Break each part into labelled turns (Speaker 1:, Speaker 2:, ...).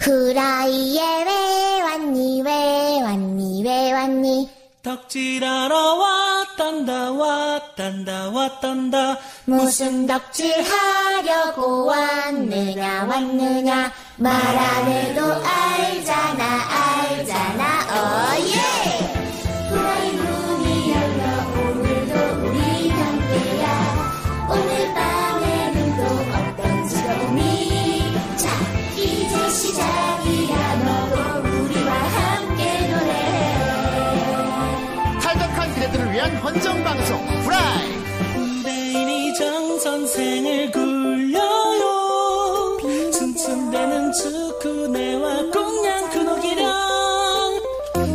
Speaker 1: 후라이에 왜 왔니 왜 왔니 왜 왔니
Speaker 2: 덕질하러 왔단다 왔단다 왔단다
Speaker 1: 무슨 덕질하려고 왔느냐 왔느냐 말 안 해도 알잖아 알잖아 어예 후라이 문이 열려 오늘도 우리 함께야 오늘 밤에는 또 어떤 즐거움이 자 이제 시작이야 너도 우리와 함께 노래해
Speaker 3: 탈덕한 그대들을 위한 헌정 방송 프라이
Speaker 2: 군대인이 정 선생을 굴려요 츤츤대는 축구네와 공냥 근옥이랑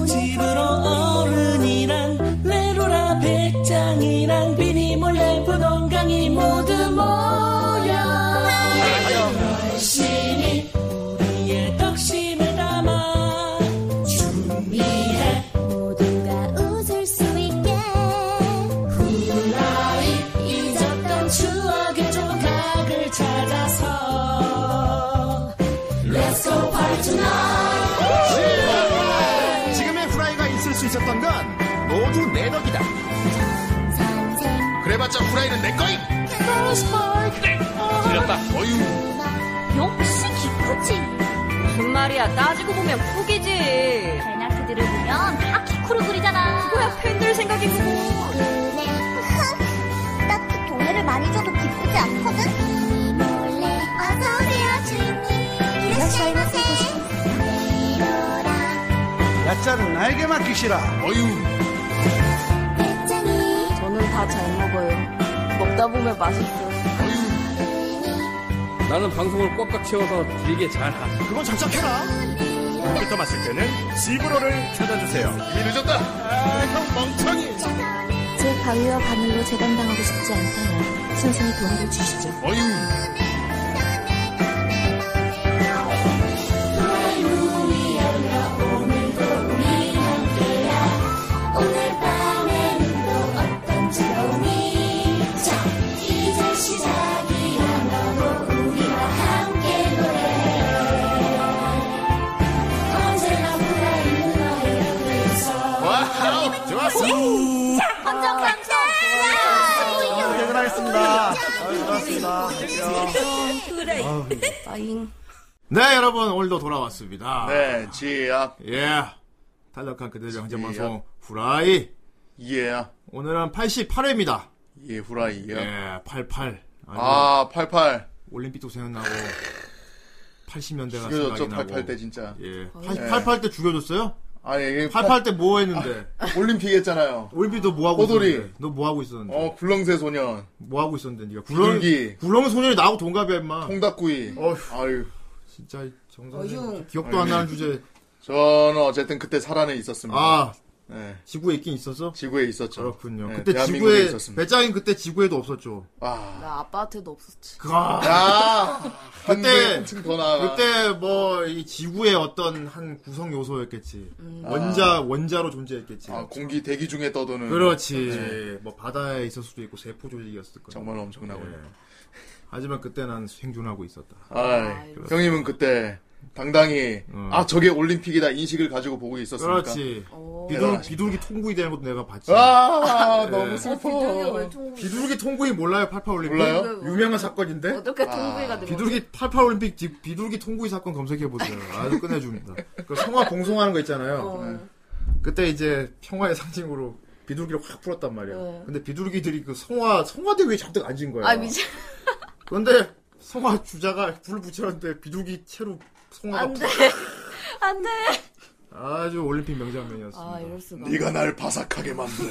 Speaker 2: 집으로 어른이랑 레로라 백장이랑 비니 몰래 분홍강이 모두 모여 열심히 우리의 덕심을 담아 준비해
Speaker 1: 모두가 웃을 수 있게
Speaker 2: 후라이 잊었던 추억의 조각을 찾아서 Let's go party tonight
Speaker 3: 지금의 프라이가 있을 수 있었던 건 모두 내 덕이다
Speaker 1: 선생
Speaker 3: 그래봤자 프라이는 내 거임
Speaker 1: 하고 싶어
Speaker 3: 틀렸다 어휴
Speaker 4: 역시 기쿠지.
Speaker 5: 무슨 말이야 따지고 보면 푸기지
Speaker 4: 배나트들을 보면 다 기쿠로 그리잖아.
Speaker 5: 뭐야 팬들 생각인 거고
Speaker 1: 나 돈을 많이 줘도 기쁘지 않거든? 몰래 어서오세요 주인님 이라시마세 내로라
Speaker 6: 야자를 나에게 맡기시라.
Speaker 3: 어휴
Speaker 1: 배짱이
Speaker 5: 저는 다 잘 먹어요 먹다 보면 맛있어
Speaker 7: 나는 방송을 꽉꽉 채워서 길게 잘 하지.
Speaker 3: 그건 작작해라
Speaker 8: 컴퓨터 마실 때는 집으로를 찾아주세요.
Speaker 3: 이미 늦었다 아형 멍청이
Speaker 4: 제 바위와 바늘로 재단당하고 싶지 않다면 선생이 도움을 주시죠.
Speaker 3: 어휴
Speaker 1: 오늘 밤에는 또 어떤 즐거움이 자 이제 시작이야 너도 우리와 함께 노래해 언제나 우리의 너의 옆에 있어
Speaker 3: 와우 좋았어
Speaker 4: 헌정방송.
Speaker 6: 퇴근하겠습니다. 수고하셨습니다.
Speaker 5: 빠잉
Speaker 9: 네, 여러분, 오늘도 돌아왔습니다.
Speaker 3: 네 지약
Speaker 9: 예. 탈락한 그대들
Speaker 3: 예,
Speaker 9: 황제방송 후라이.
Speaker 3: 예예
Speaker 9: 오늘은 88회입니다.
Speaker 3: 후라이 예.
Speaker 9: 예, 88. 아이고,
Speaker 3: 아 88.
Speaker 9: 올림픽도 생각나고, 80년대가
Speaker 3: 죽여줬죠
Speaker 9: 생각이 나고.
Speaker 3: 88 그때 네. 진짜.
Speaker 9: 예. 88 때 죽여줬어요?
Speaker 3: 아니 이게
Speaker 9: 88 때 뭐 했는데?
Speaker 3: 올림픽 했잖아요.
Speaker 9: 올림픽도 뭐 하고
Speaker 3: 아. 호돌이.
Speaker 9: 있었는데? 너 뭐 하고 있었는데?
Speaker 3: 어 굴렁쇠 소년,
Speaker 9: 뭐 하고 있었는데? 니가
Speaker 3: 비둘기.
Speaker 9: 구렁이 소년이 나하고 동갑이야, 임마.
Speaker 3: 통닭구이.
Speaker 9: 어휴.
Speaker 3: 아유
Speaker 9: 진짜 정선생 기억도 안 나는 주제에.
Speaker 3: 저는 어쨌든 그때 살아내 있었습니다.
Speaker 9: 아,
Speaker 3: 네,
Speaker 9: 지구에 있긴 있었어?
Speaker 3: 지구에 있었죠.
Speaker 9: 그렇군요.
Speaker 3: 네,
Speaker 9: 그때
Speaker 3: 대한민국에
Speaker 9: 지구에
Speaker 3: 있었습니다.
Speaker 9: 배짱인 그때 지구에도 없었죠.
Speaker 3: 아,
Speaker 5: 나 아빠한테도 없었지
Speaker 9: 아,
Speaker 3: 야,
Speaker 9: 그때-
Speaker 3: 한층더 나아가.
Speaker 9: 그때 뭐 이 지구의 어떤 한 구성 요소였겠지. 원자 원자로 존재했겠지.
Speaker 3: 음. 아, 공기 대기 중에 떠도는.
Speaker 9: 그렇지. 뭐 바다에 있을 수도 있고 세포 조직이었을 거야.
Speaker 3: 정말 엄청나군요.
Speaker 9: 하지만 그때 난 생존하고 있었다. 음.
Speaker 3: 아, 형님은 그때 당당히 아 저게 올림픽이다 인식을 가지고 보고 있었으니까. 어.
Speaker 9: 그렇지.
Speaker 5: 오.
Speaker 9: 비둘, 비둘기 통구이 되는 것도 내가 봤지.
Speaker 3: 아
Speaker 9: 네.
Speaker 3: 너무
Speaker 5: 비둘기
Speaker 3: 슬퍼.
Speaker 5: 왜 통구
Speaker 9: 비둘기 통구이 몰라요? 88올림픽?
Speaker 3: 몰라요?
Speaker 9: 유명한 사건인데?
Speaker 5: 어떻게 통구이가 되고
Speaker 9: 비둘기 88올림픽 지- 비둘기 통구이 사건 검색해보세요. 아주 끝내줍니다. 그 성화 공송하는 거 있잖아요.
Speaker 5: 어.
Speaker 9: 네. 그때 이제 평화의 상징으로 비둘기를 확 풀었단 말이야.
Speaker 5: 네.
Speaker 9: 근데 비둘기들이 그 성화, 성화대 위에 잔뜩 앉은 거야.
Speaker 5: 아 미친
Speaker 9: 그런데 성화 주자가 불을 붙였는데 비둘기 채로 성화가
Speaker 5: 안돼 안돼
Speaker 9: 푹- 아주 올림픽
Speaker 5: 아
Speaker 9: 명장면이었습니다.
Speaker 5: 이럴 수가
Speaker 3: 네가 날 바삭하게 만든.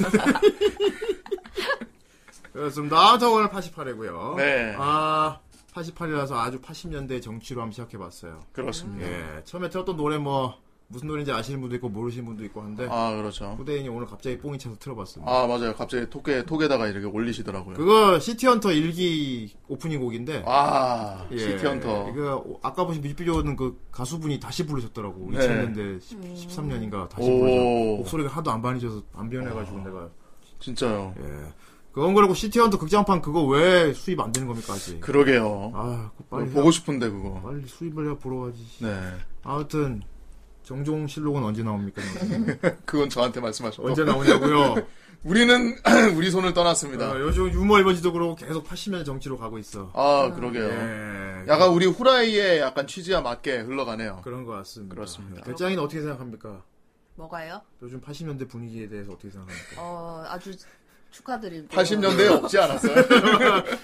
Speaker 9: 그렇습니다. 아무튼 오늘 88회고요.
Speaker 3: 네.
Speaker 9: 아, 88이라서 아주 80년대 정치로 한번 시작해봤어요.
Speaker 3: 그렇습니다.
Speaker 9: 예, 처음에 틀었던 노래 뭐 무슨 노래인지 아시는 분도 있고 모르시는 분도 있고 한데
Speaker 3: 아 그렇죠.
Speaker 9: 후대인이 오늘 갑자기 뽕이 차서 틀어봤습니다.
Speaker 3: 아 맞아요. 갑자기 톡에 톡에다가 이렇게 올리시더라고요.
Speaker 9: 그거 시티헌터 일기 오프닝 곡인데
Speaker 3: 아
Speaker 9: 예,
Speaker 3: 시티헌터.
Speaker 9: 그 아까 보신 뮤직비디오는 그 가수분이 다시 부르셨더라고.
Speaker 3: 네.
Speaker 9: 2000년대 13년인가 다시
Speaker 3: 오. 아.
Speaker 9: 부르셨 목소리가 하도 안 반해져서 안 변해가지고 내가
Speaker 3: 진짜요.
Speaker 9: 예. 그건 그렇고 시티헌터 극장판 그거 왜 수입 안 되는 겁니까 아직?
Speaker 3: 그러게요.
Speaker 9: 아, 그거 어.
Speaker 3: 그거
Speaker 9: 빨리
Speaker 3: 보고
Speaker 9: 보고
Speaker 3: 싶은데 그거.
Speaker 9: 빨리 수입을 해 보러 가지.
Speaker 3: 네.
Speaker 9: 아무튼 정종 실록은 언제 나옵니까?
Speaker 3: 그건 저한테 말씀하셨고.
Speaker 9: 언제 나오냐고요?
Speaker 3: 네. 우리는 우리 손을 떠났습니다.
Speaker 9: 어, 요즘 유머 일번지도 그러고 계속 80년대 정치로 가고 있어.
Speaker 3: 아, 그러게요.
Speaker 9: 예.
Speaker 3: 약간 우리 후라이의 약간 취지와 맞게 흘러가네요.
Speaker 9: 그런 것 같습니다.
Speaker 3: 그렇습니다.
Speaker 9: 배짱이는 어떻게 생각합니까?
Speaker 5: 뭐가요?
Speaker 9: 요즘 80년대 분위기에 대해서 어떻게 생각합니까?
Speaker 5: 어, 아주 축하드리고.
Speaker 3: 80년대에 없지 않았어요?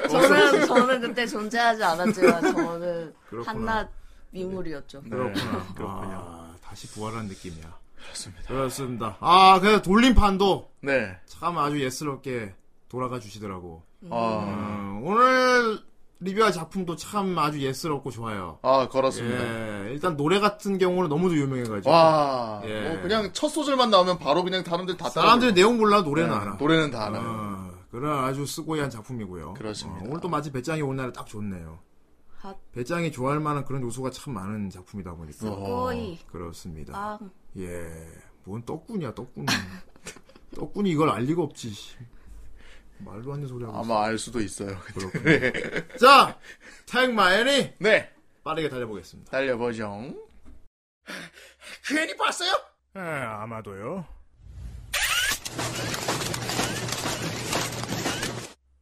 Speaker 5: 저는, 저는 그때 존재하지 않았지만, 저는
Speaker 9: 그렇구나. 네.
Speaker 5: 한낱 미물이었죠.
Speaker 9: 그렇구나.
Speaker 3: 그렇군요.
Speaker 9: 아, 다시 부활한 느낌이야.
Speaker 3: 그렇습니다.
Speaker 9: 그렇습니다. 아, 그래서 돌림판도
Speaker 3: 네.
Speaker 9: 참 아주 예스럽게 돌아가 주시더라고.
Speaker 3: 아,
Speaker 9: 음, 오늘 리뷰할 작품도 참 아주 예스럽고 좋아요.
Speaker 3: 아 걸었습니다.
Speaker 9: 예, 일단 노래 같은 경우는 너무도 유명해가지고.
Speaker 3: 와,
Speaker 9: 예.
Speaker 3: 뭐 그냥 첫 소절만 나오면 바로 그냥 사람들 다
Speaker 9: 사람들이
Speaker 3: 따라해요.
Speaker 9: 내용 몰라 노래는
Speaker 3: 네.
Speaker 9: 알아.
Speaker 3: 노래는 다 알아요.
Speaker 9: 어, 그런 아주 쓰고이한 작품이고요.
Speaker 3: 그렇습니다.
Speaker 9: 어, 오늘 또 마치 배짱이 온 날에 딱 좋네요.
Speaker 5: 핫.
Speaker 9: 배짱이 좋아할 만한 그런 요소가 참 많은 작품이다 보니까.
Speaker 3: 어.
Speaker 5: 꼬이.
Speaker 9: 그렇습니다.
Speaker 5: 아,
Speaker 9: 예. 뭔 떡군이야, 떡군. 떡군이 이걸 알 리가 없지. 씨. 말도 안 되는 소리 하고 있어.
Speaker 3: 아마 알 수도 있어요.
Speaker 9: 자! 택 마연이
Speaker 3: 네,
Speaker 9: 빠르게 달려보겠습니다.
Speaker 3: 달려보죠. 괜히 봤어요?
Speaker 9: 예,
Speaker 8: 아, 아마도요.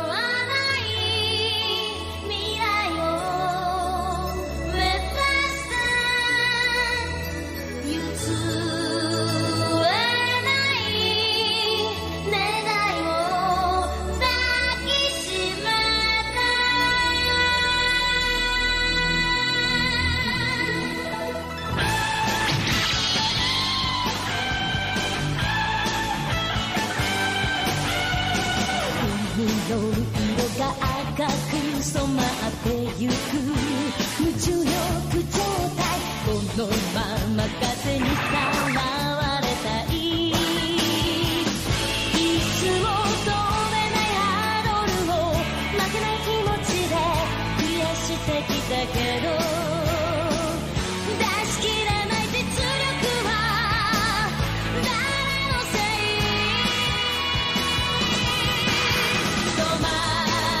Speaker 1: らない未来を目指して譲れない願いを抱きしめ緑色が赤く染まってゆく夢中の苦状態このまま風にさらわれたいいつも飛べないハードルを負けない気持ちでクリアしてきたけど出し切らない実力は誰のせい「止まらない未来を目指して」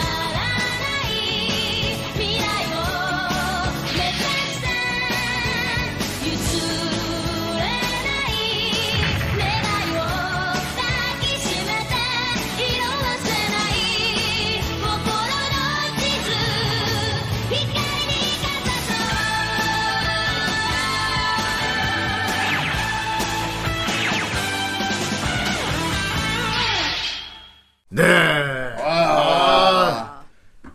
Speaker 1: 「譲れない願いを抱きしめて」「色褪せない心の地図光にかざそう」
Speaker 9: 네!
Speaker 3: 아,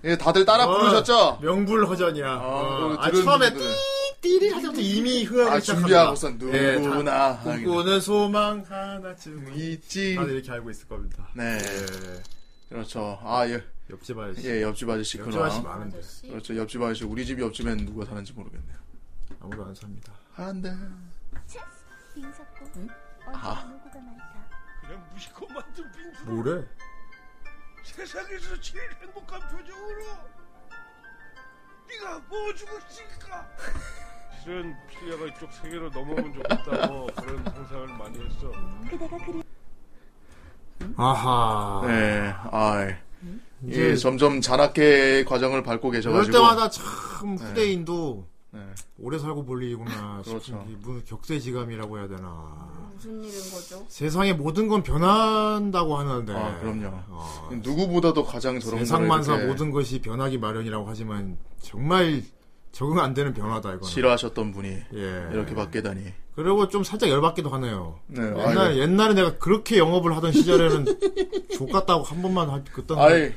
Speaker 3: 예, 다들 따라 부르셨죠?
Speaker 9: 어, 명불허전이야. 어, 아,
Speaker 3: 들은
Speaker 9: 처음에
Speaker 3: 분들은.
Speaker 9: 띠리 할 때부터 이미 흥하기
Speaker 3: 아,
Speaker 9: 시작합니다.
Speaker 3: 준비하고선
Speaker 9: 예, 다
Speaker 3: 누구나 하긴.
Speaker 9: 꿈꾸는 소망 하나쯤은
Speaker 3: 있지.
Speaker 9: 다들 이렇게 알고 있을 겁니다.
Speaker 3: 네,
Speaker 9: 예,
Speaker 3: 그렇죠. 아, 예,
Speaker 9: 옆집 아저씨.
Speaker 3: 예, 옆집 아저씨구나.
Speaker 9: 옆집 아저씨 많은데
Speaker 3: 그렇죠. 옆집 아저씨 우리 집 옆집엔 누가 사는지 모르겠네요.
Speaker 9: 아무도 안 삽니다.
Speaker 3: 안 돼. 아,
Speaker 9: 뭐래?
Speaker 8: 세상에서 제일 행복한 표정으로 네가 뭐 주고 싶을까?
Speaker 10: 실은 피아가 이쪽 세계로 넘어오면 좋겠다고 그런 상상을 많이 했어.
Speaker 9: 아하.
Speaker 3: 네, 아, 예.
Speaker 9: 이제
Speaker 3: 예, 점점 잔악의 과정을 밟고
Speaker 9: 그럴
Speaker 3: 계셔가지고.
Speaker 9: 때마다 참 후대인도
Speaker 3: 네.
Speaker 9: 오래 살고 볼 일이구나 싶은
Speaker 3: 그렇죠.
Speaker 9: 이 무슨 격세지감이라고 해야 되나.
Speaker 5: 무슨 일인 거죠?
Speaker 9: 세상의 모든 건 변한다고 하는데.
Speaker 3: 아, 그럼요.
Speaker 9: 어,
Speaker 3: 누구보다도 가장 저런
Speaker 9: 세상만사
Speaker 3: 거를 이렇게
Speaker 9: 모든 것이 변하기 마련이라고 하지만 정말 적응 안 되는 변화다 이거는.
Speaker 3: 싫어하셨던 분이
Speaker 9: 예.
Speaker 3: 이렇게 바뀌다니.
Speaker 9: 그리고 좀 살짝 열받기도 하네요.
Speaker 3: 네,
Speaker 9: 옛날
Speaker 3: 아이고.
Speaker 9: 옛날에 내가 그렇게 영업을 하던 시절에는 족같다고 한 번만 하- 그랬던
Speaker 3: 아이,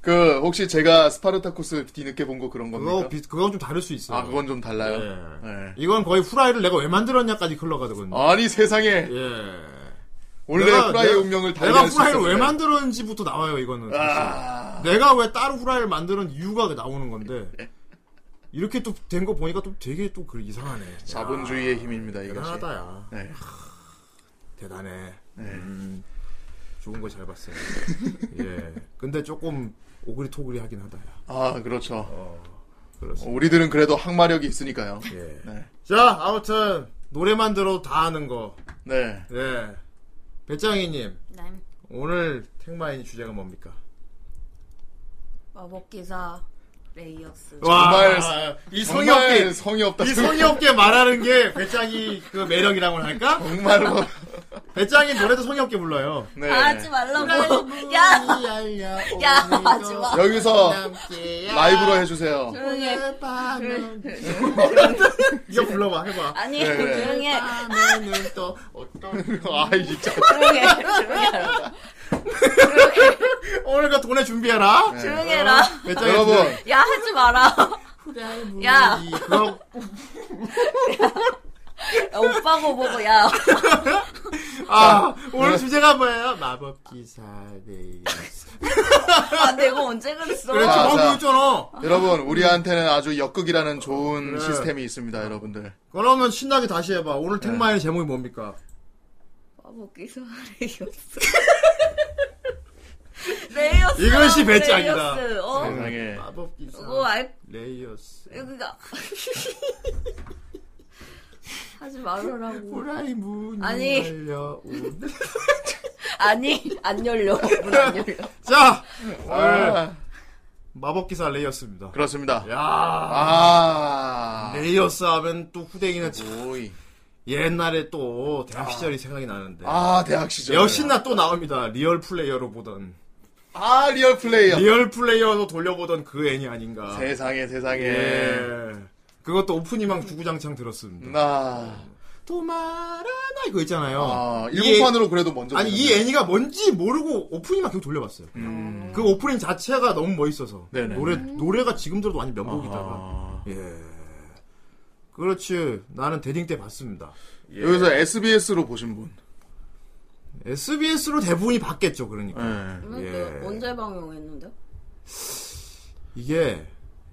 Speaker 3: 그 혹시 제가 스파르타쿠스 뒤늦게 본 거 그런
Speaker 9: 그거
Speaker 3: 겁니까?
Speaker 9: 비, 그건 좀 다를 수 있어요.
Speaker 3: 아, 그건 좀 달라요.
Speaker 9: 예.
Speaker 3: 예.
Speaker 9: 이건 거의 후라이를 내가 왜 만들었냐까지 흘러가거든요.
Speaker 3: 아니 세상에
Speaker 9: 예.
Speaker 3: 원래
Speaker 9: 내가-
Speaker 3: 후라이의
Speaker 9: 내가-
Speaker 3: 운명을 달리
Speaker 9: 내가
Speaker 3: 할수
Speaker 9: 후라이를
Speaker 3: 있었는데.
Speaker 9: 왜 만들었는지부터 나와요 이거는.
Speaker 3: 아,
Speaker 9: 사실. 내가 왜 따로 후라이를 만드는 이유가 그 나오는 건데 이렇게 또 된 거 보니까 또 되게 또 그 이상하네.
Speaker 3: 자본주의의 힘입니다
Speaker 9: 야,
Speaker 3: 이것이.
Speaker 9: 대단하다야.
Speaker 3: 네.
Speaker 9: 대단해.
Speaker 3: 네.
Speaker 9: 음, 좋은 거 잘 봤어요. 예. 근데 조금 오그리 토그리 하긴 하다야.
Speaker 3: 아 그렇죠.
Speaker 9: 그렇습니다.
Speaker 3: 우리들은 그래도 항마력이 있으니까요.
Speaker 9: 예.
Speaker 3: 네.
Speaker 9: 자, 아무튼 노래만 들어도 다 아는 거.
Speaker 3: 네.
Speaker 9: 예. 배짱이님
Speaker 5: 난
Speaker 9: 오늘 택마인 주제가 뭡니까?
Speaker 5: 마법기사 레이어스.
Speaker 3: 정말
Speaker 9: 와, 이 성의
Speaker 3: 정말
Speaker 9: 없게
Speaker 3: 성의 없다.
Speaker 9: 이 성의 없게 말하는 게 배짱이 그 매력이라고 할까?
Speaker 3: 정말로.
Speaker 9: 배짱이 노래도 성의 없게 불러요.
Speaker 3: 네.
Speaker 5: 아, 하지 말라고. 야, 야, 하지 마.
Speaker 3: 여기서 라이브로 해주세요.
Speaker 5: 조용히 해.
Speaker 9: 이거 불러봐, 해봐.
Speaker 5: 아니,
Speaker 3: 네, 네.
Speaker 5: 조용히 해.
Speaker 9: 나는 또 어떤
Speaker 3: 아이 진짜.
Speaker 5: 조용히 해. 조용히 해라.
Speaker 9: 오늘과 돈에 준비해라.
Speaker 5: 조용히 해라.
Speaker 9: 배짱이
Speaker 3: 여러분
Speaker 9: 주제.
Speaker 5: 야, 하지 마라. 야,
Speaker 9: 이- 그거
Speaker 5: 야, 오빠고 보고, 야.
Speaker 9: 아, 오늘
Speaker 3: 네.
Speaker 9: 주제가 뭐예요? 마법 기사 레이.
Speaker 5: 아, 내가 언제 그랬어?
Speaker 9: 그래,
Speaker 3: 자,
Speaker 9: 저거
Speaker 3: 자.
Speaker 9: 보였잖아.
Speaker 3: 여러분 우리한테는 아주 역극이라는 좋은
Speaker 9: 그래.
Speaker 3: 시스템이 있습니다, 여러분들.
Speaker 9: 그러면 신나게 다시 해봐. 오늘 택마의 제목이 뭡니까?
Speaker 5: 마법기사 레이어스. 레이어스.
Speaker 9: 이것이 배짱이다.
Speaker 5: 레이어스. 어?
Speaker 3: 세상에.
Speaker 9: 마법 기사
Speaker 5: 그거 뭐 알,
Speaker 9: 레이어스.
Speaker 5: 여기가. 하지 말라고.
Speaker 9: 후라이 문이
Speaker 5: 아니.
Speaker 9: 열려오네.
Speaker 5: 아니, 안 열려. 문 안 열려.
Speaker 9: 자, 오늘
Speaker 3: 아,
Speaker 9: 마법 기사 레이어스입니다.
Speaker 3: 그렇습니다.
Speaker 9: 야,
Speaker 3: 아.
Speaker 9: 레이어스 하면 또 후대기는 참
Speaker 3: 오이.
Speaker 9: 옛날에 또 대학 시절이 생각이 나는데.
Speaker 3: 아 대학 시절.
Speaker 9: 역시나 또 나옵니다. 리얼 플레이어로 보던
Speaker 3: 아 리얼 플레이어.
Speaker 9: 리얼 플레이어로 돌려보던 그 애니 아닌가.
Speaker 3: 세상에 세상에.
Speaker 9: 예. 그것도 오프닝만 구구장창
Speaker 3: 음.
Speaker 9: 들었습니다.
Speaker 3: 나.
Speaker 9: 도마라나 이거 있잖아요.
Speaker 3: 아
Speaker 9: 이
Speaker 3: 일곱판으로 그래도 먼저.
Speaker 9: 애- 아니 이
Speaker 3: 보는데.
Speaker 9: 애니가 뭔지 모르고 오프닝만 계속 돌려봤어요.
Speaker 5: 음.
Speaker 9: 그 오프닝 자체가 너무 멋있어서
Speaker 3: 음. 네네.
Speaker 9: 노래 노래가 지금 들어도 완전 명곡이다가
Speaker 3: 아.
Speaker 9: 예. 그렇지 나는 대딩 때 봤습니다.
Speaker 3: 여기서 SBS로 보신 분.
Speaker 9: SBS로 대부분이 봤겠죠 그러니까
Speaker 3: 네.
Speaker 5: 그 언제 방영했는데?
Speaker 9: 이게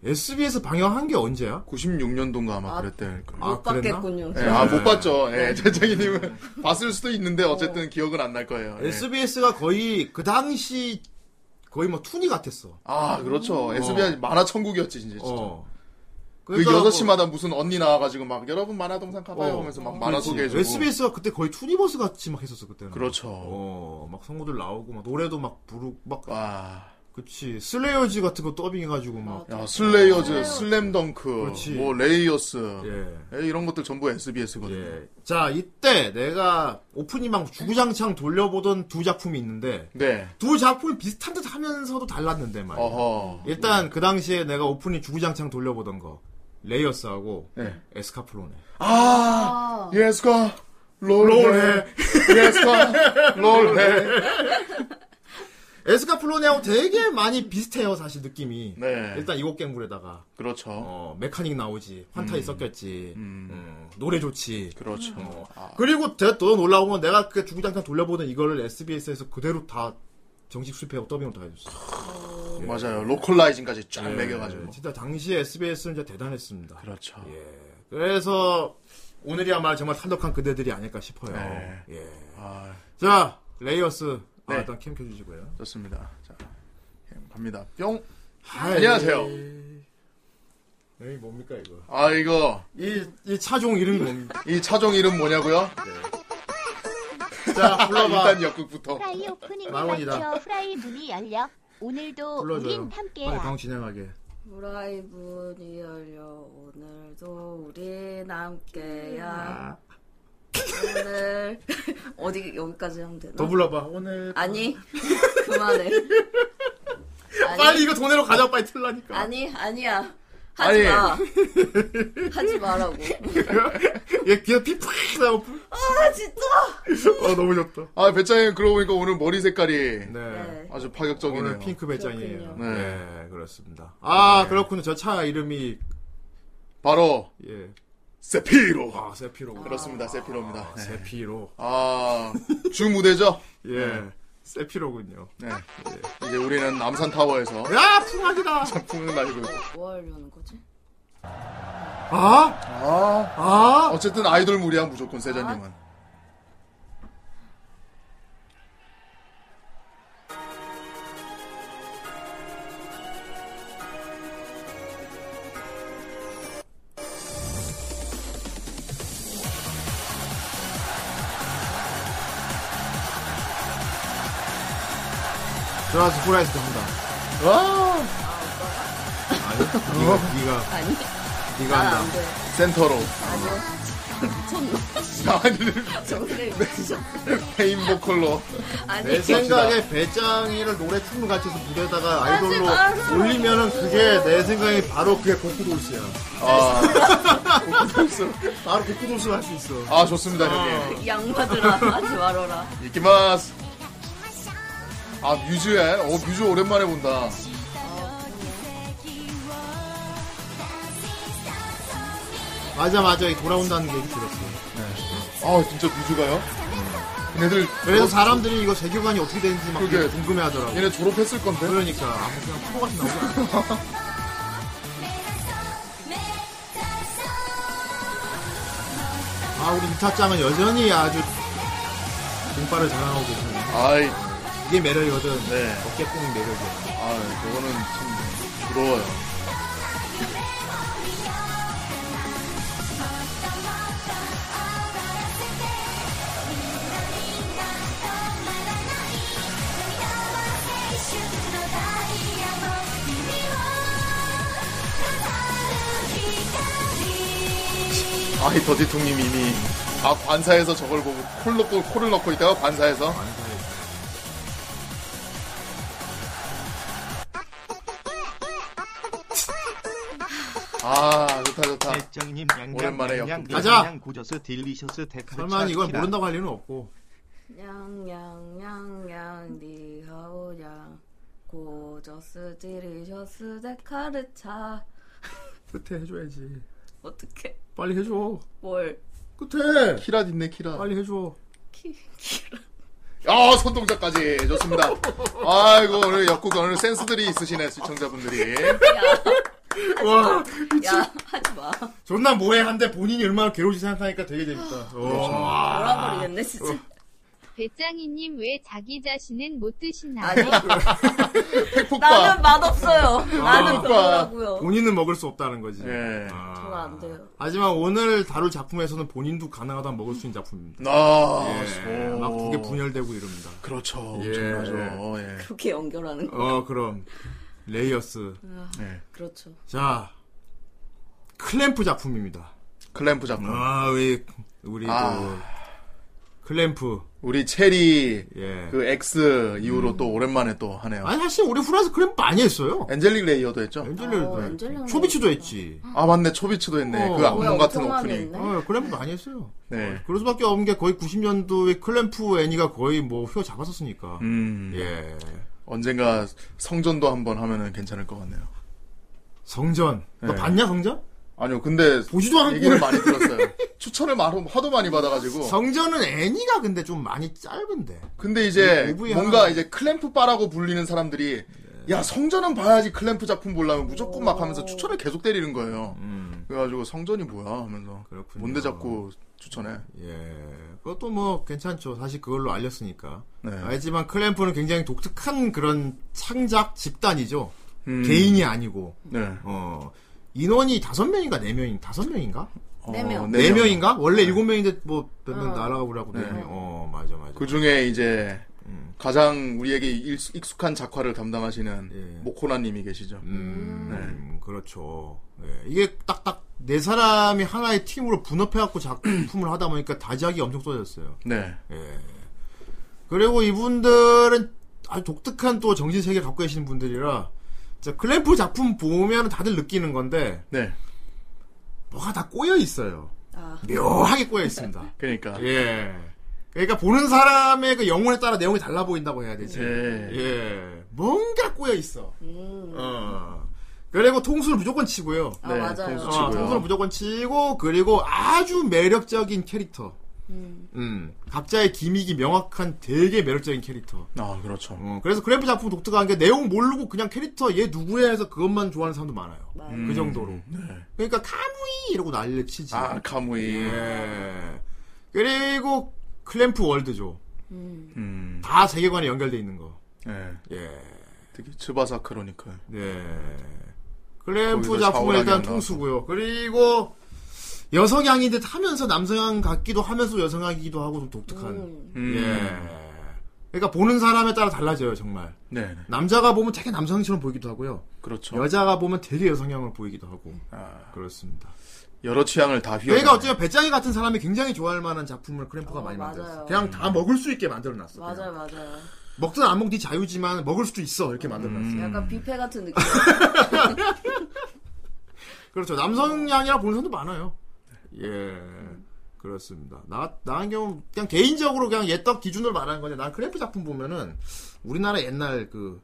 Speaker 9: SBS 방영한 게 언제야?
Speaker 3: 96년도인가 아마
Speaker 5: 아.
Speaker 3: 그랬대. 아,
Speaker 9: 아,
Speaker 5: 못
Speaker 9: 그랬나?
Speaker 5: 봤겠군요.
Speaker 3: 예, 아, 못 봤죠.
Speaker 9: 네.
Speaker 3: 예, 재창이님은 봤을 수도 있는데, 어쨌든 기억은 안 날 거예요. 예.
Speaker 9: SBS가 거의 그 당시 거의 뭐 투니 같았어.
Speaker 3: 아, 그렇죠. SBS 만화 천국이었지, 진짜.
Speaker 9: 어.
Speaker 3: 그
Speaker 9: 그러니까
Speaker 3: 여섯 시마다 무슨 언니 나와가지고 막, 여러분 만화동산 가봐요
Speaker 9: 어.
Speaker 3: 하면서 막
Speaker 9: 뭐,
Speaker 3: 만화
Speaker 9: 그렇지.
Speaker 3: 소개해주고.
Speaker 9: SBS가 그때 거의 투니버스 같이 막 했었어 그때는.
Speaker 3: 그렇죠.
Speaker 9: 어, 막 성우들 나오고 막 노래도 막 부르고 막
Speaker 3: 와.
Speaker 9: 그치 슬레이어즈 같은 거 더빙해가지고 막.
Speaker 3: 야, 슬레이어즈, 슬램덩크,
Speaker 9: 그렇지.
Speaker 3: 뭐, 레이어스.
Speaker 9: 예.
Speaker 3: 예, 이런 것들 전부 SBS거든요.
Speaker 9: 예. 자 이때 내가 오프닝만 주구장창 돌려보던 두 작품이 있는데
Speaker 3: 네.
Speaker 9: 두 작품이 비슷한 듯 하면서도 달랐는데 말이야.
Speaker 3: 어허.
Speaker 9: 일단 그 당시에 내가 오프닝 주구장창 돌려보던 거 레이어스하고
Speaker 3: 네.
Speaker 9: 에스카플로네.
Speaker 3: 아! 예스가, 롤해. 예스가, 롤해.
Speaker 9: 에스카플로네하고 되게 많이 비슷해요 사실 느낌이.
Speaker 3: 네.
Speaker 9: 일단 이곡 갱굴에다가
Speaker 3: 그렇죠.
Speaker 9: 어, 메카닉 나오지, 환타이 섞였지, 음, 노래 좋지.
Speaker 3: 그렇죠.
Speaker 9: 어.
Speaker 3: 아,
Speaker 9: 그리고 대- 더 놀라운 건 내가 그 주구장창 돌려보던 이거를 SBS에서 그대로 다 정식 수입하고 더빙을 다 해줬어.
Speaker 3: 맞아요. 로컬라이징까지 쫙 매겨가지고.
Speaker 9: 예, 진짜 당시 SBS는 진짜 대단했습니다.
Speaker 3: 아, 그렇죠.
Speaker 9: 예. 그래서 오늘이야말로 정말 탈덕한 그대들이 아닐까 싶어요.
Speaker 3: 네.
Speaker 9: 예.
Speaker 3: 아,
Speaker 9: 자, 레이어스. 아,
Speaker 3: 네.
Speaker 9: 일단 캠 켜주시고요.
Speaker 3: 좋습니다. 자, 예, 갑니다. 뿅. 아, 안녕하세요.
Speaker 9: 여기 뭡니까, 아, 예. 네, 이거?
Speaker 3: 아, 이거,
Speaker 9: 이, 이 차종 이름이 뭡니까?
Speaker 3: 이 차종 이름 뭐냐고요?
Speaker 9: 자, 불러봐.
Speaker 3: 일단 역극부터.
Speaker 2: 프라이 오프닝
Speaker 9: 망원이다.
Speaker 2: 맞춰 프라이 문이 열려 오늘도
Speaker 9: 불러줘요.
Speaker 2: 우린 함께야
Speaker 9: 빨리 방 진행하게.
Speaker 5: 브라이브니 열려 오늘도 우리
Speaker 9: 아.
Speaker 5: 함께야 오늘 어디 여기까지 하면 되나?
Speaker 9: 더 불러봐. 오늘.
Speaker 5: 아니 그만해 아니,
Speaker 9: 빨리 이거 돈으로 가져, 빨리 틀라니까.
Speaker 5: 아니 아니야 하지
Speaker 3: 아니.
Speaker 5: 마 하지 마라고
Speaker 9: 얘 예, 귀에 피팍 나고
Speaker 5: 아 진짜
Speaker 9: 아 너무 좋다.
Speaker 3: 아, 배짱이 그러고 보니까 오늘 머리 색깔이
Speaker 9: 네.
Speaker 5: 네.
Speaker 3: 아주
Speaker 9: 오늘
Speaker 3: 파격적이네요.
Speaker 9: 핑크 배짱이에요.
Speaker 3: 그렇군요.
Speaker 9: 네. 그렇습니다. 아 그렇군요. 저 차 이름이
Speaker 3: 바로,
Speaker 9: 예.
Speaker 3: 세피로.
Speaker 9: 아 세피로.
Speaker 3: 그렇습니다. 세피로입니다.
Speaker 9: 아,
Speaker 3: 네.
Speaker 9: 세피로.
Speaker 3: 아, 주무대죠?
Speaker 9: 예. 세피로군요.
Speaker 3: 네. 이제 우리는 남산타워에서
Speaker 9: 야 풍악이다.
Speaker 3: 품을 날리고 있고.
Speaker 5: 뭐 하려는 거지?
Speaker 9: 아?
Speaker 3: 아,
Speaker 9: 아?
Speaker 3: 어쨌든 아이돌 무리야, 무조건 세자님은.
Speaker 9: 들어가서 후라이스 됩니다.
Speaker 3: 와
Speaker 9: 아니, 니가, 니가,
Speaker 5: 아니
Speaker 9: 니가
Speaker 5: 나 안
Speaker 9: 한다.
Speaker 5: 돼.
Speaker 3: 센터로
Speaker 5: 미쳤나?
Speaker 3: 아니들
Speaker 5: 정말 미쳤어.
Speaker 3: 페인 보컬로
Speaker 5: 아니
Speaker 9: 내 생각에 배짱이를 노래 춤을 같이서 무대에다가 아이돌로
Speaker 5: 하지 마세요.
Speaker 9: 올리면은 그게 내 생각에 바로 그게 고쿠돌스야.
Speaker 3: 아,
Speaker 9: 바로 고쿠돌스 할 수 있어.
Speaker 3: 아 좋습니다 형님
Speaker 5: 이 양마들아 하지 말어라.
Speaker 3: 이키마스 아 뮤즈야 어 뮤즈 오랜만에 본다
Speaker 9: 맞아, 맞아. 이 돌아온다는 얘기 들었어.
Speaker 3: 아 진짜 뮤즈가요 음. 얘네들
Speaker 9: 그래서 사람들이 이거 재규관이 어떻게 되는지 막
Speaker 3: 그게.
Speaker 9: 궁금해 하더라고.
Speaker 3: 얘네 졸업했을 건데
Speaker 9: 그러니까. 아무 그냥 프로같이 나오지 않아. 아, 우리 이타짱은 여전히 아주 등발을 자랑하고 계시네.
Speaker 3: 아이
Speaker 9: 이게 매력이거든.
Speaker 3: 네.
Speaker 9: 어깨 뿜이 매력이야.
Speaker 3: 아, 그거는 참 부러워요. 아이 더디통님 이미 아 관사에서 저걸 보고 콜 넣고 코를 넣고 있다가 관사에서 아 좋다 좋다
Speaker 11: 배짱님 양양
Speaker 3: 오랜만에
Speaker 11: 양양,
Speaker 3: 역극.
Speaker 9: 가자!
Speaker 11: 양양 고저스 딜리셔스 데카
Speaker 9: 설마 이걸 모른다고 할 리는 없고.
Speaker 5: 양양양양 니하오양 고저스 지리셔스 데카르차
Speaker 9: 끝에 해줘야지.
Speaker 5: 어떻게
Speaker 9: 빨리 해줘.
Speaker 5: 뭘
Speaker 9: 끝에!
Speaker 3: 키라 있네 키라
Speaker 9: 빨리 해줘.
Speaker 5: 키, 키라
Speaker 3: 아 손동작까지 좋습니다 아이고 오늘 역국 오늘 센스들이 있으시네 시청자분들이
Speaker 9: 와,
Speaker 5: 야 하지 마
Speaker 9: 존나 뭐해 한데 본인이 얼마나 괴로운지 생각하니까 되게 재밌다. 와.
Speaker 5: 돌아버리겠네 진짜
Speaker 1: 배짱이님 왜 자기 자신은 못 드시나요?
Speaker 5: 아니
Speaker 3: 팩폭과
Speaker 5: 나는 맛없어요 나는
Speaker 3: 오빠.
Speaker 5: 별로라고요
Speaker 9: 본인은 먹을 수 없다는 거지.
Speaker 3: 예.
Speaker 9: 아.
Speaker 5: 저는 안 돼요
Speaker 9: 하지만 오늘 다룰 작품에서는 본인도 가능하다면 먹을 수 있는 작품입니다.
Speaker 3: 나
Speaker 9: 예. 막 두 개 분열되고 이럽니다.
Speaker 3: 아, 그렇죠
Speaker 9: 예.
Speaker 3: 엄청나죠 예.
Speaker 5: 그렇게 연결하는 거
Speaker 9: 어, 그럼. 레이어스.
Speaker 5: 그렇죠
Speaker 9: 자, 클램프 작품입니다.
Speaker 3: 클램프 작품
Speaker 9: 아, 우리, 우리,
Speaker 3: 음. 아.
Speaker 9: 그, 클램프.
Speaker 3: 우리 체리
Speaker 9: 예. 음.
Speaker 3: 그 X 이후로 또 오랜만에 또 하네요
Speaker 9: 아니, 사실 우리 후라이스 클램프 많이 했어요.
Speaker 3: 엔젤릭 레이어도 했죠
Speaker 9: 엔젤리도
Speaker 5: 어,
Speaker 9: 했지.
Speaker 5: 엔젤리도
Speaker 9: 초비치도 했지.
Speaker 3: 아 맞네 초비츠도 했네
Speaker 9: 어.
Speaker 3: 그
Speaker 5: 아,
Speaker 3: 악몽 같은
Speaker 5: 엄청 많이
Speaker 3: 오프닝
Speaker 5: 했네.
Speaker 9: 어, 클램프 많이 했어요.
Speaker 3: 네.
Speaker 9: 그럴 수밖에 없는 게 거의 90년도에 클램프 애니가 거의 뭐 휘어 잡았었으니까.
Speaker 3: 음
Speaker 9: 예.
Speaker 3: 언젠가 성전도 한번 하면은 괜찮을 것 같네요
Speaker 9: 성전. 너
Speaker 3: 예.
Speaker 9: 봤냐, 성전?
Speaker 3: 아니요 근데
Speaker 9: 보지도 않고.
Speaker 3: 얘기를 많이 들었어요 추천을 마- 하도 많이 받아가지고
Speaker 9: 성전은 애니가 근데 좀 많이 짧은데.
Speaker 3: 근데 이제
Speaker 9: 오브이
Speaker 3: 뭔가
Speaker 9: 예, 하나. 예.
Speaker 3: 이제 클램프바라고 불리는 사람들이 야 성전은 봐야지 클램프 작품 보려면 무조건 막 하면서 추천을 계속 때리는 거예요. 그래가지고 성전이 뭐야 하면서
Speaker 9: 음. 그렇군요.
Speaker 3: 뭔데 자꾸 추천해.
Speaker 9: 예. 그것도 뭐 괜찮죠. 사실 그걸로 알렸으니까.
Speaker 3: 네.
Speaker 9: 알지만 클램프는 굉장히 독특한 그런 창작 집단이죠.
Speaker 3: 음.
Speaker 9: 개인이 아니고.
Speaker 3: 네.
Speaker 9: 어. 인원이 다섯 명인가 네 명인 다섯 명인가
Speaker 3: 어,
Speaker 5: 네 명.
Speaker 9: 네 명인가 원래 일곱 명인데 뭐 몇 명
Speaker 5: 어.
Speaker 9: 날아가 보라고 네
Speaker 3: 네.
Speaker 9: 명. 어 맞아 맞아
Speaker 3: 그 중에 이제
Speaker 9: 음.
Speaker 3: 가장 우리에게 일- 익숙한 작화를 담당하시는
Speaker 9: 예.
Speaker 3: 모코나님이 계시죠.
Speaker 9: 음,
Speaker 3: 네.
Speaker 9: 음, 그렇죠. 예, 이게 딱딱 네 사람이 하나의 팀으로 분업해갖고 작품을 하다 보니까 다작이 엄청 쏟아졌어요.
Speaker 3: 네.
Speaker 9: 예. 그리고 이분들은 아주 독특한 또 정신세계 갖고 계시는 분들이라, 진짜 클램프 작품 보면 다들 느끼는 건데,
Speaker 3: 네.
Speaker 9: 뭐가 다 꼬여있어요.
Speaker 5: 아
Speaker 9: 묘하게 꼬여있습니다.
Speaker 3: 그러니까.
Speaker 9: 예. 그러니까 보는 사람의 그 영혼에 따라 내용이 달라 보인다고 해야 되지.
Speaker 3: 예.
Speaker 9: 예. 뭔가 꼬여있어.
Speaker 5: 음.
Speaker 9: 어. 그리고 통수를 무조건 치고요.
Speaker 5: 아,
Speaker 3: 네,
Speaker 5: 맞아요.
Speaker 3: 통수
Speaker 9: 아,
Speaker 3: 치고요.
Speaker 9: 통수를 무조건 치고 그리고 아주 매력적인 캐릭터.
Speaker 5: 음.
Speaker 9: 음, 각자의 기믹이 명확한 되게 매력적인 캐릭터.
Speaker 3: 아 그렇죠.
Speaker 9: 어, 그래서 그래프 작품 독특한 게 내용 모르고 그냥 캐릭터 얘 누구야 해서 그것만 좋아하는 사람도 많아요.
Speaker 5: 맞아요.
Speaker 9: 그 정도로. 그러니까 카무이 이러고 난리를 치지.
Speaker 3: 음, 네. 아 카무이.
Speaker 9: 예. 그리고 클램프 월드죠.
Speaker 5: 음.
Speaker 3: 음.
Speaker 9: 다 세계관에 연결돼 있는 거.
Speaker 3: 예.
Speaker 9: 예.
Speaker 3: 특히 츠바사 크로니클.
Speaker 9: 네. 클램프
Speaker 3: 거기서
Speaker 9: 작품은
Speaker 3: 좌우랑이
Speaker 9: 일단
Speaker 3: 안
Speaker 9: 통수고요. 그리고 여성향인 듯 하면서 남성향 같기도 하면서 여성향이기도 하고 좀 독특한.
Speaker 5: 음.
Speaker 3: 음.
Speaker 9: 예. 그러니까 보는 사람에 따라 달라져요, 정말.
Speaker 3: 네.
Speaker 9: 남자가 보면 되게 남성처럼 보이기도 하고요.
Speaker 3: 그렇죠. 아.
Speaker 9: 여자가 보면 되게 여성향을 보이기도 하고. 그렇습니다.
Speaker 3: 여러 취향을 다 휘어.
Speaker 9: 그러니까 어쩌면 배짱이 같은 사람이 굉장히 좋아할 만한 작품을 크램프가 많이
Speaker 5: 맞아요.
Speaker 9: 만들었어. 그냥 다
Speaker 3: 음.
Speaker 9: 먹을 수 있게 만들어놨어. 그냥.
Speaker 5: 맞아요, 맞아요.
Speaker 9: 먹든 안 먹든 네 자유지만 먹을 수도 있어
Speaker 3: 음.
Speaker 9: 이렇게
Speaker 5: 음.
Speaker 9: 만들어놨어. 요
Speaker 5: 약간 뷔페 같은 느낌.
Speaker 9: 그렇죠. 남성향이라 보는 사람도 많아요.
Speaker 3: 네.
Speaker 9: 예. 그렇습니다. 나, 나 같은 경우, 그냥 개인적으로 그냥 옛떡 기준으로 말하는 거냐. 난 크램프 작품 보면은, 우리나라 옛날 그,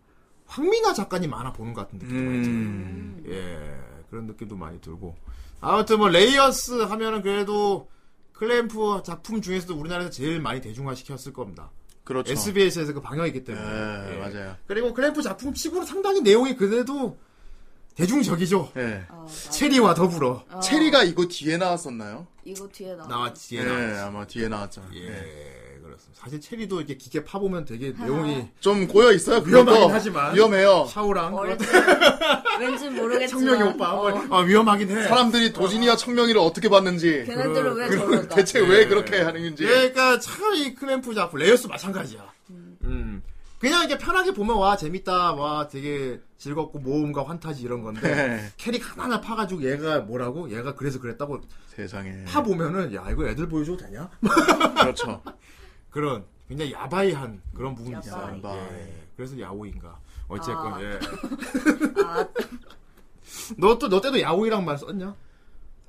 Speaker 9: 황미나 작가님 만화 보는 것 같은
Speaker 3: 음,
Speaker 9: 느낌도 많이 들어요. 예. 그런 느낌도 많이 들고. 아무튼 뭐, 레이어스 하면은 그래도, 클램프 작품 중에서도 우리나라에서 제일 많이 대중화 시켰을 겁니다.
Speaker 3: 그렇죠.
Speaker 9: SBS에서 그 방영했기
Speaker 3: 예,
Speaker 9: 때문에. 예.
Speaker 3: 맞아요.
Speaker 9: 그리고 클램프 작품 치고는 상당히 내용이 그래도 대중적이죠.
Speaker 3: 예.
Speaker 5: 어, 맞아.
Speaker 9: 체리와 더불어.
Speaker 5: 어,
Speaker 3: 체리가 이거 뒤에 나왔었나요?
Speaker 5: 이거 뒤에 나.
Speaker 9: 나왔지.
Speaker 3: 예,
Speaker 9: 얘 나왔지.
Speaker 3: 아마 네. 뒤에 나왔잖아요.
Speaker 9: 예, 그렇습니다. 사실 체리도 이렇게 기계 파보면 되게 내용이
Speaker 3: 좀 꼬여 있어요.
Speaker 9: 위험하긴
Speaker 3: 그거.
Speaker 9: 하지만.
Speaker 5: 아.
Speaker 3: 위험해요.
Speaker 9: 샤오랑
Speaker 5: 어릴지 왠지 모르겠지만.
Speaker 9: 청명이 오빠 뭐,
Speaker 5: 어,
Speaker 9: 아, 위험하긴 해.
Speaker 3: 사람들이 도진이와 청명이를 어떻게 봤는지
Speaker 5: 걔네들은 왜 저럴까?
Speaker 3: 대체 왜 그렇게 하는지
Speaker 5: 예.
Speaker 9: 그러니까 참 이 클램프 작품 레이어스 마찬가지야. 음. 그냥 이렇게 편하게 보면 와 재밌다 와 되게 즐겁고 모험과 환타지 이런 건데
Speaker 3: 네.
Speaker 9: 캐릭 하나하나 파가지고 얘가 뭐라고 얘가 그래서 그랬다고
Speaker 5: 네.
Speaker 3: 세상에
Speaker 9: 파 보면은 야 이거 애들 보여줘도 되냐?
Speaker 3: 그렇죠.
Speaker 9: 그런 굉장히 야바이한 그런 부분이
Speaker 5: 야바이. 네.
Speaker 9: 있어요. 예. 그래서 야오이인가 어쨌건
Speaker 5: 아.
Speaker 9: 예.
Speaker 5: 아,
Speaker 9: 너 또 너 때도 야오이랑 말 썼냐?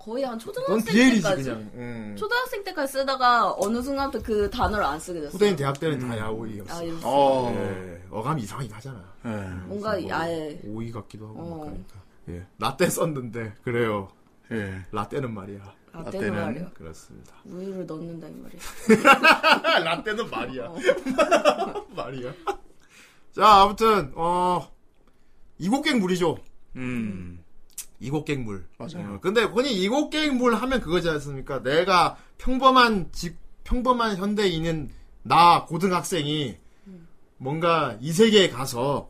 Speaker 5: 거의 한 초등학생
Speaker 9: 넌 BL이지
Speaker 5: 때까지.
Speaker 9: 그냥. 음.
Speaker 5: 초등학생 때까지 쓰다가 어느 순간부터 그 단어를 안 쓰게 됐어.
Speaker 9: 후대인 대학 때는 다
Speaker 5: 아,
Speaker 9: 야오이였어.
Speaker 5: 이거
Speaker 3: 네. 어.
Speaker 9: 예. 어감이 이상하긴 하잖아.
Speaker 3: 예.
Speaker 5: 뭔가 아예
Speaker 9: 오이 같기도 하고 막
Speaker 5: 어.
Speaker 9: 그러니까. 예. 라떼 썼는데 그래요.
Speaker 3: 예.
Speaker 9: 라떼는 말이야.
Speaker 5: 라떼
Speaker 3: 라떼는-
Speaker 5: 아, 말이야.
Speaker 9: 그렇습니다.
Speaker 5: 우유를 넣는다 이 말이야.
Speaker 9: 라떼는 말이야.
Speaker 5: 어.
Speaker 9: 말이야. 자 아무튼 어 이곡갱물이죠.
Speaker 3: 음.
Speaker 9: 이곡갱물.
Speaker 3: 맞아요.
Speaker 9: 어, 근데 흔히 이곡갱물 하면 그거지 않습니까? 내가 평범한 집, 평범한 현대인인 나 고등학생이 뭔가 이 세계에 가서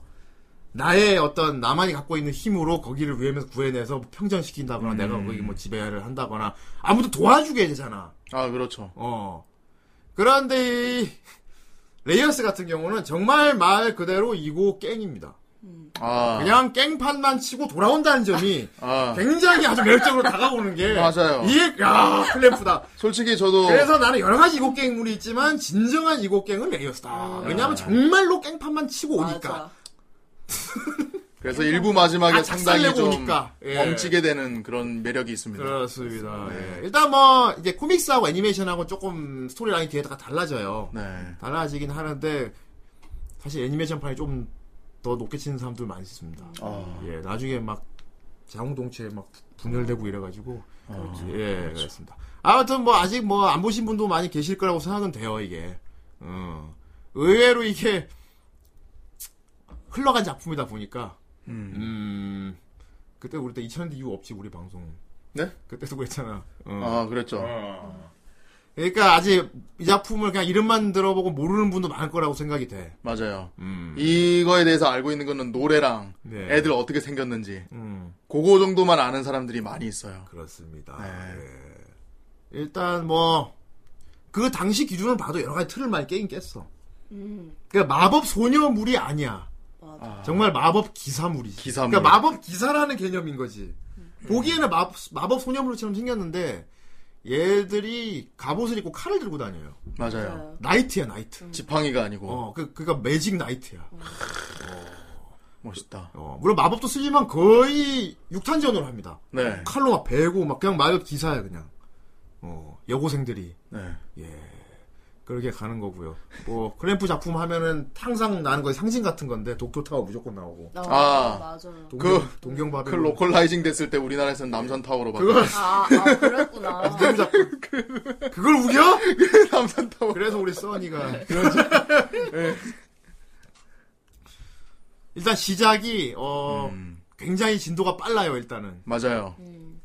Speaker 9: 나의 어떤 나만이 갖고 있는 힘으로 거기를 위해서 구해내서 뭐 평정시킨다거나 내가 거기 뭐 지배를 한다거나 아무도 도와주게 되잖아.
Speaker 3: 아 그렇죠.
Speaker 9: 어. 그런데 이 레이어스 같은 경우는 정말 말 그대로 이곡갱입니다.
Speaker 3: 아
Speaker 9: 그냥 깽판만 치고 돌아온다는 점이
Speaker 3: 아
Speaker 9: 굉장히 아주 매력적으로 다가오는 게
Speaker 3: 맞아요. 어.
Speaker 9: 이게 야 클램프다.
Speaker 3: 솔직히 저도
Speaker 9: 그래서 나는 여러 가지 이곡갱물이 있지만 진정한 이곡갱은 레이어스다.
Speaker 3: 음.
Speaker 9: 왜냐하면 정말로 깽판만 치고 오니까
Speaker 3: 그러니까.
Speaker 5: 맞아.
Speaker 3: 그래서 일부 마지막에
Speaker 9: 아,
Speaker 3: 상당히
Speaker 9: 작살내고
Speaker 3: 좀
Speaker 9: 오니까. 예.
Speaker 3: 멈치게 되는 그런 매력이 있습니다.
Speaker 9: 그렇습니다. 예. 일단 뭐 이제 코믹스하고 애니메이션하고 조금 스토리라인 뒤에다가 달라져요.
Speaker 3: 네.
Speaker 9: 달라지긴 하는데 사실 애니메이션판이 좀 더 높게 치는 사람들 많이 있습니다.
Speaker 3: 아,
Speaker 9: 예, 나중에 막 자웅동체 막 부- 분열되고 이래가지고 예, 그렇습니다. 아무튼 뭐 아직 뭐 안 보신 분도 많이 계실 거라고 생각은 돼요 이게. 음. 의외로 이게 흘러간 작품이다 보니까
Speaker 3: 음.
Speaker 9: 음, 그때 우리 때 2000년대 이후 없지 우리 방송.
Speaker 3: 네?
Speaker 9: 그때도 그랬잖아. 음.
Speaker 3: 아 그랬죠.
Speaker 9: 그러니까 아직 이 작품을 그냥 이름만 들어보고 모르는 분도 많을 거라고 생각이 돼.
Speaker 3: 맞아요.
Speaker 9: 음.
Speaker 3: 이거에 대해서 알고 있는 거는 노래랑
Speaker 9: 네.
Speaker 3: 애들 어떻게 생겼는지
Speaker 9: 음.
Speaker 3: 그거 정도만 아는 사람들이 많이 있어요.
Speaker 9: 그렇습니다.
Speaker 3: 네.
Speaker 9: 예. 일단 뭐 그 당시 기준을 봐도 여러 가지 틀을 많이 깨긴 깼어.
Speaker 5: 음,
Speaker 9: 그러니까 마법 소녀물이 아니야.
Speaker 5: 맞아.
Speaker 9: 정말 마법 기사물이지.
Speaker 3: 기사물.
Speaker 9: 그러니까 마법 기사라는 개념인 거지.
Speaker 5: 음.
Speaker 9: 보기에는 마법, 마법 소녀물처럼 생겼는데 얘들이 갑옷을 입고 칼을 들고 다녀요.
Speaker 3: 맞아요.
Speaker 5: 맞아요.
Speaker 9: 나이트야 나이트.
Speaker 5: 음.
Speaker 3: 지팡이가 아니고
Speaker 9: 어, 그 그니까 매직 나이트야.
Speaker 3: 멋있다.
Speaker 9: 어, 물론 마법도 쓰지만 거의 육탄전으로 합니다.
Speaker 3: 네.
Speaker 9: 칼로 막 베고 막 그냥 마법 기사야 그냥. 어, 여고생들이
Speaker 3: 네.
Speaker 9: 그렇게 가는 거고요. 뭐 크램프 작품 하면은 항상 나는 거의 상징 같은 건데 도쿄 타워 무조건 나오고.
Speaker 5: 어,
Speaker 3: 아.
Speaker 5: 맞아요.
Speaker 9: 동경, 동경 바벨.
Speaker 3: 그 로컬라이징 됐을 때 우리나라에서는 남산 타워로 봤고
Speaker 5: 아, 아 그랬구나.
Speaker 9: 그걸 우겨?
Speaker 3: 남산 타워.
Speaker 9: 그래서 우리 써니가 예. 일단 시작이 어
Speaker 3: 음,
Speaker 9: 굉장히 진도가 빨라요 일단은
Speaker 3: 맞아요.
Speaker 5: 음.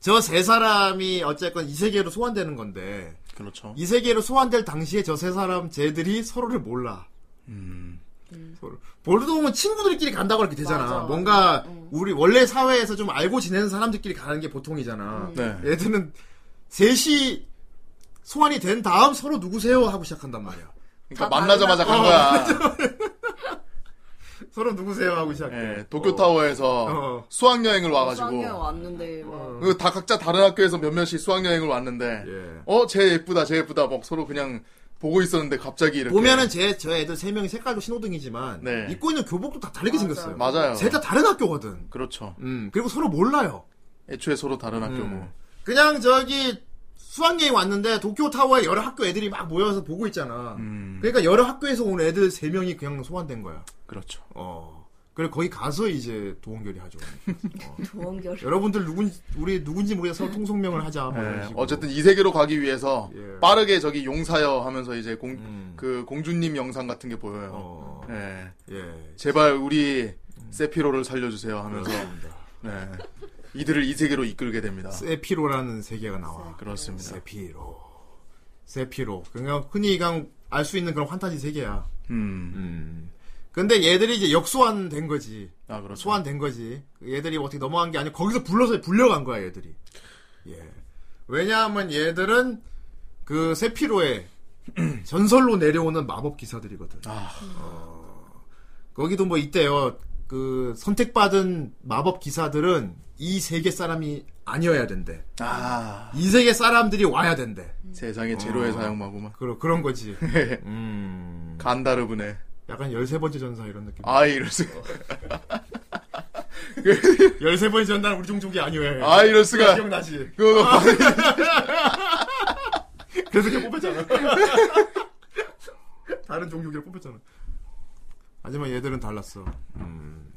Speaker 9: 저 세 사람이 어쨌건 이 세계로 소환되는 건데
Speaker 3: 그렇죠.
Speaker 9: 이 세계로 소환될 당시에 저 세 사람 쟤들이 서로를 몰라
Speaker 3: 음,
Speaker 9: 서로. 보르동은 친구들끼리 간다고 이렇게 되잖아
Speaker 5: 맞아, 맞아.
Speaker 9: 뭔가 우리 원래 사회에서 좀 알고 지내는 사람들끼리 가는 게 보통이잖아
Speaker 3: 네.
Speaker 9: 얘들은 셋이 소환이 된 다음 서로 누구세요 하고 시작한단 말이야
Speaker 3: 그러니까
Speaker 9: 다
Speaker 3: 만나자마자 간
Speaker 9: 만나자마자- 어,
Speaker 3: 거야.
Speaker 9: 서로 누구세요 하고 시작해.
Speaker 3: 예, 도쿄타워에서
Speaker 9: 어.
Speaker 3: 수학여행을
Speaker 5: 수학여행
Speaker 3: 와가지고.
Speaker 5: 왔는데 뭐 막
Speaker 3: 그다 각자 다른 학교에서 몇몇이 수학여행을 왔는데,
Speaker 9: 예.
Speaker 3: 어, 쟤 예쁘다, 쟤 예쁘다, 막 서로 그냥 보고 있었는데 갑자기 이렇게.
Speaker 9: 보면은 제, 저 애들 세 명이 색깔도 신호등이지만
Speaker 3: 네.
Speaker 9: 입고 있는 교복도 다 다르게 생겼어요.
Speaker 3: 맞아요.
Speaker 9: 셋 다 다른 학교거든.
Speaker 3: 그렇죠.
Speaker 9: 음, 그리고 서로 몰라요.
Speaker 3: 애초에 서로 다른
Speaker 9: 음.
Speaker 3: 학교고.
Speaker 9: 그냥 저기 수학여행 왔는데 도쿄 타워에 여러 학교 애들이 막 모여서 보고 있잖아.
Speaker 3: 음,
Speaker 9: 그러니까 여러 학교에서 온 애들 세 명이 그냥 소환된 거야.
Speaker 3: 그렇죠.
Speaker 9: 어. 그래 거기 가서 이제 도원결이 하죠.
Speaker 5: 도원결
Speaker 9: 여러분들 누군 우리 누군지 모르겠어 서로 통성명을 하자. 뭐 이런
Speaker 3: 예,
Speaker 9: 식으로.
Speaker 3: 어쨌든 이 세계로 가기 위해서
Speaker 9: 예.
Speaker 3: 빠르게 저기 용사여 하면서 이제 공,
Speaker 9: 음.
Speaker 3: 그 공주님 영상 같은 게 보여요.
Speaker 9: 어.
Speaker 3: 예.
Speaker 9: 예.
Speaker 3: 제발 우리 세피로를 살려주세요 하면서
Speaker 9: 그렇습니다.
Speaker 3: 네. 이들을 이 세계로 이끌게 됩니다.
Speaker 9: 그렇죠. 세피로라는 세계가 나와.
Speaker 3: 그렇습니다.
Speaker 9: 세피로. 세피로. 그냥 흔히 그냥 알 수 있는 그런 환타지 세계야.
Speaker 3: 음.
Speaker 9: 음. 근데 얘들이 이제 역소환된 거지.
Speaker 3: 아 그렇죠.
Speaker 9: 소환된 거지. 얘들이 뭐 어떻게 넘어간 게 아니고 거기서 불러서 불려간 거야 얘들이. 예. 왜냐하면 얘들은 그 세피로의 전설로 내려오는 마법 기사들이거든.
Speaker 3: 아.
Speaker 9: 어. 거기도 뭐 있대요. 그 선택받은 마법 기사들은 이 세계 사람이 아니어야 된대.
Speaker 3: 아
Speaker 9: 이 세계 사람들이 와야 된대.
Speaker 3: 세상에 제로의
Speaker 9: 어.
Speaker 3: 사용마구만.
Speaker 9: 그런 그런 거지. 음.
Speaker 3: 간다르브네.
Speaker 9: 약간 13번째 전사 이런 느낌.
Speaker 3: 아 이럴 수.
Speaker 9: 열 13번째 전사는 우리 종족이 아니어야 해.
Speaker 3: 아 이럴 수가.
Speaker 9: 기억나지? 아.
Speaker 3: 그거
Speaker 9: 그래서 걔 뽑혔잖아. 다른 종족이라 뽑혔잖아. 하지만 얘들은 달랐어. 음.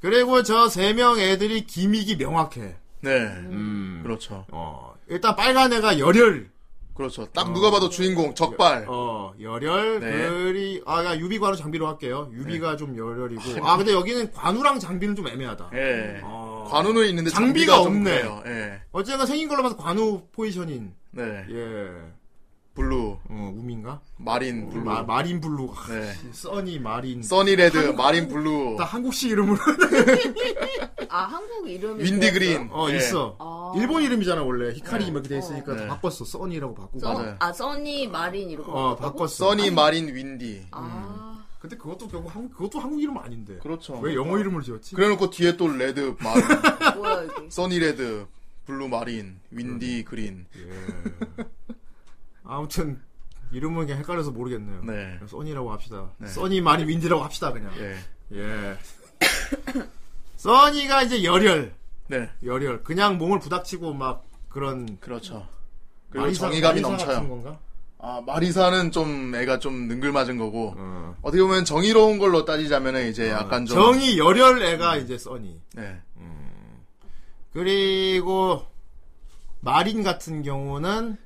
Speaker 9: 그리고 저 세 명 애들이 기믹이 명확해.
Speaker 3: 네.
Speaker 9: 음.
Speaker 3: 그렇죠.
Speaker 9: 어. 일단 빨간 애가 열혈.
Speaker 3: 그렇죠. 딱 누가 봐도 주인공 적발.
Speaker 9: 어, 열혈.
Speaker 3: 네.
Speaker 9: 그리 아, 야, 유비관우 장비로 할게요. 유비가 좀 열혈이고. 아, 근데 여기는 관우랑 장비는 좀 애매하다.
Speaker 3: 예.
Speaker 9: 어.
Speaker 3: 관우는 있는데 장비가,
Speaker 9: 장비가
Speaker 3: 좀
Speaker 9: 없네.
Speaker 3: 그래요. 예.
Speaker 9: 어쨌든 생긴 걸로 봐서 관우 포지션인.
Speaker 3: 네.
Speaker 9: 예.
Speaker 3: 블루,
Speaker 9: 어, 우민가?
Speaker 3: 마린 블루.
Speaker 9: 어, 마, 마린 블루.
Speaker 3: 네.
Speaker 9: 써니 마린.
Speaker 3: 써니 레드, 마린 블루,
Speaker 9: 다 한국식 이름으로
Speaker 5: 아 한국 이름이
Speaker 3: 윈디 그린.
Speaker 9: 어
Speaker 3: 예.
Speaker 9: 있어
Speaker 5: 아.
Speaker 9: 일본 이름이잖아 원래 히카리 이렇게 돼 있으니까
Speaker 3: 네.
Speaker 9: 다 바꿨어 써니라고 바꾸고
Speaker 5: 써,
Speaker 3: 맞아요.
Speaker 5: 아 써니 마린 이렇게
Speaker 9: 어 바꿨어
Speaker 3: 써니 마린 윈디.
Speaker 5: 아
Speaker 9: 근데 그것도 결국 한국 그것도 한국 이름 아닌데
Speaker 3: 그렇죠.
Speaker 9: 왜 영어 이름을 지었지
Speaker 3: 그래놓고 뒤에 또 레드 마린,
Speaker 5: 뭐야 이게
Speaker 3: 써니 레드, 블루 마린, 윈디 그린.
Speaker 9: 예. 아무튼 이름은 그냥 헷갈려서 모르겠네요
Speaker 3: 네.
Speaker 9: 써니라고 합시다
Speaker 3: 네.
Speaker 9: 써니 마린 윈디라고 합시다 그냥
Speaker 3: 예.
Speaker 9: 예 써니가 이제 열혈
Speaker 3: 네.
Speaker 9: 열혈 그냥 몸을 부닥치고 막 그런
Speaker 3: 그렇죠. 그리고
Speaker 9: 마리사-
Speaker 3: 정의감이
Speaker 9: 마리사 같은
Speaker 3: 넘쳐요.
Speaker 9: 건가?
Speaker 3: 아, 마리사는 좀 애가 좀 능글맞은 거고.
Speaker 9: 어.
Speaker 3: 어떻게 보면 정의로운 걸로 따지자면은 이제 약간 좀.
Speaker 9: 아, 정의 열혈 애가 이제 써니
Speaker 3: 네.
Speaker 9: 그리고 마린 같은 경우는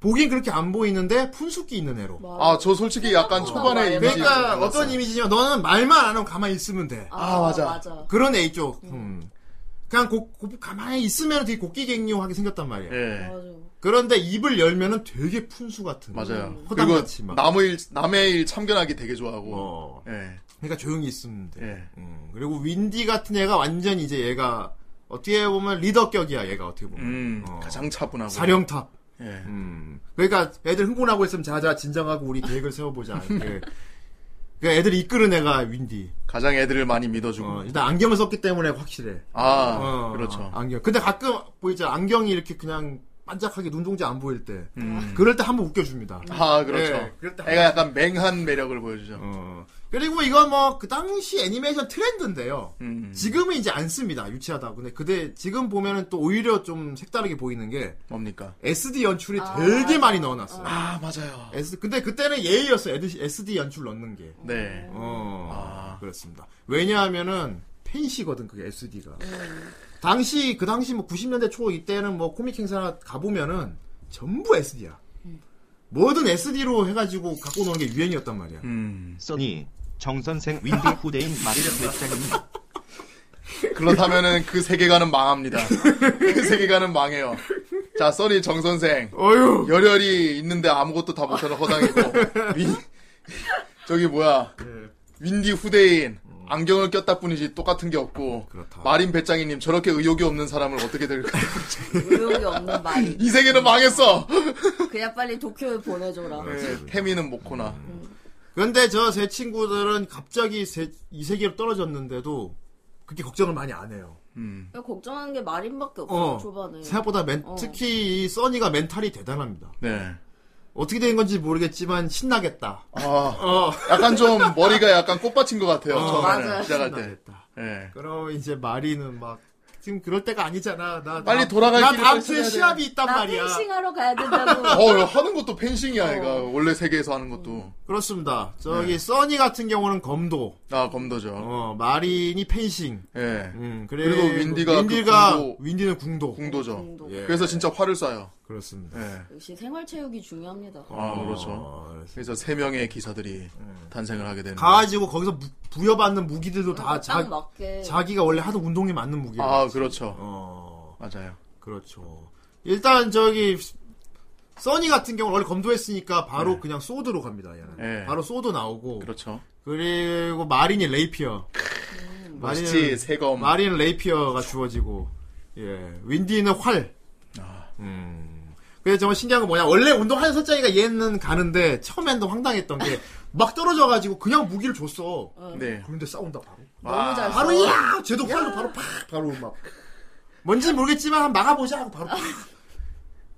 Speaker 9: 보긴 그렇게 안 보이는데 푼숙기 있는 애로.
Speaker 5: 뭐,
Speaker 3: 아, 저 솔직히 약간 초반에
Speaker 5: 맞아요.
Speaker 3: 이미지.
Speaker 9: 그러니까 어떤 이미지냐면 너는 말만 안 하고 가만히 있으면 돼.
Speaker 5: 아,
Speaker 3: 맞아.
Speaker 5: 맞아
Speaker 9: 그런 애 있죠. 음. 그냥 고, 고- 가만히 있으면 되게 곡기갱요하게 생겼단 말이야.
Speaker 3: 예.
Speaker 5: 맞아
Speaker 9: 그런데 입을 열면은 되게 푼수 같은. 거.
Speaker 3: 맞아요. 그리고
Speaker 9: 허당같이 막.
Speaker 3: 남의 일, 남의 일 참견하기 되게 좋아하고.
Speaker 9: 어.
Speaker 3: 예.
Speaker 9: 그러니까 조용히 있으면 돼.
Speaker 3: 예.
Speaker 9: 음. 그리고 윈디 같은 애가 완전 이제 얘가 어떻게 보면 리더격이야. 얘가 어떻게 보면.
Speaker 3: 음,
Speaker 9: 어.
Speaker 3: 가장 차분하고.
Speaker 9: 사령탑.
Speaker 3: 예.
Speaker 9: 음. 그러니까 애들 흥분하고 있으면 자자 진정하고 우리 계획을 세워보자. 이렇게. 그 애들이 이끄는 애가 윈디.
Speaker 3: 가장 애들을 많이 믿어주고.
Speaker 9: 어, 일단 안경을 썼기 때문에 확실해.
Speaker 3: 아,
Speaker 9: 어,
Speaker 3: 그렇죠.
Speaker 9: 안경. 근데 가끔 뭐 보이죠 안경이 이렇게 그냥 반짝하게 눈동자 안 보일 때.
Speaker 3: 음.
Speaker 9: 그럴 때 한번 웃겨줍니다.
Speaker 3: 아, 그렇죠.
Speaker 9: 예, 그럴 때
Speaker 3: 애가 약간 맹한 매력을 보여주죠.
Speaker 9: 어. 그리고 이건 뭐 그 당시 애니메이션 트렌드인데요.
Speaker 3: 음.
Speaker 9: 지금은 이제 안 씁니다. 유치하다. 근데 그때 지금 보면은 또 오히려 좀 색다르게 보이는 게
Speaker 3: 뭡니까?
Speaker 9: SD 연출이 되게 많이 넣어놨어요.
Speaker 3: 아, 맞아요.
Speaker 9: S- 근데 그때는 예의였어요. 애들- SD 연출 넣는 게.
Speaker 3: 네.
Speaker 9: 어,
Speaker 3: 아.
Speaker 9: 그렇습니다. 왜냐하면은 펜시거든 그게 SD가. 당시 그 당시 뭐 90년대 초 이때는 뭐 코믹 행사 가 보면은 전부 SD야. 뭐든 SD로 해가지고 갖고 노는 게 유행이었단 말이야.
Speaker 3: 음.
Speaker 11: 써니 정선생 윈디 후대인 마린 웹장입니다.
Speaker 3: 그렇다면은 그 세계관은 망합니다. 그 세계관은 망해요. 자, 써니 정선생.
Speaker 9: 어휴.
Speaker 3: 열혈이 있는데 아무것도 다
Speaker 9: 예.
Speaker 3: 못하는 허당이고. 윈, 저기 뭐야. 윈디 후대인. 안경을 꼈다 뿐이지 똑같은 게
Speaker 9: 음,
Speaker 3: 없고 마린 배짱이님 저렇게 의욕이 없는 사람을 어떻게 될까?
Speaker 5: 의욕이 없는 말이.
Speaker 3: 이 세계는 망했어.
Speaker 5: 그냥 빨리 도쿄에 보내줘라.
Speaker 3: 네.
Speaker 9: 예.
Speaker 3: 태미는 못 코나.
Speaker 9: 음. 근데 저 세 친구들은 갑자기 세- 이 세계로 떨어졌는데도 그렇게 걱정을 많이 안 해요.
Speaker 5: 그냥 걱정하는 게 마린밖에 없어
Speaker 9: 어,
Speaker 5: 요 초반에.
Speaker 9: 생각보다 멘-
Speaker 5: 어.
Speaker 9: 특히 이 써니가 멘탈이 대단합니다.
Speaker 3: 네.
Speaker 9: 어떻게 된 건지 모르겠지만 신나겠다.
Speaker 3: 아, 약간 좀 머리가 약간 꽃밭인 것 같아요.
Speaker 9: 어,
Speaker 3: 처음에는
Speaker 9: 맞아요.
Speaker 3: 시작할 때.
Speaker 9: 신나겠다.
Speaker 3: 예.
Speaker 9: 그럼 이제 마리는 막 지금 그럴 때가 아니잖아. 나
Speaker 3: 빨리
Speaker 9: 나-
Speaker 3: 돌아갈
Speaker 9: 나
Speaker 3: 길을
Speaker 9: 다음
Speaker 3: 펼쳐야
Speaker 9: 주에
Speaker 3: 돼.
Speaker 9: 시합이 있단
Speaker 5: 나
Speaker 9: 말이야.
Speaker 5: 펜싱하러 가야 된다고.
Speaker 3: 어, 하는 것도
Speaker 9: 어.
Speaker 3: 펜싱이야, 얘가. 원래 세계에서 하는 것도.
Speaker 9: 그렇습니다. 저기
Speaker 3: 네.
Speaker 9: 써니 같은 경우는 검도,
Speaker 3: 아, 검도죠.
Speaker 9: 어, 마린이 펜싱.
Speaker 3: 예.
Speaker 9: 음, 그래,
Speaker 3: 그리고 윈디가.
Speaker 9: 윈디가
Speaker 3: 그 궁도,
Speaker 9: 윈디는 궁도.
Speaker 3: 궁도죠.
Speaker 5: 궁도.
Speaker 9: 예.
Speaker 3: 그래서 진짜 화를 쏴요.
Speaker 9: 그렇습니다.
Speaker 3: 예.
Speaker 5: 역시 생활체육이 중요합니다.
Speaker 3: 아, 그렇죠.
Speaker 9: 어, 그래서
Speaker 3: 그래서 세 명의 기사들이 탄생을 하게 되는.
Speaker 9: 네. 가지고 거기서 무- 부여받는 무기들도 다
Speaker 5: 딱
Speaker 9: 자,
Speaker 5: 맞게.
Speaker 9: 자기가 원래 하도 운동에 맞는 무기.
Speaker 3: 아, 그렇죠.
Speaker 9: 어,
Speaker 3: 맞아요.
Speaker 9: 그렇죠. 일단 저기 써니 같은 경우는 원래 검도했으니까 바로 그냥 소드로 갑니다. 얘는.
Speaker 3: 예.
Speaker 9: 바로 소드 나오고
Speaker 3: 네. 그렇죠.
Speaker 9: 그리고 마린이 레이피어. 음.
Speaker 3: 멋있지, 세검.
Speaker 9: 마린 레이피어가 주어지고 예 윈디는 활. 음. 근데 정말 신기한 건 뭐냐 원래 운동하는 설정이가 얘는 가는데 처음엔 더 황당했던 게 막 떨어져가지고 그냥 무기를 줬어.
Speaker 3: 네.
Speaker 9: 그런데 싸운다 바로.
Speaker 5: 너무 잘 써.
Speaker 9: 바로 야 쟤도 활로 바로 팍 바로 막 뭔지 모르겠지만 한번 막아보자 하고 바로 팍.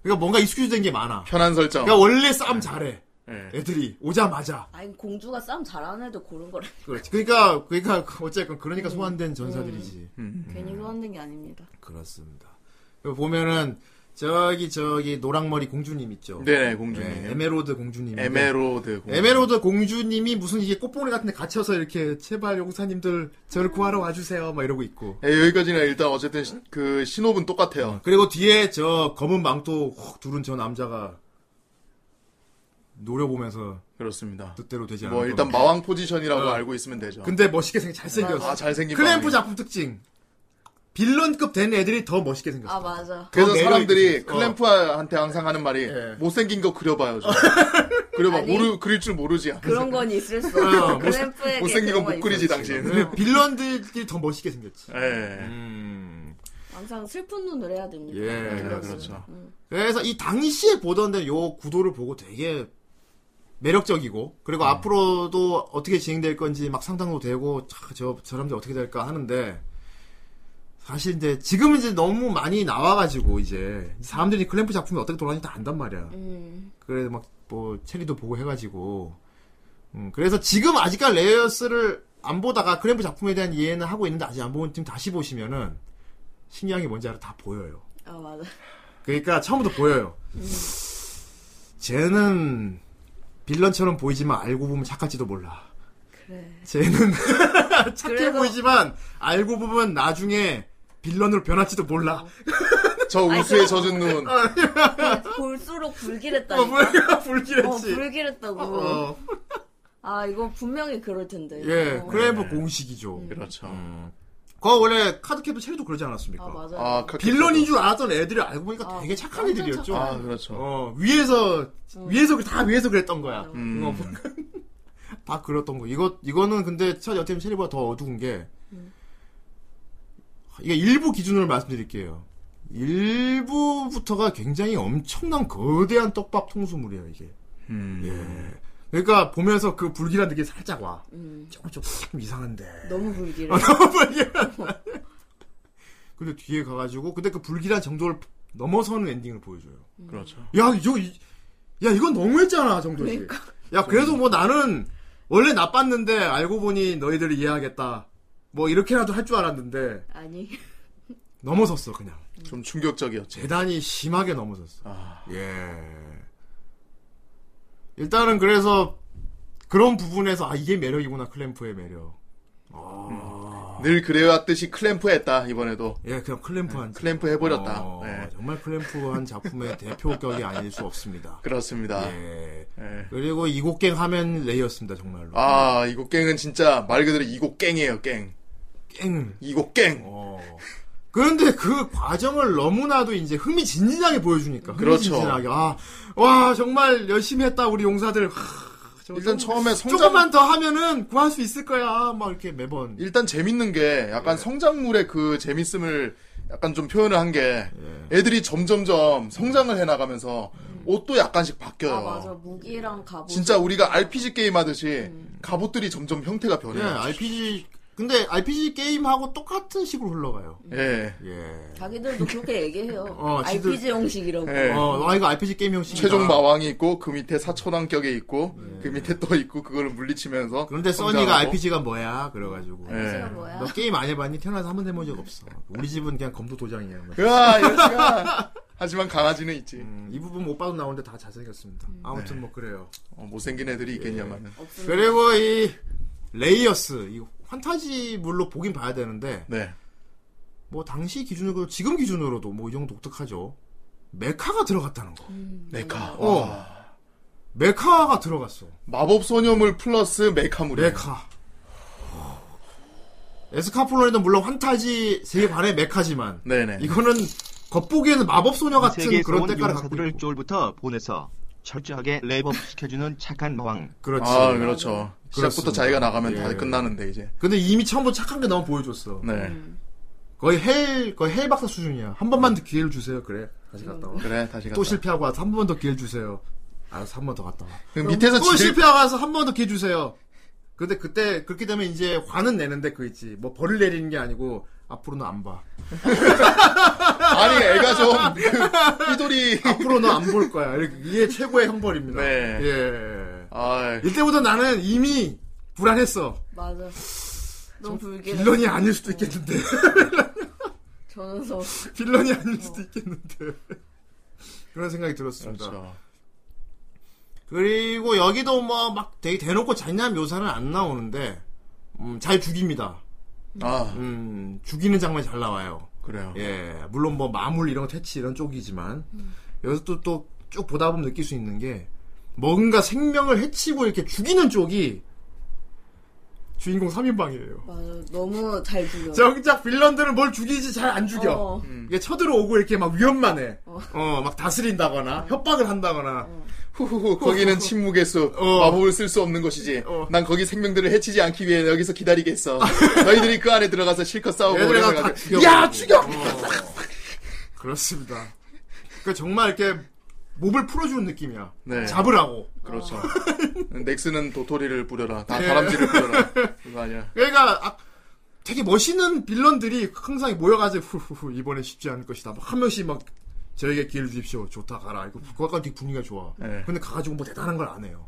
Speaker 9: 그러니까 뭔가 익숙해진 게 많아.
Speaker 3: 편한 설정.
Speaker 9: 그러니까 원래 싸움 잘해.
Speaker 3: 예.
Speaker 9: 애들이 오자마자
Speaker 5: 아니 공주가 싸움 잘하는 애도 고른 거래.
Speaker 9: 그렇지. 그러니까 그러니까 어쨌건 그러니까 소환된
Speaker 3: 음.
Speaker 9: 전사들이지. 음,
Speaker 5: 괜히 소환된 게 아닙니다.
Speaker 9: 그렇습니다. 그거 보면은 저기 저기 노랑머리 공주님 있죠.
Speaker 3: 네네,
Speaker 9: 네,
Speaker 3: 공주님.
Speaker 9: 에메로드 공주님.
Speaker 3: 에메로드. 공주.
Speaker 9: 에메로드 공주님이 무슨 이게 꽃봉오리 같은데 갇혀서 이렇게 제발 용사님들 저를 구하러 와주세요 막 이러고 있고.
Speaker 3: 예, 여기까지는 일단 어쨌든 시- 그 신호분 똑같아요.
Speaker 9: 그리고 뒤에 저 검은 망토 확 두른 저 남자가 노려보면서
Speaker 3: 그렇습니다.
Speaker 9: 뜻대로 되지 않아.
Speaker 3: 뭐 일단 마왕 포지션이라고 알고 있으면 되죠.
Speaker 9: 근데 멋있게 생 잘생겼어.
Speaker 3: 아, 잘생긴
Speaker 9: 클램프
Speaker 3: 마왕이.
Speaker 9: 작품 특징. 빌런급 된 애들이 더 멋있게 생겼어.
Speaker 5: 아 맞아.
Speaker 3: 그래서
Speaker 9: 매력이
Speaker 3: 사람들이
Speaker 9: 있어.
Speaker 3: 클램프한테 항상 하는 말이
Speaker 9: 예.
Speaker 3: 못생긴 거 그려봐요. 좀. 그려봐
Speaker 5: 아니.
Speaker 3: 모르 그릴 줄 모르지.
Speaker 5: 그런 건 있을 수
Speaker 9: 어,
Speaker 5: 없어.
Speaker 9: 못-
Speaker 5: 그램프에게
Speaker 3: 못생긴 거 못 그리지 당신.
Speaker 9: 그 빌런들이 더 멋있게 생겼지.
Speaker 3: 예.
Speaker 9: 음.
Speaker 5: 항상 슬픈 눈을 해야 됩니다. 네,
Speaker 9: 예,
Speaker 3: 예,
Speaker 5: 그래서.
Speaker 3: 그렇죠.
Speaker 9: 그래서 이 당시에 보던데 요 구도를 보고 되게 매력적이고 그리고 앞으로도 어떻게 진행될 건지 막 상상도 되고 차, 저, 저 사람들 어떻게 될까 하는데 사실 이제 지금 이제 너무 많이 나와가지고 이제 사람들이 클램프 작품이 어떻게 돌아가는지 다 안단 말이야.
Speaker 5: 음,
Speaker 9: 그래서 막 뭐 체리도 보고 해가지고 음, 그래서 지금 아직까지 레이어스를 안 보다가 클램프 작품에 대한 이해는 하고 있는데 아직 안 보면 지금 다시 보시면은 신기한 게 뭔지 알아 다 보여요.
Speaker 5: 아 맞아.
Speaker 9: 그러니까 처음부터 보여요. 쟤는 빌런처럼 보이지만 알고 보면 착할지도 몰라.
Speaker 5: 그래.
Speaker 9: 쟤는 착해
Speaker 5: 그래서-
Speaker 9: 보이지만 알고 보면 나중에 빌런으로 변할지도 몰라.
Speaker 3: 저 우수에 젖은 눈.
Speaker 5: 뭐, 어. 네, 볼수록 불길했다.
Speaker 9: 어, 뭐야
Speaker 5: 어,
Speaker 9: 불길했지.
Speaker 5: 불길했다고.
Speaker 9: 어,
Speaker 5: 아 이거 분명히 그럴 텐데.
Speaker 9: 예,
Speaker 5: 어. 음.
Speaker 9: 그래브 공식이죠.
Speaker 3: 그렇죠.
Speaker 9: 그거 원래 카드캡도 체리도 그러지 않았습니까?
Speaker 5: 아 맞아.
Speaker 3: 아
Speaker 5: 요
Speaker 3: 카-
Speaker 9: 빌런인 줄 알았던 애들을 알고 보니까
Speaker 5: 아,
Speaker 9: 되게 착한
Speaker 5: 완전
Speaker 9: 애들이었죠.
Speaker 5: 착한 음.
Speaker 3: 아 그렇죠.
Speaker 9: 어, 위에서, 위에서, 그- 다 위에서 그랬던 거야.
Speaker 5: 맞아.
Speaker 3: 음.
Speaker 9: 어, 다 그랬던 거. 이거, 이거는 근데 차 여태면 체리보다 더 어두운 게, 이게 일부 기준으로 말씀드릴게요. 일부부터가 굉장히 엄청난 거대한 떡밥 통수물이에요, 이게.
Speaker 3: 음.
Speaker 9: 예. 그러니까 보면서 그 불길한 느낌이 살짝 와.
Speaker 5: 음,
Speaker 9: 조금 좀, 좀 이상한데.
Speaker 5: 너무 불길해.
Speaker 9: 너무 불길한. 근데 뒤에 가가지고, 근데 그 불길한 정도를 넘어서는 엔딩을 보여줘요.
Speaker 3: 그렇죠.
Speaker 9: 야, 이거, 이- 야, 이건 너무했잖아, 정도지. 야, 그래도 뭐 나는 원래 나빴는데 알고 보니 너희들을 이해하겠다. 뭐 이렇게라도 할 줄 알았는데
Speaker 5: 아니.
Speaker 9: 넘어섰어, 그냥.
Speaker 3: 좀 충격적이었죠.
Speaker 9: 대단히 심하게 넘어섰어.
Speaker 3: 아.
Speaker 9: 예. 일단은 그래서 그런 부분에서 아, 이게 매력이구나, 클램프의 매력. 아.
Speaker 3: 늘 그래왔듯이 클램프했다 이번에도.
Speaker 9: 예, 그냥 클램프 한 작품.
Speaker 3: 네, 클램프 해버렸다.
Speaker 9: 어,
Speaker 3: 예.
Speaker 9: 정말 클램프 한 작품의 대표격이 아닐 수 없습니다.
Speaker 3: 그렇습니다.
Speaker 9: 예.
Speaker 3: 예.
Speaker 9: 그리고 이곡갱 하면 레이였습니다, 정말로.
Speaker 3: 아, 이곡갱은 진짜 말 그대로 이곡갱이에요, 갱.
Speaker 9: 깽.
Speaker 3: 이곡갱.
Speaker 9: 어. 그런데 그 과정을 너무나도 이제 흥미진진하게 보여주니까.
Speaker 3: 그렇죠.
Speaker 9: 흥미진진하게. 아, 와, 정말 열심히 했다, 우리 용사들. 하,
Speaker 3: 일단 처음에 성장
Speaker 9: 조금만 더 하면은 구할 수 있을 거야. 막 이렇게 매번.
Speaker 3: 일단 재밌는 게
Speaker 9: 예.
Speaker 3: 약간 성장물의 그 재밌음을 약간 좀 표현을 한 게
Speaker 9: 예.
Speaker 3: 애들이 점점점 성장을 해나가면서
Speaker 9: 음.
Speaker 3: 옷도 약간씩 바뀌어요.
Speaker 5: 아 맞아 무기랑 갑옷
Speaker 3: 진짜 우리가 RPG 게임 하듯이
Speaker 9: 음.
Speaker 3: 갑옷들이 점점 형태가
Speaker 9: 예,
Speaker 3: 변해요.
Speaker 9: RPG 근데 RPG 게임하고 똑같은 식으로 흘러가요.
Speaker 3: 예.
Speaker 9: 예.
Speaker 5: 자기들도 그렇게 얘기해요
Speaker 9: 어, 지들-
Speaker 5: RPG 형식이라고
Speaker 3: 예.
Speaker 9: 어, 아 이거 RPG 게임 형식.
Speaker 3: 최종 마왕이 있고 그 밑에 사천왕격이 있고 그 밑에 또 있고 그걸 물리치면서
Speaker 9: 그런데 써니가
Speaker 3: 성장하고.
Speaker 9: RPG가 뭐야? 그래가지고.
Speaker 3: 예.
Speaker 5: 이거 뭐야
Speaker 9: 너 게임 안 해봤니? 태어나서 한 번도 해본 적 없어. 우리 집은 그냥 검도 도장이야. 막.
Speaker 3: 으아 이럴 수가. 하지만 강아지는 있지.
Speaker 9: 음, 이 부분 오빠도 나오는데 다 잘생겼습니다.
Speaker 5: 음.
Speaker 9: 아무튼 뭐 그래요.
Speaker 3: 어, 못생긴 애들이 있겠냐마는.
Speaker 9: 그리고 이 레이어스 이 환타지물로 보긴 봐야 되는데
Speaker 3: 네.
Speaker 9: 뭐 당시 기준으로 지금 기준으로도 뭐 이 정도 독특하죠. 메카가 들어갔다는 거.
Speaker 3: 메카.
Speaker 9: 어.
Speaker 3: 와.
Speaker 9: 메카가 들어갔어.
Speaker 3: 마법 소녀물 플러스
Speaker 11: 네.
Speaker 3: 메카물이.
Speaker 9: 메카. 에스카폴론에도 물론 환타지 세계 반의 메카지만
Speaker 3: 네네.
Speaker 9: 이거는 겉보기에는 마법 소녀 같은
Speaker 11: 세계에서
Speaker 9: 그런
Speaker 11: 온
Speaker 9: 때깔을 갖고
Speaker 11: 용사들을
Speaker 9: 있고.
Speaker 11: 쫄부터 보내서 철저하게 랩업 시켜주는 착한 마왕.
Speaker 9: 그렇지.
Speaker 3: 아, 그렇죠.
Speaker 9: 그렇습니다.
Speaker 3: 시작부터 자기가 나가면 다
Speaker 9: 예.
Speaker 3: 끝나는데 이제.
Speaker 9: 근데 이미 처음부터 착한 게 너무 보여줬어.
Speaker 3: 네.
Speaker 9: 거의 헬 거의 헬 박사 수준이야. 한 번만
Speaker 11: 네.
Speaker 9: 더 기회를 주세요. 그래. 다시 갔다 와.
Speaker 3: 그래 다시
Speaker 9: 또
Speaker 3: 갔다.
Speaker 9: 실패하고 와서 한 번 더 기회 를 주세요. 알아서 한 번 더 갔다 와.
Speaker 3: 그 밑에서
Speaker 9: 또
Speaker 3: 지들-
Speaker 9: 실패하고 와서 한 번 더 기회 주세요. 근데 그때 그렇게 되면 이제 화는 내는데 그 있지. 뭐 벌을 내리는 게 아니고 앞으로는 안 봐.
Speaker 3: 아니 애가 좀그 삐돌이.
Speaker 9: 앞으로는 안 볼 거야. 이렇게 이게 최고의 형벌입니다.
Speaker 3: 네.
Speaker 9: 예.
Speaker 3: 아,
Speaker 9: 이때부터 나는 이미 불안했어.
Speaker 5: 맞아 너무 불길해
Speaker 9: 빌런이 아닐 수도 있겠는데.
Speaker 5: 저는 서
Speaker 9: 빌런이 아닐 수도 있겠는데. 그런 생각이 들었습니다.
Speaker 3: 그렇죠.
Speaker 9: 그리고 여기도 뭐 막 되게 대놓고 잔인한 묘사는 안 나오는데 음, 잘 죽입니다.
Speaker 3: 아
Speaker 9: 음, 죽이는 장면이 잘 나와요.
Speaker 3: 그래요.
Speaker 9: 예, 물론 뭐 마물 이런 거 퇴치 이런 쪽이지만 여기서 또 또 쭉 보다 보면 느낄 수 있는 게 뭔가 생명을 해치고 이렇게 죽이는 쪽이 주인공 3인방이에요.
Speaker 5: 맞아 너무 잘 죽여
Speaker 9: 정작 빌런들은 뭘 죽이지 잘 안 죽여.
Speaker 5: 어.
Speaker 3: 음.
Speaker 9: 이게 쳐들어오고 이렇게 막 위험만 해. 어, 막 다스린다거나 협박을 한다거나.
Speaker 3: 후후후 거기는 침묵의 숲
Speaker 9: 어.
Speaker 3: 마법을 쓸 수 없는 곳이지.
Speaker 9: 어.
Speaker 3: 난 거기 생명들을 해치지 않기 위해 여기서 기다리겠어. 너희들이 그 안에 들어가서 실컷 싸우고
Speaker 9: 얘들아,
Speaker 3: 오래
Speaker 9: 다
Speaker 3: 가게.
Speaker 9: 죽여버리고. 어.
Speaker 3: 야 죽여.
Speaker 9: 그렇습니다. 그러니까 정말 이렇게 몸을 풀어주는 느낌이야.
Speaker 3: 네.
Speaker 9: 잡으라고.
Speaker 3: 그렇죠. 넥스는 도토리를 뿌려라.
Speaker 9: 네.
Speaker 3: 다 다람쥐를 뿌려라. 그거 아니야.
Speaker 9: 그러니까 아, 되게 멋있는 빌런들이 항상 모여가지고 후후후 이번엔 쉽지 않을 것이다. 막 한 명씩 막 저에게 기회를 주십시오. 좋다 가라. 이거 그것까지 되게 분위기가 좋아.
Speaker 3: 네.
Speaker 9: 근데 가가지고 뭐 대단한 걸 안 해요.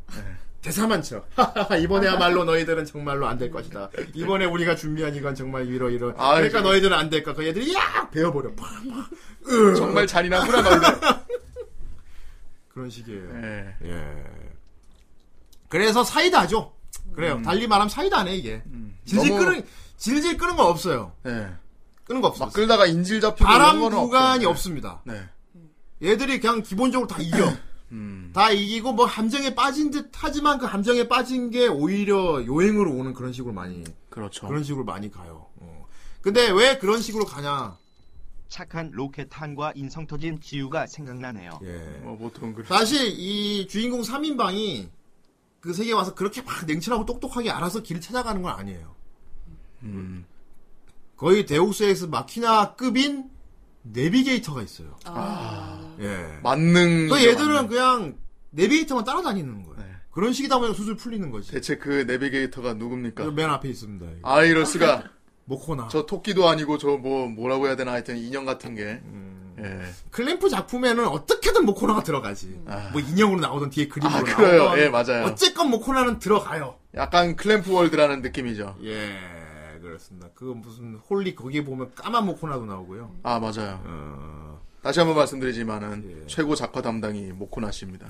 Speaker 9: 대사만 쳐. 하하하, 이번에야말로 너희들은 정말로 안 될 것이다. 이번에 우리가 준비한 이건 정말 이러 이러.
Speaker 3: 아,
Speaker 9: 그러니까
Speaker 3: 그래.
Speaker 9: 너희들은 안 될 거야. 그 애들이 야 배워버려. 팍.
Speaker 3: 정말 잔인하구나 말로.
Speaker 9: 그런 식이에요.
Speaker 3: 예.
Speaker 9: 예. 그래서 사이다죠. 그래요. 달리 말하면 사이다네 이게. 질질
Speaker 3: 음. 너무-
Speaker 9: 끄는 질질 끄는 건 없어요.
Speaker 3: 예.
Speaker 9: 끄는 거 없어.
Speaker 3: 막 끌다가 인질 잡히고
Speaker 9: 바람
Speaker 3: 이런 거는
Speaker 9: 구간이
Speaker 3: 없어요.
Speaker 9: 없습니다.
Speaker 3: 네.
Speaker 9: 얘들이 그냥 기본적으로 다 이겨.
Speaker 3: 음.
Speaker 9: 다 이기고 뭐 함정에 빠진 듯 하지만 그 함정에 빠진 게 오히려 요행으로 오는 그런 식으로 많이
Speaker 3: 그렇죠.
Speaker 9: 그런 식으로 많이 가요. 어. 근데 왜 그런 식으로 가냐?
Speaker 11: 착한 로켓탄과 인성 터진 지우가 생각나네요.
Speaker 9: 예.
Speaker 3: 뭐 보통 그래.
Speaker 9: 사실 이 주인공 3인방이 그 세계에 와서 그렇게 막 냉철하고 똑똑하게 알아서 길을 찾아가는 건 아니에요.
Speaker 3: 음.
Speaker 9: 거의 데우스에스 마키나급인 내비게이터가 있어요.
Speaker 5: 아,
Speaker 9: 예.
Speaker 3: 만능.
Speaker 9: 또 얘들은 그냥 내비게이터만 따라다니는
Speaker 3: 음,
Speaker 9: 거예요.
Speaker 3: 네.
Speaker 9: 그런 식이다 보니까 수술 풀리는 거지.
Speaker 3: 대체 그 내비게이터가
Speaker 9: 그래서
Speaker 3: 누굽니까?
Speaker 9: 맨 앞에 있습니다. 이거.
Speaker 3: 그러니까. 아 이럴 수가.
Speaker 9: 모코나.
Speaker 3: 저 토끼도 아니고 저 뭐 뭐라고 해야 되나 하여튼 인형 같은 게.
Speaker 9: 음.
Speaker 3: 예.
Speaker 9: 클램프 작품에는 어떻게든 모코나가 들어가지.
Speaker 3: 아.
Speaker 9: 뭐 인형으로 나오던 뒤에 그림으로
Speaker 3: 아,
Speaker 9: 나오던.
Speaker 3: 그래요. 예, 맞아요.
Speaker 9: 어쨌건 모코나는 들어가요.
Speaker 3: 약간 클램프 월드라는 느낌이죠.
Speaker 9: 예, 그렇습니다. 그거 무슨 홀리 거기에 보면 까만 모코나도 나오고요.
Speaker 3: 아 맞아요.
Speaker 9: 어,
Speaker 3: 다시 한번 말씀드리지만은
Speaker 9: 예.
Speaker 3: 최고 작화 담당이 모코나 씨입니다.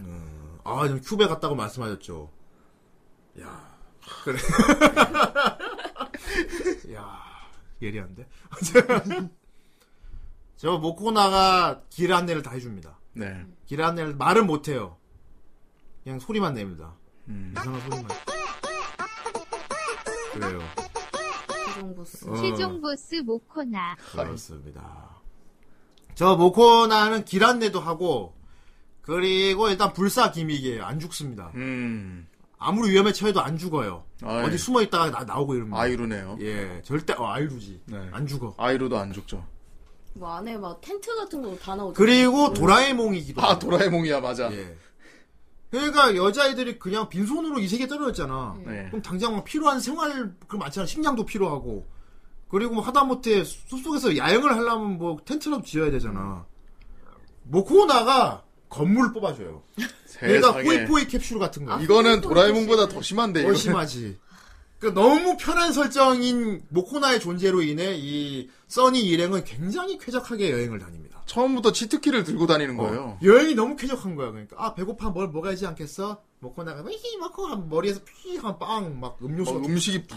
Speaker 9: 아, 지금 큐베 갔다고 말씀하셨죠. 야, 그래. 야, 예리한데? 저 모코나가 길 안내를 다 해줍니다.
Speaker 3: 네.
Speaker 9: 길 안내를 말은 못해요. 그냥 소리만 냅니다.
Speaker 3: 음.
Speaker 9: 이상한 소리만. 그래요.
Speaker 5: 최종 보스
Speaker 9: 어,
Speaker 2: 최종 보스 모코나.
Speaker 9: 그렇습니다. 저 모코나는 길 안내도 하고 그리고 일단 불사 기믹이에요. 안 죽습니다.
Speaker 3: 음.
Speaker 9: 아무리 위험에 처해도 안 죽어요.
Speaker 3: 아이. 예.
Speaker 9: 어디 숨어 있다가 나, 나오고 이러면.
Speaker 3: 아이루네요. 네.
Speaker 9: 예, 절대 어, 아이루지. 안 죽어.
Speaker 3: 아이루도 안 죽죠.
Speaker 5: 뭐 안에 막 텐트 같은 거 다 나오죠.
Speaker 9: 그리고 도라에몽이기도.
Speaker 3: 아
Speaker 9: 하고.
Speaker 3: 도라에몽이야 맞아.
Speaker 9: 예. 그러니까 여자애들이 그냥 빈손으로 이 세계 떨어졌잖아.
Speaker 3: 네.
Speaker 9: 그럼 당장 막 필요한 생활 그 많잖아. 식량도 필요하고. 그리고 뭐 하다못해 숲속에서 야영을 하려면 뭐 텐트라도 지어야 되잖아.
Speaker 3: 음.
Speaker 9: 뭐 모코나가 건물을 뽑아줘요. 그러니까
Speaker 3: 세상에. 아,
Speaker 9: 호이포이 캡슐 같은 거.
Speaker 3: 이거는 도라에몽보다 더 심한데 이거.
Speaker 9: 훨씬 심하지. 그러니까 너무 편한 설정인 모코나의 존재로 인해 이 써니 일행은 굉장히 쾌적하게 여행을 다닙니다.
Speaker 3: 처음부터 치트키를 들고 다니는
Speaker 9: 어,
Speaker 3: 거예요.
Speaker 9: 여행이 너무 쾌적한 거야. 그러니까 아 배고파 뭘 먹어야지 않겠어? 먹고 나가면 히히 먹고 하면 머리에서 피한빵막 음료수
Speaker 3: 막
Speaker 9: 같은
Speaker 3: 어, 음식이 부-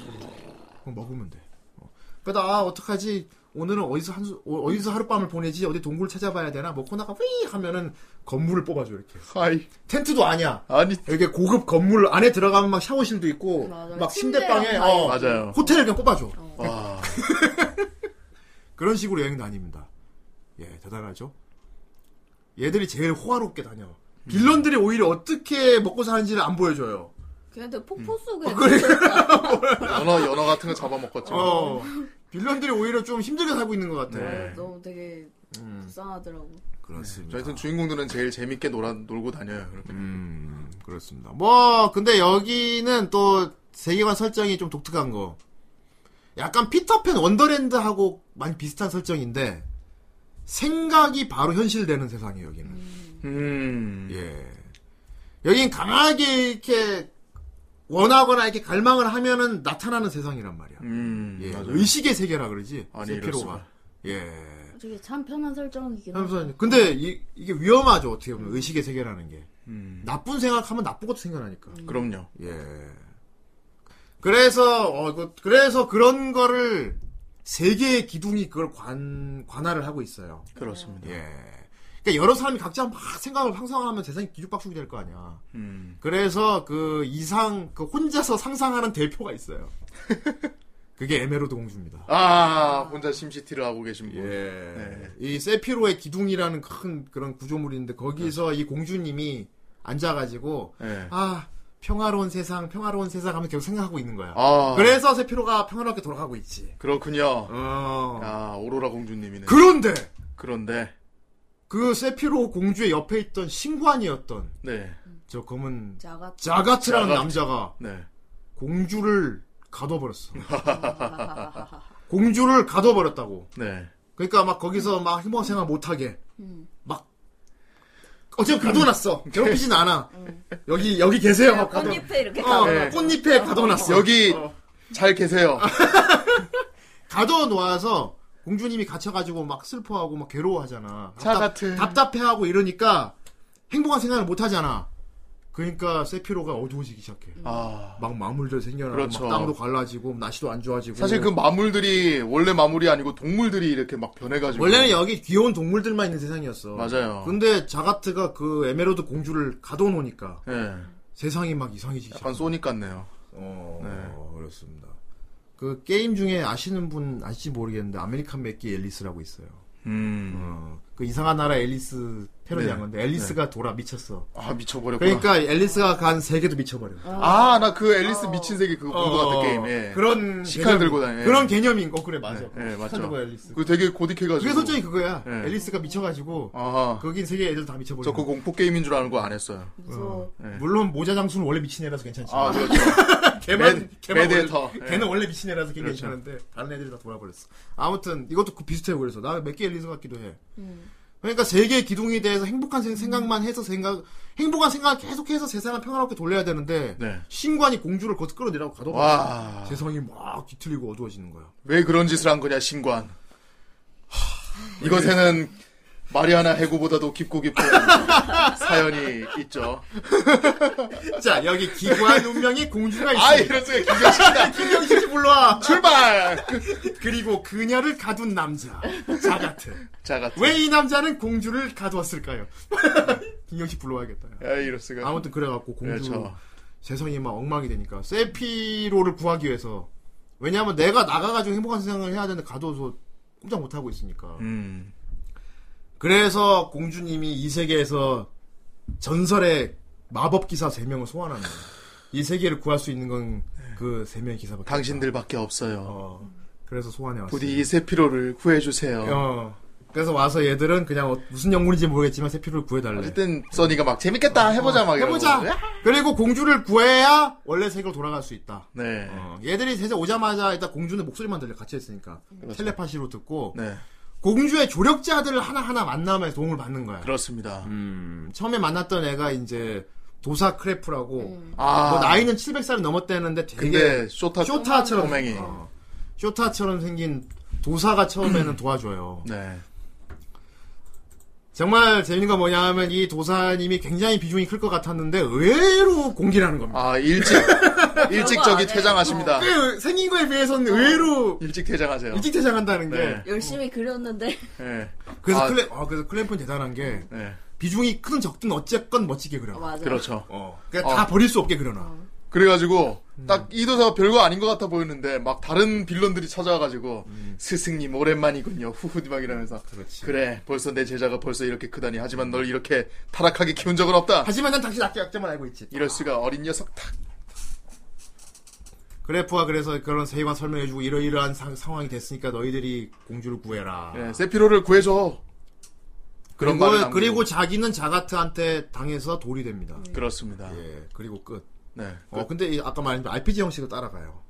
Speaker 9: 거 먹으면 돼. 어. 그러다 아 어떡하지? 오늘은 어디서 한 수- 어, 디서 하룻밤을 보내지? 어디 동굴 찾아봐야 되나? 먹고 나가 휘 하면은 건물을 뽑아줘 이렇게.
Speaker 3: 하이
Speaker 9: 텐트도 아니야.
Speaker 3: 아니
Speaker 9: 이렇게 고급 건물 안에 들어가면 막 샤워실도 있고
Speaker 5: 맞아.
Speaker 9: 막
Speaker 5: 침대랑
Speaker 9: 침대방에
Speaker 5: 다
Speaker 9: 어,
Speaker 3: 맞아요.
Speaker 9: 호텔을 그냥 뽑아줘.
Speaker 3: 와
Speaker 9: 그런 식으로 여행 다닙니다. 예, 대단하죠? 얘들이 제일 호화롭게 다녀.
Speaker 3: 음.
Speaker 9: 빌런들이 오히려 어떻게 먹고 사는지를 안 보여줘요.
Speaker 5: 걔네들
Speaker 9: 음.
Speaker 5: 폭포 속에
Speaker 3: 연어 연어 같은 거 잡아먹었죠.
Speaker 9: 어. 빌런들이 오히려 좀 힘들게 살고 있는 것 같아.
Speaker 3: 네.
Speaker 5: 너무 되게
Speaker 9: 음.
Speaker 5: 불쌍하더라고.
Speaker 9: 그렇습니다.
Speaker 3: 저희는 주인공들은 제일 재밌게 놀아 놀고 다녀요. 이렇게.
Speaker 9: 음, 그렇습니다. 뭐, 근데 여기는 또 세계관 설정이 좀 독특한 거. 약간 피터팬 원더랜드하고 많이 비슷한 설정인데, 생각이 바로 현실되는 세상이에요, 여기는.
Speaker 3: 음.
Speaker 9: 예. 여긴 강하게 이렇게 원하거나 이렇게 갈망을 하면은 나타나는 세상이란 말이야.
Speaker 3: 음.
Speaker 9: 예.
Speaker 3: 맞아요.
Speaker 9: 의식의 세계라 그러지.
Speaker 3: 아니,
Speaker 9: 세피로가.
Speaker 3: 이럴 수가.
Speaker 9: 예.
Speaker 5: 되게 참 편한 설정이긴
Speaker 9: 하면서 근데 이, 게 위험하죠 어떻게 보면 의식의 세계라는 게
Speaker 3: 음.
Speaker 9: 나쁜 생각하면 나쁜 것도 생겨나니까.
Speaker 3: 그럼요.
Speaker 9: 예. 그래서 어 그, 그래서 그런 거를 세계의 기둥이 그걸 관 관할을 하고 있어요.
Speaker 3: 그렇습니다.
Speaker 9: 예. 그러니까 여러 사람이 각자 막 생각을 상상하면 세상이 기죽박죽이 될 거 아니야.
Speaker 3: 음.
Speaker 9: 그래서 그 이상 그 혼자서 상상하는 대표가 있어요. 그게 에메로드 공주입니다.
Speaker 3: 아 혼자 심시티를 하고 계신
Speaker 9: 예.
Speaker 3: 분. 네.
Speaker 9: 이 세피로의 기둥이라는 큰 그런 구조물이 있는데 거기서 이 공주님이 앉아가지고
Speaker 3: 예.
Speaker 9: 아 평화로운 세상 평화로운 세상 하면 계속 생각하고 있는 거야.
Speaker 3: 아
Speaker 9: 그래서 세피로가 평화롭게 돌아가고 있지.
Speaker 3: 그렇군요.
Speaker 9: 어.
Speaker 3: 아 오로라 공주님이네.
Speaker 9: 그런데
Speaker 3: 그런데
Speaker 9: 그 세피로 공주의 옆에 있던 신관이었던
Speaker 3: 네
Speaker 9: 저 검은
Speaker 5: 자가
Speaker 9: 자가트라는
Speaker 3: 자가트.
Speaker 9: 남자가
Speaker 3: 네.
Speaker 9: 공주를 가둬버렸어. 공주를 가둬버렸다고.
Speaker 3: 네.
Speaker 9: 그러니까 막 거기서 막 희망생활 못하게 막 어차피
Speaker 3: 음.
Speaker 9: 가둬놨어. 괴롭히진 않아. 여기 여기 계세요. 하고 음. 가둬.
Speaker 5: 꽃잎에 이렇게
Speaker 9: 어,
Speaker 3: 네.
Speaker 9: 꽃잎에 가둬놨어.
Speaker 3: 여기 잘 계세요.
Speaker 9: 가둬놓아서 공주님이 갇혀가지고 막 슬퍼하고 막 괴로워하잖아.
Speaker 3: 차
Speaker 9: 답답-
Speaker 3: 같은.
Speaker 9: 답답해하고 이러니까 행복한 생각을 못하잖아. 그러니까 세피로가 어두워지기 시작해.
Speaker 3: 아
Speaker 9: 막 마물들 생겨나고
Speaker 3: 그렇죠.
Speaker 9: 막 땅도 갈라지고 날씨도 안 좋아지고.
Speaker 3: 사실 그 마물들이 원래 마물이 아니고 동물들이 이렇게 막 변해가지고
Speaker 9: 원래는 여기 귀여운 동물들만 있는 세상이었어.
Speaker 3: 맞아요.
Speaker 9: 근데 자가트가 그 에메로드 공주를 가둬놓으니까
Speaker 3: 예
Speaker 9: 세상이 막 이상해지기
Speaker 3: 약간
Speaker 9: 시작.
Speaker 3: 소닉 같네요.
Speaker 9: 어, 그렇습니다. 그 게임 중에 아시는 분 아실지 모르겠는데 아메리칸 맥기 앨리스라고 있어요.
Speaker 3: 음아
Speaker 9: 어, 그 이상한 나라 앨리스 패러디한
Speaker 3: 네.
Speaker 9: 건데 앨리스가 돌아 미쳤어.
Speaker 3: 미쳐버렸구나.
Speaker 9: 그러니까 앨리스가 간 세계도 미쳐버려.
Speaker 3: 아 나 그 앨리스 미친 세계 그거 본 것
Speaker 9: 어,
Speaker 3: 같은 게임. 예.
Speaker 9: 그런
Speaker 3: 식칼
Speaker 9: 개념-
Speaker 3: 들고 다니.
Speaker 9: 그런 개념인 거 그래 맞아.
Speaker 3: 예, 예, 맞죠.
Speaker 9: 고 앨리스.
Speaker 3: 그 되게 고딕해가지고.
Speaker 9: 그게 솔직히 그 그거야.
Speaker 3: 예.
Speaker 9: 앨리스가 미쳐가지고
Speaker 3: 아하.
Speaker 9: 거긴 세계 애들 다 미쳐버려.
Speaker 3: 어. 저 그 공포 게임인 줄 아는 거 안 했어요.
Speaker 5: 무서워.
Speaker 3: 네.
Speaker 9: 물론 모자 장수는 원래 미친 애라서 괜찮지.
Speaker 3: 아, 그렇죠.
Speaker 9: 걔만
Speaker 3: 매드-
Speaker 9: 걔만
Speaker 3: 매드헤터.
Speaker 9: 원래,
Speaker 3: 예.
Speaker 9: 걔는 원래 미친 애라서 걔
Speaker 3: 그렇죠.
Speaker 9: 괜찮은데 다른 애들이 다 돌아버렸어. 아무튼 이것도 그 비슷해요. 그래서 나는 맥기 앨리스 같기도 해. 그러니까 세계의 기둥에 대해서 행복한 생- 생각만 해서 생각 행복한 생각을 계속해서 세상을 평화롭게 돌려야 되는데
Speaker 3: 네.
Speaker 9: 신관이 공주를 거기서 끌어내라고
Speaker 3: 와.
Speaker 9: 가둬버렸어. 세상이 막 뒤틀리고 어두워지는 거야.
Speaker 3: 왜 그런 짓을 한 거냐, 신관. 이것에는 마리아나 해구보다도 깊고 깊은 사연이 있죠.
Speaker 9: 자 여기 기관 운명의 공주가 있어.
Speaker 3: 아, 이럴 수가 기절시키다.
Speaker 9: 김경식이 불러와.
Speaker 3: 출발!
Speaker 9: 그리고 그녀를 가둔 남자 자가트.
Speaker 3: 자, 같은.
Speaker 9: 왜 이 남자는 공주를 가두었을까요? 김경식 불러와야겠다.
Speaker 3: 아, 이럴 수가.
Speaker 9: 아무튼 뭐. 그래갖고 공주
Speaker 3: 그렇죠.
Speaker 9: 세상이 막 엉망이 되니까 세피로를 구하기 위해서 왜냐하면 내가 나가가지고 행복한 세상을 해야 되는데 가둬서 꼼짝 못하고 있으니까
Speaker 3: 음.
Speaker 9: 그래서 공주님이 이 세계에서 전설의 마법기사 3명을 소환하는 거예요 이 세계를 구할 수 있는 건 그 세 명의 기사밖에
Speaker 3: 네. 당신들밖에 없어요.
Speaker 9: 어, 그래서 소환해 왔어요.
Speaker 3: 부디 이 세피로를 구해주세요.
Speaker 9: 어. 그래서 와서 얘들은 그냥 어- 무슨 영문인지 모르겠지만 세피를 구해달래.
Speaker 3: 어쨌든 써니가 막 재밌겠다 해보자
Speaker 9: 어,
Speaker 3: 막 이러고.
Speaker 9: 해보자. 그리고 공주를 구해야 원래 세계로 돌아갈 수 있다.
Speaker 3: 네.
Speaker 9: 어, 얘들이 세상 오자마자 일단 공주는 목소리만 들려 같이 했으니까 텔레파시로 듣고
Speaker 3: 그렇죠. 네.
Speaker 9: 공주의 조력자들을 하나하나 만나면서 도움을 받는 거야.
Speaker 3: 그렇습니다.
Speaker 9: 음, 처음에 만났던 애가 이제 도사 크래프라고
Speaker 3: 아.
Speaker 9: 뭐 나이는 700살이 넘었대는데 되게 아,
Speaker 3: 근데 음. 쇼타
Speaker 9: 쇼타처럼
Speaker 3: 꼬맹이.
Speaker 9: 어, 쇼타처럼 생긴 도사가 처음에는 도와줘요.
Speaker 3: 네.
Speaker 9: 정말 재밌는 건 뭐냐 하면 이 도사님이 굉장히 비중이 클 것 같았는데 의외로 공기를 하는 겁니다.
Speaker 3: 아 일찍 일찍 저기 퇴장하십니다.
Speaker 9: 꽤 생긴 거에 비해서는 의외로
Speaker 3: 일찍 퇴장하세요.
Speaker 9: 일찍 퇴장한다는 게
Speaker 3: 어. 네.
Speaker 5: 열심히 그렸는데
Speaker 3: 네.
Speaker 9: 그래서
Speaker 3: 아.
Speaker 9: 클램 아, 그래서 클램프는 대단한 게
Speaker 3: 네.
Speaker 9: 비중이 크든 적든 어쨌건 멋지게 그려.
Speaker 5: 맞아.
Speaker 3: 그렇죠.
Speaker 9: 어, 그러니까 다
Speaker 3: 어.
Speaker 9: 버릴 수 없게 그려놔.
Speaker 3: 그래가지고
Speaker 9: 음.
Speaker 3: 딱 이 도사가 별거 아닌 것 같아 보였는데 막 다른 빌런들이 찾아와가지고 스승님 오랜만이군요 후후디 막 이러면서
Speaker 9: 음. 그렇지.
Speaker 3: 그래 벌써 내 제자가 벌써 이렇게 크다니 하지만 널 이렇게 타락하게 키운 적은 없다
Speaker 9: 하지만 난 당신 악기 약자만 알고 있지.
Speaker 3: 이럴 수가 어린 녀석 탁
Speaker 9: 그래프가 그래서 그런 세계관 설명해주고 이러이러한 상, 상황이 됐으니까 너희들이 공주를 구해라.
Speaker 3: 네, 세피로를 구해줘 그런 말을
Speaker 9: 그리고,
Speaker 3: 남기고.
Speaker 9: 그리고 자기는 자가트한테 당해서 돌이 됩니다.
Speaker 3: 그렇습니다
Speaker 5: 네.
Speaker 9: 예, 그리고 끝.
Speaker 3: 네
Speaker 9: 어, 근데 이 아까 말한 RPG 형식을 따라가요.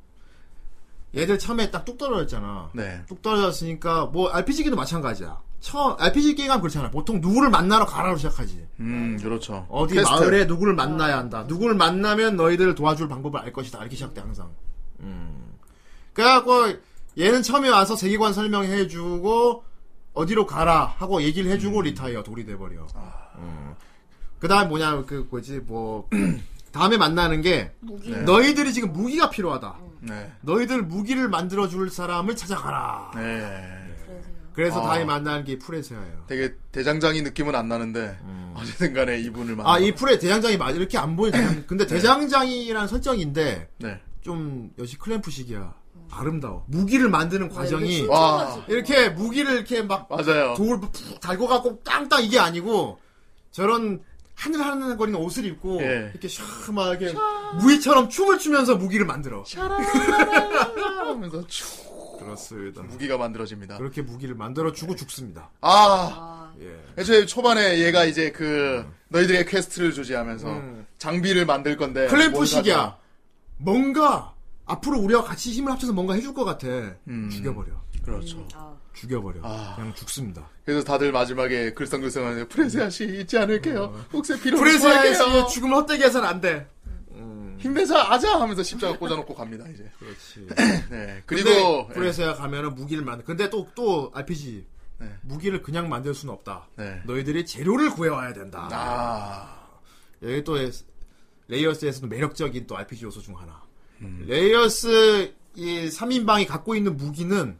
Speaker 9: 얘들 처음에 딱 뚝 떨어졌잖아.
Speaker 3: 네.
Speaker 9: 뚝 떨어졌으니까 뭐 RPG기도 마찬가지야. 처음 RPG 게임 하면 그렇잖아. 보통 누구를 만나러 가라로 시작하지.
Speaker 3: 음 그렇죠
Speaker 9: 어디
Speaker 3: 퀘스트.
Speaker 9: 마을에 누구를 만나야 한다. 누구를 만나면 너희들을 도와줄 방법을 알 것이다. 이렇게 시작돼 항상. 음. 그래갖고 얘는 처음에 와서 세계관 설명해주고 어디로 가라 하고 얘기를 해주고
Speaker 3: 음.
Speaker 9: 리타이어 돌이 돼버려. 음. 그다음 뭐냐 그 뭐지 뭐 다음에 만나는 게
Speaker 5: 무기
Speaker 9: 너희들이 지금 무기가 필요하다.
Speaker 3: 네.
Speaker 9: 너희들 무기를 만들어 줄 사람을 찾아가라.
Speaker 3: 네
Speaker 9: 그래서
Speaker 3: 아.
Speaker 9: 다음에 만나는 게 프레세아예요.
Speaker 3: 되게 대장장이 느낌은 안 나는데
Speaker 9: 음.
Speaker 3: 어쨌든 간에 이분을 만나
Speaker 9: 아, 이 풀에 대장장이 맞아. 이렇게 안 보이네. 대장- 근데 대장장이라는 설정인데,
Speaker 3: 네.
Speaker 9: 좀, 역시 클램프식이야. 아름다워. 무기를 만드는 과정이,
Speaker 3: 와.
Speaker 9: 이렇게 무기를 이렇게 막,
Speaker 3: 맞아요
Speaker 9: 돌을 푹 달고 갖고 땅땅 이게 아니고, 저런, 하늘하늘 거리는 옷을 입고,
Speaker 3: 예.
Speaker 9: 이렇게 샤막하게, 무희처럼 춤을 추면서 무기를 만들어.
Speaker 3: 하면서 쭉
Speaker 9: 그렇습니다.
Speaker 3: 무기가 만들어집니다
Speaker 9: 그렇게 무기를 만들어주고 죽습니다.
Speaker 3: 아
Speaker 9: 예.
Speaker 3: 애초에 초반에 얘가 이제 그 너희들의 퀘스트를 조지하면서
Speaker 9: 음.
Speaker 3: 장비를 만들 건데 뭘
Speaker 9: 클램프식이야.
Speaker 3: 가져?
Speaker 9: 뭔가, 앞으로 우리와 같이 힘을 합쳐서 뭔가 해줄 것 같아. 죽여버려.
Speaker 3: 그렇죠.
Speaker 9: 죽여버려.
Speaker 3: 아.
Speaker 9: 그냥 죽습니다.
Speaker 3: 그래서 다들 마지막에 글썽글썽하는데 프레세아 씨 잊지
Speaker 9: 음.
Speaker 3: 않을게요. 혹시 필요
Speaker 9: 프레세아의
Speaker 3: 없어요.
Speaker 9: 죽음을 헛되게 해서는 안 돼.
Speaker 3: 힘내자 아자 하면서 십자가 꽂아놓고 갑니다 이제.
Speaker 9: 그렇지.
Speaker 3: 네.
Speaker 9: 그리고 예.
Speaker 3: 그리고
Speaker 9: 프레세아 가면은 무기를 만들. 근데 또 또 RPG
Speaker 3: 네.
Speaker 9: 무기를 그냥 만들 수는 없다.
Speaker 3: 네.
Speaker 9: 너희들이 재료를 구해와야 된다.
Speaker 3: 아
Speaker 9: 여기 또 레이어스에서도 매력적인 또 RPG 요소 중 하나. 음. 레이어스 이 3인방이 갖고 있는 무기는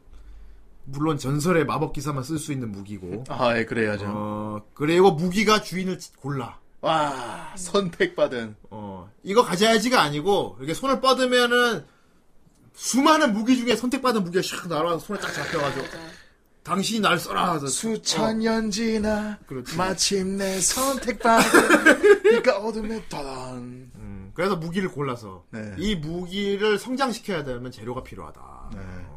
Speaker 9: 물론 전설의 마법 기사만 쓸 수 있는 무기고.
Speaker 3: 아, 예, 그래야죠.
Speaker 9: 어, 그리고 무기가 주인을 골라.
Speaker 3: 와 선택받은
Speaker 9: 어, 이거 가져야지가 아니고, 이렇게 손을 뻗으면은, 수많은 무기 중에 선택받은 무기가 샥 날아와서 손에 딱 잡혀가지고, 당신이 날 써라. 해서
Speaker 3: 수천
Speaker 9: 어,
Speaker 3: 년 지나
Speaker 9: 그렇지.
Speaker 3: 마침내 선택받은 그러니까 어둠의 도단.
Speaker 9: 음, 그래서 무기를 골라서,
Speaker 3: 네.
Speaker 9: 이 무기를 성장시켜야 되면 재료가 필요하다. 어,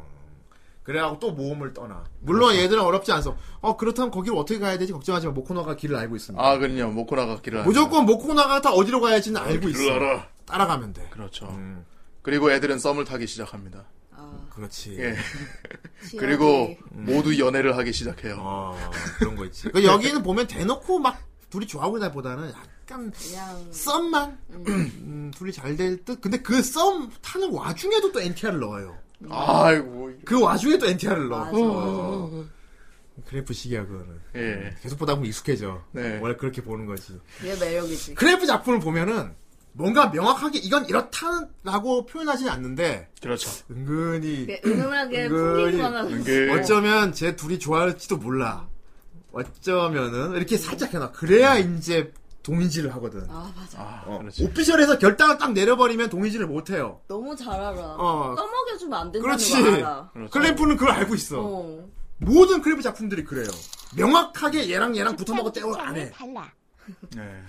Speaker 9: 그래갖고 또 모험을 떠나. 물론
Speaker 3: 그렇죠.
Speaker 9: 얘들은 어렵지 않아서, 어, 그렇다면 거기를 어떻게 가야 되지 걱정하지만 모코나가 길을 알고 있습니다.
Speaker 3: 아 그럼요 먹고 나가기를
Speaker 9: 무조건 모코나가 다 어디로 가야지는 알고 있어.
Speaker 3: 알아.
Speaker 9: 따라가면 돼.
Speaker 3: 그렇죠.
Speaker 9: 음,
Speaker 3: 그리고 애들은 썸을 타기 시작합니다.
Speaker 9: 그렇지.
Speaker 3: 예. 그리고 모두 연애를 하기 시작해요.
Speaker 9: 어, 그런 거 있지. 그 여기는 보면 대놓고 막 둘이 좋아하고 다보다는 약간
Speaker 5: 그냥
Speaker 9: 썸만 음, 둘이 잘 될 듯. 근데 그 썸 타는 와중에도 또 NTR을 넣어요.
Speaker 3: 아이고.
Speaker 9: 그 와중에 또 NTR을 넣어.
Speaker 5: 맞아.
Speaker 9: 어. 그래프 시기야 그거는.
Speaker 3: 예.
Speaker 9: 계속 보다 보면 익숙해져.
Speaker 3: 네.
Speaker 9: 원래 그렇게 보는 거지.
Speaker 5: 그게 매력이지.
Speaker 9: 그래프 작품을 보면은 뭔가 명확하게 이건 이렇다라고 표현하지는 않는데
Speaker 3: 그렇죠.
Speaker 9: 은근히
Speaker 5: 그게 은은하게
Speaker 9: 은근히-
Speaker 5: 풍기기만 하고.
Speaker 3: 은근-
Speaker 9: 어쩌면 쟤 둘이 좋아할지도 몰라. 어쩌면은 이렇게 살짝 해놔. 그래야 이제 동의지를 하거든.
Speaker 5: 아 맞아.
Speaker 3: 아,
Speaker 9: 어,
Speaker 3: 그렇지.
Speaker 9: 오피셜에서 결단을 딱 내려버리면 동의지를 못해요.
Speaker 5: 너무 잘 알아.
Speaker 9: 어.
Speaker 5: 떠먹여주면 안 된다는
Speaker 9: 그렇지.
Speaker 5: 거뭐 알아.
Speaker 3: 그렇죠.
Speaker 9: 클램프는 그걸 알고 있어.
Speaker 5: 어.
Speaker 9: 모든 클램프 작품들이 그래요. 명확하게
Speaker 5: 그
Speaker 3: 예.
Speaker 9: 얘랑 얘랑 붙어먹어 떼고 안 해.
Speaker 3: 네.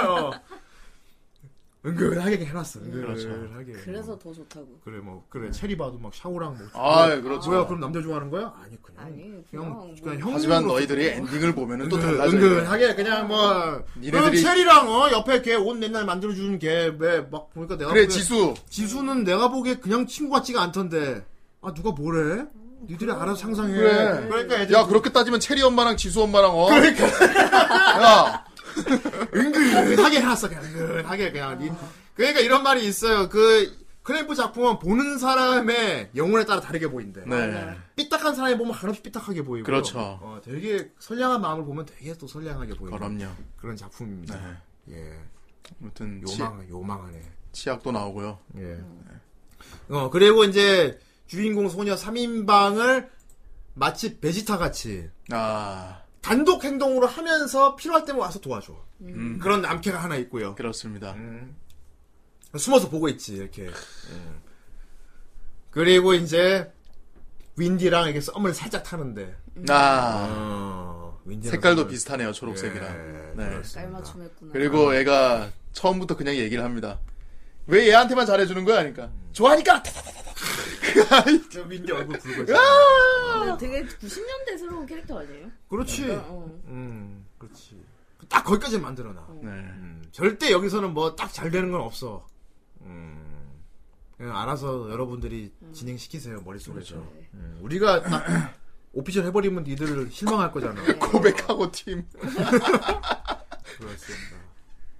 Speaker 9: 어. 은근하게 해놨어.
Speaker 3: 그렇죠.
Speaker 9: 은근하게.
Speaker 5: 그래서 더 좋다고.
Speaker 9: 그래 뭐 그래 체리바도 막 샤오랑 뭐.
Speaker 3: 아이,
Speaker 9: 뭐,
Speaker 3: 그렇죠.
Speaker 9: 뭐야 그럼 남자 좋아하는 거야? 아니 그냥.
Speaker 5: 아니
Speaker 9: 그냥
Speaker 5: 그냥
Speaker 9: 그냥
Speaker 5: 뭐-
Speaker 9: 형.
Speaker 3: 하지만 너희들이 엔딩을 음. 보면은 또
Speaker 9: 은근,
Speaker 3: 달라져.
Speaker 9: 은근하게 그냥 뭐 그럼
Speaker 3: 니네들이-
Speaker 9: 체리랑 어 옆에 걔 옷 맨날 만들어 주는 걔왜막 보니까 내가
Speaker 3: 그래
Speaker 9: 보기엔-
Speaker 3: 지수
Speaker 9: 지수는 내가 보기에 그냥 친구 같지가 않던데 아 누가 뭐래? 니들이 알아서 상상해.
Speaker 3: 그래.
Speaker 9: 러니까 애들
Speaker 3: 야 그렇게 따지면 체리 엄마랑 지수 엄마랑 어 뭐. 그러니까 야
Speaker 9: 은근하게 해놨어 그냥 은근하게 그냥. 니- 그러니까 이런 말이 있어요. 그 크램프 작품은 보는 사람의 영혼에 따라 다르게 보인대.
Speaker 3: 네.
Speaker 9: 삐딱한 사람이 보면 한없이 삐딱하게 보이고.
Speaker 3: 그렇죠.
Speaker 9: 어, 되게 선량한 마음을 보면 되게 또 선량하게 보이는
Speaker 3: 그럼요.
Speaker 9: 그런 작품입니다. 예.
Speaker 3: 네. 아무튼 치, 네.
Speaker 9: 요망 요망하네.
Speaker 3: 치약도 나오고요.
Speaker 9: 예. 어, 그리고 이제 주인공 소녀 3인방을 마치 베지타 같이
Speaker 3: 아
Speaker 9: 단독 행동으로 하면서 필요할 때면 와서 도와줘.
Speaker 3: 음,
Speaker 9: 그런 남캐가 하나 있고요.
Speaker 3: 그렇습니다.
Speaker 9: 음. 숨어서 보고 있지, 이렇게. 음. 그리고 이제 윈디랑 이렇게 썸을 살짝 타는데.
Speaker 3: 아
Speaker 9: 어, 윈디랑
Speaker 3: 색깔도
Speaker 9: 썸을-
Speaker 3: 비슷하네요 초록색이랑.
Speaker 9: 예,
Speaker 3: 네.
Speaker 9: 그렇습니다.
Speaker 5: 깔맞춤 했구나.
Speaker 3: 그리고 애가 처음부터 그냥 얘기를 합니다. 왜 얘한테만 잘해주는 거야? 그러니까
Speaker 9: 음.
Speaker 3: 좋아하니까.
Speaker 9: 저 윈디 얼굴 붉어져.
Speaker 5: 아! 근데 되게 90년대스러운 캐릭터 아니에요?
Speaker 9: 그렇지.
Speaker 5: 어.
Speaker 9: 음, 그렇지. 딱 거기까지 만들어놔.
Speaker 3: 네.
Speaker 9: 음, 절대 여기서는 뭐 딱 잘 되는 건 없어. 음, 그냥 알아서 여러분들이 진행시키세요 머릿속에서. 음, 우리가 딱 오피셜 해버리면 니들 실망할 거잖아.
Speaker 3: 고백하고 팀.
Speaker 9: 그렇습니다.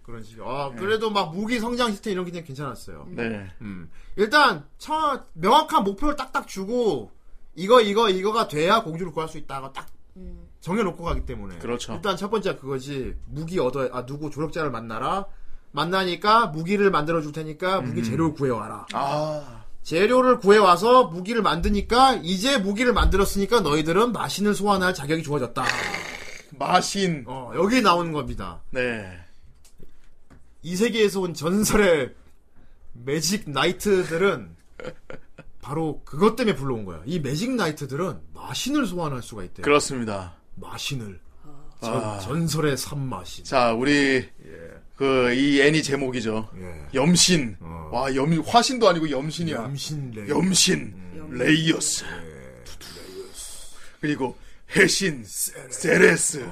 Speaker 9: 그런 식으로. 아, 그래도 막 무기 성장 시스템 이런 게 그냥 괜찮았어요.
Speaker 3: 네.
Speaker 9: 음. 일단 처, 명확한 목표를 딱딱 주고 이거 이거 이거가 돼야 공주를 구할 수 있다가 딱
Speaker 5: 음.
Speaker 9: 정해놓고 가기 때문에.
Speaker 3: 그렇죠.
Speaker 9: 일단 첫 번째 그거지. 무기 얻어, 아, 누구 조력자를 만나라. 만나니까 무기를 만들어줄 테니까
Speaker 3: 음.
Speaker 9: 무기 재료를 구해와라.
Speaker 3: 아
Speaker 9: 재료를 구해와서 무기를 만드니까 이제 무기를 만들었으니까 너희들은 마신을 소환할 자격이 주어졌다.
Speaker 3: 마신.
Speaker 9: 어, 여기 나오는 겁니다.
Speaker 3: 네.
Speaker 9: 이 세계에서 온 전설의 매직 나이트들은 바로 그것 때문에 불러온 거야. 이 매직 나이트들은 마신을 소환할 수가 있대. 요
Speaker 3: 그렇습니다.
Speaker 9: 마신을.
Speaker 3: 아.
Speaker 9: 전, 전설의 산마신.
Speaker 3: 자 우리
Speaker 9: 예.
Speaker 3: 그 이 애니 제목이죠.
Speaker 9: 예.
Speaker 3: 염신.
Speaker 9: 어.
Speaker 3: 와 염, 화신도 아니고 염신이야.
Speaker 9: 염신 레이.
Speaker 3: 염신, 레이어스, 그리고 해신, 세레스,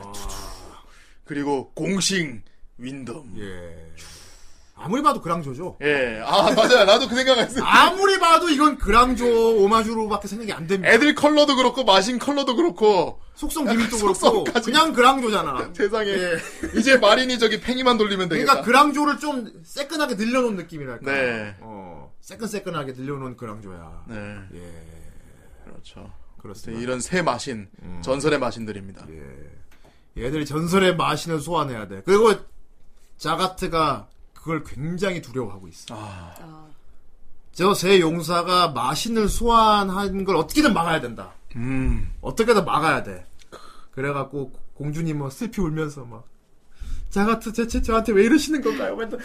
Speaker 3: 그리고 공싱, 윈덤.
Speaker 9: 예. 아무리 봐도 그랑조죠.
Speaker 3: 예, 아 맞아, 나도 그 생각했어.
Speaker 9: 아무리 봐도 이건 그랑조 오마주로밖에 생각이 안 됩니다.
Speaker 3: 애들 컬러도 그렇고 마신 컬러도 그렇고
Speaker 9: 속성 기믹도 그렇고
Speaker 3: 속성까지.
Speaker 9: 그냥 그랑조잖아.
Speaker 3: 세상에
Speaker 9: 예.
Speaker 3: 이제 마린이 저기 팽이만 돌리면 되겠다.
Speaker 9: 그러니까 그랑조를 좀 새끈하게 늘려놓은 느낌이랄까.
Speaker 3: 네.
Speaker 9: 어, 새끈새끈하게 늘려놓은 그랑조야.
Speaker 3: 네,
Speaker 9: 예.
Speaker 3: 그렇죠. 네,
Speaker 9: 그렇습니다.
Speaker 3: 이런 새 마신,
Speaker 9: 음.
Speaker 3: 전설의 마신들입니다.
Speaker 9: 예. 얘들이 전설의 마신을 소환해야 돼. 그리고 자가트가 그걸 굉장히 두려워하고 있어.
Speaker 5: 아.
Speaker 9: 저 세 용사가 마신을 소환한 걸 어떻게든 막아야 된다.
Speaker 3: 음,
Speaker 9: 어떻게든 막아야 돼. 그래갖고 공주님 뭐 슬피 울면서 막 자가트 대체 저한테 왜 이러시는 건가요? 맨날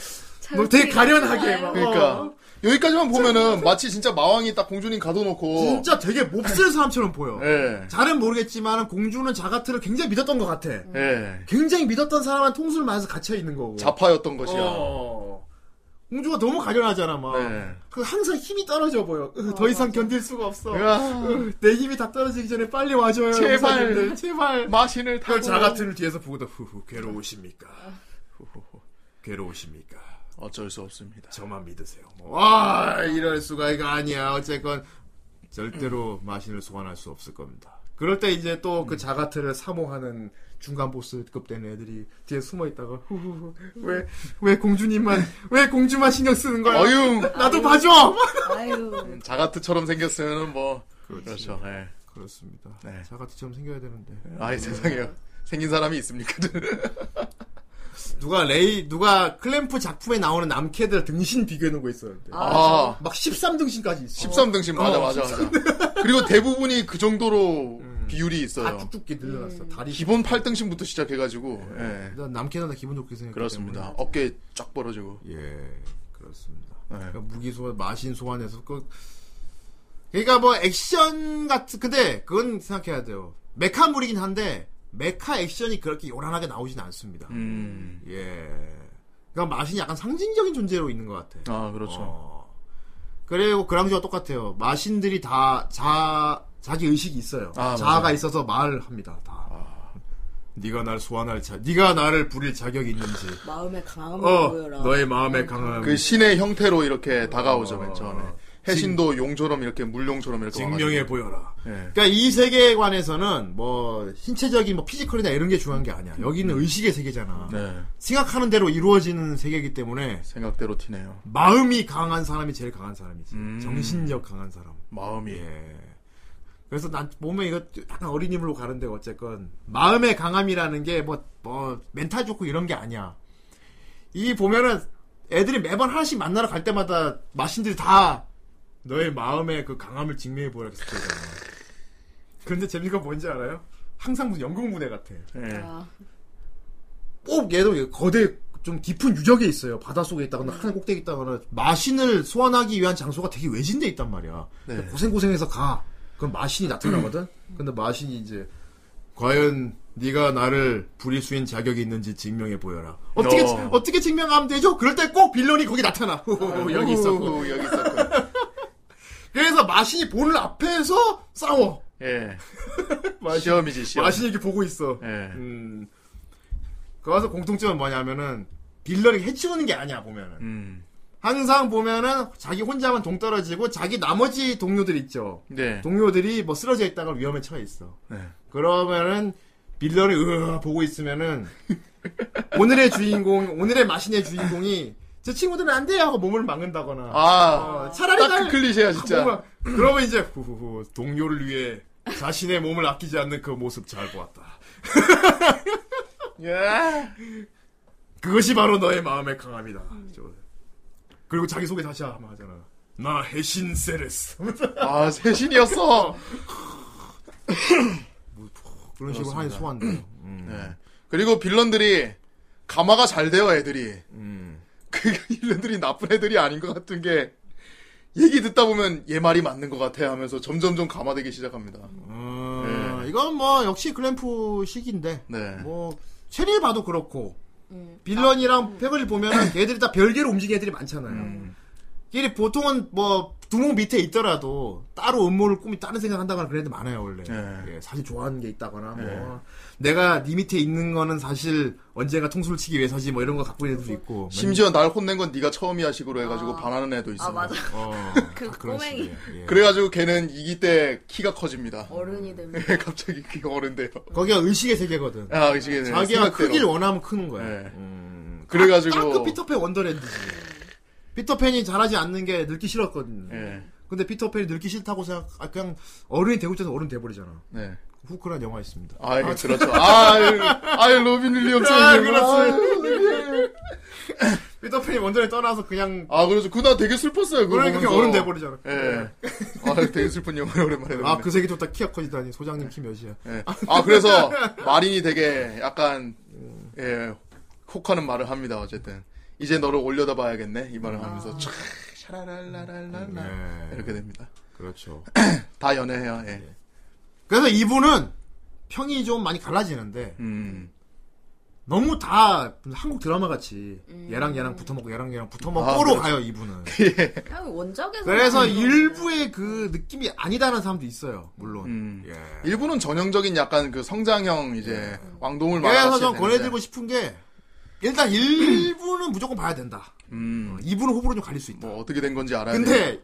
Speaker 9: 뭐 되게 가련하게 막
Speaker 3: 그러니까
Speaker 9: 어.
Speaker 3: 여기까지만 보면은 마치 진짜 마왕이 딱 공주님 가둬놓고
Speaker 9: 진짜 되게 몹쓸 사람처럼 보여.
Speaker 3: 뭐. 예,
Speaker 9: 잘은 모르겠지만 공주는 자가트를 굉장히 믿었던 것 같아.
Speaker 3: 예,
Speaker 9: 굉장히 믿었던 사람한 통수를 맞아서 갇혀 있는 거고.
Speaker 3: 자파였던 것이야.
Speaker 9: 어. 공주가 너무 가련하잖아 막.
Speaker 3: 네.
Speaker 9: 그 항상 힘이 떨어져 보여. 으, 더 이상 견딜 수가 없어.
Speaker 3: 으아.
Speaker 9: 으, 내 힘이 다 떨어지기 전에 빨리 와줘요.
Speaker 3: 제발.
Speaker 9: 용사님들. 제발.
Speaker 3: 마신을 타고
Speaker 9: 그걸 자가트를 뒤에서 보고도 후후 괴로우십니까? 후후후, 괴로우십니까?
Speaker 3: 어쩔 수 없습니다.
Speaker 9: 저만 믿으세요. 뭐, 와 이럴 수가 이거 아니야. 어쨌건 절대로 마신을 소환할 수 없을 겁니다. 그럴 때 이제 또 그 자가트를 사모하는 중간 보스급 된 애들이 뒤에 숨어 있다가 후후후 왜왜 공주님만 왜 공주만 신경 쓰는 거야?
Speaker 3: 어유
Speaker 9: 나도 봐줘.
Speaker 5: 아유.
Speaker 3: 자가트처럼 생겼으면 뭐 그렇죠. 예.
Speaker 9: 그렇습니다.
Speaker 3: 네.
Speaker 9: 자가트처럼 생겨야 되는데
Speaker 3: 아이 세상에요. 생긴 사람이 있습니까?
Speaker 9: 누가 레이 누가 클램프 작품에 나오는 남캐들 등신 비교해 놓은 거 있었는데
Speaker 3: 아,
Speaker 9: 막 13등신까지 있어.
Speaker 3: 13등신 맞아 맞아 맞아. 그리고 대부분이 그 정도로
Speaker 9: 음.
Speaker 3: 비율이
Speaker 9: 다
Speaker 3: 있어요.
Speaker 9: 쭉쭉게 늘려놨어. 다리.
Speaker 3: 음. 기본 8등신부터 시작해가지고
Speaker 9: 네.
Speaker 3: 예.
Speaker 9: 난 남캐는 다 기분 좋게 생각.
Speaker 3: 그렇습니다. 어깨 쫙 벌어지고
Speaker 9: 예, 그렇습니다.
Speaker 3: 네.
Speaker 9: 그러니까 무기 소환, 마신 소환해서 그. 그러니까 뭐 액션 같은 근데 그건 생각해야 돼요. 메카물이긴 한데 메카 액션이 그렇게 요란하게 나오진 않습니다.
Speaker 3: 음,
Speaker 9: 예. 그러니까 마신이 약간 상징적인 존재로 있는 것 같아.
Speaker 3: 아, 그렇죠.
Speaker 9: 어. 그리고 그랑주와 똑같아요. 마신들이 다 자, 자기 의식이 있어요.
Speaker 3: 아,
Speaker 9: 자아가
Speaker 3: 맞아요. 아.
Speaker 9: 있어서 말을 합니다. 다. 네가 날 소환할 자, 네가 나를 부릴 자격이 있는지.
Speaker 5: 마음의 강함을
Speaker 9: 어,
Speaker 5: 보여라.
Speaker 9: 너의 마음의 강함.
Speaker 3: 그 신의 형태로 이렇게 다가오죠, 맨 처음에. 해신도 용처럼 이렇게 물용처럼 이렇게
Speaker 9: 증명해
Speaker 3: 와가지고.
Speaker 9: 보여라.
Speaker 3: 예.
Speaker 9: 그러니까 이 세계에 관해서는 뭐 신체적인 뭐 피지컬이나 이런 게 중요한 게 아니야. 여기는 의식의 세계잖아.
Speaker 3: 네.
Speaker 9: 생각하는 대로 이루어지는 세계이기 때문에
Speaker 3: 생각대로 튀네요.
Speaker 9: 마음이 강한 사람이 제일 강한 사람이지.
Speaker 3: 음.
Speaker 9: 정신력 강한 사람.
Speaker 3: 마음이.
Speaker 9: 예. 그래서 난 몸에 이거 약간 어린이물로 가는데 어쨌건 마음의 강함이라는 게 뭐 뭐 멘탈 좋고 이런 게 아니야. 이 보면은 애들이 매번 하나씩 만나러 갈 때마다 마신들이 다 너의 마음의 그 강함을 증명해 보라 계속 그러잖아. 근데 재미가 뭔지 알아요? 항상 무슨 연극 무대 같아.
Speaker 3: 예.
Speaker 9: 꼭 얘도 거대 좀 깊은 유적에 있어요. 바닷속에 있다거나 하늘 꼭대기 있다거나 마신을 소환하기 위한 장소가 되게 외진데 있단 말이야.
Speaker 3: 네.
Speaker 9: 근데 고생고생해서 가. 그럼 마신이 나타나거든. 근데 마신이 이제 음. 과연 네가 나를 부릴 수 있는 자격이 있는지 증명해 보여라. 어떻게
Speaker 3: 어.
Speaker 9: 어떻게 증명하면 되죠? 그럴 때 꼭 빌런이 거기 나타나. 어, 여기 있었고.
Speaker 3: 후, 여기 있었고.
Speaker 9: 그래서 마신이 보는 앞에서 싸워.
Speaker 3: 예. 시험이지, 시험.
Speaker 9: 마신이 이렇게 보고 있어.
Speaker 3: 예.
Speaker 9: 음. 거기서 공통점은 뭐냐면은 빌런이 해치우는 게 아니야 보면은.
Speaker 3: 음.
Speaker 9: 항상 보면은 자기 혼자만 동떨어지고 자기 나머지 동료들 있죠.
Speaker 3: 네.
Speaker 9: 동료들이 뭐 쓰러져 있다가 위험에 처해 있어.
Speaker 3: 네.
Speaker 9: 그러면은 빌런이 으 보고 있으면은 오늘의 주인공, 오늘의 마신의 주인공이 제 친구들은 안 돼! 하고 몸을 막는다거나.
Speaker 3: 아,
Speaker 9: 어, 차라리
Speaker 3: 딱
Speaker 9: 날-
Speaker 3: 그 클리셰야, 진짜.
Speaker 9: 몸을- 그러면 이제 후후후 동료를 위해 자신의 몸을 아끼지 않는 그 모습 잘 보았다.
Speaker 3: 예.
Speaker 9: 그것이 바로 너의 마음의 강함이다. 저- 그리고 자기 소개 다시 한번 하잖아. 나 해신 세레스.
Speaker 3: 아, 세신이었어.
Speaker 9: 그런 식으로 하니 소환돼. 음.
Speaker 3: 네. 그리고 빌런들이 가마가 잘 돼요, 애들이.
Speaker 9: 음.
Speaker 3: 그 빌런들이 나쁜 애들이 아닌 것 같은 게 얘기 듣다 보면 얘 말이 맞는 것 같아 하면서 점점점 감화되기 시작합니다.
Speaker 9: 어, 이건 뭐 역시 글램프 식인데
Speaker 3: 네.
Speaker 9: 뭐 체리를 봐도 그렇고
Speaker 5: 음.
Speaker 9: 빌런이랑 팩을 보면은 걔들이 다 별개로 움직이는 애들이 많잖아요.
Speaker 3: 음.
Speaker 9: 걔들이 보통은 뭐 두목 밑에 있더라도 따로 음모를 꾸미 다른 생각한다거나 그런 애들 많아요 원래.
Speaker 3: 네.
Speaker 9: 예, 사실 좋아하는 게 있다거나 뭐
Speaker 3: 네.
Speaker 9: 내가 네 밑에 있는 거는 사실 언젠가 통수를 치기 위해서지 뭐 이런 거 갖고 있는 애들도 있고.
Speaker 3: 심지어 날 혼낸 건 네가 처음이야 식으로 해가지고
Speaker 5: 아.
Speaker 3: 반하는 애도 있어요.
Speaker 5: 아 맞아.
Speaker 9: 어,
Speaker 5: 그
Speaker 9: 다 그런
Speaker 5: 꼬맹이.
Speaker 9: 식이에요. 예.
Speaker 3: 그래가지고 걔는 이기 때 키가 커집니다.
Speaker 5: 어른이 됩니다.
Speaker 3: 갑자기 키가 어른데요.
Speaker 9: 거기가 의식의 세계거든.
Speaker 3: 아, 이게
Speaker 9: 자기가 크기를 원하면 크는 거야.
Speaker 3: 네.
Speaker 9: 음.
Speaker 3: 그래가지고-
Speaker 9: 딱 그 피터팬 원더랜드지. 피터팬이 잘하지 않는 게 늙기 싫었거든.
Speaker 3: 예.
Speaker 9: 근데 피터팬이 늙기 싫다고 생각, 아, 그냥 어른이 되고 싶어서 어른 돼버리잖아.
Speaker 3: 네.
Speaker 9: 후크란 영화 있습니다.
Speaker 3: 아, 예, 그렇죠. 아, 예. 아, 예, 로빈 윌리엄스.
Speaker 9: 아,
Speaker 3: 이게 뭐야.
Speaker 9: 그렇지. 피터팬이 원전에 떠나서 그냥
Speaker 3: 아, 그렇죠. 그날 되게 슬펐어요. 그거
Speaker 9: 그러니까
Speaker 3: 보면서.
Speaker 9: 어른 돼버리잖아.
Speaker 3: 예. 아, 되게 슬픈 영화를 오랜만에
Speaker 9: 네. 아,
Speaker 3: 보네.
Speaker 9: 그 세계 좋다. 키가 커지다니. 소장님 키 몇이야?
Speaker 3: 예. 아 그래서 마린이 되게 약간 예 혹하는 말을 합니다 어쨌든 이제 너를 올려다봐야겠네 이 말을 하면서 촤 샤라랄랄랄랄라
Speaker 9: 아. 네.
Speaker 3: 이렇게 됩니다
Speaker 9: 그렇죠.
Speaker 3: 다 연애해요 예.
Speaker 9: 네. 그래서 이분은 평이 좀 많이 갈라지는데,
Speaker 3: 음.
Speaker 9: 너무 다 한국 드라마 같이 얘랑 얘랑 붙어먹고 얘랑 얘랑 붙어먹고
Speaker 3: 아,
Speaker 9: 꼬로
Speaker 3: 그렇죠.
Speaker 9: 가요 이분은
Speaker 5: 그냥 원작에서
Speaker 9: 그래서
Speaker 5: 나온
Speaker 9: 일부의 그 느낌이 아니다라는 사람도 있어요 물론
Speaker 3: 음.
Speaker 9: 예.
Speaker 3: 일부는 전형적인 약간 그 성장형 이제 왕동을
Speaker 9: 그래서
Speaker 3: 말하듯이
Speaker 9: 전 네. 권해드리고
Speaker 3: 되는데.
Speaker 9: 싶은 게 일단 일부는 무조건 봐야 된다 어,
Speaker 3: 음.
Speaker 9: 이부는 호불호 좀 갈릴 수 있다
Speaker 3: 뭐 어떻게 된 건지 알아야 돼
Speaker 9: 근데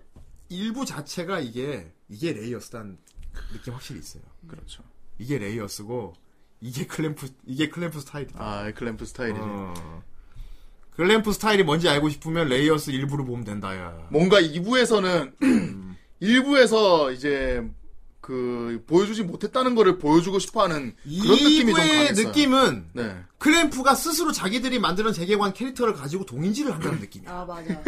Speaker 9: 일부 자체가 이게 이게 레이어스단 느낌 확실히 있어요
Speaker 3: 그렇죠
Speaker 9: 이게 레이어스고 이게 클램프 이게 클램프 스타일이다
Speaker 3: 아 클램프 스타일이죠
Speaker 9: 어. 클램프 스타일이 뭔지 알고 싶으면 레이어스 일부를 보면 된다 야
Speaker 3: 뭔가 2부에서는 일부에서 이제 그 보여주지 못했다는 거를 보여주고 싶어하는 그런 느낌이 좀
Speaker 9: 이부의
Speaker 3: 강했어요.
Speaker 9: 느낌은
Speaker 3: 네.
Speaker 9: 클램프가 스스로 자기들이 만드는 세계관 캐릭터를 가지고 동인지를 한다는 느낌이야.
Speaker 5: 아 맞아.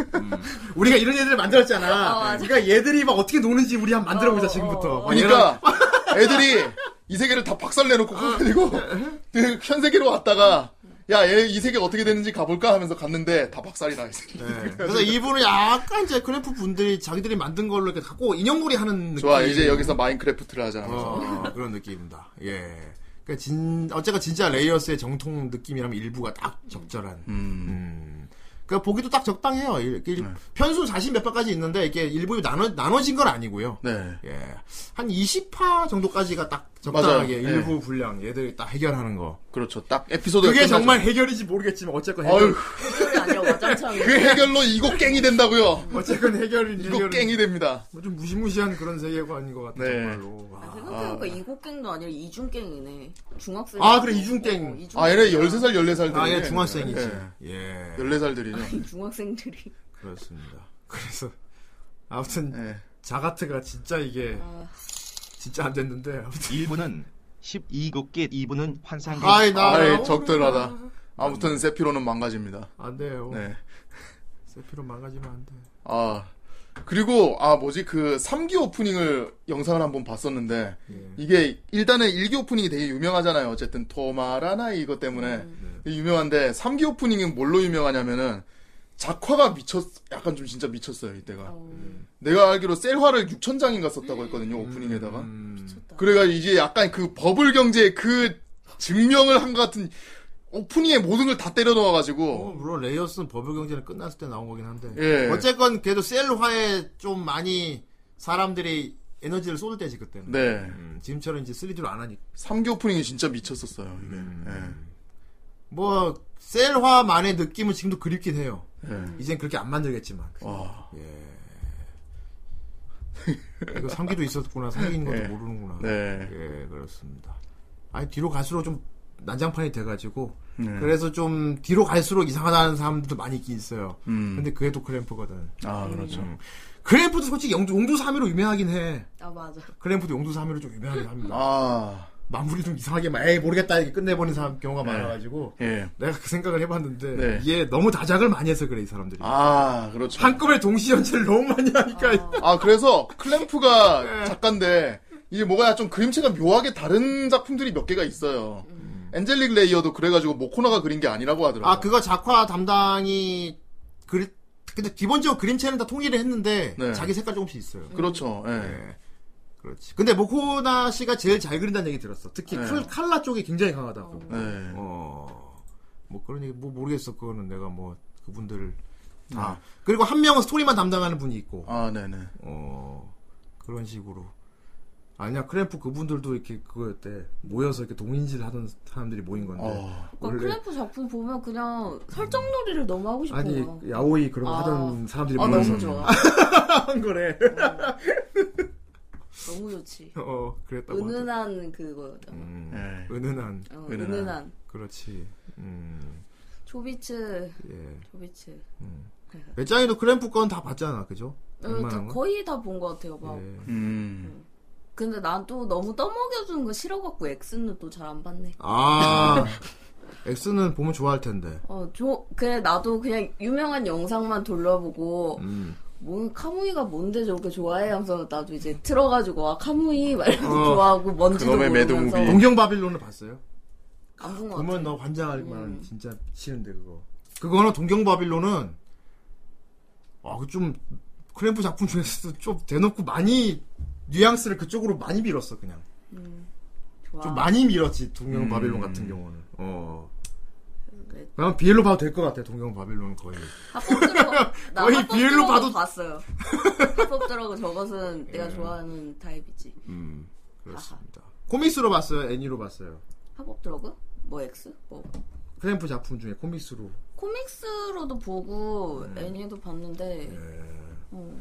Speaker 9: 우리가 이런 애들을 만들었잖아.
Speaker 5: 어, 맞아.
Speaker 9: 그러니까 얘들이 막 어떻게 노는지 우리 한번 만들어보자
Speaker 5: 어,
Speaker 9: 지금부터.
Speaker 5: 어, 어.
Speaker 9: 막 아, 얘랑- 아.
Speaker 3: 그러니까 애들이 이 세계를 다 박살 내놓고 그리고 그 현세계로 왔다가 야 얘 이 세계 어떻게 되는지 가볼까 하면서 갔는데 다 박살이 나 있어.
Speaker 9: 네. 그래서 이분은 약간 이제 클램프 분들이 자기들이 만든 걸로 이렇게 갖고 인형놀이 하는 느낌.
Speaker 3: 좋아 이제 여기서 마인크래프트를 하자. 하면서.
Speaker 9: 어, 그런 느낌입니다. 예. 그러니까 진 어쨌건 진짜 레이어스의 정통 느낌이라면 일부가 딱 적절한.
Speaker 3: 음.
Speaker 9: 음. 그러니까 보기도 딱 적당해요. 이렇게
Speaker 3: 네.
Speaker 9: 편수 40몇 화까지 있는데 이게 일부 나눠 나눠진 건 아니고요.
Speaker 3: 네.
Speaker 9: 예. 한 20화 정도까지가 딱 적당하게
Speaker 3: 맞아요. 네.
Speaker 9: 일부 분량 얘들이 딱 해결하는 거.
Speaker 3: 그렇죠. 딱 에피소드가
Speaker 9: 그게
Speaker 3: 끝나죠.
Speaker 9: 정말 해결인지 모르겠지만 어쨌건
Speaker 3: 어휴.
Speaker 9: 해결.
Speaker 3: 그 해결로 이거 깽이 된다고요.
Speaker 9: 어쨌건 해결인
Speaker 3: 이거
Speaker 9: 해결은
Speaker 3: 깽이 됩니다.
Speaker 9: 뭐좀 무시무시한 그런 세계관인 것 같아
Speaker 3: 네.
Speaker 9: 정말로. 와.
Speaker 5: 생각해보니까 이고갱도 아니라 이중갱이네. 어, 중학생.
Speaker 9: 아 그래 이중땡.
Speaker 3: 아, 얘네 13살, 14살들이. 네.
Speaker 9: 아, 얘 중학생이지. 예.
Speaker 3: 14살들이죠.
Speaker 5: 중학생들이.
Speaker 9: 그렇습니다. 그래서 아무튼
Speaker 3: 예.
Speaker 9: 자가트가 진짜 이게 진짜 안 됐는데 아무튼
Speaker 11: 1부는 12곡기 2부는 환상기
Speaker 9: 아이 나
Speaker 3: 아이, 적절하다. 아무튼 세피로는 망가집니다.
Speaker 9: 안 돼요.
Speaker 3: 네.
Speaker 9: 세피로 망가지면 안 돼.
Speaker 3: 아. 그리고, 아, 뭐지, 그, 3기 오프닝을 영상을 한번 봤었는데, 이게, 일단은 1기 오프닝이 되게 유명하잖아요. 어쨌든, 토마라나 이것 때문에. 유명한데, 3기 오프닝은 뭘로 유명하냐면은, 작화가 미쳤, 약간 좀 진짜 미쳤어요, 음. 이때가. 내가 알기로 셀화를 6천장인가 썼다고 했거든요, 오프닝에다가.
Speaker 9: 음.
Speaker 3: 그래가지고 이제 약간 그 버블 경제의 그 증명을 한 것 같은 오프닝에 모든 걸 다 때려
Speaker 9: 어,
Speaker 3: 넣어가지고.
Speaker 9: 물론 레이어스는 버블 경제는 끝났을 때 나온 거긴 한데
Speaker 3: 예.
Speaker 9: 어쨌건 그래도 셀화에 좀 많이 사람들이 에너지를 쏟을 때지 그때는
Speaker 3: 네.
Speaker 9: 음, 지금처럼 이제 3D로 안 하니까
Speaker 3: 3기 오프닝이 진짜 미쳤었어요, 이게.
Speaker 9: 음. 뭐 셀화만의 느낌은 지금도 그립긴 해요
Speaker 3: 예. 예.
Speaker 9: 이젠 그렇게 안 만들겠지만
Speaker 3: 와.
Speaker 9: 이거 그 상기도 있었구나 상기인 것도
Speaker 3: 예.
Speaker 9: 모르는구나
Speaker 3: 네.
Speaker 9: 예 그렇습니다 아니 뒤로 갈수록 좀 난장판이 돼가지고
Speaker 3: 네.
Speaker 9: 그래서 좀 뒤로 갈수록 이상하다는 사람들도 많이 있긴 있어요
Speaker 3: 음.
Speaker 9: 근데 그게 또 그램프거든
Speaker 3: 아, 그렇죠.
Speaker 9: 음. 그램프도 솔직히 용두, 용두 3위로 유명하긴 해
Speaker 5: 아, 맞아.
Speaker 9: 그램프도 용두 3위로 좀 유명하긴 합니다
Speaker 3: 아,
Speaker 9: 마무리 좀 이상하게 막 에이 모르겠다 이렇게 끝내버린 사람 경우가 많아가지고
Speaker 3: 예.
Speaker 9: 내가 그 생각을 해봤는데
Speaker 3: 네.
Speaker 9: 이게 너무 다작을 많이 해서 그래 이 사람들이
Speaker 3: 아, 그렇죠.
Speaker 9: 한꺼번에 동시 연재를 너무 많이 하니까
Speaker 3: 아, 그래서
Speaker 9: 네.
Speaker 3: 클램프가 작가인데, 이게 뭐가 좀 그림체가 묘하게 다른 작품들이 몇 개가 있어요. 엔젤릭 레이어도 그래가지고 뭐 모코나가 그린 게 아니라고 하더라고요.
Speaker 9: 아 그거 작화 담당이 그 근데 기본적으로 그림체는 다 통일을 했는데
Speaker 3: 네.
Speaker 9: 자기 색깔 조금씩 있어요.
Speaker 3: 그렇죠. 예.
Speaker 9: 예. 그렇지. 근데 모코나 씨가 제일 잘 그린다는 얘기 들었어. 특히
Speaker 3: 네.
Speaker 9: 칼- 칼라 쪽이 굉장히 강하다고.
Speaker 3: 네.
Speaker 9: 어. 뭐 그런 얘기 뭐 모르겠어. 그거는 내가 뭐 그분들을 다 그리고 한 명은 스토리만 담당하는 분이 있고.
Speaker 3: 아, 네네.
Speaker 9: 어 그런 식으로 아니야 크램프 그분들도 이렇게 그거였대 모여서 이렇게 동인지를 하던 사람들이 모인 건데
Speaker 3: 어.
Speaker 5: 그러니까 크램프 작품 보면 그냥 설정놀이를 너무 하고 싶어요.
Speaker 9: 아니 야오이 그런 거
Speaker 5: 아.
Speaker 9: 하던 사람들이
Speaker 5: 아,
Speaker 9: 모여서
Speaker 5: 너무 좋아.
Speaker 9: 한 거래
Speaker 5: 너무 좋지.
Speaker 9: 어 그랬다고 하더라.
Speaker 5: 은은한 그거였다.
Speaker 9: 음,
Speaker 3: 예.
Speaker 9: 은은한
Speaker 5: 어,
Speaker 3: 은은한.
Speaker 5: 은은한.
Speaker 9: 그렇지 음예
Speaker 5: 조비츠, 조비츠.
Speaker 9: 배짱이도 크램프 건 다 봤잖아 그죠
Speaker 5: 어, 다,
Speaker 9: 웬만한 거
Speaker 5: 거의 다 본 것 같아요. 막.
Speaker 9: 예.
Speaker 3: 음.
Speaker 5: 근데 난 또 너무 떠먹여주는 거 싫어갖고 엑스는 또 잘 안 봤네.
Speaker 9: 아 엑스는 보면 좋아할 텐데
Speaker 5: 어, 저, 그래, 나도 그냥 유명한 영상만 돌려보고,
Speaker 9: 음.
Speaker 5: 뭔, 카무이가 뭔데 저렇게 좋아해? 하면서 나도 이제 틀어가지고, 아, 카무이! 막 이러면서
Speaker 9: 어,
Speaker 5: 좋아하고, 뭔지도
Speaker 3: 그놈의 매드
Speaker 5: 모르면서.
Speaker 3: 무비.
Speaker 9: 동경 바빌론을 봤어요
Speaker 5: 안본 것 같아.
Speaker 9: 보면 너
Speaker 5: 예.
Speaker 9: 환장할 만한 진짜 미치는데 그거. 그거는 동경 바빌론은 어, 아그좀 크램프 작품 중에서도 좀 대놓고 많이 뉘앙스를 그쪽으로 많이 밀었어 그냥.
Speaker 5: 좋아.
Speaker 9: 좀 많이 밀었지 동경 바빌론 같은 경우는. 어. 그럼 비엘로 봐도 될 것 같아 동경 바빌론은 거의.
Speaker 5: 합법 들어가, 나
Speaker 9: 거의
Speaker 5: 합법
Speaker 9: 비엘로
Speaker 5: 들어가
Speaker 9: 봐도-
Speaker 5: 봤어요. 합법 들어가 저것은 내가 좋아하는 타입이지.
Speaker 9: 음 그렇습니다. 코믹스로 봤어요 애니로 봤어요.
Speaker 5: 합법 들어가? 뭐 엑스? 뭐.
Speaker 9: 크램프 작품 중에 코믹스로.
Speaker 5: 코믹스로도 보고,
Speaker 9: 네.
Speaker 5: 애니도 봤는데, 어,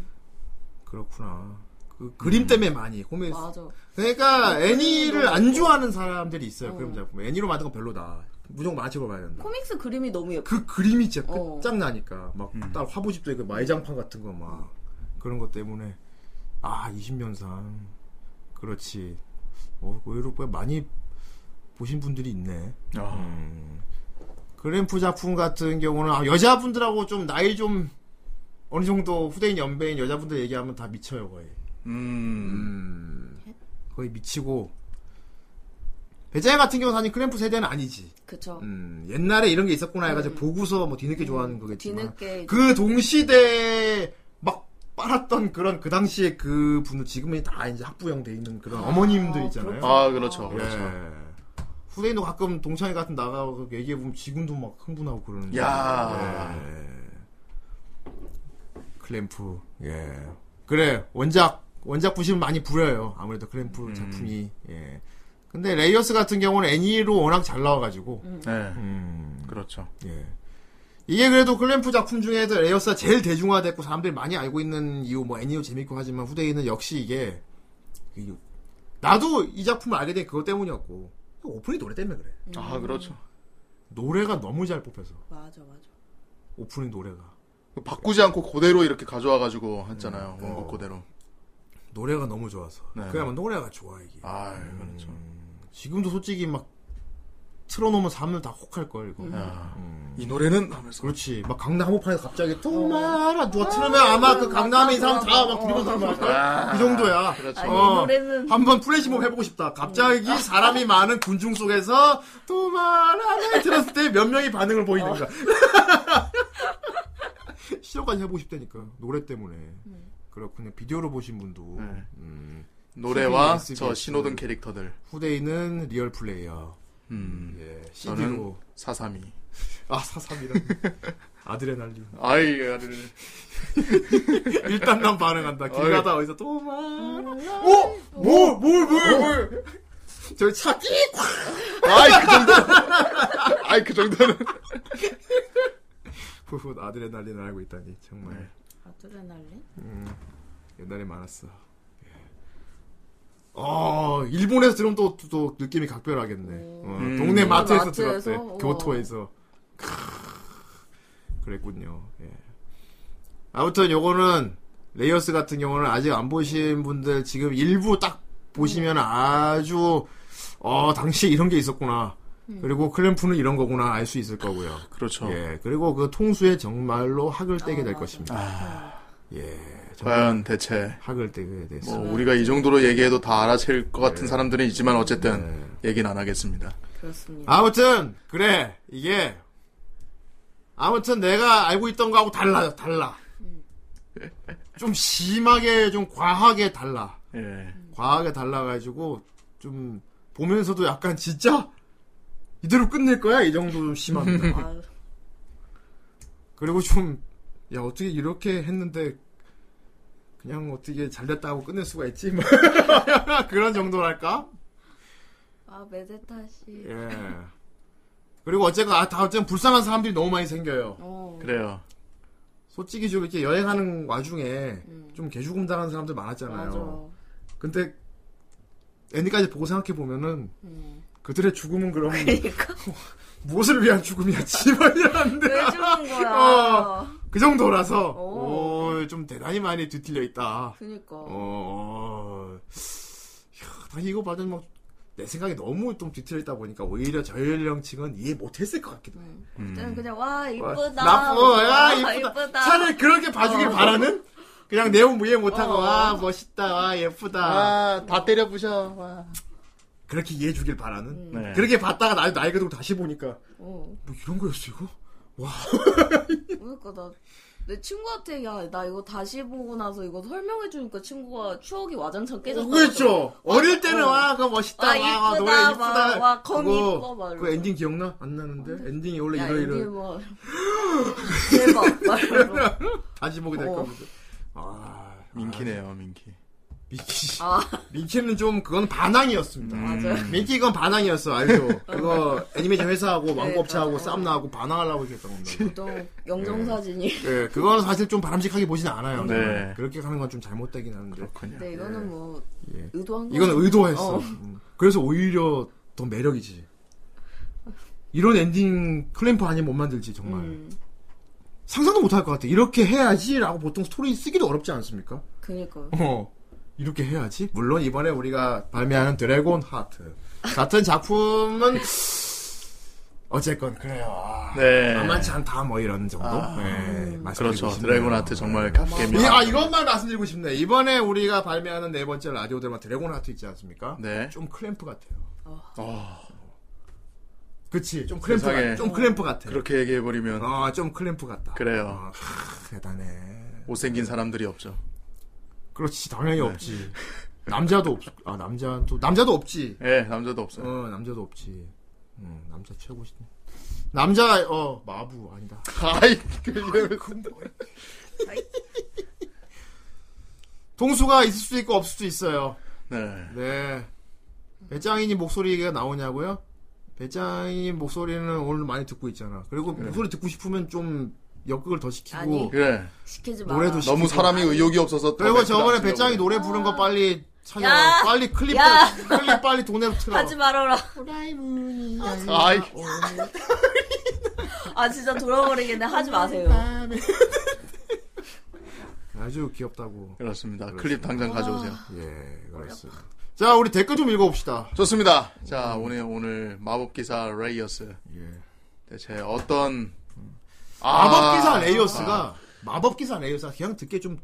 Speaker 9: 그렇구나. 그 그림 때문에 많이 코믹스.
Speaker 5: 맞아.
Speaker 9: 그러니까 애니를 안
Speaker 5: 너무
Speaker 9: 좋아하는 사람들이 있어요.
Speaker 5: 어.
Speaker 9: 그럼 작품 애니로 만든 건 별로다. 무조건 만화책으로 봐야 된다.
Speaker 5: 코믹스 그림이 너무 예뻐.
Speaker 9: 그 그림이 진짜
Speaker 5: 어.
Speaker 9: 끝장나니까 막 딸 화보집도 있고 마이장판 같은 거 막 그런 것 때문에 아 20년상 그렇지. 어, 의외로 꽤 많이 보신 분들이 있네.
Speaker 3: 아.
Speaker 9: 그램프 작품 같은 경우는 아, 여자분들하고 좀 나이 좀 어느 정도 후대인 연배인 여자분들 얘기하면 다 미쳐요 거의.
Speaker 3: 음.
Speaker 9: 거의 미치고 배짱이 같은 경우는 사실 크램프 세대는 아니지.
Speaker 5: 그쵸.
Speaker 9: 음, 옛날에 이런 게 있었구나 해가지고 보고서 뭐 뒤늦게 좋아하는 거겠지만
Speaker 5: 뒤늦게
Speaker 9: 그 동시대에 막 빨았던 그런 그 당시에 그 분은 지금은 다 이제 학부형 돼 있는
Speaker 5: 아,
Speaker 9: 그런 어머님들 있잖아요.
Speaker 3: 아, 그렇죠.
Speaker 9: 예.
Speaker 3: 그렇죠.
Speaker 9: 네. 후대인도 가끔 동창회 같은 나가고 얘기해 보면 지금도 막 흥분하고 그러는.
Speaker 3: 야.
Speaker 9: 예. 클램프. 예. 그래. 원작 원작 부심 많이 부려요. 아무래도 클램프 작품이. 예. 근데 레이어스 같은 경우는 애니로 워낙 잘 나와가지고.
Speaker 3: 네.
Speaker 9: 음.
Speaker 3: 그렇죠.
Speaker 9: 예. 이게 그래도 클램프 작품 중에서 레이어스가 제일 대중화됐고 사람들이 많이 알고 있는 이유 뭐 애니도 재밌고 하지만 후대인은 역시 이게 그 이- 나도 이 작품을 알게 된 그것 때문이었고 오프닝 노래 때문에 그래.
Speaker 3: 아, 그렇죠.
Speaker 9: 노래가 너무 잘 뽑혀서
Speaker 5: 맞아 맞아.
Speaker 9: 오프닝 노래가
Speaker 3: 바꾸지 않고 그대로 이렇게 가져와가지고 했잖아요.
Speaker 9: 음.
Speaker 3: 원곡
Speaker 9: 네.
Speaker 3: 그대로.
Speaker 9: 노래가 너무 좋아서
Speaker 3: 네.
Speaker 9: 그야말로 노래가 좋아 이게.
Speaker 3: 아, 그렇죠.
Speaker 9: 음. 지금도 솔직히 막 틀어놓으면 사람들 다 혹할 걸 이거.
Speaker 3: 야,
Speaker 9: 음.
Speaker 3: 아. 이 노래는 하면서.
Speaker 9: 그렇지. 막 강남 한복판에서 갑자기 통마라 누가 틀으면 아마 그 강남에 있는 사람 다 막 부리면서
Speaker 3: 아,
Speaker 9: 그 정도야.
Speaker 3: 그렇죠.
Speaker 5: 아, 이
Speaker 9: 어.
Speaker 5: 노래는
Speaker 9: 한번 플래시몹 해보고 싶다. 갑자기 사람이 많은 군중 속에서 통마라를 들었을 때 몇 명이 반응을 보이는 거야. 시험까지 해보고 싶다니까 노래 때문에. 그렇군요. 비디오로 보신 분도
Speaker 3: 네.
Speaker 9: 음,
Speaker 3: 노래와
Speaker 9: CBS,
Speaker 3: 저 신호등 캐릭터들.
Speaker 9: 후대인은 리얼 플레이어.
Speaker 3: 음.
Speaker 9: 예, CD로
Speaker 3: 저는 사삼이.
Speaker 9: 아 사삼이란 아드레날린
Speaker 3: 아이, 아들.
Speaker 9: 일단 난 반응한다
Speaker 3: 어이.
Speaker 9: 길 가다 어디서 도마 오뭐뭘뭘뭘 어? 저기 차끼
Speaker 3: 아이, 그 정도는. 아이, 그 정도는.
Speaker 9: 후후 아드레날린을 알고 있다니 정말
Speaker 5: 아드레날린?
Speaker 9: 옛날에 많았어 예. 어 일본에서 들으면 또, 또, 또 느낌이 각별하겠네 어,
Speaker 3: 음.
Speaker 9: 동네 마트에서
Speaker 5: 마트에서?
Speaker 9: 들었대
Speaker 5: 우와.
Speaker 9: 교토에서 크... 그랬군요 예. 아무튼 요거는 레이어스 같은 경우는 아직 안 보신 분들 지금 일부 딱 보시면 아주 어 당시에 이런 게 있었구나 그리고 클램프는 이런 거구나 알 수 있을 거고요
Speaker 3: 그렇죠.
Speaker 9: 예, 그리고 그 통수에 정말로 학을 떼게 될
Speaker 5: 맞아.
Speaker 9: 것입니다. 예, 정말
Speaker 3: 과연 대체.
Speaker 9: 학을 떼게 됐어.
Speaker 3: 뭐
Speaker 9: 요
Speaker 3: 우리가 이 정도로 얘기해도 다 알아챌 것
Speaker 9: 예.
Speaker 3: 같은 사람들은 있지만 어쨌든 얘기는 안 하겠습니다.
Speaker 5: 그렇습니다.
Speaker 9: 아무튼 그래 이게 아무튼 내가 알고 있던 거하고 달라요, 달라. 좀 심하게, 좀 과하게 달라.
Speaker 3: 예.
Speaker 9: 과하게 달라가지고 좀 보면서도 약간 진짜 이대로 끝낼 거야 이 정도 좀 심합니다.
Speaker 5: 아유,
Speaker 9: 그리고 좀, 야, 어떻게 이렇게 했는데, 그냥 어떻게 잘 됐다고 끝낼 수가 있지? 뭐 그런 정도랄까?
Speaker 5: 아 메데타시.
Speaker 9: 예. 그리고 어쨌건, 아, 다 어쨌든 불쌍한 사람들이 너무 많이 생겨요.
Speaker 5: 어.
Speaker 3: 그래요.
Speaker 9: 솔직히 좀 이렇게 여행하는 와중에
Speaker 5: 음.
Speaker 9: 좀 개죽음 당한 사람들
Speaker 5: 맞아.
Speaker 9: 많았잖아요. 근데, 애니까지 보고 생각해보면은,
Speaker 5: 음.
Speaker 9: 그들의 죽음은 그럼 뭐,
Speaker 5: 그러니까
Speaker 9: 무엇을 위한 죽음이었지? 막 이러는데.
Speaker 5: 왜 죽은 거야?
Speaker 9: 어. 그 정도라서,
Speaker 5: 오.
Speaker 9: 오, 좀 대단히 많이 뒤틀려 있다.
Speaker 5: 그니까.
Speaker 9: 어, 야, 나 이거 봐도 막내 생각이 너무 좀 뒤틀리다 보니까 오히려 저연령층은 이해 못했을 것 같기도 해.
Speaker 5: 음. 그때는 그냥 와 이쁘다. 뭐, 아, 어.
Speaker 9: 나쁘,
Speaker 5: 와,
Speaker 9: 야, 뭐, 아, 이쁘다. 차라리 그렇게 봐주길 바라는? 그냥 내용 이해 못하고,
Speaker 5: 어.
Speaker 9: 와, 멋있다, 와, 예쁘다.
Speaker 3: 아, 다 때려 부셔. 아.
Speaker 9: 그렇게 이해해주길 바라는?
Speaker 5: 음.
Speaker 3: 네.
Speaker 9: 그렇게 봤다가 나, 나이가 들고 다시 보니까,
Speaker 5: 어.
Speaker 9: 뭐 이런 거였어, 이거?
Speaker 5: 그러니까 나 내 친구한테 야 나 이거 다시 보고 나서 이거 설명해 주니까 친구가 추억이 와장창 깨졌다.
Speaker 9: 그렇죠. 어릴 때는
Speaker 5: 어.
Speaker 9: 와, 그거 멋있다,
Speaker 5: 와,
Speaker 9: 와,
Speaker 5: 이쁘다,
Speaker 9: 와, 노래 이쁘다.
Speaker 5: 와, 와, 검
Speaker 9: 그거,
Speaker 5: 이뻐, 막
Speaker 9: 그
Speaker 5: 이러면서. 음.
Speaker 9: 엔딩 기억나? 안 나는데? 엔딩이 원래
Speaker 5: 야
Speaker 9: 이러 이러.
Speaker 5: 이게 뭐 대박 막 이러면서.
Speaker 9: 다시 보게 될
Speaker 5: 어.
Speaker 9: 겁니다. 아,
Speaker 3: 민키네요, 민키.
Speaker 9: 민키.
Speaker 5: 아
Speaker 9: 민키는 좀 그건 반항이었습니다.
Speaker 5: 맞아요.
Speaker 9: 민키 이건 반항이었어, 알죠? 그거 애니메이션 회사하고 왕법차하고
Speaker 5: 맞아.
Speaker 9: 쌈나하고 반항하려고 이렇게 했던 겁니다.
Speaker 5: 또 영정 사진이.
Speaker 9: 예, 그건 사실 좀 바람직하게 보진 않아요.
Speaker 3: 네.
Speaker 9: 저는. 그렇게 하는 건 좀 잘못되긴 하는데.
Speaker 3: 그렇군요.
Speaker 5: 근데 이거는 뭐
Speaker 9: 예.
Speaker 5: 의도한 거.
Speaker 9: 이건 의도했어.
Speaker 5: 어.
Speaker 9: 음. 그래서 오히려 더 매력이지. 이런 엔딩 클램프 아니면 못 만들지, 정말.
Speaker 5: 음.
Speaker 9: 상상도 못 할 것 같아. 이렇게 해야지라고 보통 스토리 쓰기도 어렵지 않습니까?
Speaker 5: 그니까.
Speaker 9: 어, 이렇게 해야지? 물론 이번에 우리가 발매하는 드래곤 하트 같은 작품은 어쨌건 그래요. 아,
Speaker 3: 네. 아,
Speaker 9: 만만치 않다 뭐 이런 정도. 네, 말씀드리고
Speaker 3: 그렇죠.
Speaker 9: 싶네요.
Speaker 3: 드래곤 하트 정말 갓겜이야.
Speaker 9: 예, 아 이것만 말씀드리고 싶네. 이번에 우리가 발매하는 네 번째 라디오 드라마 드래곤 하트 있지 않습니까?
Speaker 3: 네.
Speaker 9: 좀 클램프 같아요.
Speaker 3: 어,
Speaker 9: 그치. 좀 클램프
Speaker 3: 세상에.
Speaker 9: 같아. 좀 클램프 같아.
Speaker 3: 그렇게 얘기해버리면
Speaker 9: 어, 좀 클램프 같다.
Speaker 3: 그래요.
Speaker 9: 어, 하, 대단해.
Speaker 3: 못생긴 사람들이 없죠.
Speaker 9: 그렇지 당연히 없지 남자도 없 아 남자도 남자도 없지
Speaker 3: 예, 남자도 없어요.
Speaker 9: 어 남자도 없지 음 남자 최고시 남자 어 마부 아니다
Speaker 3: 아이, 그,
Speaker 9: 그 뭐- 동수가 있을 수도 있고 없을 수도 있어요.
Speaker 3: 네.
Speaker 9: 네. 배짱이님 목소리가 나오냐고요? 배짱이님 목소리는 오늘 많이 듣고 있잖아. 그리고 목소리 듣고 싶으면 좀 역극을 더 시키고
Speaker 5: 아니,
Speaker 3: 그래.
Speaker 5: 시키지 마.
Speaker 9: 노래도 시키고.
Speaker 3: 너무 사람이 의욕이 없어서 또
Speaker 9: 그리고
Speaker 3: 맥주
Speaker 9: 저번에
Speaker 3: 안
Speaker 9: 배짱이
Speaker 3: 치려고
Speaker 9: 노래 부른 거 빨리 찾아.
Speaker 5: 야!
Speaker 9: 빨리 클립
Speaker 5: 야!
Speaker 9: 빨리 빨리 돈내로 틀어.
Speaker 5: 하지 말아라.
Speaker 3: 그래. 아이
Speaker 9: 어.
Speaker 5: 아 진짜 돌아버리겠네. 하지 마세요.
Speaker 9: 아주 귀엽다고.
Speaker 3: 그렇습니다. 클립 당장 가져오세요.
Speaker 9: 예, 그렇습니다. 자, 우리 댓글 좀 읽어봅시다.
Speaker 3: 좋습니다. 자 오늘 오늘 마법 기사 레이어스
Speaker 9: 예.
Speaker 3: 대체 어떤 아,
Speaker 9: 마법 기사 레이어스가 마법 기사 레이어스가 그냥 듣기에 좀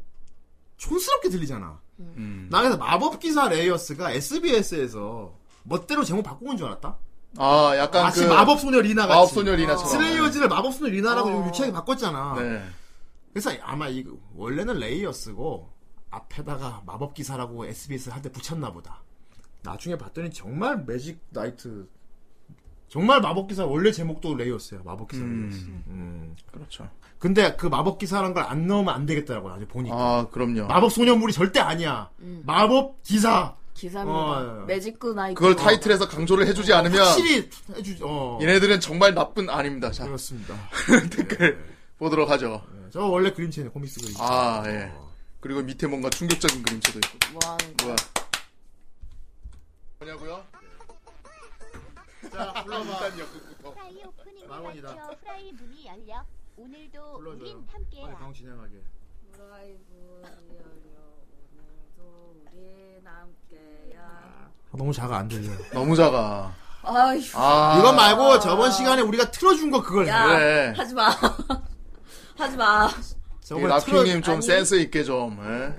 Speaker 9: 촌스럽게 들리잖아.
Speaker 3: 음.
Speaker 9: 나 그래서 마법 기사 레이어스가 SBS에서 멋대로 제목 바꾼 줄 알았다.
Speaker 3: 아 약간
Speaker 9: 마치
Speaker 3: 그
Speaker 9: 마법 소녀 리나 같이.
Speaker 3: 마법 소녀 리나처럼
Speaker 9: 슬레이어즈를 마법 소녀 리나라고
Speaker 5: 어.
Speaker 9: 좀 유치하게 바꿨잖아.
Speaker 3: 네.
Speaker 9: 그래서 아마 이 원래는 레이어스고 앞에다가 마법 기사라고 SBS 할 때 붙였나 보다. 나중에 봤더니 정말 매직 나이트 정말 마법 기사 원래 제목도 레이어스야. 마법 기사
Speaker 3: 음.
Speaker 9: 레이어스. 음.
Speaker 3: 그렇죠.
Speaker 9: 근데 그 마법 기사라는 걸 안 넣으면 안 되겠더라고 나중에 보니까.
Speaker 3: 아 그럼요.
Speaker 9: 마법 소녀물이 절대 아니야. 마법 기사.
Speaker 5: 기사입니다.
Speaker 9: 어, 예.
Speaker 5: 매직구 나이트.
Speaker 3: 그걸 타이틀에서 강조를 해주지 않으면
Speaker 9: 확실히 해주. 어.
Speaker 3: 얘네들은 정말 나쁜 아닙니다. 자
Speaker 9: 그렇습니다. 네,
Speaker 3: 보도록 하죠.
Speaker 9: 저 원래 그림체는 코믹스 그림.
Speaker 3: 아 예. 그리고 밑에 뭔가 충격적인 그림체도 있고.
Speaker 5: 뭐 하는 거.
Speaker 3: 뭐야? 뭐냐고요?
Speaker 9: 자 불러봐.
Speaker 3: 일단 역부터.
Speaker 2: 프라이 오프닝을
Speaker 9: 망원이다.
Speaker 2: 맞춰 프라이 문이 열려 오늘도
Speaker 9: 불러줘요.
Speaker 2: 우린 함께야
Speaker 9: 빨리 방 진행하게. 너무 작아 안 들려.
Speaker 3: 너무 작아.
Speaker 5: 아휴.
Speaker 3: 아
Speaker 9: 이거 말고 저번 시간에 우리가 틀어준 아, 거 그걸.
Speaker 5: 야,
Speaker 9: 네.
Speaker 3: 그래.
Speaker 5: 하지 마. 하지 마.
Speaker 3: 이
Speaker 9: 저번에 틀어.
Speaker 3: 라핑님 좀
Speaker 5: 아니.
Speaker 3: 센스 있게 좀 예?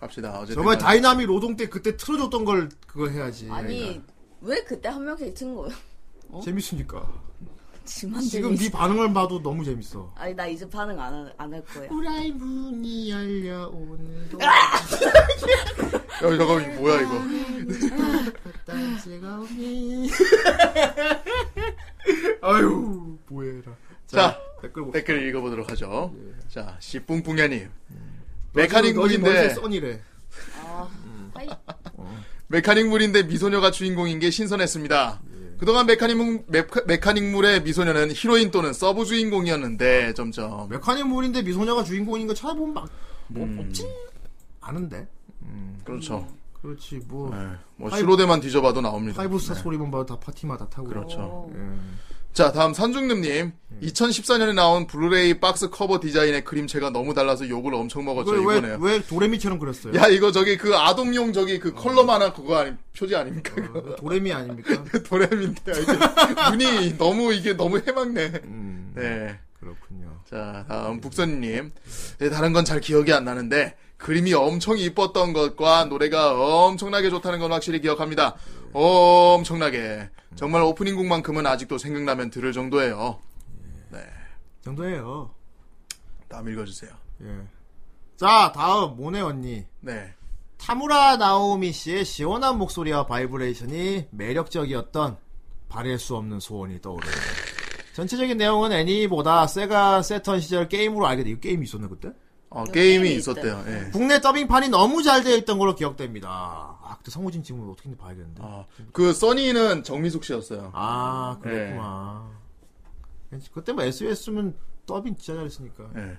Speaker 3: 갑시다. 어제
Speaker 9: 저번에 다이나믹 로동 때 그때 틀어줬던 걸 그거 해야지. 그러니까
Speaker 5: 아니,
Speaker 9: 네.
Speaker 5: 왜 그때 한 명씩 튼 거예요?
Speaker 9: 어? 재밌으니까.
Speaker 5: 지만
Speaker 9: 지금
Speaker 5: 지금
Speaker 9: 네 반응을 봐도 너무 재밌어.
Speaker 5: 아니, 나 이제 반응 안, 할- 안할 거야.
Speaker 9: 후라이 문이 열려 오늘도
Speaker 3: 야 이거 뭐야 이거?
Speaker 9: 음. 딴지가 없니 아유 뭐해라
Speaker 3: 자,
Speaker 9: 댓글 뭐- 봅시다
Speaker 3: 댓글 읽어보도록 하죠. 자 시뿡뿡야님.
Speaker 9: 메카닉
Speaker 3: 메카닉 물인데
Speaker 9: 써니래
Speaker 5: 아,
Speaker 9: 음,
Speaker 5: 하이.
Speaker 3: 메카닉 물인데 미소녀가 주인공인 게 신선했습니다. 그동안 메카닉 물- 메카, 메카닉 물의 미소녀는 히로인 또는 서브 주인공이었는데 점점
Speaker 9: 메카닉 물인데 미소녀가 주인공인 거 찾아보면 막 뭐,
Speaker 3: 음.
Speaker 9: 없진 않은데
Speaker 3: 그렇죠.
Speaker 9: 그렇지 뭐
Speaker 3: 예, 뭐
Speaker 9: 파이브-
Speaker 3: 슈로데만 뒤져봐도 나옵니다. 네,
Speaker 9: 파이브스타 소리만 봐도 다 파티마다 타고
Speaker 3: 그렇죠.
Speaker 9: 예.
Speaker 3: 자, 다음 산중님님. 2014년에 나온 블루레이 박스 커버 디자인의 그림체가 너무 달라서 욕을 엄청 먹었죠,
Speaker 9: 그걸 왜,
Speaker 3: 이번에요.
Speaker 9: 왜 어. 도레미처럼 그렸어요
Speaker 3: 야, 이거 저기 그 아동용 저기 그 컬러만 한 그거 아니, 표지 아닙니까?
Speaker 9: 어, 그거 도레미 아닙니까
Speaker 3: 도레미인데, 아, 이게 눈이 너무 이게 너무 해맑네.
Speaker 9: 음
Speaker 3: 네.
Speaker 9: 그렇군요
Speaker 3: 자, 다음 북선님. 네, 다른 건 잘 기억이 안 나는데, 그림이 엄청 이뻤던 것과 노래가 엄청나게 좋다는 건 확실히 기억합니다. 엄청나게.
Speaker 9: 음.
Speaker 3: 정말 오프닝 곡만큼은 아직도 생각나면 들을 정도예요.
Speaker 9: 정도예요
Speaker 3: 다음 읽어주세요.
Speaker 9: 예. 자 다음 모네 언니
Speaker 3: 네.
Speaker 9: 타무라 나오미 씨의 시원한 목소리와 바이브레이션이 매력적이었던 바랄 수 없는 소원이 떠오르네요. 전체적인 내용은 애니보다 세가 세턴 시절 게임으로 알게 돼. 이 게임이 있었나 그때?
Speaker 3: 어,
Speaker 5: 게임이
Speaker 3: 게임이 있었대요. 예.
Speaker 9: 국내 더빙판이 너무 잘 되어 있던 걸로 기억됩니다. 아, 그때 성우진 지금 어떻게 했는지 봐야겠는데. 아,
Speaker 3: 어, 그 써니는 정미숙 씨였어요.
Speaker 9: 그랬구나. 그때 뭐 SOS면 더빙 진짜 잘했으니까.
Speaker 3: 예.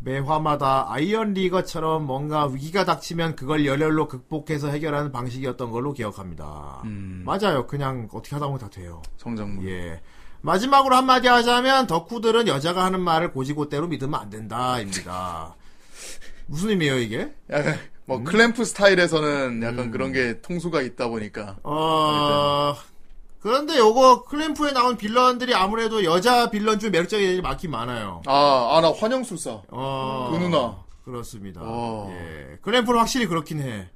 Speaker 9: 매화마다 아이언 리거처럼 뭔가 위기가 닥치면 그걸 열혈로 극복해서 해결하는 방식이었던 걸로 기억합니다.
Speaker 3: 음.
Speaker 9: 맞아요. 그냥 어떻게 하다 보면 다 돼요.
Speaker 3: 성장문.
Speaker 9: 예. 마지막으로 한마디 하자면 덕후들은 여자가 하는 말을 고지고대로 믿으면 안 된다입니다. 무슨 의미예요 이게?
Speaker 3: 약간 뭐
Speaker 9: 음.
Speaker 3: 클램프 스타일에서는 약간 그런 게 통수가 있다 보니까.
Speaker 9: 어... 그런데 요거 클램프에 나온 빌런들이 아무래도 여자 빌런 중 매력적인 애들이 많긴 많아요.
Speaker 3: 아, 아 나 환영술사.
Speaker 9: 어...
Speaker 3: 그 누나.
Speaker 9: 그렇습니다.
Speaker 3: 어.
Speaker 9: 예. 그램프는 확실히 그렇긴 해.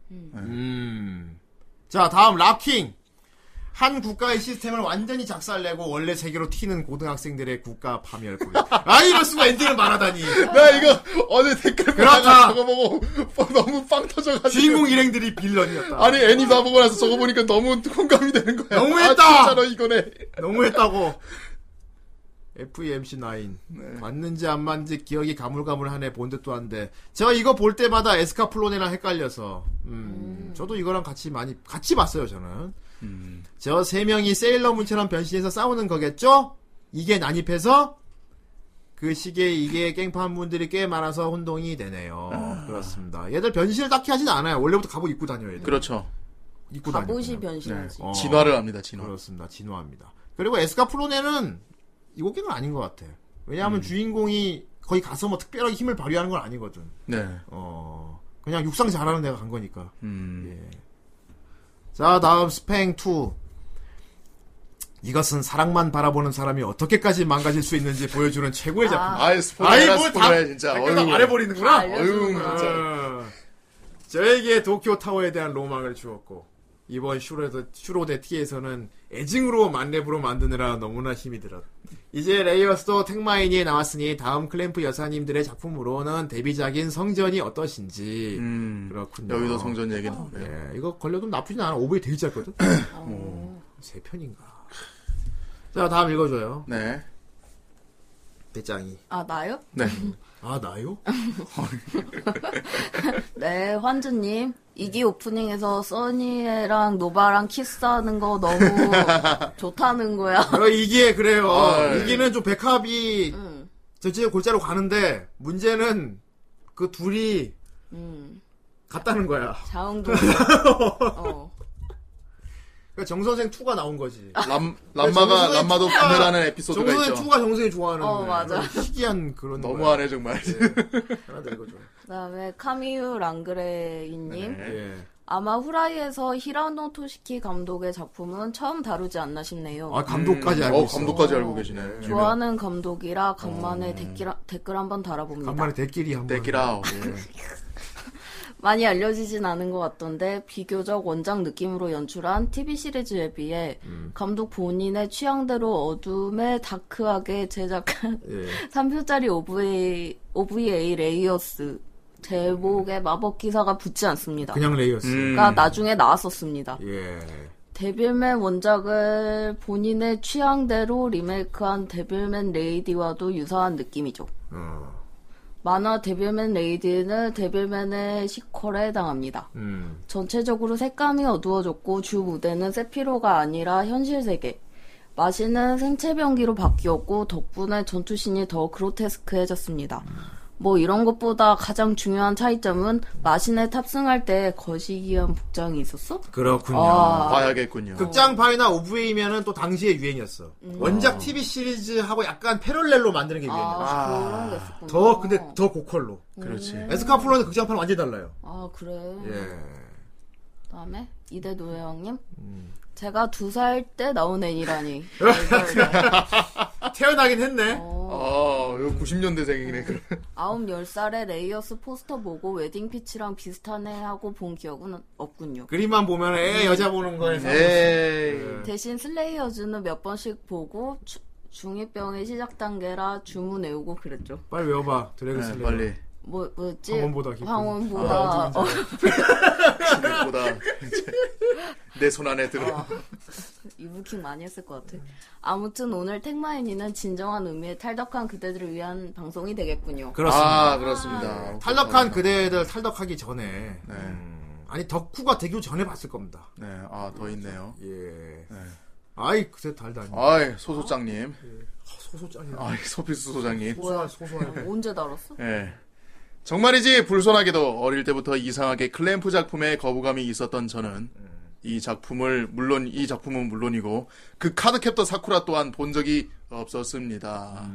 Speaker 9: 음. 자, 다음 랍킹. 한 국가의 시스템을 완전히 작살내고 원래 세계로 튀는 고등학생들의 국가 파멸 고 아, 이럴 수가 엔딩을 말하다니.
Speaker 3: 나 이거 어제 댓글
Speaker 9: 그렇다.
Speaker 3: 보다가 저거 보고 너무 빵 터져가지고.
Speaker 9: 주인공 일행들이 빌런이었다.
Speaker 3: 아니 애니 다 보고 나서 저거 보니까 너무 공감이 되는 거야.
Speaker 9: 너무했다!
Speaker 3: 아, 진짜로 이거네.
Speaker 9: 너무했다고. FEMC9
Speaker 5: 네.
Speaker 9: 맞는지 안 맞는지 기억이 가물가물하네 본 듯도 한데 제가 이거 볼 때마다 에스카플로네랑 헷갈려서 음, 저도 이거랑 같이 많이 같이 봤어요 저는
Speaker 5: 음.
Speaker 9: 저 세 명이 세일러문처럼 변신해서 싸우는 거겠죠? 이게 난입해서 그 시기에 이게 깽판 분들이 꽤 많아서 혼동이 되네요
Speaker 5: 아.
Speaker 9: 그렇습니다 얘들 변신을 딱히 하진 않아요 원래부터 갑옷 입고 다녀요 얘들
Speaker 3: 그렇죠.
Speaker 9: 입고 다니고
Speaker 5: 갑옷이 변신하지.
Speaker 9: 어.
Speaker 3: 진화를 합니다, 진화.
Speaker 9: 그렇습니다. 진화합니다. 그리고 에스카프로네는 이곡갱은 아닌 것 같아. 왜냐하면
Speaker 3: 음.
Speaker 9: 주인공이 거기 가서 뭐 특별하게 힘을 발휘하는 건 아니거든.
Speaker 3: 네.
Speaker 9: 어, 그냥 육상 잘하는 애가 간 거니까.
Speaker 3: 음.
Speaker 9: 예. 자, 다음 스팽 2. 이것은 사랑만 바라보는 사람이 어떻게까지 망가질 수 있는지 보여주는 최고의 작품.
Speaker 3: 아이 스포일러야
Speaker 9: 뭐 다-
Speaker 3: 스포일러야 진짜.
Speaker 9: 댓글 다
Speaker 3: 어휴.
Speaker 5: 아,
Speaker 9: 말해버리는구나.
Speaker 3: 어휴 진짜.
Speaker 9: 아, 저에게 도쿄 타워에 대한 로망을 주었고 이번 슈로데, 슈로데 T에서는 애징으로 만렙으로 만드느라 너무나 힘이 들었. 이제 레이어스도 택마인이 나왔으니 다음 클램프 여사님들의 작품으로는 데뷔작인 성전이 어떠신지
Speaker 3: 음.
Speaker 9: 그렇군요.
Speaker 3: 여기도 성전 얘기 나오네요.
Speaker 9: 예, 이거 걸려도 나쁘진 않아. 오브이 되게 짧거든. 세 편인가. 자 다음 읽어줘요.
Speaker 3: 네.
Speaker 9: 배짱이.
Speaker 5: 아 나요?
Speaker 3: 네.
Speaker 9: 아 나요?
Speaker 5: 네, 환주님. 이기 오프닝에서 써니랑 노바랑 키스하는 거 너무 좋다는 거야.
Speaker 9: 바로 어, 이기에 그래요.
Speaker 3: 아, 예.
Speaker 9: 이기는 좀 백합이
Speaker 5: 음,
Speaker 9: 전체 골자로 가는데 문제는 그 둘이
Speaker 5: 음.
Speaker 9: 같다는 거야.
Speaker 5: 자웅동. 어.
Speaker 9: 그러니까 정선생 2가 나온 거지.
Speaker 3: 람 람마가
Speaker 9: 네, 정선생
Speaker 3: 람마도
Speaker 9: 투가-
Speaker 3: 분열하는 에피소드가
Speaker 9: 정선생
Speaker 3: 있죠.
Speaker 9: 2가 정선이 좋아하는
Speaker 5: 어,
Speaker 9: 거야.
Speaker 5: 맞아.
Speaker 9: 희귀한 그런
Speaker 3: 너무하네 정말.
Speaker 9: 거야. 하나 더 읽어줘.
Speaker 5: 그다음에 카미유 랑그레이님.
Speaker 3: 네.
Speaker 9: 예.
Speaker 5: 아마 후라이에서 히라노 토시키 감독의 작품은 처음 다루지 않나 싶네요.
Speaker 9: 아그 감독까지
Speaker 3: 음,
Speaker 9: 알고
Speaker 3: 어,
Speaker 9: 있어.
Speaker 3: 감독까지 알고 계시네.
Speaker 5: 좋아하는 감독이라 간만에 댓글, 댓글 한번 달아봅니다.
Speaker 9: 음. 간만에 대끼리 한번.
Speaker 3: 데키라오. 예.
Speaker 5: 많이 알려지진 않은 것 같던데 비교적 원작 느낌으로 연출한 TV 시리즈에 비해
Speaker 9: 음.
Speaker 5: 감독 본인의 취향대로 어둠에 다크하게 제작한
Speaker 9: 예.
Speaker 5: 3표짜리 OVA, OVA 레이어스 제목에 마법 기사가 붙지 않습니다.
Speaker 9: 그냥 음. 레이어스.
Speaker 5: 가 나중에 나왔었습니다.
Speaker 3: 음.
Speaker 9: 예.
Speaker 5: 데빌맨 원작을 본인의 취향대로 리메이크한 데빌맨 레이디와도 유사한 느낌이죠.
Speaker 9: 어.
Speaker 5: 만화 데빌맨 레이디는 데빌맨의 시퀄에 해당합니다.
Speaker 9: 음.
Speaker 5: 전체적으로 색감이 어두워졌고 주 무대는 세피로가 아니라 현실 세계. 마시는 생체 변기로 바뀌었고 덕분에 전투신이 더 그로테스크해졌습니다. 뭐 이런 것보다 가장 중요한 차이점은 마신에 탑승할 때 거시기한 복장이 있었어?
Speaker 9: 그렇군요.
Speaker 5: 아,
Speaker 3: 봐야겠군요.
Speaker 9: 극장 파이나 오브웨이면은 또 당시에 유행이었어.
Speaker 5: 음.
Speaker 9: 원작 TV 시리즈하고 약간 패럴렐로 만드는 게 유행이야.
Speaker 5: 아, 그런 게 있었구나.
Speaker 9: 더
Speaker 3: 음.
Speaker 9: 근데 더 고퀄로.
Speaker 3: 그렇지.
Speaker 9: 에스카플로는 극장판 완전 히 달라요.
Speaker 5: 아 그래.
Speaker 3: 음.
Speaker 9: 예.
Speaker 5: 그다음에 이대 노예왕님. 제가 두 살 때 나온 애니라니. 아,
Speaker 9: 태어나긴 했네.
Speaker 3: 아, 이거 90년대생이네. 그럼.
Speaker 5: 아홉 열 살에 레이어스 포스터 보고 웨딩 피치랑 비슷하네 하고 본 기억은 없군요.
Speaker 9: 그림만 보면 애 여자 보는 거에서
Speaker 3: 예. 에이.
Speaker 5: 대신 슬레이어즈는 몇 번씩 보고 추- 중이병의 시작 단계라 주문 외우고 그랬죠.
Speaker 9: 빨리 외워봐. 드래그
Speaker 3: 네,
Speaker 9: 슬레이.
Speaker 3: 빨리.
Speaker 5: 뭐 뭐였지?
Speaker 9: 황혼보다 아, 깊은.
Speaker 5: 황혼보다 어,
Speaker 3: 보다 내 손 안에 들어.
Speaker 9: 아,
Speaker 5: 이부킹 많이 했을 것 같아. 아무튼 오늘 택마인이는 진정한 의미의 탈덕한 그대들을 위한 방송이 되겠군요.
Speaker 9: 그렇습니다. 네.
Speaker 3: 아, 그렇습니다.
Speaker 9: 탈덕한 그대들 탈덕하기 전에.
Speaker 3: 네.
Speaker 9: 음, 아니 덕후가 되기 전에 봤을 겁니다.
Speaker 3: 네, 아, 더 있네요.
Speaker 9: 예. 아이 그새 달다니.
Speaker 3: 아이, 소소장님.
Speaker 9: 소소짜리.
Speaker 3: 아이, 소필수 소장님.
Speaker 9: 소소한 소소한.
Speaker 5: 언제 다뤘어?
Speaker 3: 예. 정말이지 불손하게도 어릴 때부터 이상하게 클램프 작품에 거부감이 있었던 저는 이 작품을 물론 이 작품은 물론이고 그 카드캡터 사쿠라 또한 본 적이 없었습니다.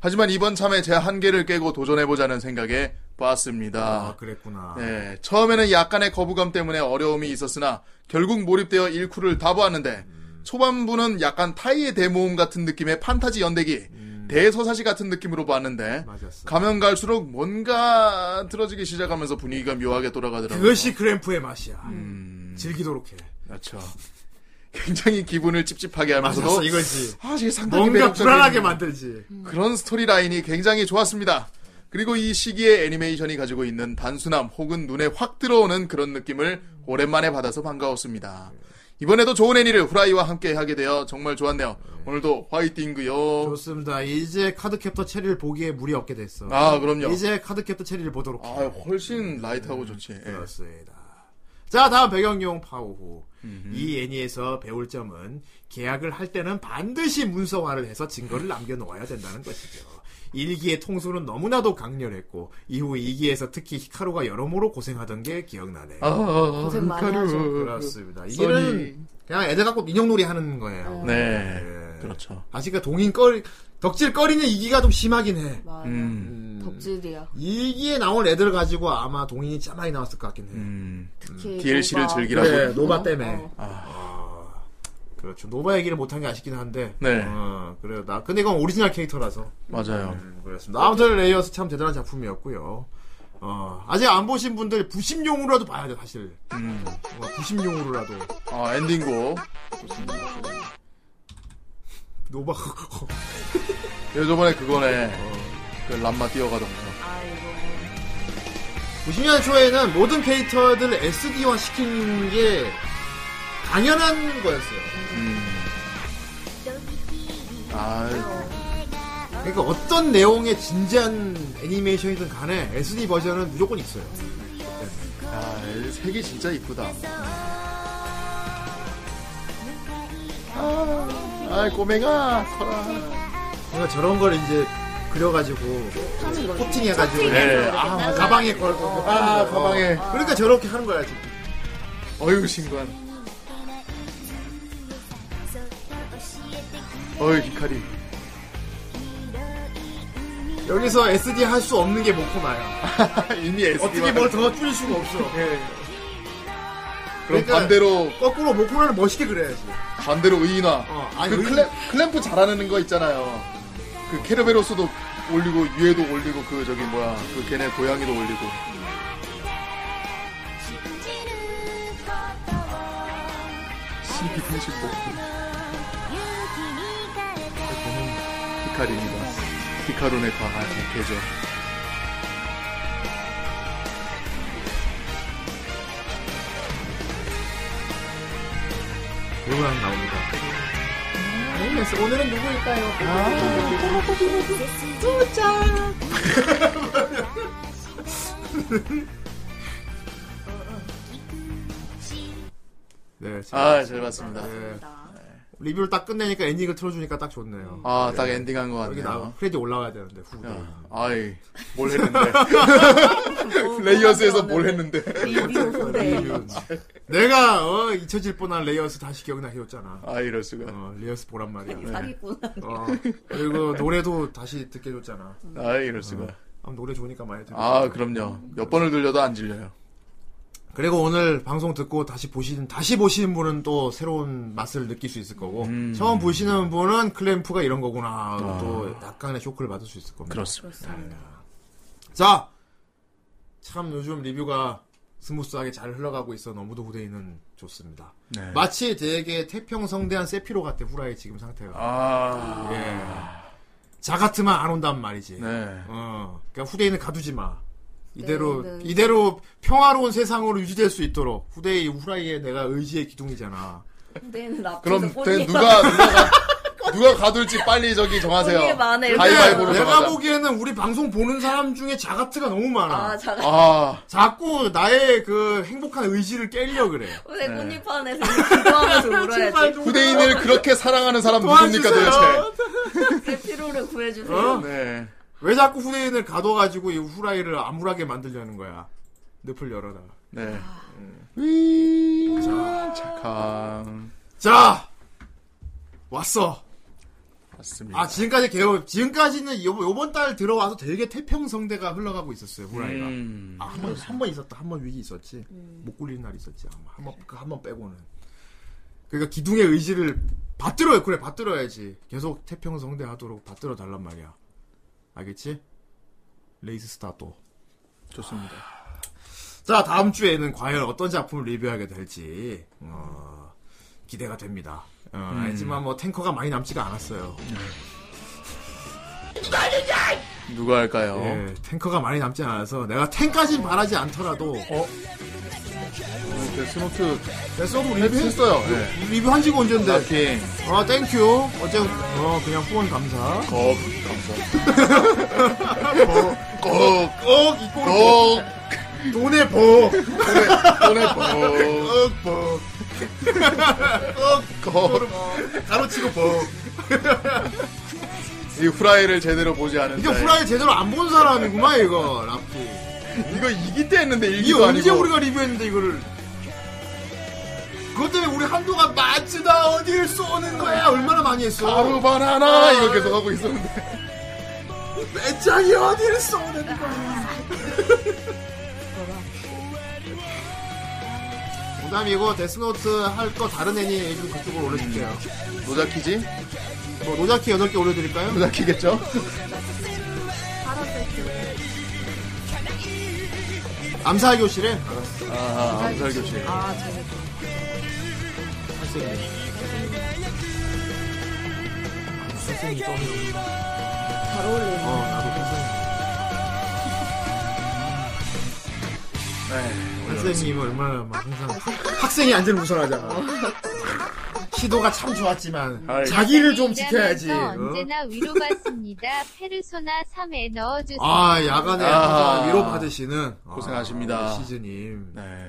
Speaker 3: 하지만 이번 참에 제 한계를 깨고 도전해보자는 생각에
Speaker 9: 아
Speaker 3: 봤습니다.
Speaker 9: 그랬구나.
Speaker 3: 네, 처음에는 약간의 거부감 때문에 어려움이 있었으나 결국 몰입되어 일쿠를 다 보았는데 초반부는 약간 타이의 대모음 같은 느낌의 판타지 연대기 대서사시 같은 느낌으로 봤는데
Speaker 9: 음. 맞았어.
Speaker 3: 가면 갈수록 뭔가 틀어지기 시작하면서 분위기가 묘하게 돌아가더라고요.
Speaker 9: 그것이 그램프의 맛이야.
Speaker 3: 음.
Speaker 9: 즐기도록 해.
Speaker 3: 그렇죠. 굉장히 기분을 찝찝하게
Speaker 9: 맞았어
Speaker 3: 하면서도
Speaker 9: 이거지.
Speaker 3: 아, 이게 상당히
Speaker 9: 뭔가
Speaker 3: 매력적인
Speaker 9: 불안하게 만들지.
Speaker 3: 그런 스토리 라인이 굉장히 좋았습니다. 그리고 이 시기에 애니메이션이 가지고 있는 단순함 혹은 눈에 확 들어오는 그런 느낌을 오랜만에 받아서 반가웠습니다. 이번에도 좋은 애니를 후라이와 함께 하게 되어 정말 좋았네요. 오늘도 화이팅그요.
Speaker 9: 좋습니다. 이제 카드캡터 체리를 보기에 무리 없게 됐어.
Speaker 3: 아, 그럼요.
Speaker 9: 이제 카드캡터 체리를 보도록.
Speaker 3: 아, 훨씬 라이트하고 좋지. 예.
Speaker 9: 그렇습니다. 자, 다음 배경용 파우후. 이 애니에서 배울 점은 계약을 할 때는 반드시 문서화를 해서 증거를 남겨놓아야 된다는 것이죠. 일기의 통수는 너무나도 강렬했고 이후 이기에서 특히 히카루가 여러모로 고생하던 게 기억나네요.
Speaker 3: 아,
Speaker 5: 고생 많이 히카루. 하죠.
Speaker 9: 그렇습니다. 이기는 그냥 애들 갖고 인형놀이 하는 거예요.
Speaker 3: 네.
Speaker 9: 예.
Speaker 3: 그렇죠.
Speaker 9: 아직 그 동인 꺼리 덕질 꺼리는 이기가 좀 심하긴 해.
Speaker 5: 맞아.
Speaker 3: 음.
Speaker 5: 덕질이야.
Speaker 9: 이기에 나온 애들 가지고 아마 동인이 참 많이 나왔을 것 같긴 해.
Speaker 3: 음.
Speaker 5: 특히
Speaker 3: DLC를
Speaker 5: 노바.
Speaker 3: 즐기라고.
Speaker 9: 네, 노바 때문에.
Speaker 5: 어.
Speaker 9: 그렇죠. 노바 얘기를 못한 게 아쉽긴 한데.
Speaker 3: 네.
Speaker 9: 어, 그래요. 나 근데 이건 오리지널 캐릭터라서.
Speaker 3: 맞아요.
Speaker 9: 음, 그렇습니다. 아무튼
Speaker 3: 네.
Speaker 9: 레이어스 참 대단한 작품이었고요. 어, 아직 안 보신 분들 부심용으로라도 봐야 돼 사실.
Speaker 3: 음.
Speaker 9: 어, 부심용으로라도.
Speaker 3: 아, 엔딩곡.
Speaker 9: 노바.
Speaker 3: 예, 저번에 그거네. 그 람마 뛰어가던 거.
Speaker 5: 아이고.
Speaker 9: 90년 초에는 모든 캐릭터들을 SD화 시키는 게 당연한 거였어요.
Speaker 3: 아,
Speaker 9: 그러니까 어떤 내용의 진지한 애니메이션이든 간에 SD 버전은 무조건 있어요.
Speaker 3: 아, 색이 진짜 이쁘다. 아, 아이, 꼬맹아, 커라.
Speaker 9: 그러니까 저런 걸 이제 그려가지고 코팅해가지고
Speaker 3: 네, 아,
Speaker 9: 아,
Speaker 3: 맞아.
Speaker 9: 가방에 걸고
Speaker 3: 아, 가방에.
Speaker 9: 그러니까 저렇게 하는 거야 지금.
Speaker 3: 어휴, 신관. 어휴, 히카리.
Speaker 9: 여기서 SD 할 수 없는 게 모코마야.
Speaker 3: 이미 SD.
Speaker 9: 어떻게 뭘 더 뿌릴 수가 없어. 네.
Speaker 3: 그럼
Speaker 9: 그러니까-
Speaker 3: 반대로,
Speaker 9: 거꾸로 모코마를 멋있게 그려야지.
Speaker 3: 반대로 의인화.
Speaker 9: 어, 아니,
Speaker 3: 그
Speaker 9: 의인-
Speaker 3: 클램, 클램프 잘하는 거 있잖아요. 그 케르베로스도 올리고, 유에도 올리고, 그 저기 뭐야. 그 걔네 고양이도 올리고.
Speaker 9: 아,
Speaker 3: 시비분식 먹고.
Speaker 9: 네.
Speaker 3: 저는 히카리입니다. 히카룬의 강아지 계절.
Speaker 9: 누구랑 나옵니다. 아니면서 아, 오늘은 누구일까요?
Speaker 3: 네,
Speaker 9: 네, 잘
Speaker 3: 아, 잘 봤습니다.
Speaker 9: 네. 리뷰를 딱 끝내니까 엔딩을 틀어주니까 딱 좋네요.
Speaker 3: 아, 딱 엔딩한 것
Speaker 9: 여기 나
Speaker 3: 같네요.
Speaker 9: 크레딧 올라와야 네. 되는데 후대.
Speaker 3: 야, 아이, 뭘 했는데. 레이어스에서 뭘 했는데.
Speaker 9: 네. 리뷰. 내가 어, 잊혀질 뻔한 레이어스 다시 기억나해줬잖아.
Speaker 3: 아, 이럴수가.
Speaker 9: 어, 레이어스 보란 말이야.
Speaker 3: 아,
Speaker 5: 사기꾼.
Speaker 3: 네.
Speaker 9: 어, 그리고 노래도 다시 듣게 해줬잖아.
Speaker 3: 아, 이럴수가.
Speaker 9: 아, 노래 좋으니까 많이 듣고.
Speaker 3: 아, 그럼요. 몇 번을 들려도 안 질려요.
Speaker 9: 그리고 오늘 방송 듣고 다시 보시는 다시 보시는 분은 또 새로운 맛을 느낄 수 있을 거고
Speaker 3: 음. 아.
Speaker 9: 처음 보시는 분은 클램프가 이런 거구나 또 약간의 쇼크를 받을 수 있을 겁니다.
Speaker 3: 그렇습니다.
Speaker 9: 자, 참 요즘 리뷰가 스무스하게 잘 흘러가고 있어 너무도 후대인은 좋습니다.
Speaker 3: 네.
Speaker 9: 마치 되게 태평성대한 세피로 같아 후라이 지금 상태가.
Speaker 3: 아,
Speaker 9: 자 같으면 안 온단 말이지.
Speaker 3: 네.
Speaker 9: 어, 그러니까 후대인은 가두지 마. 이대로
Speaker 5: 네, 네.
Speaker 9: 이대로 평화로운 세상으로 유지될 수 있도록 후대의 후라이에 내가 의지의 기둥이잖아.
Speaker 5: 내는 앞에서
Speaker 3: 그럼
Speaker 5: 꽃이
Speaker 3: 대- 누가 누가 가, 누가 가둘지 빨리 저기 정하세요.
Speaker 5: 본인의 만에
Speaker 3: 가위바위보로
Speaker 9: 내가
Speaker 3: 정하자.
Speaker 9: 보기에는 우리 방송 보는 사람 중에 자가트가 너무 많아.
Speaker 5: 아, 잠깐.
Speaker 3: 아,
Speaker 9: 자꾸 나의 그 행복한 의지를 깨려 그래.
Speaker 5: 왜 꽃잎판에서 기도하면서 울어야지.
Speaker 3: 후대인을 그렇게 사랑하는 사람 누굽니까
Speaker 9: 도와주세요.
Speaker 3: 도대체?
Speaker 5: 내 피로를 구해주세요.
Speaker 9: 어?
Speaker 3: 네.
Speaker 9: 왜 자꾸 후대인을 가둬가지고 이 후라이를 암울하게 만들려는 거야? 늪을 열어라.
Speaker 3: 네. 위. 자, 착함.
Speaker 9: 자 왔어.
Speaker 3: 맞습니다.
Speaker 9: 아 지금까지 개요 지금까지는 요, 요번 달 들어와서 되게 태평성대가 흘러가고 있었어요 후라이가.
Speaker 3: 음.
Speaker 9: 아, 한 번, 한 번 있었다. 한 번 위기 있었지. 못 굴리는 날 있었지. 아마 한 번, 그 한 번 빼고는. 그러니까 기둥의 의지를 받들어요. 그래, 받들어야지. 계속 태평성대 하도록 받들어 달란 말이야. 알겠지? 레이스 스타도.
Speaker 3: 좋습니다.
Speaker 9: 자, 다음 주에는 과연 어떤 작품을 리뷰하게 될지, 어, 기대가 됩니다. 어,
Speaker 3: 음.
Speaker 9: 알지만 뭐 탱커가 많이 남지가 않았어요.
Speaker 3: 누가 할까요? 어,
Speaker 9: 예, 탱커가 많이 남지 않아서 내가 탱까진 바라지 않더라도
Speaker 3: 데스노트
Speaker 9: 데스노트
Speaker 3: 리뷰 했어요. 네.
Speaker 9: 리뷰 한지가 언제인데?
Speaker 3: 나킹.
Speaker 9: 아 땡큐 어쨌든 어 그냥 후원 감사
Speaker 3: 겁
Speaker 9: 감사 꼭꼭
Speaker 3: 꼭.
Speaker 9: 이꼭 어, 돈에 복
Speaker 3: 돈에 복.
Speaker 9: 복 꼭, 꼭. 가로치고 복
Speaker 3: 이 후라이를 제대로 보지 않은
Speaker 9: 이게 후라이 제대로 안 본 사람이구만 이거 랍기
Speaker 3: 이거 이기 때 했는데
Speaker 9: 이거
Speaker 3: 일기도 아니고
Speaker 9: 언제 우리가 리뷰했는데 이거를 그것 때문에 우리 한동안 마츠다 어딜 쏘는 거야 얼마나 많이 했어
Speaker 3: 가루 바나나 이거 계속 하고 있었는데
Speaker 9: 배짱이 어딜 쏘는 거야 농담이고 데스노트 할 거 다른 애니 좀 그쪽으로 올려줄게요
Speaker 3: 노자키지?
Speaker 9: 뭐 노자키 8개 올려드릴까요?
Speaker 3: 노자키겠죠?
Speaker 9: 암살 교실에
Speaker 3: 아, 암살 교실.
Speaker 12: 아, 저거.
Speaker 9: 선생님 좀
Speaker 12: 잘 어울리네.
Speaker 9: 어, 나도 선생님 얼마나 막 항상 학생이 앉은 우선하잖아 시도가 참 좋았지만 자기를 좀 지켜야지 어?
Speaker 13: 아, 언제나 위로받습니다. 페르소나 3에 넣어주세요.
Speaker 9: 아 야간에
Speaker 3: 아.
Speaker 9: 항상 위로 받으시는 어,
Speaker 3: 고생하십니다.
Speaker 9: 시즈님
Speaker 3: 네.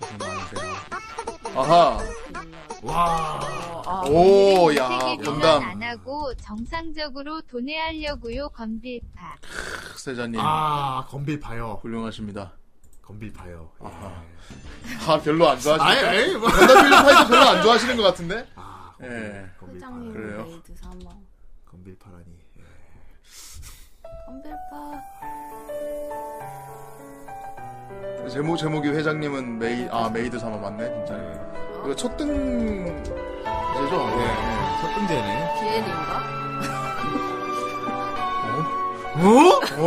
Speaker 3: 고생 많으세요. 아하.
Speaker 5: 어? 아,
Speaker 9: 와.
Speaker 3: 어,
Speaker 13: 음,
Speaker 3: 오, 야,
Speaker 13: 건담
Speaker 3: 건담.
Speaker 13: 안 하고 정상적으로 돈해하려고요 건빌파.
Speaker 3: 박세자님.
Speaker 9: 아, 건빌파요.
Speaker 3: 훌륭하십니다.
Speaker 9: 건빌파요.
Speaker 3: 아, 아, 별로 안 좋아하시는
Speaker 9: 아이, 아이, 뭐.
Speaker 3: 건담빌파이도 별로 안 좋아하시는 것 같은데?
Speaker 9: 아,
Speaker 3: 예.
Speaker 5: 회장님
Speaker 3: 그래요.
Speaker 5: 레이드 삼아.
Speaker 9: 건빌파라니
Speaker 5: 건빌파.
Speaker 3: 제목 제목이 회장님은 메이 아 메이드 삼아 맞네 진짜. 이거 첫등제죠? 네.
Speaker 9: 첫 등제네.
Speaker 5: 기엘인가?
Speaker 3: 어? 어?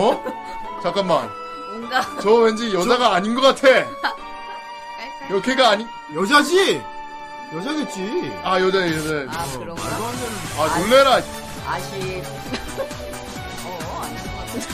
Speaker 3: 잠깐만.
Speaker 5: 뭔가.
Speaker 3: 저 왠지 여자가 아닌 것 같아. 여 걔가 아니
Speaker 9: 여자지. 여자겠지.
Speaker 3: 아 여자 여자.
Speaker 5: 아, 그런가?
Speaker 3: 아 놀래라.
Speaker 5: 아쉽. 어, 아닌 것 같은데.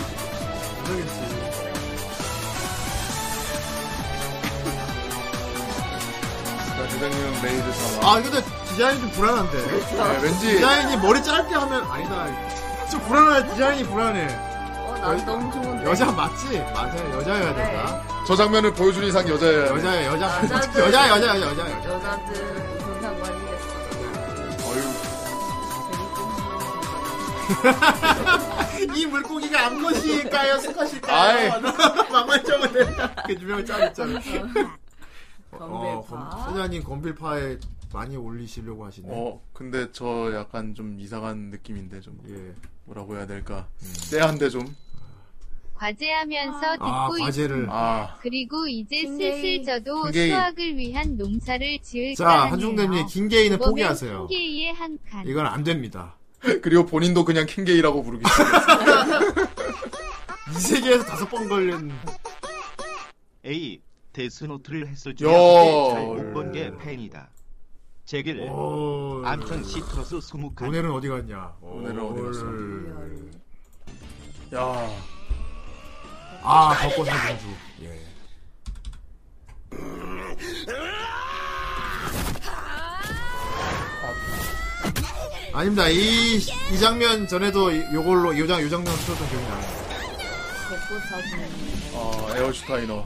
Speaker 3: 나 회장님은 메이드 삼아.
Speaker 9: 아 근데 디자인이 좀 불안한데.
Speaker 3: 네, 왠지-
Speaker 9: 디자인이 머리 짧게 하면 아니다. 좀 불안해. 디자인이 불안해.
Speaker 5: 어, 난 너무 좋은데.
Speaker 9: 여자 맞지? 맞아요. 여자여야 된다.
Speaker 3: 저 장면을 보여준 이상 여자예요.
Speaker 9: 여자야 여자
Speaker 5: 네. 남자들.
Speaker 9: 여자 여자 여자 여자. 여자.
Speaker 5: 여자들 무슨 상관이 됐어.
Speaker 9: 이 물고기가 암컷일까요?
Speaker 3: 아이.
Speaker 9: 수컷일까요? 망말정은 된다. 그 유명한 짤 있잖아. 어,
Speaker 5: 건빌파.
Speaker 9: 검- 소장님 건빌파에 많이 올리시려고 하시네.
Speaker 3: 어 근데 저 약간 좀 이상한 느낌인데 좀
Speaker 9: 예.
Speaker 3: 뭐라고 해야 될까 쎄한데 좀.
Speaker 13: 과제하면서 듣고
Speaker 3: 아 과제를. 아
Speaker 13: 그리고 이제
Speaker 5: 킹게이.
Speaker 13: 슬슬 저도
Speaker 3: 킹게이.
Speaker 13: 수학을 위한 농사를 지을까
Speaker 9: 자, 한중대님, 긴게이는
Speaker 13: 몸엔
Speaker 9: 포기하세요.
Speaker 13: 킹게이의 한 칸.
Speaker 9: 이건 안 됩니다.
Speaker 3: 그리고 본인도 그냥 킹게이라고 부르기 시작.
Speaker 9: 이 세계에서 다섯 번 걸린.
Speaker 11: A. 데스노트를 했을
Speaker 3: 야.
Speaker 11: 줄잘못본게 팬이다. 제길
Speaker 9: 어. 오.
Speaker 11: 암튼 시트러스 20칸
Speaker 9: 오늘은 어디 갔냐?
Speaker 3: 오늘은 어디 갔어? 야.
Speaker 9: 아, 벚꽃 사진주. 예. 아닙니다. 이, 이 장면 전에도 이- 요걸로, 요 장, 요 장면 틀었던 기억이 나요.
Speaker 5: 벚꽃 사진.
Speaker 3: 어, 에어슈타이너.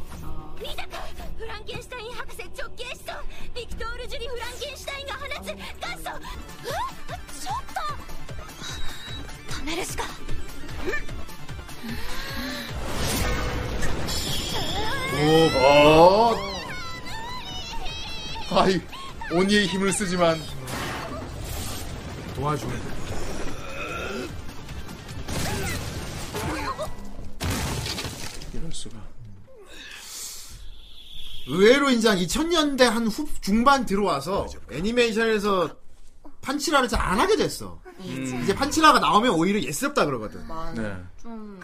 Speaker 1: 見たかフランケンシュタイン博士直径子孫ビクトール・ジュリ・フランケンシュタインが放つ元祖えちょっと止めるしか
Speaker 3: 오 아. 아이, 온이의 힘을 쓰지만.
Speaker 9: 도와주는.
Speaker 3: 이럴 수가.
Speaker 9: 의외로 이제 한 2000년대 한 후, 중반 들어와서 애니메이션에서 판치라를 잘 안 하게 됐어.
Speaker 3: 음.
Speaker 9: 이제 판치라가 나오면 오히려 예스럽다 그러거든.
Speaker 3: 네.
Speaker 5: 좀.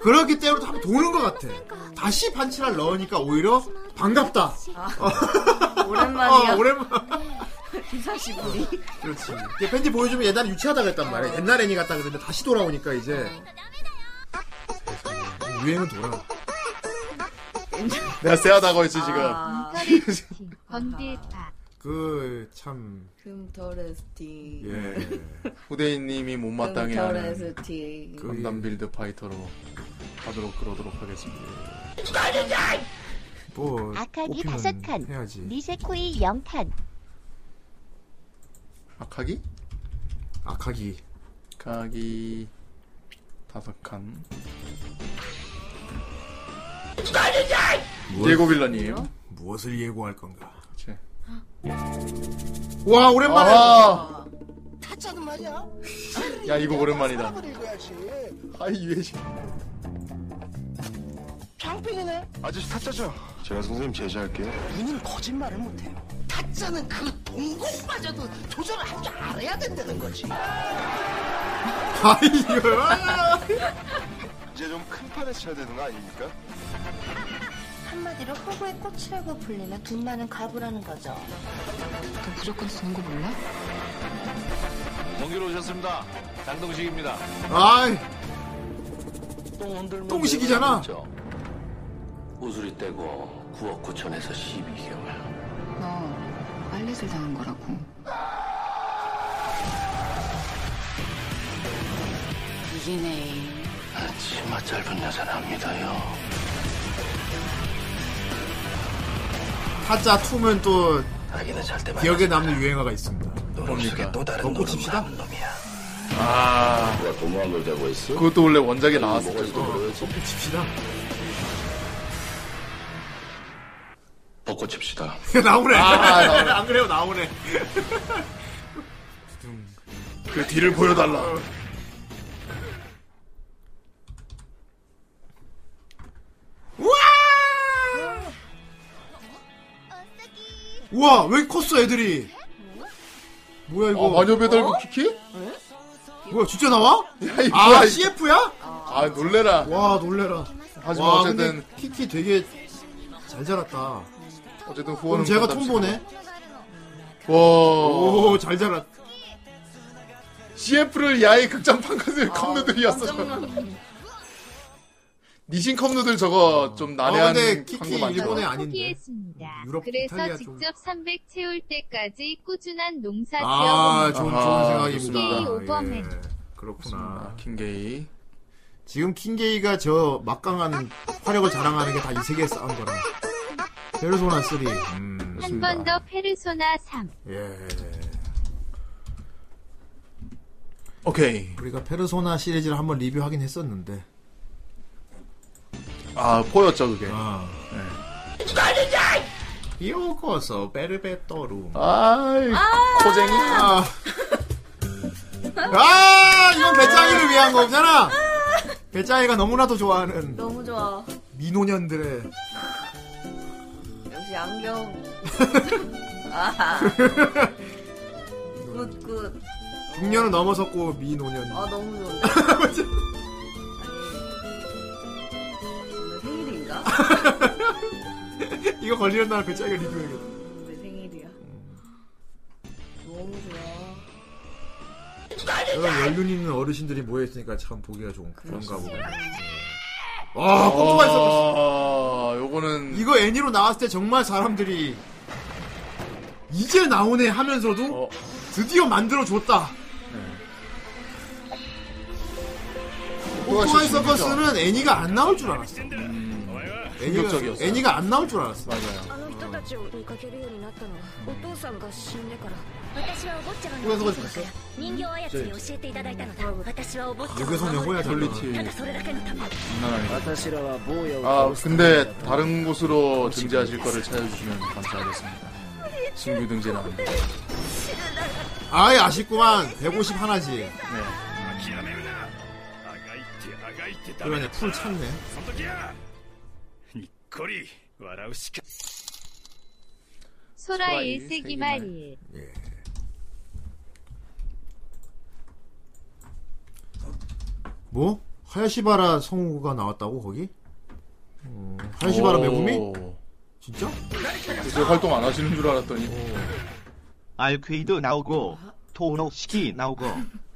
Speaker 9: 그렇기 때문에 한번 도는 것 같아.
Speaker 5: 그러니까.
Speaker 9: 다시 판치라를 넣으니까 오히려 반갑다.
Speaker 5: 아, 오랜만이야.
Speaker 9: 어, 오랜만.
Speaker 5: 기사시부리.
Speaker 9: 그렇지. 이게 팬티 보여주면 옛날에 유치하다고 했단
Speaker 5: 아.
Speaker 9: 말이야. 옛날 애니 같다 그랬는데 다시
Speaker 5: 아.
Speaker 9: 그 돌아오니까 이제. 유행은 돌아.
Speaker 3: 내가 쎄하다고 했지 지금.
Speaker 5: 아.
Speaker 13: 인터레스팅 건들파
Speaker 9: 그 참.
Speaker 5: 금터레스팅.
Speaker 9: 예.
Speaker 3: 후대인님이 못마땅해
Speaker 5: 그
Speaker 3: 하는
Speaker 5: 금터레스팅.
Speaker 3: 건담 빌드 파이터로 하도록 그러도록 하겠습니다.
Speaker 9: 뭐
Speaker 2: 아카기
Speaker 9: 뽑히면
Speaker 2: 다섯 칸,
Speaker 9: 해야지.
Speaker 2: 니세코이 영 칸.
Speaker 3: 아카기?
Speaker 9: 아카기.
Speaker 3: 아카기 다섯 칸. 예고 빌런님.
Speaker 9: 무엇을 예고할 건가?
Speaker 3: 그치.
Speaker 9: 와 오랜만에.
Speaker 3: 아,
Speaker 6: 타짜는 말이야.
Speaker 3: 야 이거 오랜만이다.
Speaker 6: 사람을 읽어야지.
Speaker 3: 하이 유해지.
Speaker 6: 장빙이네.
Speaker 11: 아저씨 타짜죠? 제가 선생님 제시할게요.
Speaker 6: 눈은 거짓말을 못해요. 타짜는 그 동공마저도 조절을 할 줄 알아야 된다는 거지.
Speaker 14: 아,
Speaker 11: 이제 좀 큰 판에 쳐야 되는 거 아닙니까?
Speaker 4: 한마디로 호구의 꽃이라고 불리며 둔마는 가부라는 거죠.
Speaker 12: 너 무조건 쓰는 거 몰라?
Speaker 11: 정기로 오셨습니다. 장동식입니다.
Speaker 9: 아이.
Speaker 11: 똥식이잖아.
Speaker 15: 우수리 떼고 9억 9천에서 12개월.
Speaker 12: 너 빨래질 당한 거라고. 이기네.
Speaker 15: 치마 짧은 여자는 압니다요.
Speaker 9: 타짜 투면 또
Speaker 15: 아기는 잘 때만
Speaker 9: 기억에 남는 유행어가 있습니다.
Speaker 15: 뭡니까? 또 다른
Speaker 9: 먹고 칩시다.
Speaker 3: 아.
Speaker 15: 누가 도모한 걸 자고 있어? 뭐
Speaker 3: 그것도 원래 원작에 나왔었죠.
Speaker 9: 먹고 칩시다.
Speaker 15: 벗고 칩시다.
Speaker 9: 나오네.
Speaker 3: 아, 나오네.
Speaker 9: 안 그래요 나오네.
Speaker 3: 그 뒤를 보여달라.
Speaker 9: 우와 왜 컸어 애들이? 뭐야 이거?
Speaker 3: 아, 마녀 배달부 키키?
Speaker 9: 뭐야 진짜 나와?
Speaker 3: 이거
Speaker 9: 아
Speaker 3: 아이-
Speaker 9: CF야?
Speaker 3: 아 놀래라.
Speaker 9: 와 놀래라.
Speaker 3: 하지만
Speaker 9: 와,
Speaker 3: 어쨌든-
Speaker 9: 근데 키키 되게 잘 자랐다.
Speaker 3: 어쨌든 후원은
Speaker 9: 그럼 제가
Speaker 3: 건담
Speaker 9: 톰보네.
Speaker 3: 와. 오,
Speaker 9: 잘 자라.
Speaker 3: CF를 야의 극장판 컨셉
Speaker 9: 아,
Speaker 3: 컵누들이었어. 저거. 니신 컵누들 저거
Speaker 9: 어,
Speaker 3: 좀
Speaker 9: 아,
Speaker 3: 난해한 광고 많죠.
Speaker 13: 포기했습니다.
Speaker 9: 유럽,
Speaker 13: 그래서
Speaker 9: 이탈리아 쪽.
Speaker 13: 직접 300 채울 때까지 꾸준한 농사
Speaker 9: 아,
Speaker 13: 지어봅니다.
Speaker 9: 좋은,
Speaker 3: 아하,
Speaker 9: 좋은
Speaker 13: 킹게이
Speaker 9: 생각입니다. 예,
Speaker 13: 오버맨.
Speaker 9: 그렇구나.
Speaker 3: 킹게이.
Speaker 9: 지금 킹게이가 저 막강한 화력을 자랑하는 게 다 이 세계에 싸운 거라. 페르소나 3. 음,
Speaker 13: 한 번
Speaker 9: 좋습니다.
Speaker 13: 더 페르소나 3.
Speaker 9: 예.
Speaker 3: 오케이.
Speaker 9: 우리가 페르소나 시리즈를 한번 리뷰하긴 했었는데.
Speaker 3: 아 포였죠 그게.
Speaker 9: 이오코서 베르베토루.
Speaker 3: 아이 코쟁이.
Speaker 9: 아. 아, 이건 배짱이를 위한 거잖아. 배짱이가 너무나도 좋아하는
Speaker 5: 너무 좋아.
Speaker 9: 미노년들의
Speaker 5: 역시 안경. 아하. 굿, 굿.
Speaker 9: 중년을 넘어섰고 미노년.
Speaker 5: 아, 너무 좋은데. 아니, 오늘 생일인가?
Speaker 9: 이거 걸리는 날 배짱이가 리뷰해야겠다.
Speaker 5: 내 생일이야. 너무 좋아.
Speaker 9: 여러분 연륜 있는 어르신들이 모여 있으니까 참 보기가 좀 그런가 보다.
Speaker 3: 아,
Speaker 9: 아, 꼼꼼하게 써봤어.
Speaker 3: 아, 요거는
Speaker 9: 이거 애니로 나왔을 때 정말 사람들이 이제 나오네 하면서도 드디어 만들어 줬다. 오토바이 서커스는 애니가 안 나올 줄 알았어.
Speaker 3: 음. 충격적이었어요.
Speaker 9: 애니가 안 나올 줄 알았어.
Speaker 3: 맞아요.
Speaker 4: あの人たちを追いかけるようになったのはお父さんが死んでから
Speaker 1: 私はお坊ちゃま
Speaker 9: 上
Speaker 1: の
Speaker 9: そ
Speaker 1: お
Speaker 9: こ
Speaker 1: 父
Speaker 9: です
Speaker 1: 様から人形操りを教えていただいたのだ私はお坊ちゃまの
Speaker 9: 유괴소녀 호야
Speaker 3: 퀄리티
Speaker 1: ただそれだけのため
Speaker 3: 장난 아니다. 아 근데 다른 곳으로 등재하실 거를 찾아주시면 감사하겠습니다. 신규 등재 나옵니다.
Speaker 9: 어. 아이 아쉽구만. 150 하나지.
Speaker 3: 네.
Speaker 9: 그러네 풀 찾네.
Speaker 16: その時やにっこり笑うしか
Speaker 13: 소라
Speaker 16: 소라
Speaker 13: 1세기
Speaker 16: 일세기
Speaker 13: 말
Speaker 16: 말.
Speaker 13: 1.
Speaker 9: 뭐? 하야시바라 성우가 나왔다고 거기? 음, 하야시바라
Speaker 3: 오.
Speaker 9: 메구미? 진짜?
Speaker 3: 그래서 활동 안 하시는 줄 알았더니.
Speaker 11: 알퀘이드 나오고 토노시키 나오고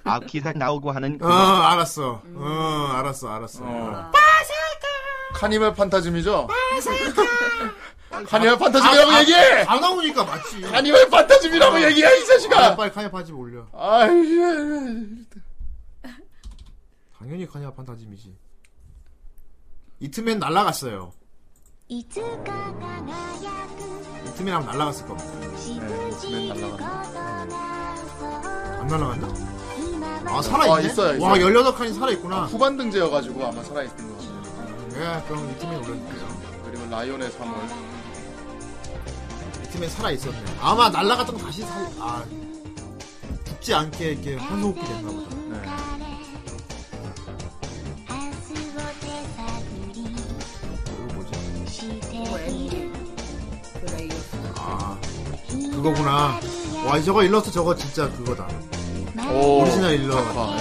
Speaker 11: 아키사 나오고 하는
Speaker 9: 어 알았어. 어 알았어 알았어.
Speaker 11: 어.
Speaker 9: 바사카.
Speaker 3: 카니발 판타즘이죠?
Speaker 9: 아,
Speaker 3: 카니발 판타즘이라고
Speaker 9: 아, 아,
Speaker 3: 얘기해!
Speaker 9: 안 나오니까 맞지.
Speaker 3: 카니발 판타즘이라고 얘기해, 이 자식아!
Speaker 9: 아, 빨리 카니발 판타즘 올려.
Speaker 3: 아이씨.
Speaker 9: 당연히 카니발 판타즘이지. 이트맨 날라갔어요.
Speaker 1: いつか輝
Speaker 2: 그
Speaker 1: く
Speaker 9: 이트맨 하면 날라갔을 겁니다.
Speaker 1: 信じることが
Speaker 9: 안 날라갔나?
Speaker 1: 今は
Speaker 9: 아 살아있네.
Speaker 3: 아, 있어요,
Speaker 9: 와
Speaker 3: 있어요.
Speaker 9: 18칸이 살아있구나.
Speaker 3: 후반 등재여가지고 아마 살아있는 것 같아요.
Speaker 9: 예, 그럼 이트맨 올렸네요.
Speaker 3: 그리고 라이온의 3월.
Speaker 9: 이트맨 살아있었네. 아마 날라갔던 거 다시 살. 아 죽지 않게 이렇게 환호흡기 됐나 보다. 이거 뭐지?
Speaker 1: している
Speaker 9: 아 그거구나. 와 저거 일러스트 저거 진짜 그거다.
Speaker 3: 오.
Speaker 9: 오리지널 일러.
Speaker 3: 작화, 예.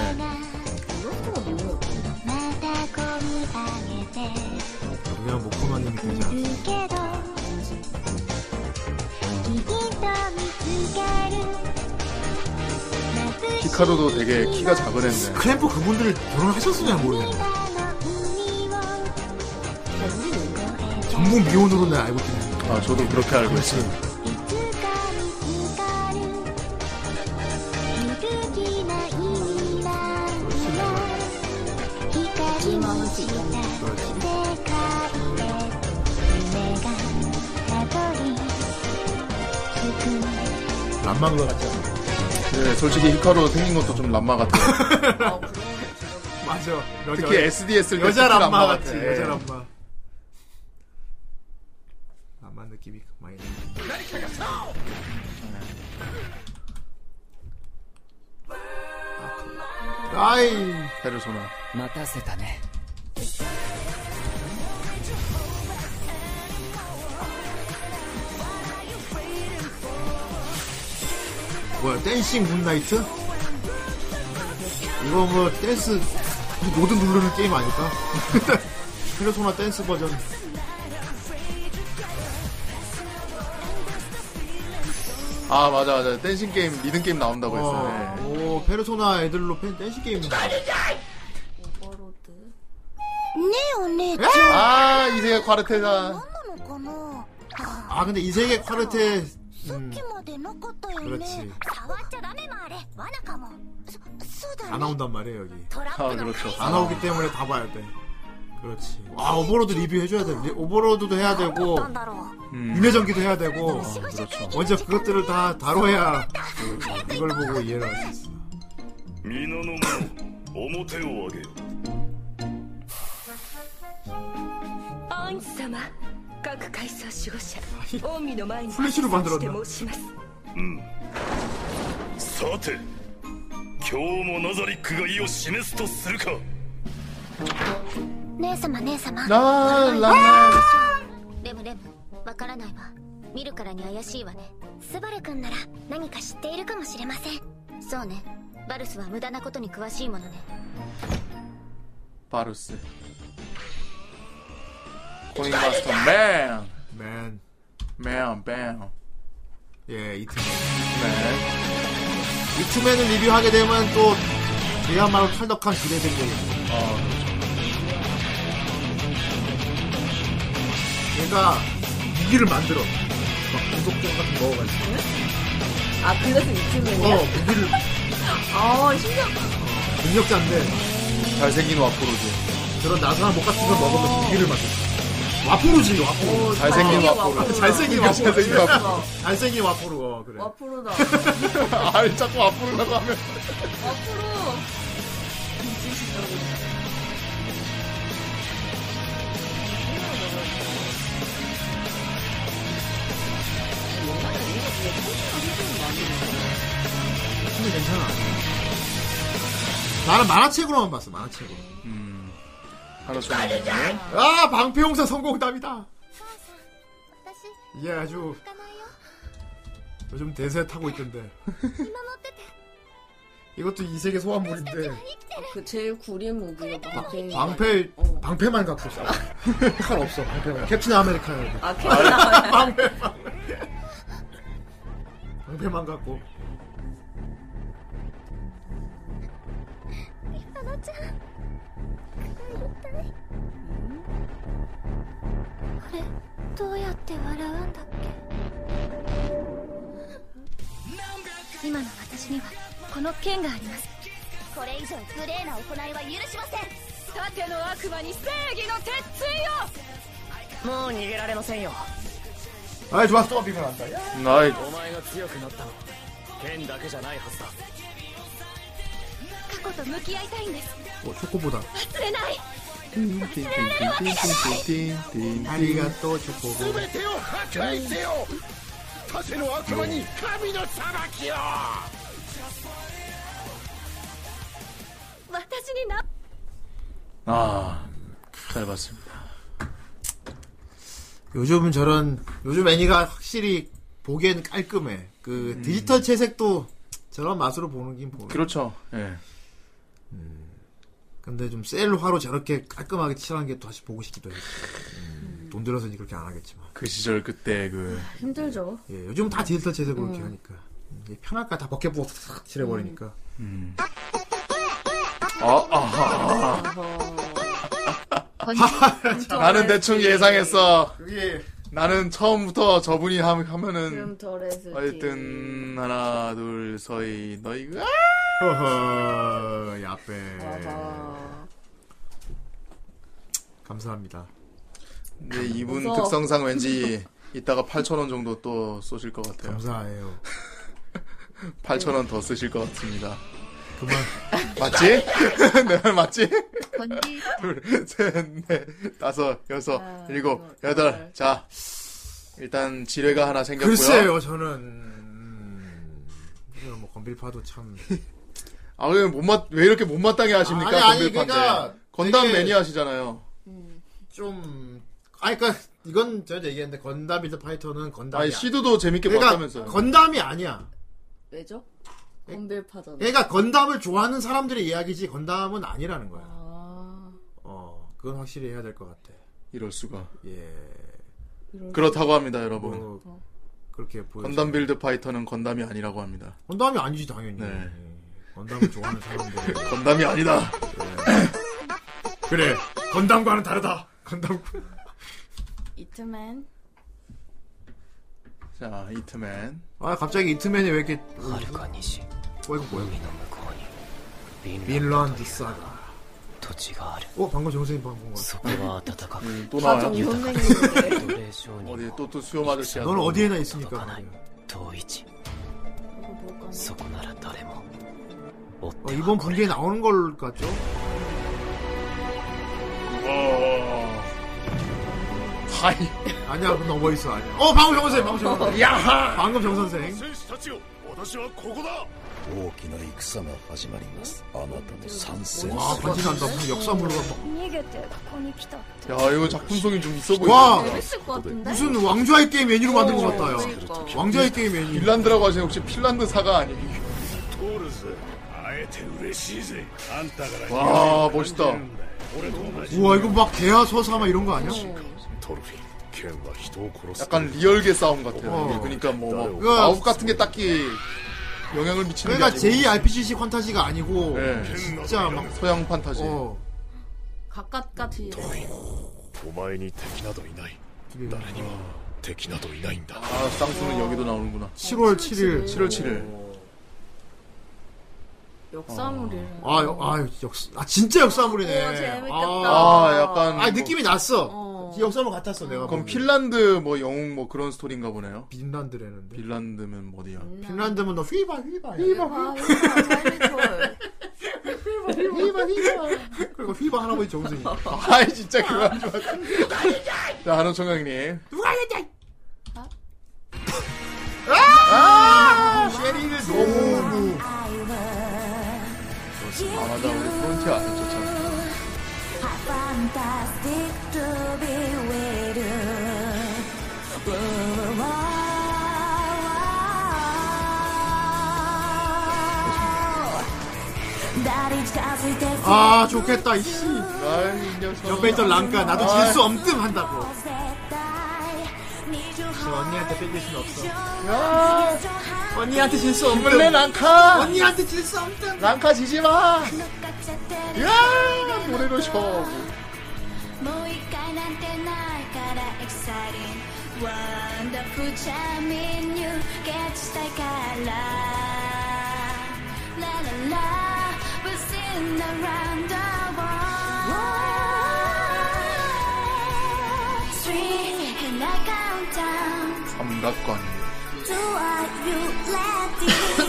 Speaker 1: また込み上げて
Speaker 9: 그냥 목코마님이 되지 않았어.
Speaker 1: けどきっと見つける
Speaker 3: 히카루도 되게 키가 작은 애인데.
Speaker 9: 클램프 그분들 결혼하셨으냐 모르겠네. 전부 미혼으로 내 알고 있긴
Speaker 3: 아, 저도 그렇게 알고 있어요.
Speaker 9: 람마그가 같지 않아?
Speaker 3: 예, 솔직히 히카루 생긴 것도 좀 람마 같아요.
Speaker 9: 맞아.
Speaker 3: 특히 SDS 를 예.
Speaker 9: 여자
Speaker 3: 특히
Speaker 9: 람마
Speaker 3: 람마
Speaker 9: 같지.
Speaker 3: 같아.
Speaker 9: 여자 람마. 람마 느낌이 많이 나. 아이.
Speaker 3: 페르소나.
Speaker 17: 待たせたね
Speaker 9: 뭐야 댄싱 문나이트? 이거 뭐 댄스 모두 누르는 게임 아닐까? 페르소나 댄스 버전
Speaker 3: 아, 맞아, 맞아. 댄싱 게임, 리듬 게임 나온다고 했어요.
Speaker 9: 어, 오 페르소나 애들로 팬 댄싱 게임
Speaker 3: 예. 아, 이세계 콰르테가.
Speaker 1: なのかな
Speaker 9: 아 근데 이 세계 콰르테 음,
Speaker 1: までなかったよね
Speaker 9: 그렇지
Speaker 1: 触っちゃダメもあれ罠かもそそうだ
Speaker 9: 안 나온단 말이에요 여기
Speaker 3: 아, 그렇죠.
Speaker 9: 안 나오기 때문에 다 봐야 돼 그렇지 아 오버로드 리뷰해줘야 돼 리- 오버로드도 해야 되고 윤회전기도 해야 되고 그렇죠. 먼저 그것들을 다 다뤄야 그, 이걸 보고 이해를 할 수 있어
Speaker 14: 皆の者表を上げよ
Speaker 18: 王子様各階層守護者近江の前に
Speaker 14: フレッシュルバンドラン
Speaker 18: して
Speaker 14: ド
Speaker 18: 申します
Speaker 14: うんさて今日もナザリックが意を示すとするか
Speaker 1: 姉様姉様
Speaker 14: ラー
Speaker 1: ー
Speaker 14: ラ
Speaker 1: レムレムわからないわ見るからに怪しいわねスバル君なら何か知っているかもしれませんそうねバルスは無駄なことに詳しいものね
Speaker 3: 바루스. 코인 마스터, 맨!
Speaker 9: 맨.
Speaker 3: 맨, 뱀.
Speaker 9: 예, 이트맨.
Speaker 3: 네.
Speaker 9: 이트맨을 리뷰하게 되면 또 그야말로 탈덕한 기대된 게임이고
Speaker 3: 어,
Speaker 9: 얘가 무기를 만들어 막 구속점 같은 거 먹어가지고
Speaker 5: 아 그래서 이쯤이야?
Speaker 9: 어 무기를 어,
Speaker 5: 아 신기하다.
Speaker 9: 능력자인데
Speaker 3: 잘생긴 와포로즈.
Speaker 9: 그런 나사한 목 같은 걸 먹으면 무기를 만들어 와포로지 와포로
Speaker 3: 잘생긴
Speaker 9: 아,
Speaker 3: 와포로.
Speaker 9: 잘생긴 와포로
Speaker 3: 잘생긴 와포로.
Speaker 9: 잘생긴 와포로 어, 그래
Speaker 5: 와프로다.
Speaker 3: 아니, 자꾸 와포로라고 하면.
Speaker 5: 와프로.
Speaker 9: 근데 괜찮아 나는 만화책으로만 봤어 만화책으로 아 방패용사 성공담이다 이게 아주 요즘 대세 타고 있던데 이것도 이 세계 소환물인데
Speaker 5: 그 제일 구린 무기가 방패.
Speaker 3: 아,
Speaker 9: 방패 방패만 갖고 있어 칼 없어 방패만 캡틴 아메리카야
Speaker 5: 아, 캡틴 아메리카.
Speaker 9: 방패 방패만 갖고
Speaker 1: 花ちゃんえどうやって笑うんだっけ今の私にはこの剣がありますこれ以上無礼な行いは許しません
Speaker 18: 盾の悪魔に正義の鉄
Speaker 6: もう逃げられませんよ
Speaker 9: 아이 좋아 또 비가 난다 야.
Speaker 3: ない
Speaker 14: お前が強くなったの剣だけじゃないはずだ
Speaker 13: 過去と向き合いたいんです
Speaker 9: 어, 초코보다
Speaker 13: 忘れない
Speaker 9: 아리가또 초코보
Speaker 14: 全てを破壊せよ盾の悪魔に神の裁きを
Speaker 13: 私にな
Speaker 3: 아, 잘 봤습니다.
Speaker 9: 요즘은 저런 요즘 애니가 확실히 보기에는 깔끔해 그 디지털 채색도 저런 맛으로 보는 긴 보여
Speaker 3: 그렇죠. 예.
Speaker 9: 근데 좀 셀화로 저렇게 깔끔하게 칠하는 게 다시 보고 싶기도 해 음, 돈 들어서는 그렇게 안 하겠지만
Speaker 3: 그 시절 그때 그
Speaker 5: 힘들죠.
Speaker 9: 예, 요즘 은다 디지털 채색으로 이렇게 하니까 음, 이게 편할까 다 벗겨보고 탁 칠해버리니까
Speaker 3: 아, 아하.
Speaker 9: 네,
Speaker 3: 나는 대충 예상했어.
Speaker 9: 그게
Speaker 3: 나는 처음부터 저분이 함- 하면은
Speaker 5: 그럼 덜해서
Speaker 9: 네.
Speaker 3: 하여튼 하나 둘 서이 너희가
Speaker 9: 허허 야빼 감사합니다 아,
Speaker 3: 근데 이분
Speaker 5: 무서워.
Speaker 3: 특성상 왠지 이따가 8천 원 정도 또 쏘실 것
Speaker 9: 네.
Speaker 3: 같아요.
Speaker 9: 감사해요
Speaker 3: 8천 원 더 쓰실 것 같습니다.
Speaker 9: 그만
Speaker 3: 맞지? 네, 내말 맞지?
Speaker 13: 건기
Speaker 3: 둘, 셋, 넷, 다섯, 여섯,
Speaker 9: 아,
Speaker 3: 일곱,
Speaker 9: 뭐,
Speaker 3: 여덟. 자, 일단 지뢰가 하나 생겼고요.
Speaker 9: 글쎄요 저는 음, 이거 뭐 건빌파도 참
Speaker 3: 아, 왜 못마 왜 이렇게 못마땅해 하십니까?
Speaker 9: 아니, 아니,
Speaker 3: 건들판데.
Speaker 9: 그러니까
Speaker 3: 건담
Speaker 9: 되게-
Speaker 3: 매니아시잖아요.
Speaker 9: 좀 아니 그니까 이건 제가 얘기했는데 건담 빌드 파이터는 건담이
Speaker 3: 아니
Speaker 9: 아니-
Speaker 3: 시드도 재밌게
Speaker 9: 그러니까
Speaker 3: 봤다면서요.
Speaker 9: 건담이 아니야
Speaker 5: 왜죠? 건빌파잖아.
Speaker 9: 그러니까 건담을 좋아하는 사람들의 이야기지 건담은 아니라는 거야 어 그건 확실히 해야 될 것 같아
Speaker 3: 이럴 수가.
Speaker 9: 예
Speaker 3: 그렇다고 합니다, 여러분.
Speaker 9: 뭐, 그렇게 보여
Speaker 3: 건담 빌드 파이터는 건담이 아니라고 합니다.
Speaker 9: 건담이 아니지 당연히 예.
Speaker 3: 네.
Speaker 9: 건담을 좋아하는 사람들
Speaker 3: 건담이 아니다.
Speaker 9: 그래 건담과는 다르다 건담
Speaker 5: 이트맨.
Speaker 3: 자, 이트맨.
Speaker 9: 아 갑자기 이트맨이 왜 이렇게 어 이거 뭐야 빈란드 사가
Speaker 6: 土地がある
Speaker 9: 어 방금 정선생님 방금 봤어
Speaker 6: これは暖かく
Speaker 3: 음, 또 나와요.
Speaker 5: 정
Speaker 6: 奴
Speaker 5: 선생님.
Speaker 6: 隷商人
Speaker 3: 어디 또 또 수염 아저씨야.
Speaker 9: 너는
Speaker 3: 또.
Speaker 9: 어디에나 있으니까
Speaker 6: 統一そこなら誰も
Speaker 9: 어, 이번 분기에 나오는 걸 같죠?
Speaker 3: 어. 하이.
Speaker 9: 아니야 넘어 있어 아니야 어 방금 정선생 방금 정선생
Speaker 3: 야하.
Speaker 9: 방금 정선생
Speaker 14: 戦士たちよ私はここだ
Speaker 15: 大きな戦が始まりますあなたの参戦
Speaker 9: 와 간지난다 무슨 역사물로 막
Speaker 13: 逃げてここに来た
Speaker 3: 야, 이거 작품성이 좀 있어
Speaker 9: 와.
Speaker 3: 보이네.
Speaker 5: 재밌을 것 같은데.
Speaker 9: 무슨 왕좌의 게임 애니로 만든 것 같다 야
Speaker 5: 그러니까.
Speaker 9: 왕좌의 게임 애니
Speaker 3: 핀란드라고 하시는 혹시 핀란드 사가 아니?
Speaker 14: トールズ会えて嬉しいぜあんた
Speaker 9: 아,
Speaker 14: から
Speaker 3: 와 아, 멋있다.
Speaker 14: 俺と同じ
Speaker 9: 우와 이거 막 개화 서사 막 이런 거 아니야?
Speaker 14: トロフィー剣は人を殺す
Speaker 3: 약간 리얼계 싸움 같아요.
Speaker 9: 어.
Speaker 3: 그러니까 뭐, 뭐
Speaker 9: 그거-
Speaker 3: 마법 같은 게 딱히 영향을 미치는 게
Speaker 9: 그러니까
Speaker 3: 아니고
Speaker 9: JRPG식 환타지가 아니고
Speaker 3: 네.
Speaker 9: 진짜 막
Speaker 3: 서양 판타지.
Speaker 9: 어.
Speaker 5: 각각같이.
Speaker 14: お前に敵などいない誰にも敵などいないんだ
Speaker 3: 아 쌍수는 여기도 나오는구나.
Speaker 9: 7월 7일
Speaker 3: 7월
Speaker 9: 어.
Speaker 3: 7일.
Speaker 5: 역사물이래.
Speaker 9: 아, 여- 아, 역, 아 진짜 역사물이네.
Speaker 5: 오, 재밌겠다.
Speaker 9: 아,
Speaker 3: 아 약간
Speaker 9: 아, 느낌이 났어.
Speaker 5: 어.
Speaker 9: 역사물 같았어 내가.
Speaker 3: 그럼
Speaker 9: 보기엔.
Speaker 3: 핀란드 뭐 영웅 뭐 그런 스토리인가 보네요.
Speaker 9: 핀란드라는데.
Speaker 3: 핀란드면 뭐 어디야?
Speaker 9: 음. 핀란드면 너 휘바 휘바.
Speaker 3: 어.
Speaker 5: 아, 이거 재밌어요.
Speaker 9: 휘바 휘바. 그리고 휘바 할아버지 정승이.
Speaker 3: 아이 진짜 그만 좀. 하세요. 자 한우 청강님.
Speaker 9: 아, 쉐리를 너무.
Speaker 3: 아 맞아 우리 프론티어 안 했죠 참.
Speaker 1: Fantastic to be with you. Whoa, whoa, whoa. 날이 가슴에
Speaker 9: 아 좋겠다 이씨.
Speaker 3: 아이 이 녀석.
Speaker 9: 옆에 있던 랑가 나도 질 수 없음 한다고.
Speaker 1: 지
Speaker 9: 네 언니한테 뺏길 순 없어.
Speaker 3: 야,
Speaker 9: 언니한테 질 수 없음.
Speaker 3: 원래 랑카.
Speaker 9: 언니한테 질 수 없음.
Speaker 3: 랑카 지지 마. 야 모래로 셔.
Speaker 1: もう一回なんてないから excited Wonderful time in you catch the color La la la We'll sing around the world Three and I count down
Speaker 3: 삼각관.
Speaker 1: Do what you ready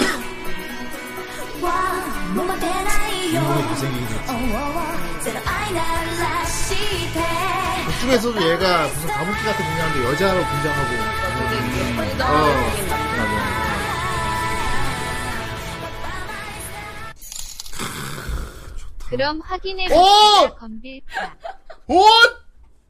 Speaker 1: One moment and I
Speaker 9: 고생이
Speaker 1: Zero I not last she
Speaker 9: 중에서도 얘가 무슨 가물기 같은 분야인데 여자로 분장하고. 어.
Speaker 13: 그럼 확인해
Speaker 3: 오!
Speaker 13: 봅시다. 건빌파.
Speaker 3: 오!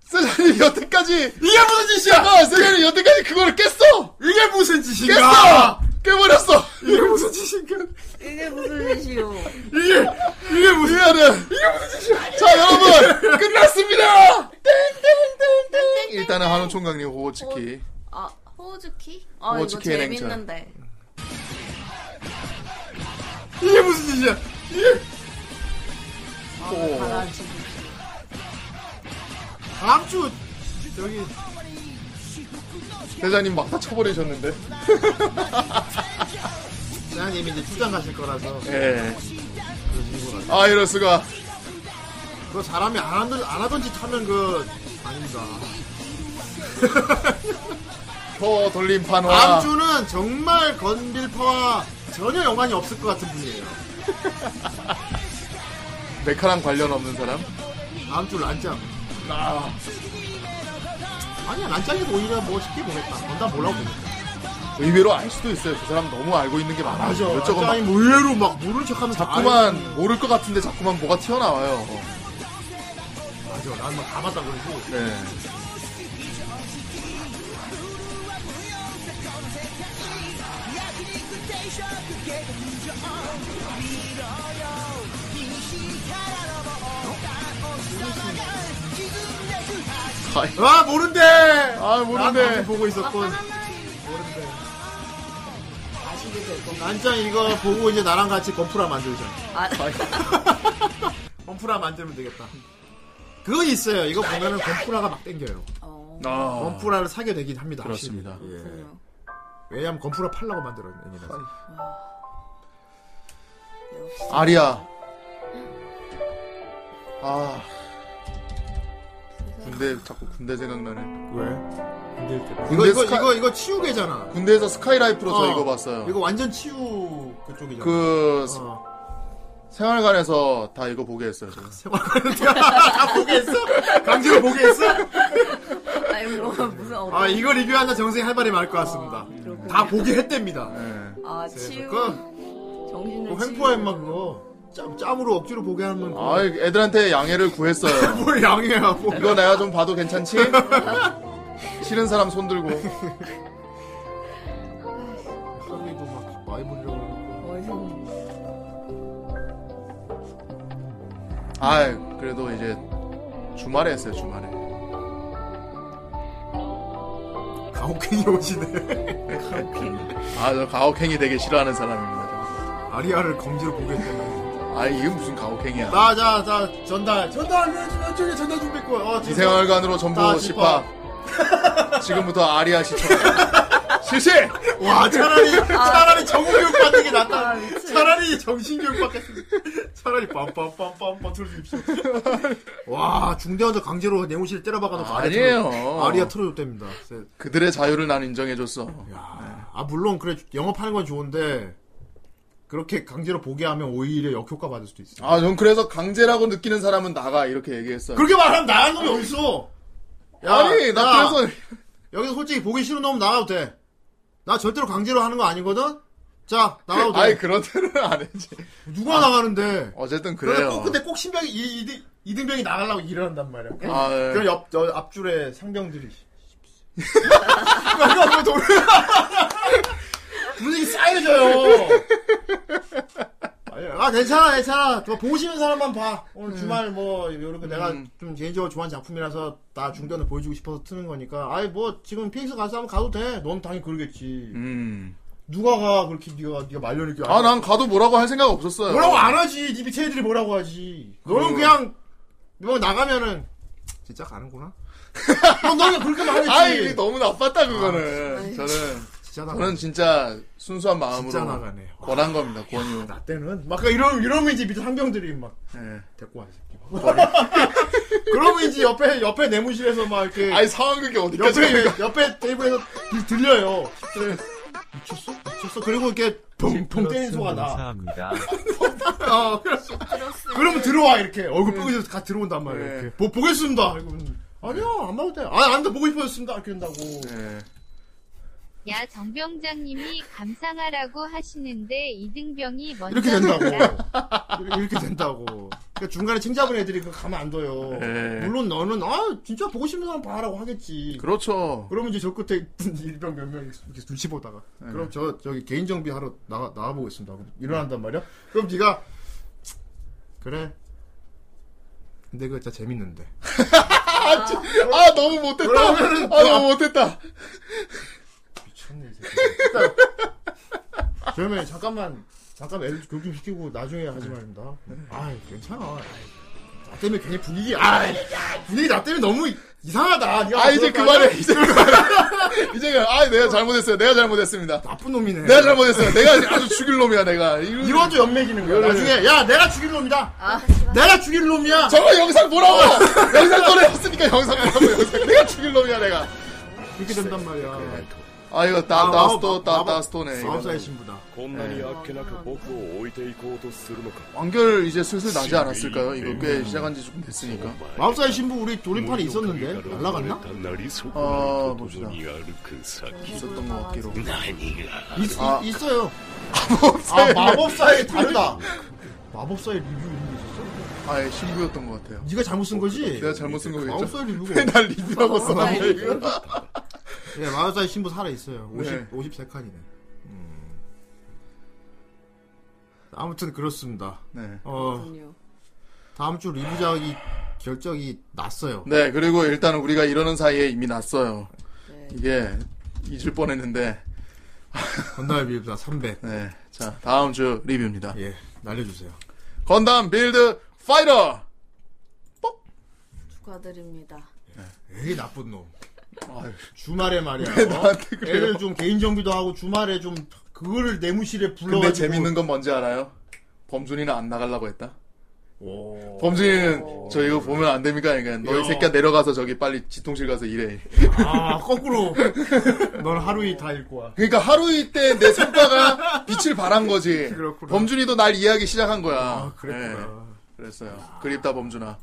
Speaker 3: 세상이 여태까지 이게 무슨 짓이야? 세상이 여태까지 그걸 깼어.
Speaker 9: 이게 무슨
Speaker 3: 깼어. 깨버렸어.
Speaker 9: 이게 무슨 짓인가?
Speaker 5: 이게 무슨 짓이요?
Speaker 9: 이게 이게 무슨
Speaker 3: 미안해.
Speaker 9: 이게 무슨 짓이야?
Speaker 3: 자 여러분 끝났습니다. 땡땡땡땡. 일단은 한우 총각님 호호치키.
Speaker 5: 아, 호우즈키? 아, 이거
Speaker 3: 호우즈키 은행처.
Speaker 5: 재밌는데.
Speaker 9: 이게 무슨 짓이야? 이게
Speaker 3: 오.
Speaker 5: 다 같이.
Speaker 9: 다음 주 저기
Speaker 3: 대장님 막다 쳐버리셨는데.
Speaker 9: 사장님이 이제 출장 가실 거라서.
Speaker 3: 예.
Speaker 9: 그러시고 나서.
Speaker 3: 아 이럴 수가.
Speaker 9: 그거 잘하면 안 하던 안 하던 짓 하면 그 아닙니다.
Speaker 3: 더 돌림판화.
Speaker 9: 다음 주는 정말 건빌퍼와 전혀 연관이 없을 것 같은 분이에요.
Speaker 3: 메카랑 관련 없는 사람?
Speaker 9: 다음 주 란짱.
Speaker 3: 아.
Speaker 9: 아니야 란짱이도 오히려 뭐 쉽게 보겠다. 건담 몰라고 보겠다.
Speaker 3: 의외로 알 수도 있어요. 그 사람 너무 알고 있는 게 많아.
Speaker 9: 맞아.
Speaker 3: 이것저것 막
Speaker 9: 란짱이 뭐 의외로 막 모른 척하면서
Speaker 3: 자꾸만 모를 것 같은데 자꾸만 뭐가 튀어나와요.
Speaker 9: 알고- 맞아. 난막다 봤다 그러고.
Speaker 3: 네.
Speaker 9: 아 모른대.
Speaker 3: 아
Speaker 9: 난
Speaker 3: 모르네.
Speaker 9: 방금 보고 있었군. 모른대. 란짱 이거 보고 이제 나랑 같이 건프라 만들자.
Speaker 5: 아,
Speaker 9: 건프라 만들면 되겠다. 그건 있어요. 이거 보면은 건프라가 막 땡겨요.
Speaker 5: 어.
Speaker 3: 아.
Speaker 9: 건프라를 사게 되긴 합니다. 확실히.
Speaker 3: 그렇습니다.
Speaker 9: 예. 왜냐면 건프라 팔라고 만들었는 애니라서.
Speaker 3: 아리야. 아. 군대 자꾸 군대 생각나네.
Speaker 9: 왜? 군대일 때. 이거
Speaker 3: 군대
Speaker 9: 이거
Speaker 3: 스카-
Speaker 9: 이거 이거 치우개잖아.
Speaker 3: 군대에서 스카이라이프로 저
Speaker 9: 어.
Speaker 3: 이거 봤어요.
Speaker 9: 이거 완전 치우 그쪽이잖아.
Speaker 3: 그
Speaker 9: 어.
Speaker 3: 생활관에서 다 이거 보게 했어요. 제가.
Speaker 9: 다 보겠어? 강제로 보겠어?
Speaker 5: 아니, 뭐, 무슨 어떤.
Speaker 9: 아 이거 리뷰한다 정승이 할 말이 많을 것 같습니다. 다 보게 했답니다.
Speaker 3: 네.
Speaker 9: 네,
Speaker 5: 아,
Speaker 9: 그래서
Speaker 5: 치유.
Speaker 9: 그거
Speaker 5: 정신을
Speaker 9: 그거 횡포야 임마 그거. 뭐 짬 짬으로 억지로 보게 하면. 그거-
Speaker 3: 아, 네. 애들한테 양해를 구했어요.
Speaker 9: 뭘 양해야 뭐.
Speaker 3: 이거 내가 좀 봐도 괜찮지? 싫은 사람 손 들고.
Speaker 9: 하루에도 막 많이 보려고. 그러고.
Speaker 5: 어이없네.
Speaker 3: 아, 그래도 이제 주말에 했어요. 주말에.
Speaker 9: 가혹행이 오시네.
Speaker 3: 아, 저 가혹행위 되게 싫어하는 사람입니다.
Speaker 9: 아리아를 검지로 보게 했잖아.
Speaker 3: 저. 아, 이게 무슨 가혹행위야?
Speaker 9: 자, 자, 자, 전달. 전달, 저쪽에 전달 준비했고. 어,
Speaker 3: 이 생활관으로
Speaker 9: 다
Speaker 3: 전부
Speaker 9: 씹어.
Speaker 3: 시파. 지금부터 아리아 시청. 실시!
Speaker 9: 와, 차라리, 차라리 정신교육 받는 게 낫다.
Speaker 5: 아, 미친.
Speaker 9: 차라리 정신교육 받겠습니다. 차라리 빰빰빰빰빰 틀어주십시오. 와, 중대원자 강제로 내무실 때려박아놓고 아리아
Speaker 3: 아니에요.
Speaker 9: 틀어줬- 아리아 틀어줬답니다. 세-
Speaker 3: 그들의 자유를 난 인정해줬어.
Speaker 9: 아, 물론, 그래, 영업하는 건 좋은데, 그렇게 강제로 보게 하면 오히려 역효과 받을 수도 있어.
Speaker 3: 아, 전 그래서 강제라고 느끼는 사람은 나가. 이렇게 얘기했어요.
Speaker 9: 그렇게 말하면 나간 놈이 어딨어! 야,
Speaker 3: 아니, 나
Speaker 9: 야.
Speaker 3: 그래서.
Speaker 9: 여기서 솔직히 보기 싫은 놈 나가도 돼. 나 절대로 강제로 하는 거 아니거든? 자, 나가도 돼.
Speaker 3: 아니, 그런 대로는 안 했지.
Speaker 9: 누가 나가는데?
Speaker 3: 어쨌든
Speaker 9: 그런데
Speaker 3: 그래요.
Speaker 9: 꼭- 근데 꼭 신병이, 이, 이등, 이등병이 나가려고 일을 한단 말이야.
Speaker 3: 아, 예.
Speaker 9: 그럼 옆, 저 앞줄에 상병들이. 그거 돌 분위기 쌓여져요. 아니, 아, 괜찮아, 괜찮아. 뭐 보시는 사람만 봐. 오늘
Speaker 3: 음.
Speaker 9: 주말 뭐, 요렇게 내가 좀 개인적으로 좋아하는 작품이라서 다 중견을 보여주고 싶어서 트는 거니까. 아이, 뭐, 지금 피닉스 가서 한번 가도 돼. 넌 당연히 그러겠지.
Speaker 3: 음.
Speaker 9: 누가 가, 그렇게 네가 네가 말려낼 게
Speaker 3: 아, 난 가도 뭐라고 할 생각 없었어요.
Speaker 9: 뭐라고 안 하지. 네 밑에 애들이 뭐라고 하지. 너는
Speaker 3: 그-
Speaker 9: 그냥 뭐 나가면은 진짜 가는구나. 너는 그렇게 말했지.
Speaker 3: 아이 너무 나빴다 그거는. 저는
Speaker 9: 나가네.
Speaker 3: 저는 진짜 순수한 마음으로
Speaker 9: 진짜 나가네.
Speaker 3: 권한 겁니다. 권유.
Speaker 9: 나 때는 막 그러니까 이런 이러면 이제 밑에 상병들이 막
Speaker 3: 예.
Speaker 9: 데리고 와. 이 새끼. 그러면 이제 옆에 옆에 내무실에서 막 이렇게
Speaker 3: 아니 상황극이 그러니까 어디까지
Speaker 9: 옆에 옆에 테이블에서 들- 들려요. 그래. 미쳤어? 미쳤어? 그리고 이렇게 펑펑 때리는 소가 나.
Speaker 17: 감사합니다.
Speaker 9: 어, 그래. 그러면 들어와 이렇게 얼굴 붉어져서 같이 들어온단 말이에요. 이렇게. 보, 보겠습니다. 이러면, 아니요 안 봐도 돼. 아 안돼 보고 싶어졌습니다. 이렇게 된다고.
Speaker 13: 야 정병장님이 감상하라고 하시는데 이등병이 먼저
Speaker 9: 이렇게 된다고.
Speaker 13: 간다.
Speaker 9: 이렇게- 이렇게 된다고. 그러니까 중간에 챙잡은 애들이 그거 가만 안 둬요.
Speaker 3: 예.
Speaker 9: 물론 너는 아 진짜 보고 싶은 사람 봐라고 하겠지.
Speaker 3: 그렇죠.
Speaker 9: 그러면 이제 저 끝에 있던 일병 몇 명 이렇게 눈치 보다가 그럼 저 저기 개인 정비 하러 나가 나가 보겠습니다. 그럼 일어난단 말이야. 그럼 네가 그래. 근데 그거 진짜 재밌는데.
Speaker 3: 아, 저- 아, 너무 못됐다.
Speaker 9: 그러면은-
Speaker 3: 아 너무 못됐다.
Speaker 9: 그러면 잠깐만 잠깐 애들 교육 좀 시키고 나중에 하지 말입니다. 아 괜찮아. 아이, 나 때문에 괜히 분위기 아 분위기 나 때문에 너무 이상하다. 네가
Speaker 3: 아 이제
Speaker 9: 그럴 거 아니야?
Speaker 3: 그만해. 이제 그만해. 이제 그만. 아 내가 잘못했어요. 내가 잘못했습니다.
Speaker 9: 나쁜 놈이네.
Speaker 3: 내가 잘못했어요. 내가 아주 죽일 놈이야 내가. 이런
Speaker 9: 이러죠 연맥이는 거야. 나중에 야 내가 죽일 놈이다. 내가 죽일 놈이야.
Speaker 3: 저거 영상 보라고.
Speaker 9: 어.
Speaker 3: 영상 꺼내왔으니까 영상 보라고. 영상. 내가 죽일 놈이야 내가.
Speaker 9: 이렇게 된단 말이야.
Speaker 3: 아 이거 다
Speaker 9: 아,
Speaker 3: 다스토
Speaker 9: 마법-
Speaker 3: 다
Speaker 9: 마법-
Speaker 3: 다스토네. 이거는.
Speaker 9: 마법사의 신부다.
Speaker 14: こんなにあっけなく僕を置いていこうとするのか
Speaker 3: 완결 이제 슬슬 나지 않았을까요?
Speaker 9: 네.
Speaker 3: 이거 꽤 시작한 지 좀 됐으니까.
Speaker 9: 마법사의 신부 우리 돌림판에 뭐, 있었는데
Speaker 14: 生まれ
Speaker 9: 날라갔나?
Speaker 14: たなりそ
Speaker 3: あ
Speaker 9: 네.
Speaker 3: ー
Speaker 14: こにとともに歩く先
Speaker 3: 있었던 아, 것 같기로.
Speaker 14: 何が
Speaker 9: 있
Speaker 3: 아.
Speaker 9: 있어요.
Speaker 3: 마법사의
Speaker 9: 아 마법사의 다르다. 마법사의 리뷰 이런 게 있었어?
Speaker 3: 아예 신부였던 것 같아요.
Speaker 9: 네가 잘못 쓴 거지?
Speaker 3: 내가 잘못 쓴 거겠죠.
Speaker 9: 마법사의 리뷰가
Speaker 3: 왜날 리뷰라고 써?
Speaker 9: 예, 마법사의 신부 살아 있어요. 50
Speaker 3: 네.
Speaker 9: 53칸이네. 음. 아무튼 그렇습니다.
Speaker 3: 네.
Speaker 9: 어 다음 주 리뷰작이 결정이 났어요.
Speaker 3: 네, 그리고 일단은 우리가 이러는 사이에 이미 났어요. 이게 잊을 뻔했는데.
Speaker 9: 건담 빌드 300.
Speaker 3: 네, 자 다음 주 리뷰입니다.
Speaker 9: 예, 날려주세요.
Speaker 3: 건담 빌드 파이터.
Speaker 5: 축하드립니다.
Speaker 9: 에이 나쁜 놈. 주말에 말이야.
Speaker 3: 왜
Speaker 9: 어?
Speaker 3: 나한테 그래요?
Speaker 9: 애들 좀 개인 정비도 하고 주말에 좀 그거를 내무실에 불러.
Speaker 3: 근데 재밌는 건 뭔지 알아요? 범준이는 안 나가려고 했다.
Speaker 9: 오.
Speaker 3: 범준이는 저 이거 보면 안 됩니까? 그러니까 너희
Speaker 9: 야.
Speaker 3: 새끼야 내려가서 저기 빨리 지통실 가서 일해.
Speaker 9: 아 거꾸로. 넌 하루이 다 읽고 와.
Speaker 3: 그러니까 하루 이때 내 성과가 빛을 발한 거지. 범준이도 날 이해하기 시작한 거야.
Speaker 9: 아, 그랬구나.
Speaker 3: 네, 그랬어요. 그립다 범준아.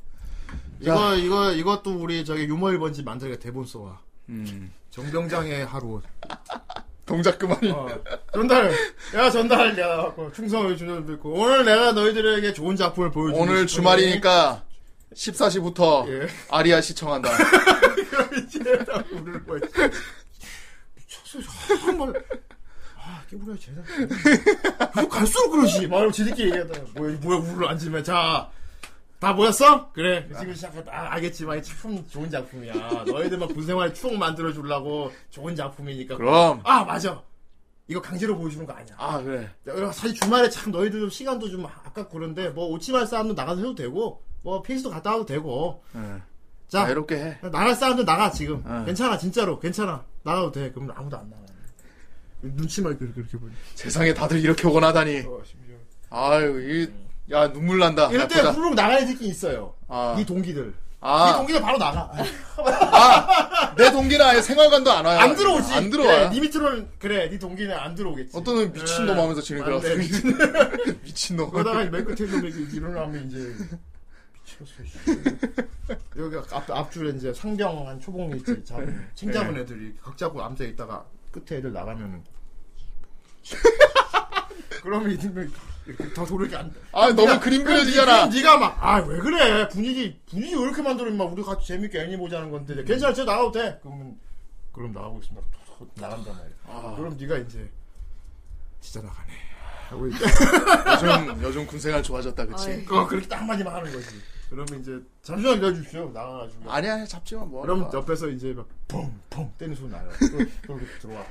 Speaker 9: 이거 이거 이것도 우리 저기 유머 1번지 만들게 대본 써와.
Speaker 3: 음.
Speaker 9: 정병장의 하루.
Speaker 3: 동작 그만이.
Speaker 9: 어, 전달. 야 전달. 야그 충성을 주는 믿고 오늘 내가 너희들에게 좋은 작품을 보여줄.
Speaker 3: 오늘 주말이니까 14시부터
Speaker 9: 예.
Speaker 3: 아리아 시청한다.
Speaker 9: 우리를 뭐야. 미쳤어. 정말. 아 깨부려 쟤. 그럼 갈수록 그러지. 말로 지들끼리 얘기하다. 뭐야 뭐야 우르르 앉으면 자. 다 모였어? 그래.
Speaker 3: 네.
Speaker 9: 지금 시작했다. 아, 알겠지만 참 좋은 작품이야. 너희들만 군생활 추억 만들어 주려고 좋은 작품이니까.
Speaker 3: 그럼.
Speaker 9: 아 맞아. 이거 강제로 보여주는 거 아니야.
Speaker 3: 아 그래.
Speaker 9: 야, 사실 주말에 참 너희들 좀 시간도 좀 아까 그런데 뭐 오치말 싸움도 나가서 해도 되고 뭐 페이스도 갔다 와도 되고
Speaker 3: 네.
Speaker 9: 자
Speaker 3: 자유롭게 해.
Speaker 9: 나갈 사람들 나가 지금
Speaker 3: 네.
Speaker 9: 괜찮아 진짜로 괜찮아 나가도 돼 그럼 아무도 안 나가 눈치만 그렇게 그렇게 보니
Speaker 3: 세상에 다들 이렇게 오곤하다니. 아유 이 야 눈물 난다.
Speaker 9: 이럴 때
Speaker 3: 나쁘다.
Speaker 9: 후루룩 나가는 새끼 있어요
Speaker 3: 아.
Speaker 9: 네 동기들
Speaker 3: 아.
Speaker 9: 네 동기들 바로 나가
Speaker 3: 내 동기는 아예 생활관도 안 와요.
Speaker 9: 안 들어오지
Speaker 3: 안 들어와요.
Speaker 9: 네, 네 밑으로는 그래 네 동기는 안 들어오겠지
Speaker 3: 어떤 놈이 미친놈 하면서 지는 거야.
Speaker 9: 맞네, 미친-
Speaker 3: 미친놈.
Speaker 9: 그러다가 맨 끝에 놈이 일어나면 이제 미쳤어. 씨. 여기 앞 앞줄에 이제 상병 한 초봉 있지 잡 챙잡은
Speaker 3: 네.
Speaker 9: 애들이 각 잡고 앉아 있다가 끝에 애들 나가면은 그러면 이들면 이렇게 더 도력이 안. 돼.
Speaker 3: 아, 너무
Speaker 9: 그냥-
Speaker 3: 그림
Speaker 9: 그냥
Speaker 3: 그려지잖아.
Speaker 9: 니- 네가 막아 왜 그래 분위기 분위기 왜 이렇게 만들었니 막 우리 같이 재밌게 애니 보자는 건데
Speaker 3: 음.
Speaker 9: 괜찮아 쟤 나가도 돼 그러면 그럼 나가고 있습니다 톡톡 나간단 말이야
Speaker 3: 아.
Speaker 9: 그럼 네가 이제 진짜 나가네 하고 이제
Speaker 3: 요즘 요즘 군생활 좋아졌다 그치?
Speaker 9: 어, 그렇게 딱 한마디만 하는 거지. 그러면 이제 잠시만 기다려주십시오. 나가가지고.
Speaker 3: 아니야 아니야, 잡지만 뭐.
Speaker 9: 그럼
Speaker 3: 하는 거야.
Speaker 9: 옆에서 이제 막 펑펑 떼는 소리 나요. 그럼 그럼 들어와.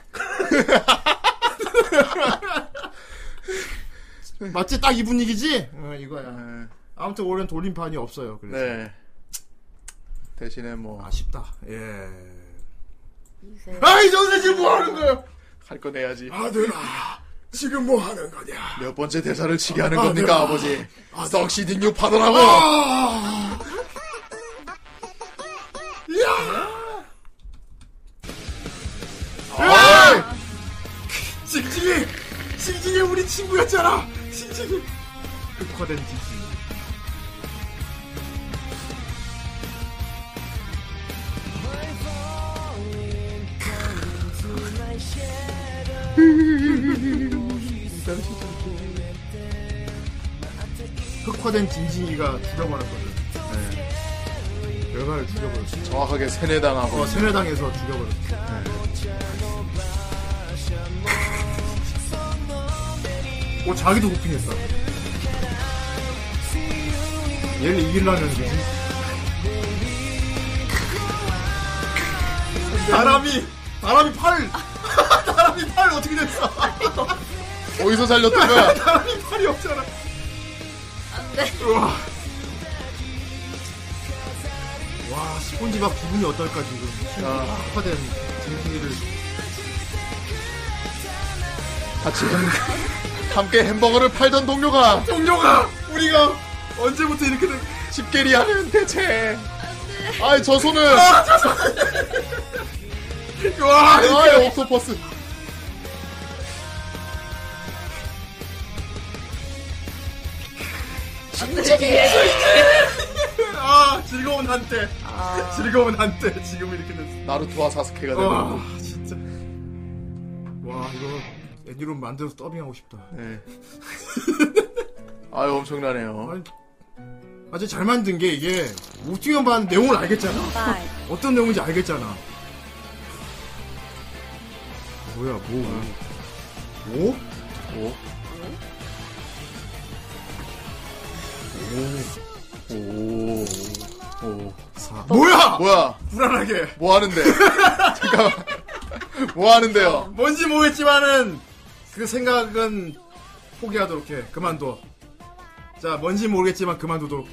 Speaker 9: 맞지? 딱 이 분위기지? 어, 이거야. 아무튼 올해는 돌림판이 없어요. 그래서.
Speaker 3: 네. 대신에 뭐
Speaker 9: 아쉽다. 예.
Speaker 3: 아이 전세 지금 뭐 하는 거야? 할 건 해야지.
Speaker 9: 아들아, 지금 뭐 하는 거냐?
Speaker 3: 몇 번째 대사를 치게 하는
Speaker 9: 아, 네.
Speaker 3: 겁니까
Speaker 9: 내가-
Speaker 3: 아버지? 덕시딩유 파더라고.
Speaker 9: 아! 야! 야! 징징이! 징징이 우리 친구였잖아! 징징이! 흑화된 징징이. 흑화된 징징이가 죽여버렸거든. 네. 열가를 죽여버렸어.
Speaker 3: 정확하게 세뇌당하고.
Speaker 9: 어, 세뇌당해서 죽여버렸어. 어, 자기도 고핑했어. 얘를 이기려는 거지. 바람이, 바람이 팔! 바람이 팔 어떻게 됐어?
Speaker 3: 어디서 살렸던 거야?
Speaker 9: 바람이 팔이 없잖아. 우와. 와, 스폰지밥 기분이 어떨까, 지금.
Speaker 3: 야.
Speaker 9: 확화된 징징이를.
Speaker 3: 같이 함- 함께 햄버거를 팔던 동료가
Speaker 9: 동료가! 우리가 언제부터 이렇게 된,
Speaker 3: 집게리 하는 대체. 아이 저 손은
Speaker 9: 아, 저 손! 와,
Speaker 3: 아이 옥토퍼스.
Speaker 9: 아 즐거운 한때 즐거운 한때 지금 이렇게 됐어
Speaker 3: 나루토와 사스케가
Speaker 9: 와
Speaker 3: 되는.
Speaker 9: 진짜 와 이거 애니로 만들어서 더빙하고 싶다
Speaker 3: 네. 아유 엄청나네요.
Speaker 9: 아주 잘 만든 게 이게 오티면 반 내용을 알겠잖아 어떤 내용인지 알겠잖아 뭐야 뭐 뭐?
Speaker 3: 오. 오. 오. 오.
Speaker 9: 뭐? 사. 뭐야
Speaker 3: 뭐야?
Speaker 9: 불안하게
Speaker 3: 뭐 하는데? 잠깐만. 뭐 하는데요?
Speaker 9: 뭔지 모르겠지만은 그 생각은 포기하도록 해. 그만둬. 자, 뭔지 모르겠지만 그만두도록 해.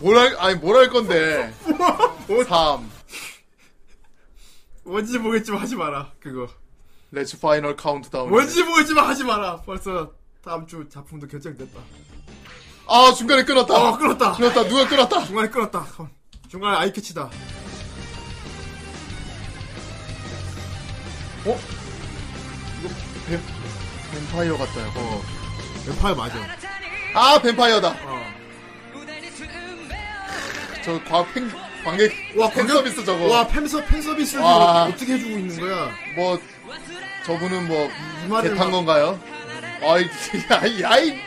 Speaker 3: 뭘 할, 아니, 뭘 할 건데.
Speaker 9: 뭐,
Speaker 3: 3.
Speaker 9: 뭔지 모르겠지만 하지 마라. 그거.
Speaker 3: 렛츠 파이널 카운트다운.
Speaker 9: 뭔지 모르겠지만 하지 마라. 벌써 다음 주 작품도 결정됐다.
Speaker 3: 아, 중간에 끊었다.
Speaker 9: 어, 끊었다.
Speaker 3: 끊었다. 누가 끊었다.
Speaker 9: 중간에 끊었다. 중간에 아이캐치다.
Speaker 3: 어? 이거 뱀, 뱀파이어 같다, 약간.
Speaker 9: 왼팔 맞아.
Speaker 3: 아, 뱀파이어다.
Speaker 9: 어.
Speaker 3: 저 과, 팬, 관객, 와, 팬 서비스 저거.
Speaker 9: 와, 팬서, 팬서비스
Speaker 3: 와.
Speaker 9: 어떻게 해주고 있는 거야?
Speaker 3: 뭐, 저분은 뭐,
Speaker 9: 말을
Speaker 3: 개탄
Speaker 9: 막-
Speaker 3: 건가요? 아이, 아이, 아이,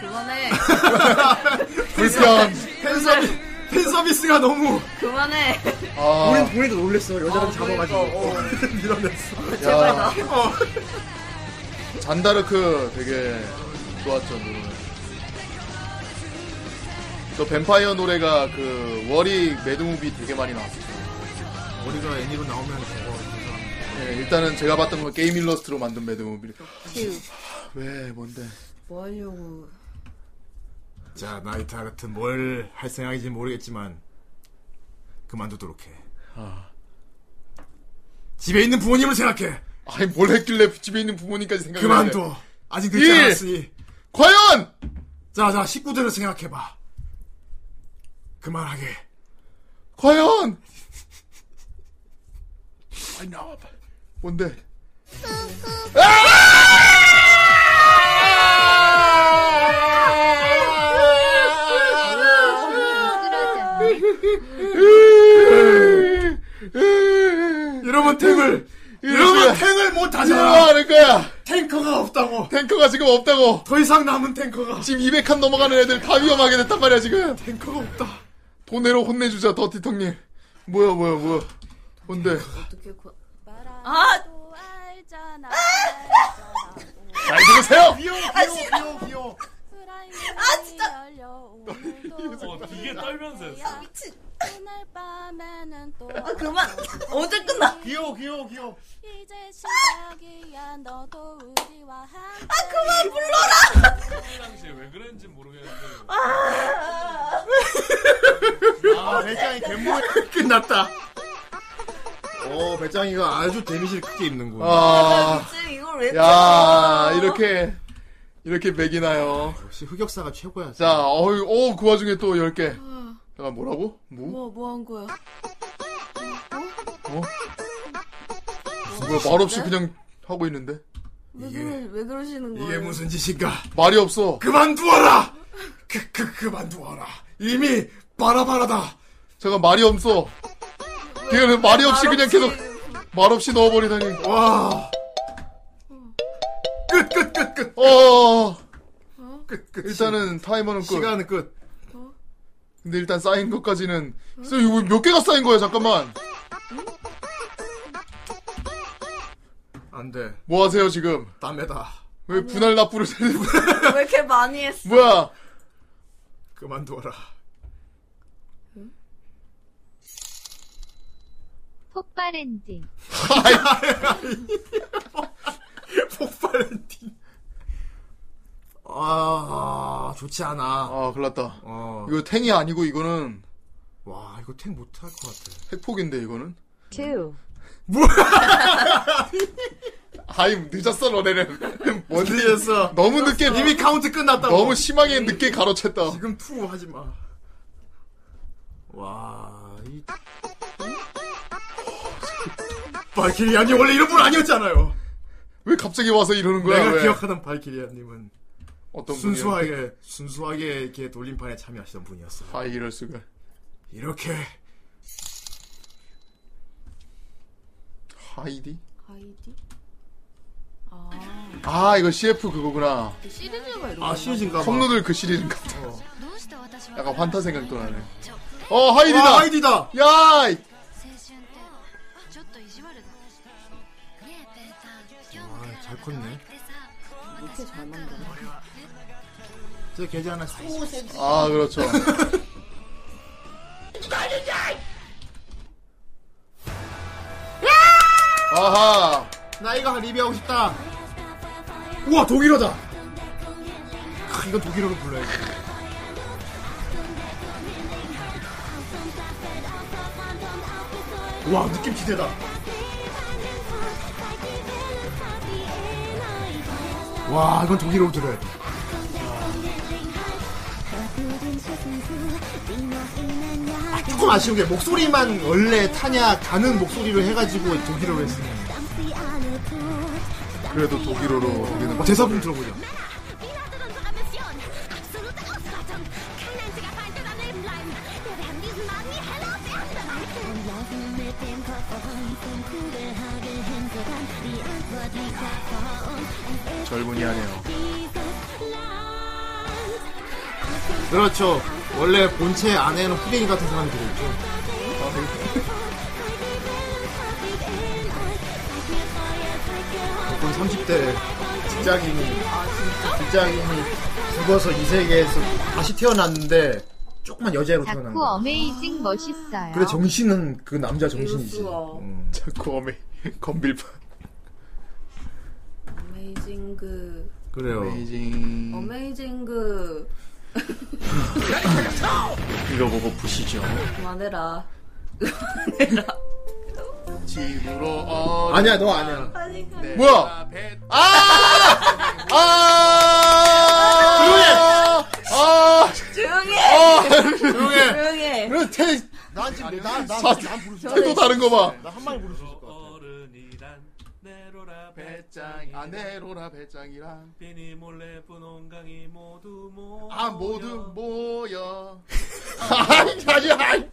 Speaker 5: 그만해.
Speaker 9: 그러니까
Speaker 3: 불편.
Speaker 9: 팬서비스, 팬서비스가 너무.
Speaker 5: 그만해.
Speaker 3: 아,
Speaker 9: 우린, 우리도 놀랬어. 여자를 잡아가지고.
Speaker 5: 그러니까,
Speaker 9: 밀어냈어.
Speaker 5: 제발 나.
Speaker 9: 어.
Speaker 3: 잔다르크 되게 좋았죠, 노래. 저 뱀파이어 노래가 그, 월이 매드무비 되게 많이 나왔어요.
Speaker 9: 우리가 애니로 나오면 저거.
Speaker 3: 예, 일단은 제가 봤던 건 게임 일러스트로 만든 매드무비.
Speaker 5: 휴.
Speaker 3: 왜, 뭔데?
Speaker 5: 뭐 하려고.
Speaker 9: 자, 나이트 아르트 뭘 할 생각인지 모르겠지만 그만두도록 해.
Speaker 3: 아.
Speaker 9: 집에 있는 부모님을 생각해.
Speaker 3: 아니, 뭘 했길래 집에 있는 부모님까지 생각해.
Speaker 9: 그만둬. 아직 늦지
Speaker 3: 일!
Speaker 9: 않았으니.
Speaker 3: 과연!
Speaker 9: 자, 자, 식구들을 생각해봐. 그만하게.
Speaker 3: 과연! 아니, 나 뭔데?
Speaker 9: 이러면 탱을, 이러면 탱을 못하잖아.
Speaker 3: 들어가는 거야!
Speaker 9: 탱커가 없다고.
Speaker 3: 탱커가 지금 없다고!
Speaker 9: 더 이상 남은 탱커가.
Speaker 3: 지금 200칸 넘어가는 애들 다 위험하게 됐단 말이야, 지금!
Speaker 9: 탱커가 없다.
Speaker 3: 돈으로 혼내주자, 더티텅님. 뭐야, 뭐야, 뭐야. 뭔데?
Speaker 5: 어떻게 고... 아!
Speaker 3: 잘 들으세요!
Speaker 9: 비오, 비오, 비오.
Speaker 1: 아 진짜
Speaker 10: 이게 떨면서 했어.
Speaker 1: 미친 그날 밤에는 또
Speaker 17: 아, 그만. 언제 끝나?
Speaker 9: 귀여워, 귀여워, 귀여워.
Speaker 1: 이제 시작이야 너도 우리와 함께 아
Speaker 17: 그만 불러라!
Speaker 19: 그 당시에 왜 그랬는지 모르겠는데
Speaker 9: 아, 배짱이 괴물 끝났다. 오, 어, 배짱이가 아주 데미지를 크게 입는군.
Speaker 3: 아,
Speaker 17: 지금 이걸 왜
Speaker 3: 야, 이렇게 이렇게 매기나요.
Speaker 9: 역시 흑역사가 최고야.
Speaker 3: 자, 어이, 오, 그 와중에 또 10개. 잠깐 뭐라고? 뭐?
Speaker 17: 뭐, 뭐 한 거야?
Speaker 3: 어? 뭐야, 말없이 그냥 하고 있는데.
Speaker 17: 왜, 그러, 왜 그러시는 거예요?
Speaker 9: 이게 무슨 짓인가?
Speaker 3: 말이 없어.
Speaker 9: 그만두어라! 그, 그, 그만두어라. 이미 바라바라다.
Speaker 3: 잠깐 말이 없어. 걔는 말이 없이 그냥 계속 말없이 넣어버리다니.
Speaker 9: 와. 끝, 끝, 끝, 끝.
Speaker 3: 어.
Speaker 9: 끝, 끝.
Speaker 3: 일단은 타이머는 끝.
Speaker 9: 시간은 끝.
Speaker 3: 근데 일단 쌓인 것까지는. 쌤, 이거 몇 개가 쌓인 거야, 잠깐만.
Speaker 9: 안 돼.
Speaker 3: 뭐 하세요, 지금?
Speaker 9: 담에다.
Speaker 3: 왜 분할 납부를
Speaker 17: 왜 이렇게 많이 했어?
Speaker 3: 뭐야?
Speaker 9: 그만두어라.
Speaker 13: 폭발 엔딩.
Speaker 9: 폭발 엔딩. 아, 좋지 않아.
Speaker 3: 아, 큰일 났다.
Speaker 9: 어.
Speaker 3: 이거 탱이 아니고 이거는
Speaker 9: 와, 이거 탱 못할 것 같아.
Speaker 3: 핵폭인데, 이거는?
Speaker 18: 2
Speaker 3: 아이, 늦었어, 너네는. 뭔지
Speaker 9: 늦었어.
Speaker 3: 너무 늦게,
Speaker 9: 이미 카운트 끝났다고.
Speaker 3: 너무 심하게 늦게 가로챘다.
Speaker 9: 지금 투 하지 마. 와, 이. 발키리안이 원래 이런 분 아니었잖아요.
Speaker 3: 왜 갑자기 와서 이러는 거야?
Speaker 9: 내가
Speaker 3: 왜?
Speaker 9: 기억하던 발키리안님은
Speaker 3: 어떤 분이요?
Speaker 9: 순수하게, 순수하게 이렇게 돌림판에 참여하시던 분이었어요.
Speaker 3: 아, 이럴 수가.
Speaker 9: 이렇게
Speaker 3: 하이디?
Speaker 5: 아이디? 아,
Speaker 3: 아, 이거 CF 그거구나.
Speaker 5: 시리즈가 이런
Speaker 9: 아 시즌가 봐.
Speaker 3: 컵누들 그 시리즈인가 보다.
Speaker 9: 어.
Speaker 3: 약간 환타 생각도 나네. 어, 하이디다!
Speaker 9: 와, 아이디다.
Speaker 3: 야! 이-
Speaker 9: 아, 잘 컸네.
Speaker 5: 이렇게 잘 만드네.
Speaker 9: 저 계좌 하나 소세.
Speaker 3: 아, 그렇죠. 아하!
Speaker 9: 나 이거 리뷰하고 싶다. 우와 독일어다. 크, 이건 독일어로 불러야지. 와 느낌 기대다. 와 이건 독일어로 들어야 돼. 아, 조금 아쉬운 게 목소리만 원래 타냐 가는 목소리로 해가지고 독일어로 했으니
Speaker 3: 그래도 독일어로 우리는
Speaker 9: 어, 제사 좀 들어보자.
Speaker 3: 젊은이 하네요.
Speaker 9: 그렇죠. 원래 본체 안에는 후대인 같은 사람이 들어있죠. 아, 보통 30대 직장인이 직장인이 죽어서 이 세계에서 다시 태어났는데 조금만 여자애로 태어난
Speaker 13: 자꾸
Speaker 9: 거야.
Speaker 13: 어메이징 멋있어요.
Speaker 9: 그래 정신은 그 남자 정신이지.
Speaker 5: 이럴수가.
Speaker 9: 음.
Speaker 3: 자꾸 어메, 건빌파.
Speaker 5: 어메이징 그
Speaker 9: 그래요. 음.
Speaker 3: 베이징.
Speaker 5: 어메이징 그
Speaker 3: 이거 보고 부시죠.
Speaker 5: 그만해라.
Speaker 3: 지구로 어.
Speaker 9: 아니야 너 아니야.
Speaker 3: 뭐야? 아!
Speaker 9: 아!
Speaker 3: 아! 조용해! 아!
Speaker 17: 조용히 해!
Speaker 3: 아!
Speaker 9: 어, 조용해.
Speaker 17: 조용히 해!
Speaker 3: 그래, 태,
Speaker 9: 난 지금 나나
Speaker 3: 자,
Speaker 9: 부를
Speaker 3: 태도 다른 거 봐.
Speaker 9: 나한 마리 부를 수 있을 것 같아.
Speaker 19: 어른이란 내로라
Speaker 3: 배짱, 아, 내로라 배짱이랑.
Speaker 19: 비니 몰래 뿐 온강이 모두 모여
Speaker 3: 아, 모두 모여. 아니, 아니, 아니.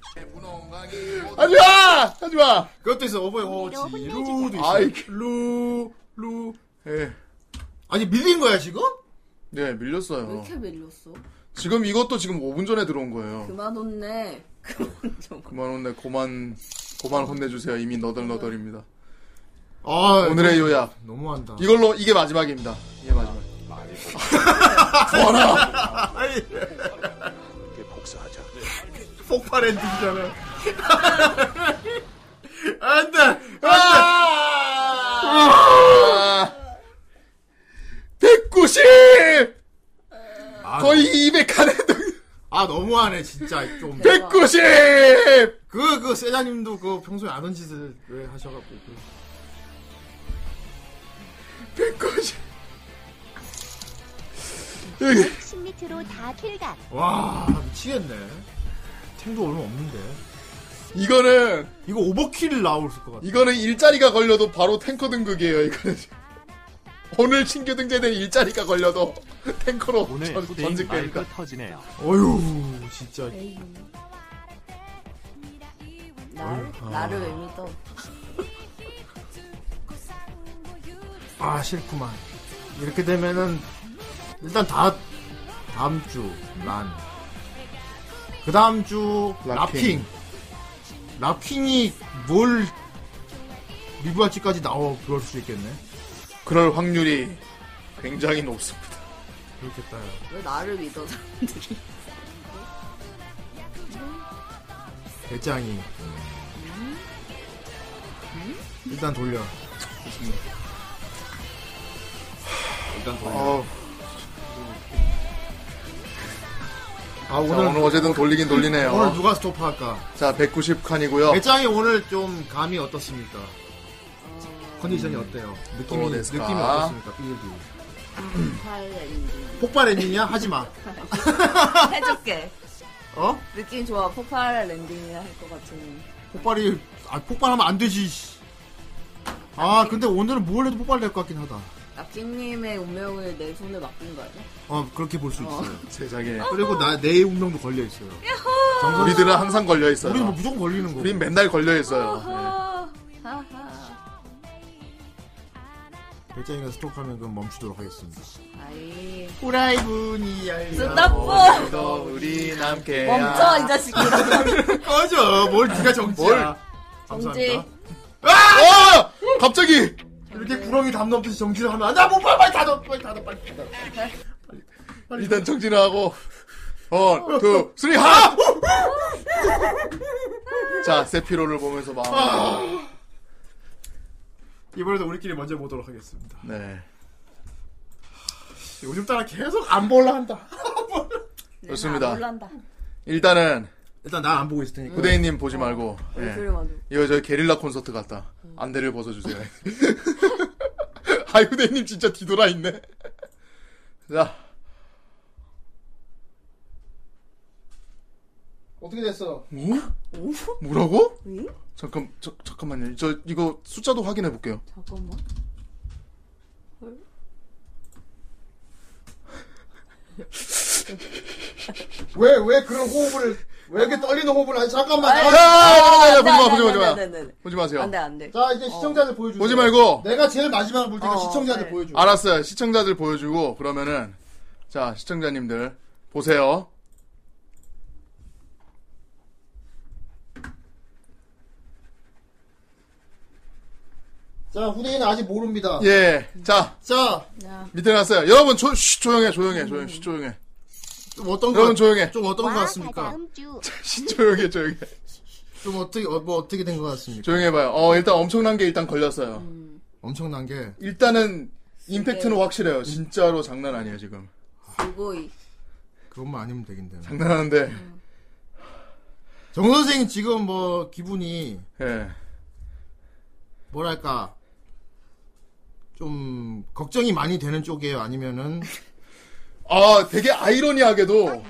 Speaker 3: 하지 마! 하지 마!
Speaker 9: 그것도 있어. 어버이 호지 루도 있어.
Speaker 3: 아이,
Speaker 9: 루루
Speaker 3: 예.
Speaker 9: 아니 밀린 거야 지금?
Speaker 3: 네,
Speaker 5: 왜
Speaker 3: 밀렸어요.
Speaker 5: 이렇게 밀렸어?
Speaker 3: 지금 이것도 지금 5분 전에 들어온 거예요.
Speaker 5: 그만 혼내. 그만 좀.
Speaker 3: 그만 혼내, 고만, 고만 혼내주세요. 이미 너덜너덜입니다.
Speaker 9: 아
Speaker 3: 오늘의 요약.
Speaker 9: 너무한다.
Speaker 3: 이걸로 이게 마지막입니다. 이게 마지막. 뭐라?
Speaker 9: 아니, 폭발 엔딩이잖아. 안돼 아! 안돼
Speaker 3: 아! 190! 거의 200 안에
Speaker 9: 네. 아 너무하네 진짜 좀
Speaker 3: 190!
Speaker 9: 그, 그, 세자님도 그 평소에 아는 짓을 왜 하셔갖고. 그.
Speaker 3: 190!
Speaker 2: 110m로 다 킬각.
Speaker 9: 와, 미치겠네. 탱도 얼마 없는데.
Speaker 3: 이거는
Speaker 9: 이거 오버킬 나올 것 같아.
Speaker 3: 이거는 일자리가 걸려도 바로 탱커 등극이에요. 이거는 오늘 신규 등재된 일자리가 걸려도 탱커로
Speaker 11: 오늘
Speaker 3: 전-
Speaker 11: 후대인
Speaker 3: 전직
Speaker 9: 그러니까.
Speaker 3: 되니까.
Speaker 11: 마이크 터지네요.
Speaker 9: 어휴, 진짜.
Speaker 5: 나를,
Speaker 9: 아.
Speaker 5: 나를 왜 믿어?
Speaker 9: 아, 싫구만. 이렇게 되면은, 일단 다, 다음 주, 란. 그 다음 주, 라핑. 라핑. 이뭘 리뷰할지까지 나와, 그럴 수 있겠네.
Speaker 3: 그럴 확률이 굉장히 높습니다.
Speaker 9: 그렇겠다.
Speaker 5: 왜 나를 믿어, 사람들이.
Speaker 9: 배짱이. 일단 돌려.
Speaker 11: 일단
Speaker 3: 어,
Speaker 9: 아,
Speaker 3: 자, 오늘 어제든 돌리긴 돌리네요.
Speaker 9: 오늘 누가 네, 스톱할까?
Speaker 3: 자, 190칸이고요.
Speaker 9: 배짱이 오늘 좀 감이 어떻습니까? 컨디션이 어때요? 느낌이,
Speaker 3: 또
Speaker 9: 느낌이
Speaker 3: 데스카.
Speaker 9: 어떻습니까? 삐
Speaker 5: 폭발했니?
Speaker 9: 폭발 엔딩이야? 하지 마. 아.
Speaker 5: 해줄게.
Speaker 9: 어?
Speaker 5: 느낌 좋아. 폭발 랜딩이야 할 것 같은.
Speaker 9: 폭발이, 아, 폭발하면 안 되지. 씨. 아, 근데 오늘은 뭘 해도 폭발될 것 같긴 하다.
Speaker 5: 낙김님의 운명을 내 손에 맡긴 거 아니야?
Speaker 9: 어, 그렇게 볼 수
Speaker 5: 어.
Speaker 9: 있어요.
Speaker 3: 세상에.
Speaker 9: 그리고 나, 내 운명도 걸려있어요.
Speaker 5: 야호!
Speaker 3: 우리들은 항상 걸려 있어요.
Speaker 9: 우리는 뭐 무조건 걸리는 거고.
Speaker 3: 우린 맨날 걸려
Speaker 5: 네.
Speaker 3: 있어요.
Speaker 5: 하하. 하하.
Speaker 9: 배짱이가 스톱하면 그럼 멈추도록 하겠습니다.
Speaker 5: 아이.
Speaker 9: 후라이분이 어.
Speaker 5: 스탑부!
Speaker 3: 우리 남게.
Speaker 5: 멈춰, 이 자식들아.
Speaker 9: 꺼져. 뭘 네가 정지야.
Speaker 5: 정지.
Speaker 9: 아!
Speaker 3: 어! 갑자기
Speaker 9: 이렇게 구렁이 담 넘듯이 정지를 하면 안돼못 빨리 빨리 닫아 빨리 닫아 빨리 닫아.
Speaker 3: 일단 정진을 하고 원, 투, 쓰리, 하! 자, 세피로를 보면서 마음.
Speaker 9: 아. 이번에도 우리끼리 먼저 보도록 하겠습니다.
Speaker 3: 네.
Speaker 9: 요즘 따라 계속 안 볼라 한다.
Speaker 3: 좋습니다.
Speaker 5: 몰란다.
Speaker 3: 일단은
Speaker 9: 일단 난 안 보고 있을 테니까.
Speaker 3: 후대인님 보지 말고. 예.
Speaker 5: 얼굴을 먼저.
Speaker 3: 이거 저 게릴라 콘서트 같다. 안대를 벗어주세요. 아, 후대인님 진짜 뒤돌아 있네. 자,
Speaker 9: 어떻게 됐어?
Speaker 3: 뭐? 뭐라고? 잠깐, 저, 잠깐만요. 저 이거 숫자도 확인해 볼게요.
Speaker 5: 잠깐만.
Speaker 9: 왜, 왜 그런 호흡을, 왜 이렇게 떨리는 호흡을 하지? 잠깐만.
Speaker 5: 아이,
Speaker 9: 잠깐만.
Speaker 5: 아,
Speaker 3: 아,
Speaker 5: 네,
Speaker 3: 보지 마,
Speaker 5: 네,
Speaker 3: 보지 마,
Speaker 5: 네,
Speaker 3: 보지 마.
Speaker 5: 네, 네, 네.
Speaker 3: 보지 마세요.
Speaker 5: 안 돼, 안 돼.
Speaker 9: 자, 이제 시청자들 보여주세요.
Speaker 3: 보지 말고.
Speaker 9: 내가 제일 마지막을 볼 테니까
Speaker 5: 어,
Speaker 9: 시청자들 보여줘.
Speaker 3: 알았어요. 시청자들 보여주고 그러면은 자 시청자님들 보세요.
Speaker 9: 자, 후대인은 아직 모릅니다.
Speaker 3: 예, 자
Speaker 9: 자,
Speaker 3: 밑에 났어요. 여러분 조, 쉬, 조용해, 조용해, 조용해, 쉬, 조용해.
Speaker 9: 좀 어떤 거,
Speaker 3: 여러분 조용해.
Speaker 9: 좀 어떤
Speaker 5: 아,
Speaker 9: 것 같습니까?
Speaker 3: 쉬, 조용해, 조용해.
Speaker 9: 좀 어떻게, 어, 뭐 어떻게 된 것 같습니까?
Speaker 3: 조용해봐요. 어 일단 엄청난 게 일단 걸렸어요.
Speaker 9: 엄청난 게.
Speaker 3: 일단은 임팩트는 확실해요. 진짜로 장난 아니에요 지금.
Speaker 5: 그리고
Speaker 9: 그것만 아니면 되긴 되네.
Speaker 3: 장난하는데.
Speaker 9: 정 선생 지금 뭐 기분이
Speaker 3: 예.
Speaker 9: 뭐랄까 좀 걱정이 많이 되는 쪽이에요. 아니면은
Speaker 3: 아 되게 아이러니하게도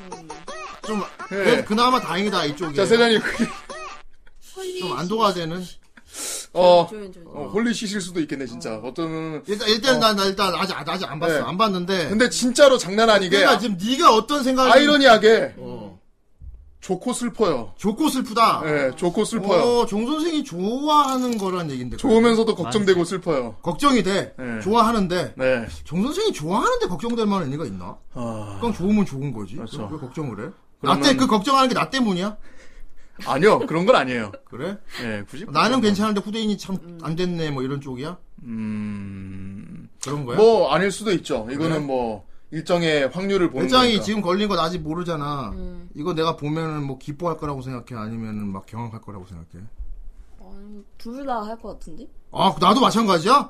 Speaker 9: 좀
Speaker 3: 예.
Speaker 9: 그래도 그나마 다행이다 이쪽이
Speaker 3: 자 세자님 그게
Speaker 9: 좀 안도가 되는.
Speaker 3: 어,
Speaker 5: 조용히, 조용히.
Speaker 3: 어 홀리시실 수도 있겠네 진짜. 어떤
Speaker 9: 일단 일단
Speaker 3: 어.
Speaker 9: 난, 난 일단 아직 아직 안 봤어.
Speaker 3: 네.
Speaker 9: 안 봤는데.
Speaker 3: 근데 진짜로 장난 아니게
Speaker 9: 그러니까 지금 네가 어떤 생각이
Speaker 3: 아이러니하게
Speaker 9: 어.
Speaker 3: 좋고 슬퍼요.
Speaker 9: 좋고 슬프다.
Speaker 3: 예, 좋고 슬퍼요.
Speaker 9: 어, 정 선생이 좋아하는 거란 얘긴데.
Speaker 3: 좋으면서도 걱정되고 슬퍼요.
Speaker 9: 걱정이 돼.
Speaker 3: 네.
Speaker 9: 좋아하는데.
Speaker 3: 네.
Speaker 9: 정 선생이 좋아하는데 걱정될 만한 의미가 있나?
Speaker 3: 아,
Speaker 9: 그럼 좋으면 좋은 거지.
Speaker 3: 그렇죠.
Speaker 9: 왜 걱정을 해?
Speaker 3: 그러면-
Speaker 9: 나 때 그 걱정하는 게 나 때문이야?
Speaker 3: 아니요, 그런 건 아니에요.
Speaker 9: 그래?
Speaker 3: 예, 굳이.
Speaker 9: 나는 괜찮은데 후대인이 참 안 됐네 뭐 이런 쪽이야?
Speaker 3: 음,
Speaker 9: 그런 거야?
Speaker 3: 뭐, 아닐 수도 있죠. 이거는
Speaker 9: 그래요?
Speaker 3: 뭐, 일정의 확률을 보는
Speaker 9: 배짱이
Speaker 3: 거니까.
Speaker 9: 지금 걸린 건 아직 모르잖아. 이거 내가 보면은 뭐 기뻐할 거라고 생각해? 아니면은 막 경악할 거라고 생각해?
Speaker 5: 둘 다 할 것 같은데? 음,
Speaker 9: 아, 나도 마찬가지야?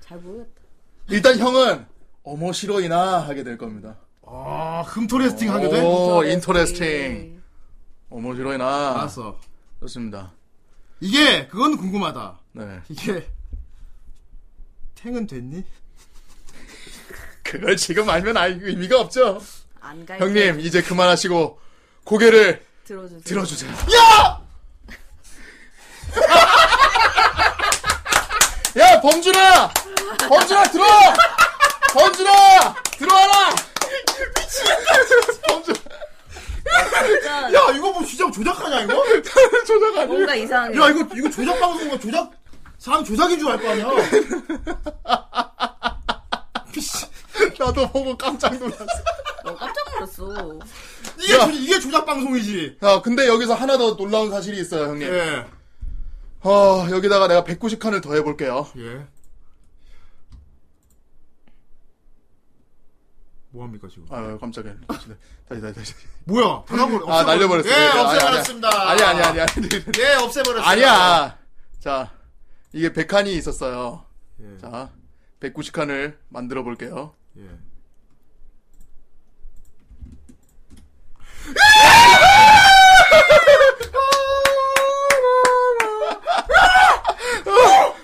Speaker 5: 잘 모르겠다.
Speaker 3: 일단 형은 어머 싫어이나 하게 될 겁니다.
Speaker 9: 아, 흠토레스팅 하게 돼?
Speaker 3: 오, 인터레스팅. 어머 싫어이나.
Speaker 9: 알았어.
Speaker 3: 좋습니다.
Speaker 9: 이게, 그건 궁금하다.
Speaker 3: 네.
Speaker 9: 이게, 탱은 됐니?
Speaker 3: 그걸 지금 알면 알 의미가 없죠.
Speaker 5: 안 갈게.
Speaker 3: 형님 이제 그만하시고 고개를
Speaker 5: 들어주세요.
Speaker 3: 들어주세요.
Speaker 9: 야!
Speaker 3: 야 범준아, 범준아 들어, 범준아 들어와라. 미치겠다. 범준.
Speaker 5: 약간
Speaker 9: 야, 이거 뭐 진짜 조작하냐, 이거?
Speaker 3: 조작 아니야?
Speaker 5: 뭔가 이상해.
Speaker 9: 야, 이거, 이거 조작 방송인가? 조작, 사람 조작인 줄 알 거 아니야?
Speaker 3: 나도 보고 깜짝 놀랐어.
Speaker 5: 어, 깜짝 놀랐어.
Speaker 9: 이게, 조, 이게 조작 방송이지.
Speaker 3: 아 근데 여기서 하나 더 놀라운 사실이 있어요 형님.
Speaker 9: 예.
Speaker 3: 어 여기다가 내가 190칸을 더 해볼게요.
Speaker 9: 예. 뭐합니까, 지금?
Speaker 3: 아유 깜짝이야. 다시 다시 다시.
Speaker 9: 뭐야? 전화번호
Speaker 3: 아 날려버렸어.
Speaker 9: 예, 없애버렸습니다.
Speaker 3: 아니 아니 아니 아니.
Speaker 9: 예, 없애버렸어요.
Speaker 3: 아니야. 자 이게 100칸이 있었어요. 자 190칸을 만들어 볼게요.
Speaker 9: 예.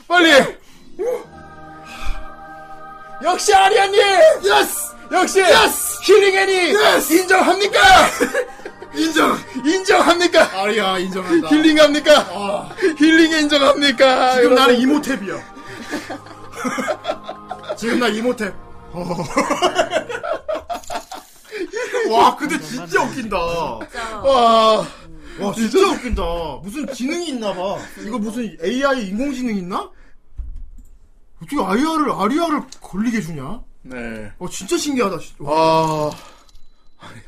Speaker 3: 빨리. 역시 아리아님.
Speaker 9: 예스.
Speaker 3: 역시 힐링애니 인정합니까?
Speaker 9: 인정.
Speaker 3: 인정합니까?
Speaker 9: 아리아, 인정한다.
Speaker 3: 힐링합니까?
Speaker 9: 아.
Speaker 3: 힐링 인정합니까?
Speaker 9: 지금
Speaker 3: 여러분?
Speaker 9: 나는 이모탭이야. 지금 나 이모탭. 어. 와, 근데 진짜 웃긴다.
Speaker 3: 와,
Speaker 9: 와, 진짜 웃긴다. 무슨 지능이 있나 봐. 이거 무슨 AI 인공지능 있나? 어떻게 아리아를, 아리아를 걸리게 주냐? 와,
Speaker 3: 네.
Speaker 9: 진짜 신기하다. 진-
Speaker 3: 와,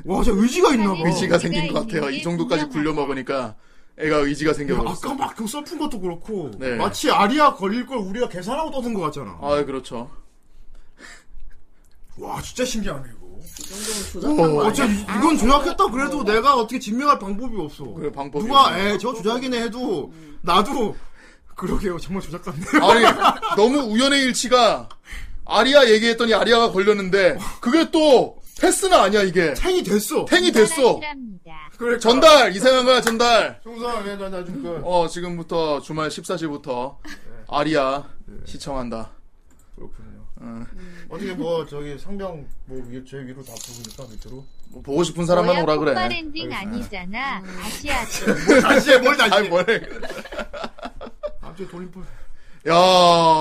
Speaker 9: 와, 진짜 의지가 있나 봐.
Speaker 3: 의지가 생긴 것 같아요. 이 정도까지 굴려 먹으니까 애가 의지가 생겨버렸어.
Speaker 9: 아까 막 그 서픈 것도 그렇고
Speaker 3: 네.
Speaker 9: 마치 아리아 걸릴 걸 우리가 계산하고 떠든 것 같잖아.
Speaker 3: 아, 그렇죠.
Speaker 9: 와 진짜 신기하네 이거.
Speaker 5: 조작한 거 아니야?
Speaker 9: 어째 이- 이건 조작했다 그래도 내가 어떻게 증명할 방법이 없어.
Speaker 3: 그래, 방법이
Speaker 9: 누가
Speaker 3: 없네.
Speaker 9: 에저 조작이네 해도 나도 그러게요 정말 조작 같네요.
Speaker 3: 아니, 너무 우연의 일치가 아리아 얘기했더니 아리아가 걸렸는데 그게 또 패스는 아니야 이게.
Speaker 9: 탱이 됐어.
Speaker 3: 탱이 됐어.
Speaker 9: 그래
Speaker 13: 그러니까.
Speaker 3: 전달 이상한 거야 전달.
Speaker 9: 총상 왜나나좀 그.
Speaker 3: 어 지금부터 주말 14시부터 아리아 시청한다.
Speaker 9: 그렇군요.
Speaker 3: 응.
Speaker 9: 어떻게 뭐 저기 상병 뭐제 위로 다 부르니까 밑으로.
Speaker 3: 뭐 보고 싶은 사람만
Speaker 13: 뭐야,
Speaker 3: 오라 그래.
Speaker 13: 폭발 엔딩 아니잖아. 다시 하자.
Speaker 9: 뭘 다시 해, 뭘 다시 해.
Speaker 3: 아니, 뭘 해.
Speaker 9: 갑자기 아, 돌림판.
Speaker 3: 야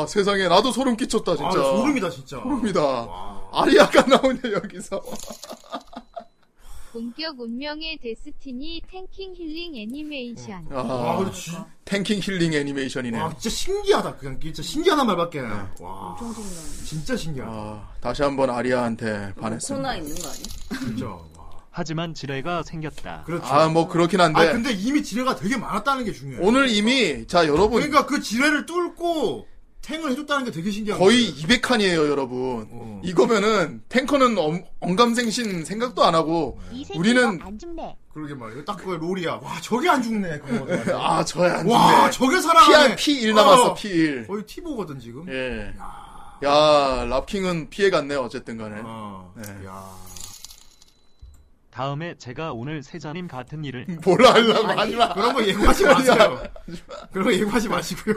Speaker 3: 세상에 나도 소름 끼쳤다 진짜.
Speaker 9: 아 소름이다 진짜.
Speaker 3: 소름이다. 아리아가 나오냐 여기서.
Speaker 13: 본격 운명의 데스티니 탱킹 힐링 애니메이션.
Speaker 3: 아,
Speaker 9: 아, 근데 아. 진-
Speaker 3: 탱킹 힐링 애니메이션이네.
Speaker 9: 와 진짜 신기하다 그냥 진짜 신기하단 말밖에. 와 진짜 신기하다.
Speaker 3: 아, 다시 한번 아리아한테
Speaker 5: 코나
Speaker 3: 반했습니다.
Speaker 5: 있는 거 아니야?
Speaker 9: 진짜.
Speaker 11: 하지만 지뢰가 생겼다.
Speaker 9: 그렇죠.
Speaker 3: 아 뭐 그렇긴 한데
Speaker 9: 아, 근데 이미 지뢰가 되게 많았다는 게 중요해요.
Speaker 3: 오늘 이미 자 여러분
Speaker 9: 그러니까 그 지뢰를 뚫고 탱을 해줬다는 게 되게 신기한
Speaker 3: 거의
Speaker 9: 거예요.
Speaker 3: 200칸이에요 여러분.
Speaker 9: 어.
Speaker 3: 이거면은 탱커는 엄, 언감생신 생각도 안 하고
Speaker 2: 이 새끼
Speaker 3: 우리는
Speaker 2: 안 죽네.
Speaker 9: 그러게 말이에요. 딱 그거 롤이야. 와, 저게 안 죽네. 그거.
Speaker 3: 아 저야 안
Speaker 9: 와,
Speaker 3: 죽네.
Speaker 9: 저게 살아가네.
Speaker 3: P1 남았어
Speaker 9: 어,
Speaker 3: P1.
Speaker 9: 거의 티보거든 지금.
Speaker 3: 예. 야, 랍킹은 피해갔네, 어쨌든 간에.
Speaker 9: 어.
Speaker 3: 예.
Speaker 9: 야.
Speaker 11: 다음에 제가 오늘 세자님 같은 일을
Speaker 3: 뭘 하려고 하지 마.
Speaker 9: 그런 거 예고하지 마세요. 그런 거 예고하지 마시고요.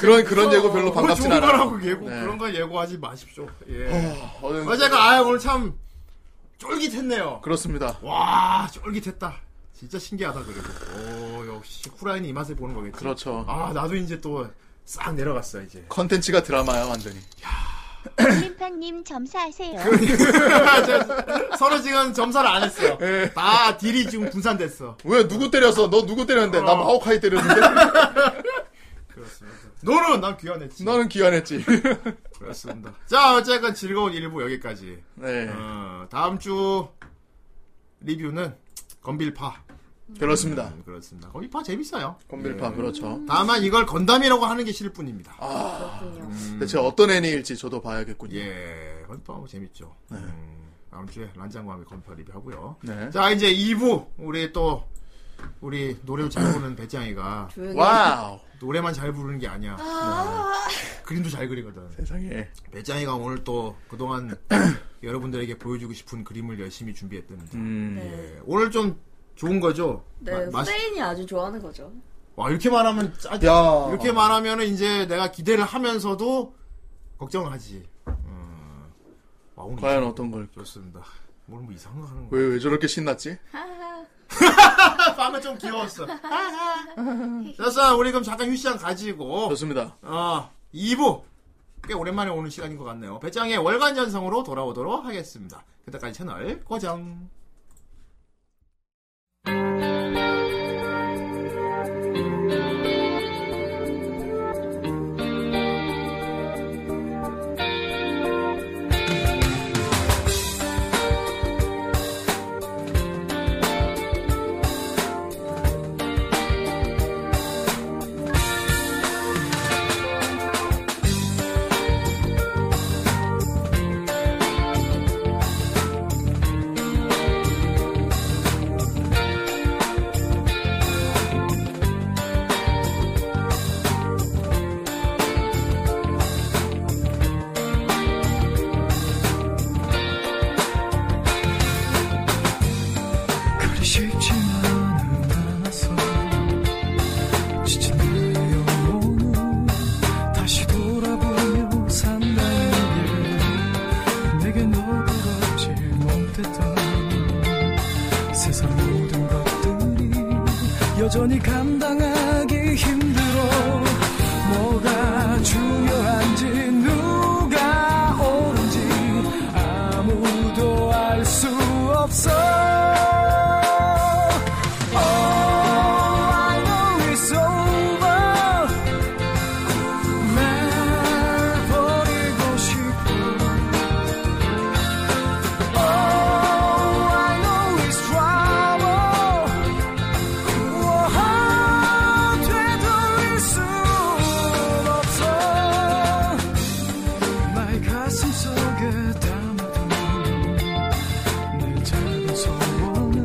Speaker 3: 그런, 그런 예고 별로 반갑진
Speaker 9: 그거 어. 좋은
Speaker 3: 않아요.
Speaker 9: 거라고 예고
Speaker 3: 네.
Speaker 9: 그런 거 예고하지 마십시오. 예.
Speaker 3: 어, 어느-
Speaker 9: 어, 제가 아 오늘 참 쫄깃했네요.
Speaker 3: 그렇습니다.
Speaker 9: 와 쫄깃했다. 진짜 신기하다 그리고. 오 역시 후라이는 이 맛을 보는 거겠지.
Speaker 3: 그렇죠.
Speaker 9: 아 나도 이제 또 싹 내려갔어 이제.
Speaker 3: 컨텐츠가 드라마야, 완전히.
Speaker 2: 돌림판님 점사하세요.
Speaker 9: 저- 서로 지금 점사를 안 했어요.
Speaker 3: 예.
Speaker 9: 다 딜이 지금 분산됐어.
Speaker 3: 왜, 누구 때렸어? 너 누구 때렸는데? 나 마오카이 때렸는데?
Speaker 9: 너는 난 귀환했지.
Speaker 3: 너는 귀환했지.
Speaker 9: 그렇습니다. 자 어쨌건 즐거운 일부 여기까지.
Speaker 3: 네.
Speaker 9: 어, 다음 주 리뷰는 건빌파.
Speaker 3: 그렇습니다.
Speaker 9: 음, 그렇습니다. 건빌파 재밌어요.
Speaker 3: 건빌파, 그렇죠.
Speaker 9: 다만 이걸 건담이라고 하는 게 싫을 뿐입니다.
Speaker 5: 그렇군요.
Speaker 3: 대체 어떤 애니일지 저도 봐야겠군요.
Speaker 9: 예. 건빵 재밌죠.
Speaker 3: 네.
Speaker 9: 음, 다음 주에 란장과 함께 건파 리뷰하고요.
Speaker 3: 네.
Speaker 9: 자 이제 2부 우리 또 우리 노래 잘 부르는 배짱이가
Speaker 3: 조용히. 와우.
Speaker 9: 노래만 잘 부르는 게 아니야. 네. 그림도 잘 그리거든.
Speaker 3: 세상에.
Speaker 9: 배짱이가 오늘 또 그동안 여러분들에게 보여주고 싶은 그림을 열심히 준비했답니다.
Speaker 3: 음.
Speaker 9: 예. 오늘 좀 좋은 거죠?
Speaker 5: 네,
Speaker 9: 마- 맛이-
Speaker 5: 스페인이 아주 좋아하는 거죠.
Speaker 9: 와 이렇게 말하면 짜
Speaker 3: 야.
Speaker 9: 이렇게 말하면 이제 내가 기대를 하면서도 걱정을 하지. 음. 와, 오늘
Speaker 3: 과연
Speaker 9: 이상-
Speaker 3: 어떤 걸?
Speaker 9: 좋습니다. 뭘 뭐 이상한 거 하는 거야?
Speaker 3: 왜, 왜 저렇게 신났지?
Speaker 9: 밤에 좀 귀여웠어. 자자 우리 그럼 잠깐 휴식장 가지고
Speaker 3: 좋습니다.
Speaker 9: 어 2부 꽤 오랜만에 오는 시간인 것 같네요. 배짱의 월간 연성으로 돌아오도록 하겠습니다. 그때까지 채널 고정.
Speaker 11: 그리 쉽지만은 않아서 지친 내 영혼을 다시 돌아보며 산다는 게 내게 너가 없지 못했던 세상 모든 것들이 여전히 감당하기 힘들어 뭐가 중요한지 누가 옳은지 아무도 알 수 없어 Oh, I know it's over 날 버리고 싶어 Oh, I know it's trouble 우와, 되돌릴 순 없어 나의 가슴 속에 담아둔 내 작은 소원은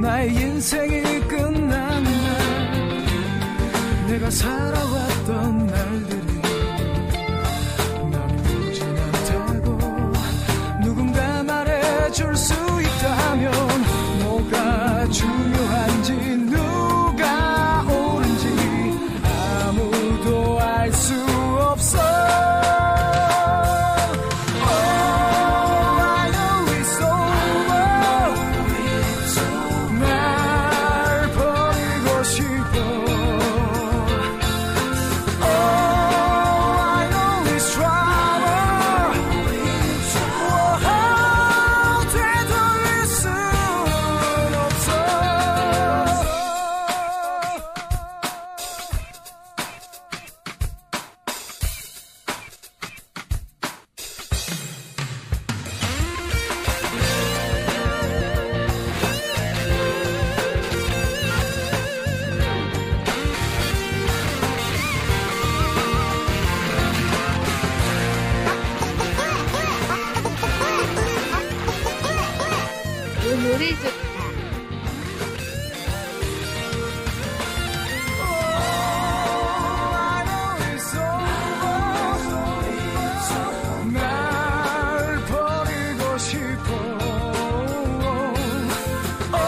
Speaker 11: 나의 인생이 끝난 날 내가 살아왔던 날들이 남이 보진 않다고 아. 누군가 말해줄 수 있다면 뭐가 중요한지 누가 옳은지 아무도 알 수 없어 Oh, I know it's over 날 버리고 싶어 Oh, I know it's trouble. Oh, 되돌릴 순 없어.
Speaker 20: 오 노래 좋다.
Speaker 11: I know it's over. 날 버리고 싶어. Oh,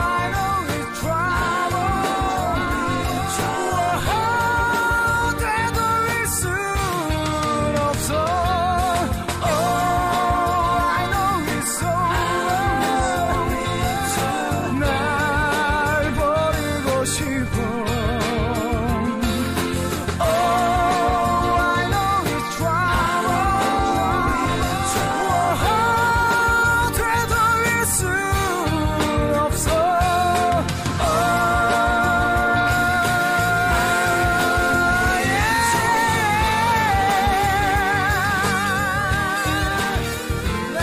Speaker 11: I know it's trouble. 되돌릴 순 없어. Oh, I know it's over. 날 버리고 싶어. Oh, I know it's trouble. 되돌릴 수 없어. Oh, yeah.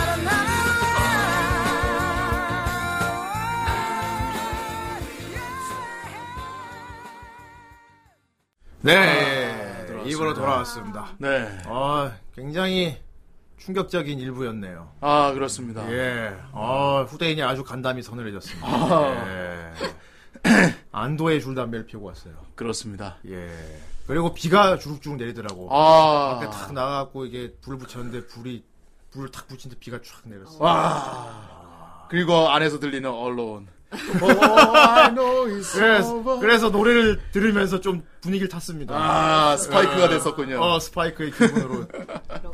Speaker 9: 네, 예, 입으로 돌아왔습니다.
Speaker 3: 네.
Speaker 9: 어, 아, 굉장히 충격적인 일부였네요.
Speaker 3: 아 그렇습니다.
Speaker 9: 예. 아, 후대인이 아주 간담이 서늘해졌습니다.
Speaker 3: 아.
Speaker 9: 예. 안도의 줄담배를 피우고 왔어요.
Speaker 3: 그렇습니다.
Speaker 9: 예. 그리고 비가 주룩주룩 내리더라고.
Speaker 3: 아.
Speaker 9: 밖에 탁 나가고 이게 불을 붙였는데 불이 불을 탁 붙이는데 비가 쫙 내렸어.
Speaker 3: 와. 그리고 안에서 들리는 언론.
Speaker 9: 어, 그래서, 그래서 노래를 들으면서 좀 분위기를 탔습니다.
Speaker 3: 아, 스파이크가
Speaker 9: 예.
Speaker 3: 됐었군요.
Speaker 9: 어, 스파이크의 기분으로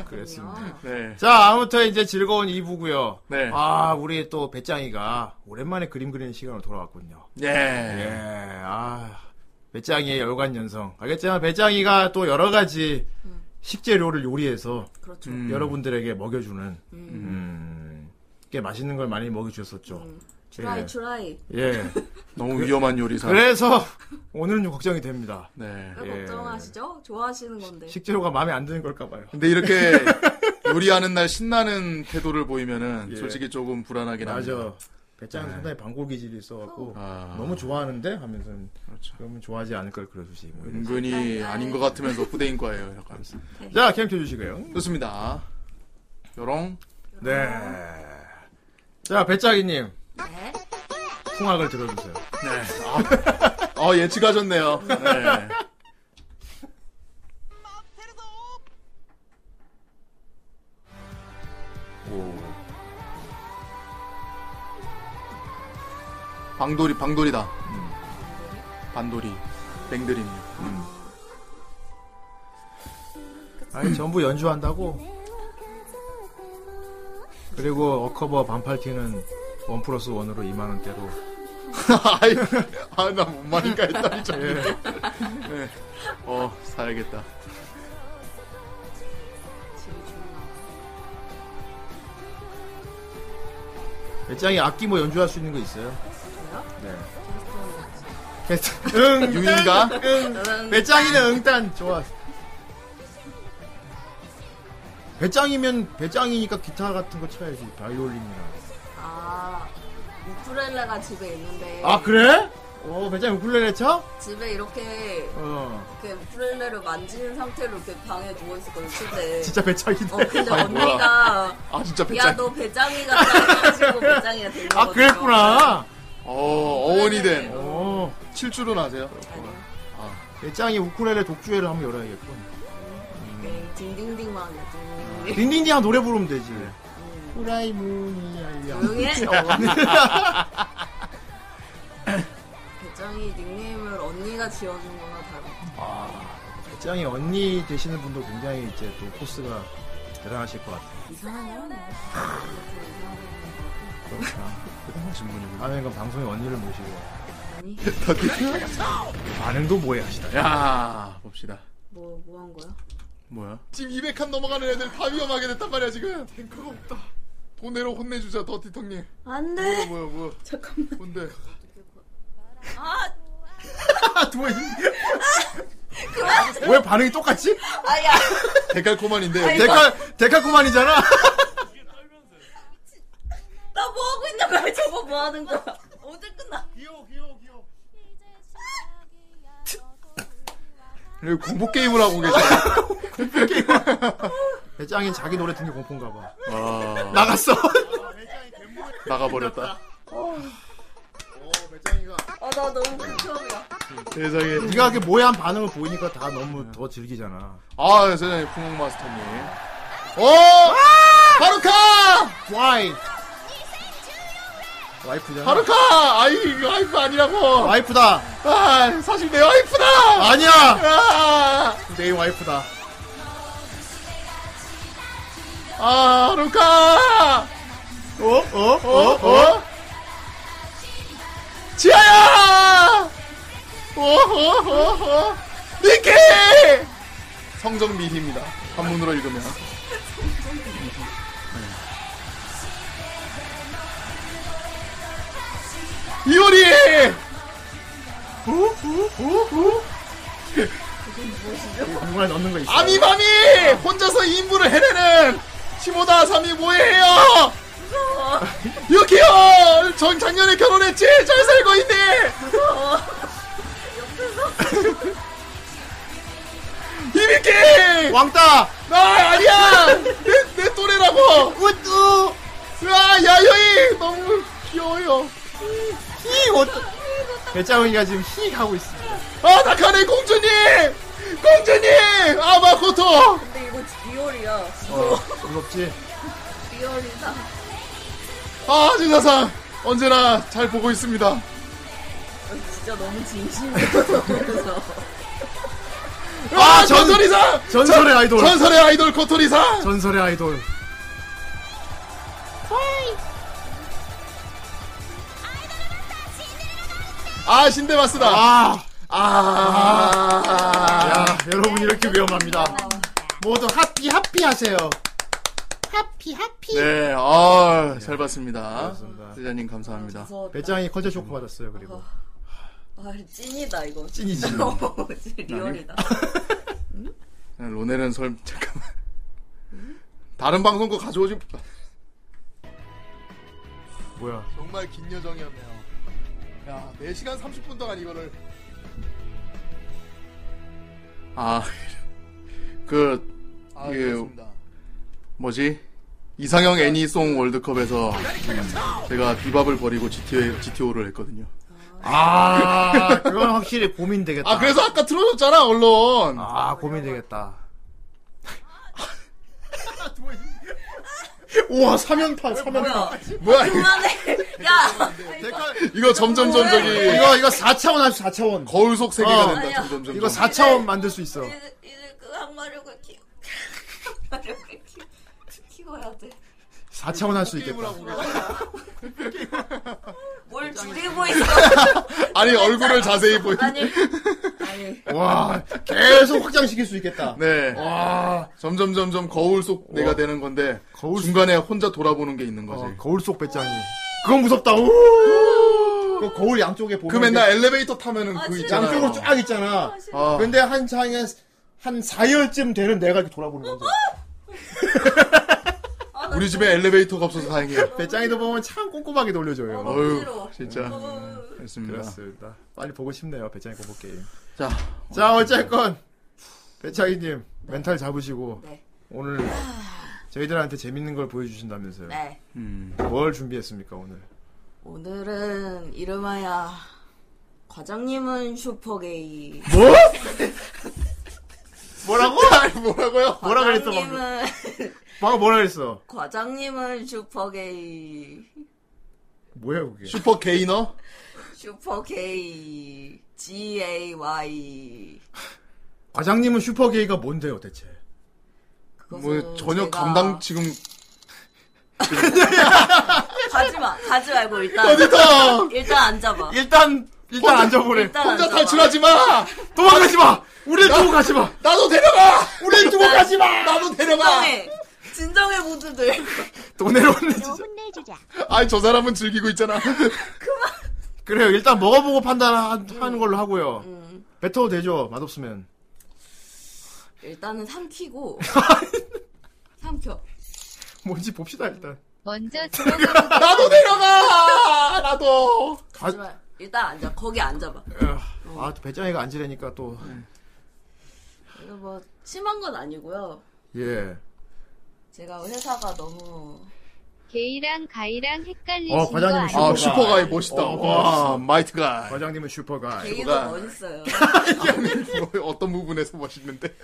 Speaker 9: 그랬습니다.
Speaker 3: 네.
Speaker 9: 자, 아무튼 이제 즐거운 2부고요.
Speaker 3: 네.
Speaker 9: 아, 우리 또 배짱이가 오랜만에 그림 그리는 시간으로 돌아왔군요.
Speaker 3: 예.
Speaker 9: 예. 아, 배짱이의 열관 연성. 알겠지만 배짱이가 또 여러 가지 식재료를 요리해서
Speaker 17: 그렇죠.
Speaker 9: 음. 여러분들에게 먹여주는 음, 꽤 맛있는 걸 많이 먹여주셨었죠.
Speaker 3: 음.
Speaker 17: 추라이
Speaker 9: 예.
Speaker 17: 추라이.
Speaker 9: 예.
Speaker 3: 너무 위험한 요리사.
Speaker 9: 그래서 오늘은 좀 걱정이 됩니다.
Speaker 3: 네.
Speaker 17: 왜
Speaker 9: 예.
Speaker 17: 걱정하시죠? 좋아하시는 건데.
Speaker 9: 식재료가 마음에 안 드는 걸까 봐요.
Speaker 3: 근데 이렇게 요리하는 날 신나는 태도를 보이면은 솔직히 조금 불안하긴
Speaker 9: 예. 맞아.
Speaker 3: 합니다.
Speaker 9: 배짱은
Speaker 3: 네.
Speaker 9: 상당히 반골 기질이 있어갖고
Speaker 3: 아. 그렇죠.
Speaker 9: 너무 좋아하는데 하면서 그러면 좋아하지 않을 걸 그려주시. 뭐 이런
Speaker 3: 은근히 아닌 것 같으면서 후대인 거예요. 약간.
Speaker 9: 자, 캠 해주시고요.
Speaker 3: 좋습니다. 요롱.
Speaker 9: 네. 자, 배짱이님. 풍악을 들어주세요.
Speaker 3: 네. 아, 어, 예측하셨네요. 네. 오. 방돌이, 방돌이다. 반돌이, 뱅들이니.
Speaker 9: 아니, 전부 연주한다고. 그리고 어커버 반팔티는 원 플러스 원으로 2만원대로.
Speaker 3: 아이, 아, 나못 마니까 했다, 이 장면. 네. 어, 사야겠다.
Speaker 9: 배짱이 악기 뭐 연주할 수 있는 거 있어요? 네.
Speaker 3: 응,
Speaker 9: 응,
Speaker 3: 융인가?
Speaker 9: 응. 배짱이는 응단 좋아. 배짱이면 배짱이니까 기타 같은 거 쳐야지 바이올린이나.
Speaker 17: 아 우쿨렐레가 집에 있는데.
Speaker 9: 아 그래? 어 배짱이 우쿨렐레 쳐?
Speaker 17: 집에 이렇게
Speaker 9: 어.
Speaker 17: 이렇게 우쿨렐레를 만지는 상태로 이렇게 방에 누워 있었거든 침대.
Speaker 9: 진짜 배짱이네.
Speaker 17: 어 근데
Speaker 9: 아이, 뭐야.
Speaker 17: 언니가
Speaker 3: 아, 진짜 배짱.
Speaker 17: 야너 배짱이 같다 해가지고 배짱이가 된 거거든요.
Speaker 9: 아 그랬구나.
Speaker 3: 어, 어원이 된.
Speaker 9: 어.
Speaker 3: 칠줄은 아세요?
Speaker 9: 배짱이 우쿨렐레 독주회를 한번 열어야겠군.
Speaker 17: 네, 딩딩딩만 해요, 딩딩딩.
Speaker 9: 딩딩딩 한 노래 부르면 되지.
Speaker 17: 조용히 해. 어. 배짱이 닉네임을 언니가 지어준 거나 다르고.
Speaker 9: 아, 배짱이 언니 되시는 분도 굉장히 이제 또 코스가 대단하실 것 같아요.
Speaker 17: 이상하네요.
Speaker 9: 아, 그렇구나. 대단하신 분이고. 아니, 그럼 방송에 언니를 모시고.
Speaker 17: 아니.
Speaker 9: 반응도 모해하시다.
Speaker 3: 야, 봅시다.
Speaker 17: 뭐, 뭐 한 거야?
Speaker 3: 뭐야? 지금 200칸 넘어가는 애들 다 위험하게 됐단 말이야, 지금. 탱크가 없다. 돈으로 혼내주자, 더티 턱님.
Speaker 17: 안
Speaker 3: 뭐야,
Speaker 17: 돼!
Speaker 3: 뭐야, 뭐야.
Speaker 17: 잠깐만.
Speaker 3: 뭔데?
Speaker 17: 아!
Speaker 9: 왜 반응이 똑같지?
Speaker 17: 아, 야!
Speaker 3: 데칼코만인데.
Speaker 17: 아니,
Speaker 9: 데칼, 데칼코만이잖아?
Speaker 17: 나 뭐 하고 있는 거야? 저거 뭐 하는 거야? 언제 끝나? 귀여워, 귀여워, 귀여워.
Speaker 3: 그리고 공포게임을 하고 계셔.
Speaker 9: 배짱이 자기 노래 듣는 게 공포인가 봐.
Speaker 3: 아,
Speaker 9: 나갔어.
Speaker 3: 나가버렸다.
Speaker 17: 아, 나 너무 불편해.
Speaker 3: 세상에.
Speaker 9: 네가 이렇게 모해한 반응을 보이니까 다 너무 더 즐기잖아.
Speaker 3: 아, 세상에, 풍악마스터님. 오! 하루카!
Speaker 9: 와이! 와이프잖아.
Speaker 3: 하루카! 아이, 이거 와이프 아니라고!
Speaker 9: 와이프다!
Speaker 3: 아, 사실 내 와이프다!
Speaker 9: 아니야!
Speaker 3: 아,
Speaker 9: 내 와이프다.
Speaker 3: 아, 하루카!
Speaker 9: 어? 어?
Speaker 3: 어? 어? 지아야! 어, 어, 어, 어. 니키! 성정 미희입니다. 한문으로 읽으면. 네. 이효리! 우, 우, 우, 우.
Speaker 9: 공간에 넣는 거 있어.
Speaker 3: 아미마미! 혼자서 이 임무를 해내는! 시모다 사미 뭐해요? 유키요! 전 작년에 결혼했지? 잘 살고 있네!
Speaker 17: 무서워.
Speaker 3: 이비키!
Speaker 9: 왕따!
Speaker 3: 나 아니야! 내, 내 내 또래라고! 우뚜! 으아, 야여이! 너무 귀여워요.
Speaker 9: 히, 어떠. 배짱이가 지금 히 하고 있습니다.
Speaker 3: 아, 나카네 공주님! 공주님! 아, 마코토!
Speaker 17: 근데 이거 리얼이야.
Speaker 9: 어, 무섭지?
Speaker 17: 리얼이다.
Speaker 3: 아, 진사상! 언제나 잘 보고 있습니다.
Speaker 9: 아,
Speaker 17: 진짜 너무 진심이어서. 그래서.
Speaker 3: 아, 전설이사!
Speaker 9: 전설의 아이돌.
Speaker 3: 전설의 아이돌 코토리사!
Speaker 9: 전설의 아이돌.
Speaker 3: 아, 신데마스다!
Speaker 9: 아,
Speaker 3: 아,
Speaker 9: 야, 여러분 이렇게 위험합니다. 모두 하피 하피 하세요.
Speaker 6: 하피 하피.
Speaker 3: 네, 아, 잘 봤습니다. 제자님 감사합니다.
Speaker 17: 무서웠다.
Speaker 9: 배짱이 컨셉 쇼크 받았어요. 그리고
Speaker 17: 아, 찐이다, 이거. 어,
Speaker 9: 찐이지.
Speaker 17: 너무 리얼이다.
Speaker 9: 네,
Speaker 3: 로넬은 설 잠깐만. 다른 방송 거 가져오지.
Speaker 9: 뭐야?
Speaker 3: 정말 긴 여정이었네요. 야, 4시간 30분 동안 이거를 아, 그,
Speaker 9: 아,
Speaker 3: 그,
Speaker 9: 그렇습니다.
Speaker 3: 뭐지? 이상형 애니송 월드컵에서 음, 제가 비밥을 버리고 GTA, GTO를 했거든요.
Speaker 9: 아, 그건 확실히 고민되겠다.
Speaker 3: 아, 그래서 아까 틀어줬잖아, 언론.
Speaker 9: 아, 고민되겠다.
Speaker 3: 우와, 사면판,
Speaker 17: 뭐야?
Speaker 3: 뭐야, 이거.
Speaker 17: 그만해. 야!
Speaker 3: 이거 어. 점점점 저기.
Speaker 9: 이거 이거 4차원 하시 4차원.
Speaker 3: 거울 속 세계가 된다,
Speaker 17: 아니야.
Speaker 3: 점점점.
Speaker 9: 이거 4차원 만들 수 있어.
Speaker 17: 이제, 이제 그 항마력을 키워. 항마력을 키 키워야 돼.
Speaker 9: 4차원 할 수 있겠다.
Speaker 17: 뭘 줄이고 있어.
Speaker 3: 아니, 얼굴을 자세히 보이
Speaker 17: 아니. 아니.
Speaker 9: 와, 계속 확장시킬 수 있겠다.
Speaker 3: 네.
Speaker 9: 와.
Speaker 3: 점점 점점 거울 속 내가 되는 건데 중간에 혼자 돌아보는 게 있는 거지.
Speaker 9: 어, 거울 속 배짱이. 그건 무섭다. 우! 그 거울 양쪽에 보면
Speaker 3: 그 맨날 엘리베이터 타면은 그
Speaker 9: 이렇게 어.
Speaker 3: 있잖아.
Speaker 9: 양쪽으로 쫙 있잖아.
Speaker 3: 아.
Speaker 9: 근데 한 장에 한 4열쯤 되는 내가 이렇게 돌아보는 거지.
Speaker 3: 우리 집에 엘리베이터가 없어서 다행이에요.
Speaker 9: 배짱이도 보면 참 꼼꼼하게 돌려줘요.
Speaker 3: 어휴, 진짜. 그렇습니다.
Speaker 9: 그렇습니다. 빨리 보고 싶네요. 배짱이 공포 게임.
Speaker 3: 자,
Speaker 9: 자 어쨌건 배차이님 멘탈 잡으시고
Speaker 5: 네.
Speaker 9: 오늘 저희들한테 재밌는 걸 보여주신다면서요.
Speaker 5: 네.
Speaker 9: 뭘 준비했습니까 오늘?
Speaker 5: 오늘은 이름하야 과장님은 슈퍼게이.
Speaker 9: 뭐? 뭐라고?
Speaker 3: 아니, 뭐라고요?
Speaker 9: 뭐라 그랬어 방금?
Speaker 5: 과장님은
Speaker 9: 방금 뭐라 그랬어?
Speaker 5: 과장님은 슈퍼게이.
Speaker 9: 뭐야 그게?
Speaker 3: 슈퍼 게이너?
Speaker 5: 슈퍼게이. G A Y.
Speaker 9: 과장님은 슈퍼게이가 뭔데요 대체?
Speaker 3: 뭐 전혀
Speaker 5: 제가-
Speaker 3: 감당 지금
Speaker 5: 가지 마. 가지 말고 일단
Speaker 9: 어디다?
Speaker 5: 일단 앉아봐.
Speaker 9: 일단 일단 앉아보래.
Speaker 5: 일단 앉아봐.
Speaker 3: 마.
Speaker 9: 도망가지 마. 우리 두고 가지 마.
Speaker 3: 나도 데려가.
Speaker 9: 우리 두고 가지 마.
Speaker 3: 나도 데려가.
Speaker 17: 진정해. 진정해 모두들.
Speaker 9: 돈을 왔네.
Speaker 2: 너 혼내주자.
Speaker 3: 아니 저 사람은 즐기고 있잖아.
Speaker 9: 그래요. 일단 먹어보고 판단하는 걸로 하고요. 뱉어도 되죠. 맛없으면.
Speaker 5: 일단은 삼키고 삼켜.
Speaker 9: 뭔지 봅시다 일단.
Speaker 13: 먼저 들어가
Speaker 3: 나도 데려가. 나도.
Speaker 9: 아,
Speaker 5: 가지 마. 일단 앉아. 거기 앉아봐.
Speaker 9: 아, 또 배짱이가 앉으려니까 또.
Speaker 5: 이거 뭐 심한 건 아니고요.
Speaker 9: 예.
Speaker 5: 제가 회사가 너무
Speaker 13: 게이랑 가이랑 헷갈리신
Speaker 9: 어,
Speaker 13: 거
Speaker 9: 과장님
Speaker 13: 아니에요?
Speaker 3: 아 슈퍼가이 멋있다.
Speaker 9: 어,
Speaker 3: 와 마이트가.
Speaker 9: 과장님은 슈퍼가.
Speaker 5: 되기도 멋있어요.
Speaker 3: 뭐 어떤 부분에서 멋있는데?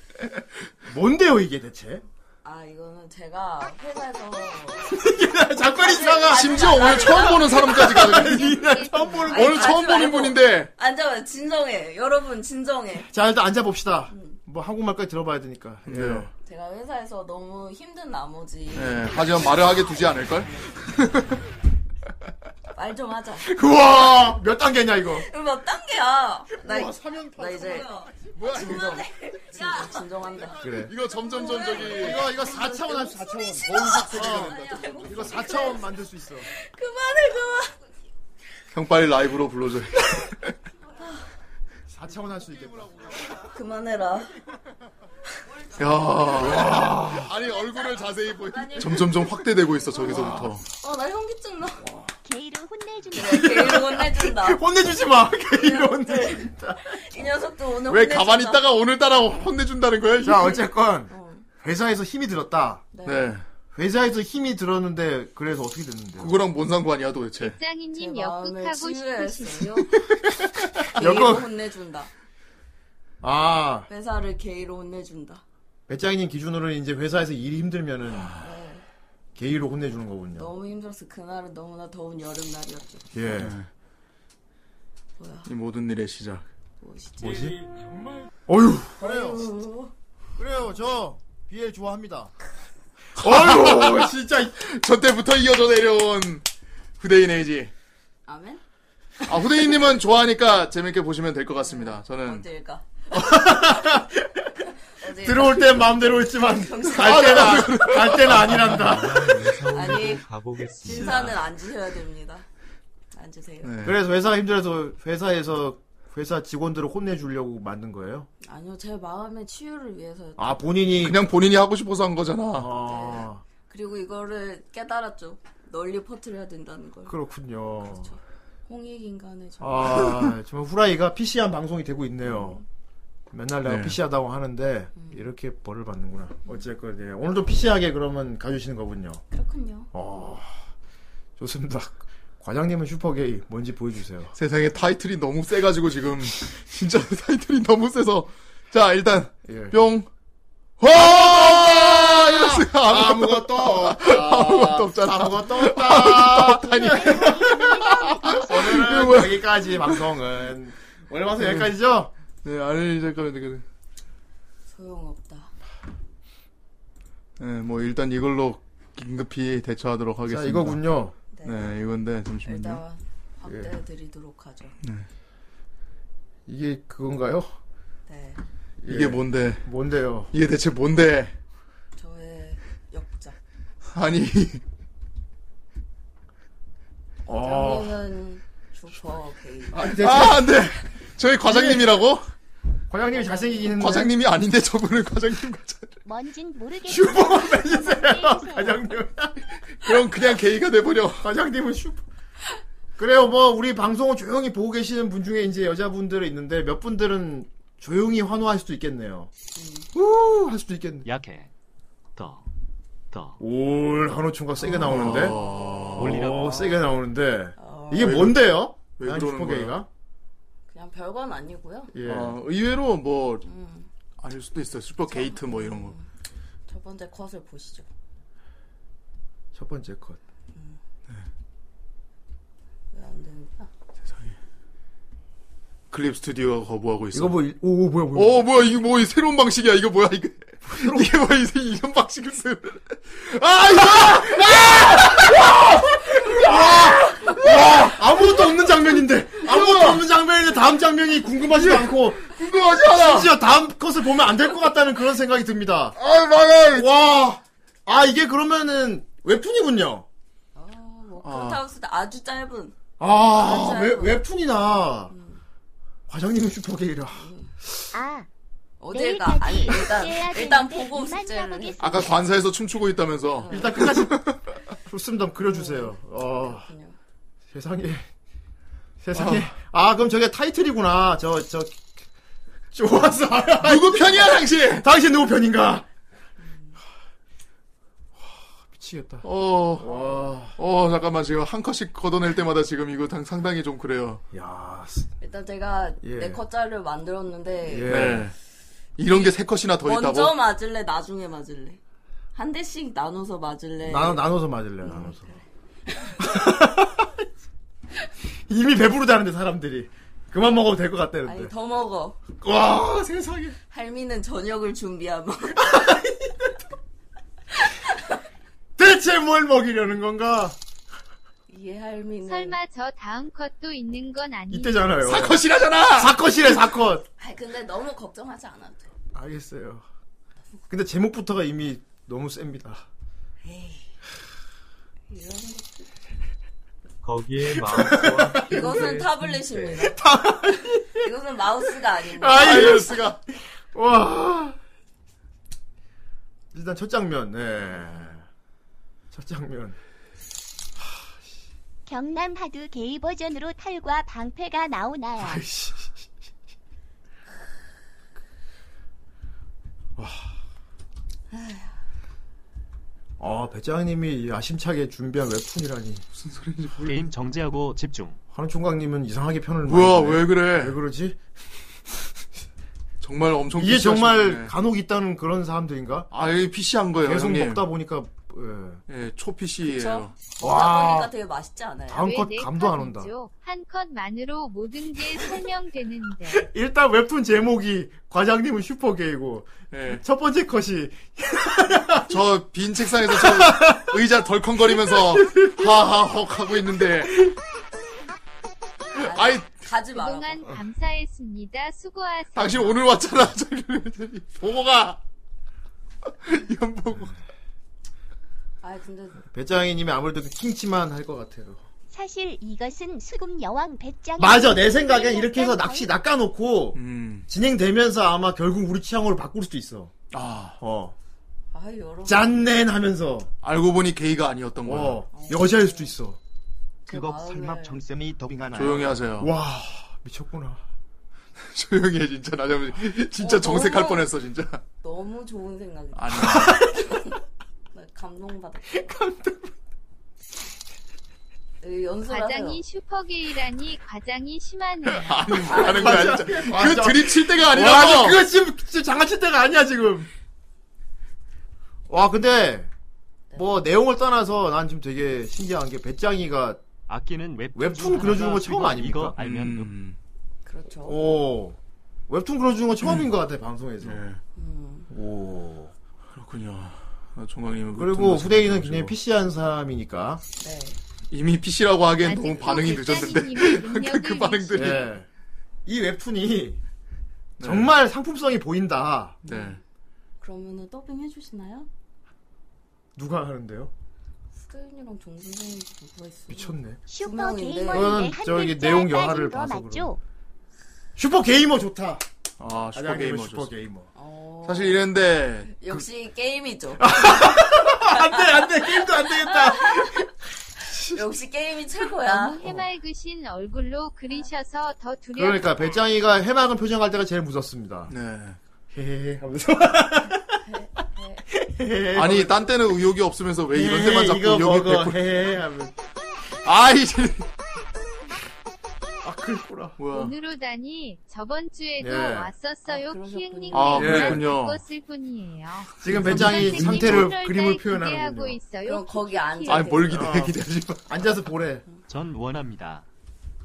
Speaker 9: 뭔데요, 이게 대체?
Speaker 5: 아 이거는 제가 회사에서
Speaker 9: 잠깐 이상아.
Speaker 3: 심지어 오늘 처음 보는 사람까지 가져.
Speaker 9: 이날 처음 보는 거.
Speaker 3: 오늘 처음 보는 분인데
Speaker 5: 앉아봐. 진정해. 여러분 진정해.
Speaker 9: 자, 일단 앉아봅시다. 뭐 한국말까지 들어봐야 되니까. 예.
Speaker 3: 네.
Speaker 5: 제가 회사에서 너무 힘든 나머지
Speaker 3: 네, 하지만 마려하게 두지 않을걸?
Speaker 5: 말 좀 하자.
Speaker 9: 우와! 어, 몇 단계냐, 이거?
Speaker 5: 이거 몇 단계야? 나,
Speaker 9: 우와, 사면파.
Speaker 5: 나 이제
Speaker 3: 뭐야 이거?
Speaker 5: 진정, 진정한다.
Speaker 9: 그래.
Speaker 3: 이거 점점점 저기
Speaker 9: 이거, 이거 4차원 하시 4차원.
Speaker 3: 거울속 세계가 된다.
Speaker 9: 이거 4차원 만들 수 있어.
Speaker 5: 그만해 그만.
Speaker 3: 형 빨리 라이브로 불러줘.
Speaker 9: 4차원 할 수 있겠다.
Speaker 5: 그만해라.
Speaker 3: 야. 아니 얼굴을 자세히 보이. 점점점 확대되고 있어
Speaker 9: 아,
Speaker 3: 저기서부터.
Speaker 5: 어 나 현기증 나.
Speaker 2: 게이로 혼내준다.
Speaker 5: 개인 혼내준다.
Speaker 9: 그, 혼내주지 마! 그 이런.
Speaker 5: 이 녀석도 오늘
Speaker 3: 왜
Speaker 5: 혼내준다.
Speaker 3: 가만히
Speaker 9: 어.
Speaker 3: 있다가 오늘따라 혼내준다는 거야?
Speaker 9: 자, 어쨌건. 회사에서 힘이 들었다.
Speaker 3: 네.
Speaker 9: 회사에서 힘이 들었는데 그래서 어떻게 됐는데요?
Speaker 3: 그거랑 뭔 상관이야 도대체?
Speaker 13: 짱이님 역극하고 싶으시죠?
Speaker 5: 게이로
Speaker 9: 역극.
Speaker 5: 혼내준다.
Speaker 9: 아
Speaker 5: 회사를 게이로 혼내준다.
Speaker 9: 배짱이님 기준으로 이제 회사에서 일이 힘들면은 네. 게이로 혼내주는 거군요.
Speaker 5: 너무 힘들었어. 그날은 너무나 더운 여름날이었죠.
Speaker 9: 예.
Speaker 5: 뭐야.
Speaker 3: 이 모든 일의 시작.
Speaker 9: 뭐지?
Speaker 19: 정말
Speaker 9: 어휴.
Speaker 5: 그래요.
Speaker 9: 그래요, 저 BL 좋아합니다.
Speaker 3: 어휴 진짜 이- 저 때부터 이어져 내려온 후대인이지.
Speaker 5: 아멘?
Speaker 3: 아 후대인님은 좋아하니까 재밌게 보시면 될 것 같습니다. 저는
Speaker 5: 어딜까?
Speaker 9: 들어올 땐 마음대로 했지만
Speaker 3: 네.
Speaker 9: 갈
Speaker 5: 아,
Speaker 9: 때는
Speaker 5: 내가-
Speaker 9: 갈 때는 아니란다.
Speaker 5: 아니,
Speaker 11: 가보겠습니다.
Speaker 5: 진사는 앉으셔야 됩니다. 앉으세요.
Speaker 9: 그래서 회사가 힘들어서 회사에서 회사 직원들을 혼내주려고 만든 거예요.
Speaker 5: 아니요, 제 마음의 치유를 위해서.
Speaker 9: 아 본인이
Speaker 3: 네. 그냥 본인이 하고 싶어서 한 거잖아.
Speaker 9: 아
Speaker 5: 그리고 이거를 깨달았죠. 널리 퍼뜨려야 된다는 걸.
Speaker 9: 그렇군요.
Speaker 5: 홍익인간의 저.
Speaker 9: 아 정말 후라이가 PC한 방송이 되고 있네요. 맨날 내가
Speaker 3: 네.
Speaker 9: PC하다고 하는데 이렇게 벌을 받는구나. 어쨌건 예. 오늘도 PC하게 그러면 가주시는 거군요.
Speaker 5: 그렇군요.
Speaker 9: 어 좋습니다. 과장님은 슈퍼게이 뭔지 보여주세요.
Speaker 3: 세상에 타이틀이 너무 세가지고 지금 진짜 타이틀이 너무 세서 자 일단
Speaker 9: 예.
Speaker 3: 뿅. 와! 이랬어요.
Speaker 9: 아무것도 없다.
Speaker 3: 아무것도 없잖아.
Speaker 9: 아무것도 없다.
Speaker 3: 없다니.
Speaker 9: 오늘은
Speaker 3: 뭐야.
Speaker 9: 여기까지 방송은 오늘 방송
Speaker 3: 음.
Speaker 9: 여기까지죠?
Speaker 3: 네, 아니 잠깐만 잠깐만.
Speaker 5: 소용없다.
Speaker 3: 네, 뭐 일단 이걸로 긴급히 대처하도록 하겠습니다.
Speaker 9: 이거군요.
Speaker 3: 네, 이건데 잠시만요.
Speaker 5: 일단 확대해드리도록 하죠.
Speaker 9: 이게 그건가요?
Speaker 5: 네,
Speaker 3: 이게 뭔데?
Speaker 9: 뭔데요?
Speaker 3: 이게 대체 뭔데?
Speaker 5: 저의 역작.
Speaker 3: 아니
Speaker 9: 아.
Speaker 5: 장님은 슈퍼 게이.
Speaker 3: 아, 안 돼. 저희 과장님이라고?
Speaker 9: 과장님이 잘생기긴 했는데
Speaker 3: 과장님이 아닌데 저분을 과장님 같아.
Speaker 2: 뭔진 모르겠.
Speaker 9: 과장님
Speaker 3: 그럼 그냥 게이가 돼버려.
Speaker 9: 과장님은 슈퍼 그래요 뭐 우리 방송을 조용히 보고 계시는 분 중에 이제 여자분들이 있는데 몇 분들은 조용히 환호할 수도 있겠네요 우할 수도 있겠네
Speaker 11: 약해. 더. 더.
Speaker 9: 올 한호충과 세게 나오는데 오
Speaker 3: 아,
Speaker 11: 올리라고.
Speaker 9: 세게 나오는데 이게
Speaker 3: 왜
Speaker 9: 뭔데요?
Speaker 3: 왜
Speaker 9: 과장님
Speaker 3: 그러는
Speaker 9: 슈퍼게이가
Speaker 5: 그냥 별건 아니고요.
Speaker 9: 예.
Speaker 3: 아, 의외로 뭐 아닐 수도 있어요. 슈퍼 게이트 뭐 이런 거.
Speaker 5: 첫 번째 컷을 보시죠.
Speaker 9: 첫 번째
Speaker 5: 왜
Speaker 9: 컷
Speaker 5: 안 되는가?
Speaker 3: 클립 스튜디오가 거부하고 있어.
Speaker 9: 이거 뭐오 뭐야 뭐야
Speaker 3: 어 뭐야 이게 뭐이 새로운 방식이야 이거 뭐야 이게 이게 뭐야 이 이런 방식을 쓰. 아 이거 아!
Speaker 9: 와! 아무것도 없는 장면인데! 아무것도 없는 장면인데 다음 장면이 궁금하지도 않고
Speaker 3: 궁금하지 않아.
Speaker 9: 심지어 다음 컷을 보면 안 될 것 같다는 그런 생각이 듭니다.
Speaker 3: 아 망해.
Speaker 9: 와! 아, 이게 그러면은 웹툰이군요.
Speaker 5: 뭐 그렇다고 해서 아주 짧은.
Speaker 9: 아,
Speaker 5: 맞아요.
Speaker 9: 웹, 웹툰이나. 과장님은 슈퍼게이라.
Speaker 2: 아,
Speaker 5: 어제가 아니
Speaker 2: 내일까지
Speaker 5: 일단
Speaker 2: 해야
Speaker 5: 일단
Speaker 2: 되는데
Speaker 5: 보고
Speaker 2: 이만
Speaker 5: 숙제를.
Speaker 2: 가보겠습니다.
Speaker 3: 아까 관사에서 춤추고 있다면서.
Speaker 9: 일단 끝까지. 좋습니다. 한번 그려주세요. 어, 세상에. 세상에. 아, 그럼 저게 타이틀이구나. 저, 저. 좋았어.
Speaker 3: 누구 편이야 당신?
Speaker 9: 당신 누구 편인가? 와, 미치겠다.
Speaker 3: 어.
Speaker 9: 와.
Speaker 3: 어 잠깐만 지금 한 컷씩 걷어낼 때마다 지금 이거 당- 상당히 좀 그래요.
Speaker 9: 야,
Speaker 5: 일단 제가
Speaker 9: 예.
Speaker 5: 내 컷자를 만들었는데
Speaker 9: 예.
Speaker 3: 네. 이런 게 세 컷이나 더
Speaker 5: 먼저
Speaker 3: 있다고.
Speaker 5: 맞을래 나중에 맞을래 한 대씩 나눠서 맞을래
Speaker 9: 나눠 나눠서 맞을래 나눠서. 이미 배부르다는데 사람들이 그만 먹어도 될 것
Speaker 5: 아니
Speaker 9: 같다는데.
Speaker 5: 더 먹어
Speaker 9: 와 세상에.
Speaker 5: 할미는 저녁을 준비하고
Speaker 9: 대체 뭘 먹이려는 건가?
Speaker 5: 이 할미는
Speaker 13: 설마 저 다음 컷도 있는 건 아니에요?
Speaker 9: 이때잖아요.
Speaker 3: 사컷이라잖아.
Speaker 9: 사컷이래 사컷.
Speaker 5: 아니 근데 너무 걱정하지 않아도 돼
Speaker 9: 알겠어요. 근데 제목부터가 이미 너무 셉니다.
Speaker 5: 이런 것들.
Speaker 11: 거기에 마음과
Speaker 9: 네.
Speaker 5: 이것은 타블렛입니다 이것은 마우스가 아닙니다
Speaker 9: 아이오스가 와. 일단 첫 장면. 네. 첫 장면.
Speaker 2: 경남 하드 게이 버전으로 탈과 방패가 나오나요?
Speaker 9: 아이씨. 와. 아 배짱님이 아심차게 준비한 웹툰이라니
Speaker 3: 무슨 소리인지
Speaker 11: 게임 정지하고 집중.
Speaker 9: 한총각님은 이상하게 편을
Speaker 3: 뭐야,
Speaker 9: 많이 드네.
Speaker 3: 왜 그래?
Speaker 9: 왜 그러지?
Speaker 3: 정말 엄청
Speaker 9: 이게
Speaker 3: PC하신
Speaker 9: 정말
Speaker 3: 분이네.
Speaker 9: 간혹 있다는 그런 사람들인가?
Speaker 3: 아예 PC한 거예요.
Speaker 9: 계속
Speaker 3: 네, 형님.
Speaker 9: 먹다 보니까
Speaker 3: 예, 초 PC예요.
Speaker 17: 그쵸?
Speaker 9: 와
Speaker 17: 먹으니까 되게 맛있지 않아요?
Speaker 9: 다음 컷
Speaker 13: 왜내
Speaker 9: 감도 안
Speaker 13: 컷이죠? 한 컷만으로 모든 게 설명되는데
Speaker 9: 일단 웹툰 제목이 과장님은 슈퍼게이고
Speaker 3: 네.
Speaker 9: 첫 번째 컷이
Speaker 3: 저 빈 책상에서 저 의자 덜컹거리면서 하하헉 하고 있는데 아이
Speaker 17: 가지 마.
Speaker 13: 그동안
Speaker 9: 아.
Speaker 13: 감사했습니다. 수고하세요.
Speaker 3: 당신 오늘 왔잖아. 저기 보고가
Speaker 5: 아 근데
Speaker 9: 배짱이님이 아무래도 그 킹치만 할 것 같아요.
Speaker 2: 사실 이것은 수금 여왕 배짱.
Speaker 9: 맞아 내 생각엔 이렇게 해서 낚시 낚아놓고
Speaker 3: 음,
Speaker 9: 진행되면서 아마 결국 우리 취향으로 바꿀 수도 있어.
Speaker 3: 아,
Speaker 9: 어.
Speaker 17: 아 여러분.
Speaker 9: 짠넨 하면서
Speaker 3: 알고 보니 게이가 아니었던 거야.
Speaker 9: 어, 여자일 수도 있어.
Speaker 11: 그거 설마 정쌤이 더빙하나요?
Speaker 3: 조용히 하세요.
Speaker 9: 와 미쳤구나.
Speaker 3: 조용히 해 진짜 나 좀- 진짜
Speaker 17: 어,
Speaker 3: 정색할
Speaker 17: 너무-
Speaker 3: 뻔했어 진짜.
Speaker 17: 너무 좋은 생각이.
Speaker 3: 아니.
Speaker 17: 나 네, 감동받았어. 감동. 네, 연습하세요.
Speaker 3: 아,
Speaker 13: 과장이 슈퍼게이라니 과장이 심하네요.
Speaker 3: 아니 뭐라는 거야 진짜. 그 드립칠 때가
Speaker 9: 와,
Speaker 3: 아니라고.
Speaker 9: 근데 그거 지금, 지금 장난칠 때가 아니야 지금. 와 근데 뭐 내용을 떠나서 난 지금 되게 신기한 게 배짱이가
Speaker 11: 아끼는 웹툰,
Speaker 9: 웹툰 그려주는 거 처음
Speaker 11: 이거,
Speaker 9: 아닙니까?
Speaker 11: 이거 알면
Speaker 3: 그
Speaker 9: 음.
Speaker 17: 그렇죠.
Speaker 9: 어. 오 웹툰 그려주는 거 처음인 것 같아 방송에서.
Speaker 17: 음,
Speaker 9: 오
Speaker 3: 네. 그렇군요. 아, 총각님은
Speaker 9: 그리고
Speaker 3: 웹툰
Speaker 9: 후대인은
Speaker 3: 말씀해
Speaker 9: 그냥 PC한 사람이니까.
Speaker 17: 네.
Speaker 3: 이미 PC라고 하기엔 너무 반응이 늦었는데 그, 그 반응들이
Speaker 9: 예. 이 웹툰이 정말 상품성이 보인다.
Speaker 3: 네.
Speaker 5: 그러면은 더빙 해주시나요?
Speaker 9: 누가 하는데요?
Speaker 5: 스크린이랑 종 선생님 누가 있어요?
Speaker 9: 미쳤네.
Speaker 5: 슈퍼
Speaker 9: 이거는 저기 내용 영화를 봐서 그런. 슈퍼 게이머 좋다.
Speaker 3: 아
Speaker 9: 아장님은
Speaker 3: 슈퍼게이머
Speaker 9: 슈퍼
Speaker 3: 슈
Speaker 9: 게이머.
Speaker 3: 사실 이랬는데
Speaker 17: 어, 역시 게임이죠.
Speaker 9: 안돼 안돼 게임도 안 되겠다.
Speaker 17: 역시 게임이 최고야.
Speaker 13: 너무 해맑으신 얼굴로 그리셔서 더 두렵.
Speaker 9: 그러니까 배짱이가 해맑은 표정할 때가 제일 무섭습니다.
Speaker 3: 네.
Speaker 9: 헤헤 하면서.
Speaker 3: 아니 딴 때는 의욕이 없으면서 왜 이런 데만 자꾸
Speaker 9: 네, 뭐, 이거
Speaker 3: 의욕이
Speaker 9: 먹어
Speaker 3: 뱉고
Speaker 9: 헤헤 하면.
Speaker 3: 아이 씨.
Speaker 9: 아 그랬구나.
Speaker 3: 뭐야
Speaker 13: 오늘오다니 저번 주에도
Speaker 3: 예.
Speaker 13: 왔었어요 키읔님
Speaker 3: 아,
Speaker 13: 만
Speaker 3: 그렇군요.
Speaker 13: 바꿨을 뿐이에요.
Speaker 9: 지금 배짱이
Speaker 13: 선생님
Speaker 9: 상태를
Speaker 13: 오늘날
Speaker 9: 그림을
Speaker 13: 기대하고
Speaker 9: 표현하는군요.
Speaker 13: 있어요.
Speaker 17: 그럼 거기 앉아.
Speaker 3: 아니 뭘 기대해
Speaker 9: 어.
Speaker 3: 기대하지 마
Speaker 9: 앉아서 보래.
Speaker 11: 전 원합니다.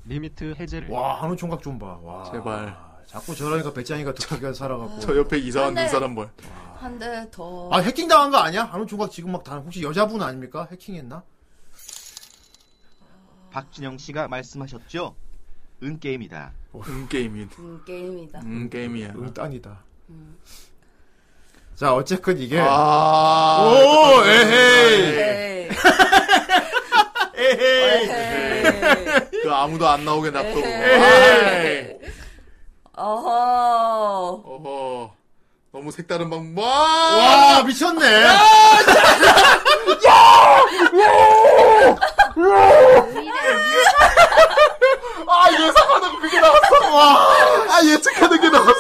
Speaker 11: 리미트 해제를.
Speaker 9: 와 한우 총각 좀 봐. 와.
Speaker 3: 제발
Speaker 9: 자꾸 저러니까 배짱이가 독하게 살아갖고.
Speaker 3: 저 옆에 이상한
Speaker 17: 근데-
Speaker 3: 눈사람 뭐야
Speaker 17: 한데 더.
Speaker 9: 아 해킹 당한 거 아니야? 한우 총각 지금 막 다 혹시 여자분 아닙니까? 해킹했나?
Speaker 11: 박진영 씨가 말씀하셨죠? 은 게임이다.
Speaker 3: 음 게임인
Speaker 17: 음, 게임이다.
Speaker 3: 음 게임이야
Speaker 9: 땅이다. 자 어쨌건 이게
Speaker 3: 아
Speaker 9: 오
Speaker 17: 에이.
Speaker 9: 에헤이
Speaker 3: 그 아무도 안 나오게 놔두고 아이.
Speaker 9: 에헤이.
Speaker 17: 어허.
Speaker 3: 어허 너무 색다른 방법
Speaker 9: 와 미쳤네.
Speaker 3: 아 예상하는 그게 나왔어 와아 예측하는 게 나왔어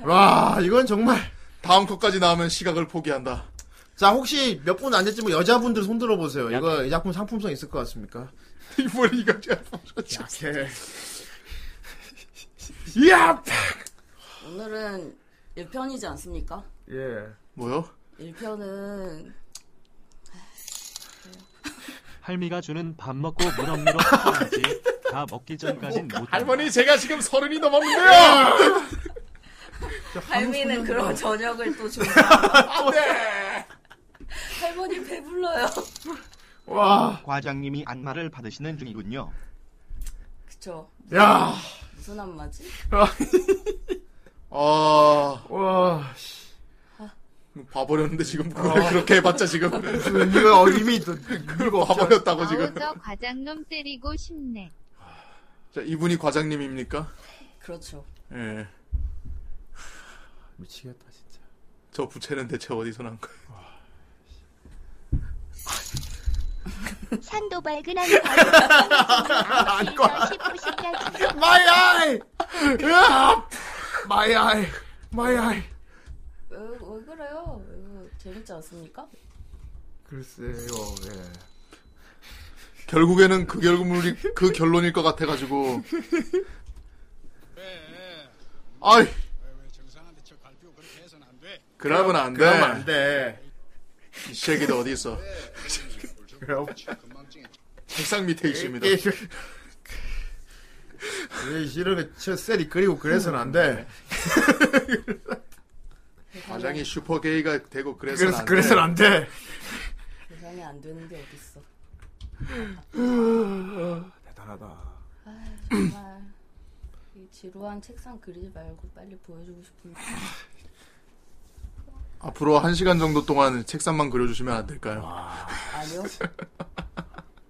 Speaker 9: 와 이건 정말.
Speaker 3: 다음 것까지 나오면 시각을 포기한다
Speaker 9: 자 혹시 몇 분 안 됐지만 여자분들 손 들어보세요. 이거 이 작품 상품성 있을 것 같습니까?
Speaker 3: 이 머리 이거
Speaker 9: 약해. 야.
Speaker 17: 오늘은 1편이지 않습니까?
Speaker 9: 예.
Speaker 3: 뭐요?
Speaker 17: 1편은
Speaker 11: 할미가 주는 밥 먹고 무럭무럭 하지. 다 먹기 전까진
Speaker 9: 뭐,
Speaker 11: 못.
Speaker 3: 할머니 제가 지금 서른이 넘었는데요
Speaker 17: 할미는 그런 저녁을 또 준다.
Speaker 5: 아, 네.
Speaker 17: 할머니 배불러요.
Speaker 9: 와.
Speaker 11: 과장님이 안마를 받으시는 중이군요.
Speaker 17: 그쵸.
Speaker 9: 야.
Speaker 17: 무슨 한마지?
Speaker 3: 아
Speaker 9: 와. 아.
Speaker 3: 봐버렸는데 지금 그걸 그렇게 해봤자 지금
Speaker 9: 이거 이미
Speaker 3: 그리고 봐버렸다고
Speaker 13: 아우
Speaker 3: 지금
Speaker 13: 저 과장놈 때리고 싶네.
Speaker 3: 자 이분이 과장님입니까?
Speaker 17: 그렇죠.
Speaker 3: 예.
Speaker 9: 미치겠다 진짜.
Speaker 3: 저 부채는 대체 어디서 난 거예요?
Speaker 2: 산도 밝은 한
Speaker 3: 아,
Speaker 2: 아, 밤.
Speaker 9: 안 꺼.
Speaker 2: 10시까지.
Speaker 9: 마이 아이. 마이 아이. 마이 아이.
Speaker 17: 왜, 왜 그래요? 왜,
Speaker 5: 재밌지 않습니까?
Speaker 9: 글쎄요. 예.
Speaker 3: 결국에는 그 결론이 그 결론일 것 같아가지고. 아이. 그러면 안 돼.
Speaker 9: 그러면 안 돼.
Speaker 3: 이 새끼도 어디 있어?
Speaker 9: 그럼
Speaker 3: 책상 밑에 있습니다.
Speaker 9: 이 실은 저 셀이 그리고 그래서는 안 돼.
Speaker 3: 과장이 슈퍼게이가 되고 그래서
Speaker 9: 그래서- 그래서는 안 돼.
Speaker 5: 세상에 안 되는 게 어딨어.
Speaker 9: 대단하다.
Speaker 5: 아 정말 이 지루한 책상 그리지 말고 빨리 보여주고 싶은데.
Speaker 3: 앞으로 한 시간 정도 동안 책상만 그려주시면 안 될까요?
Speaker 5: 아니요.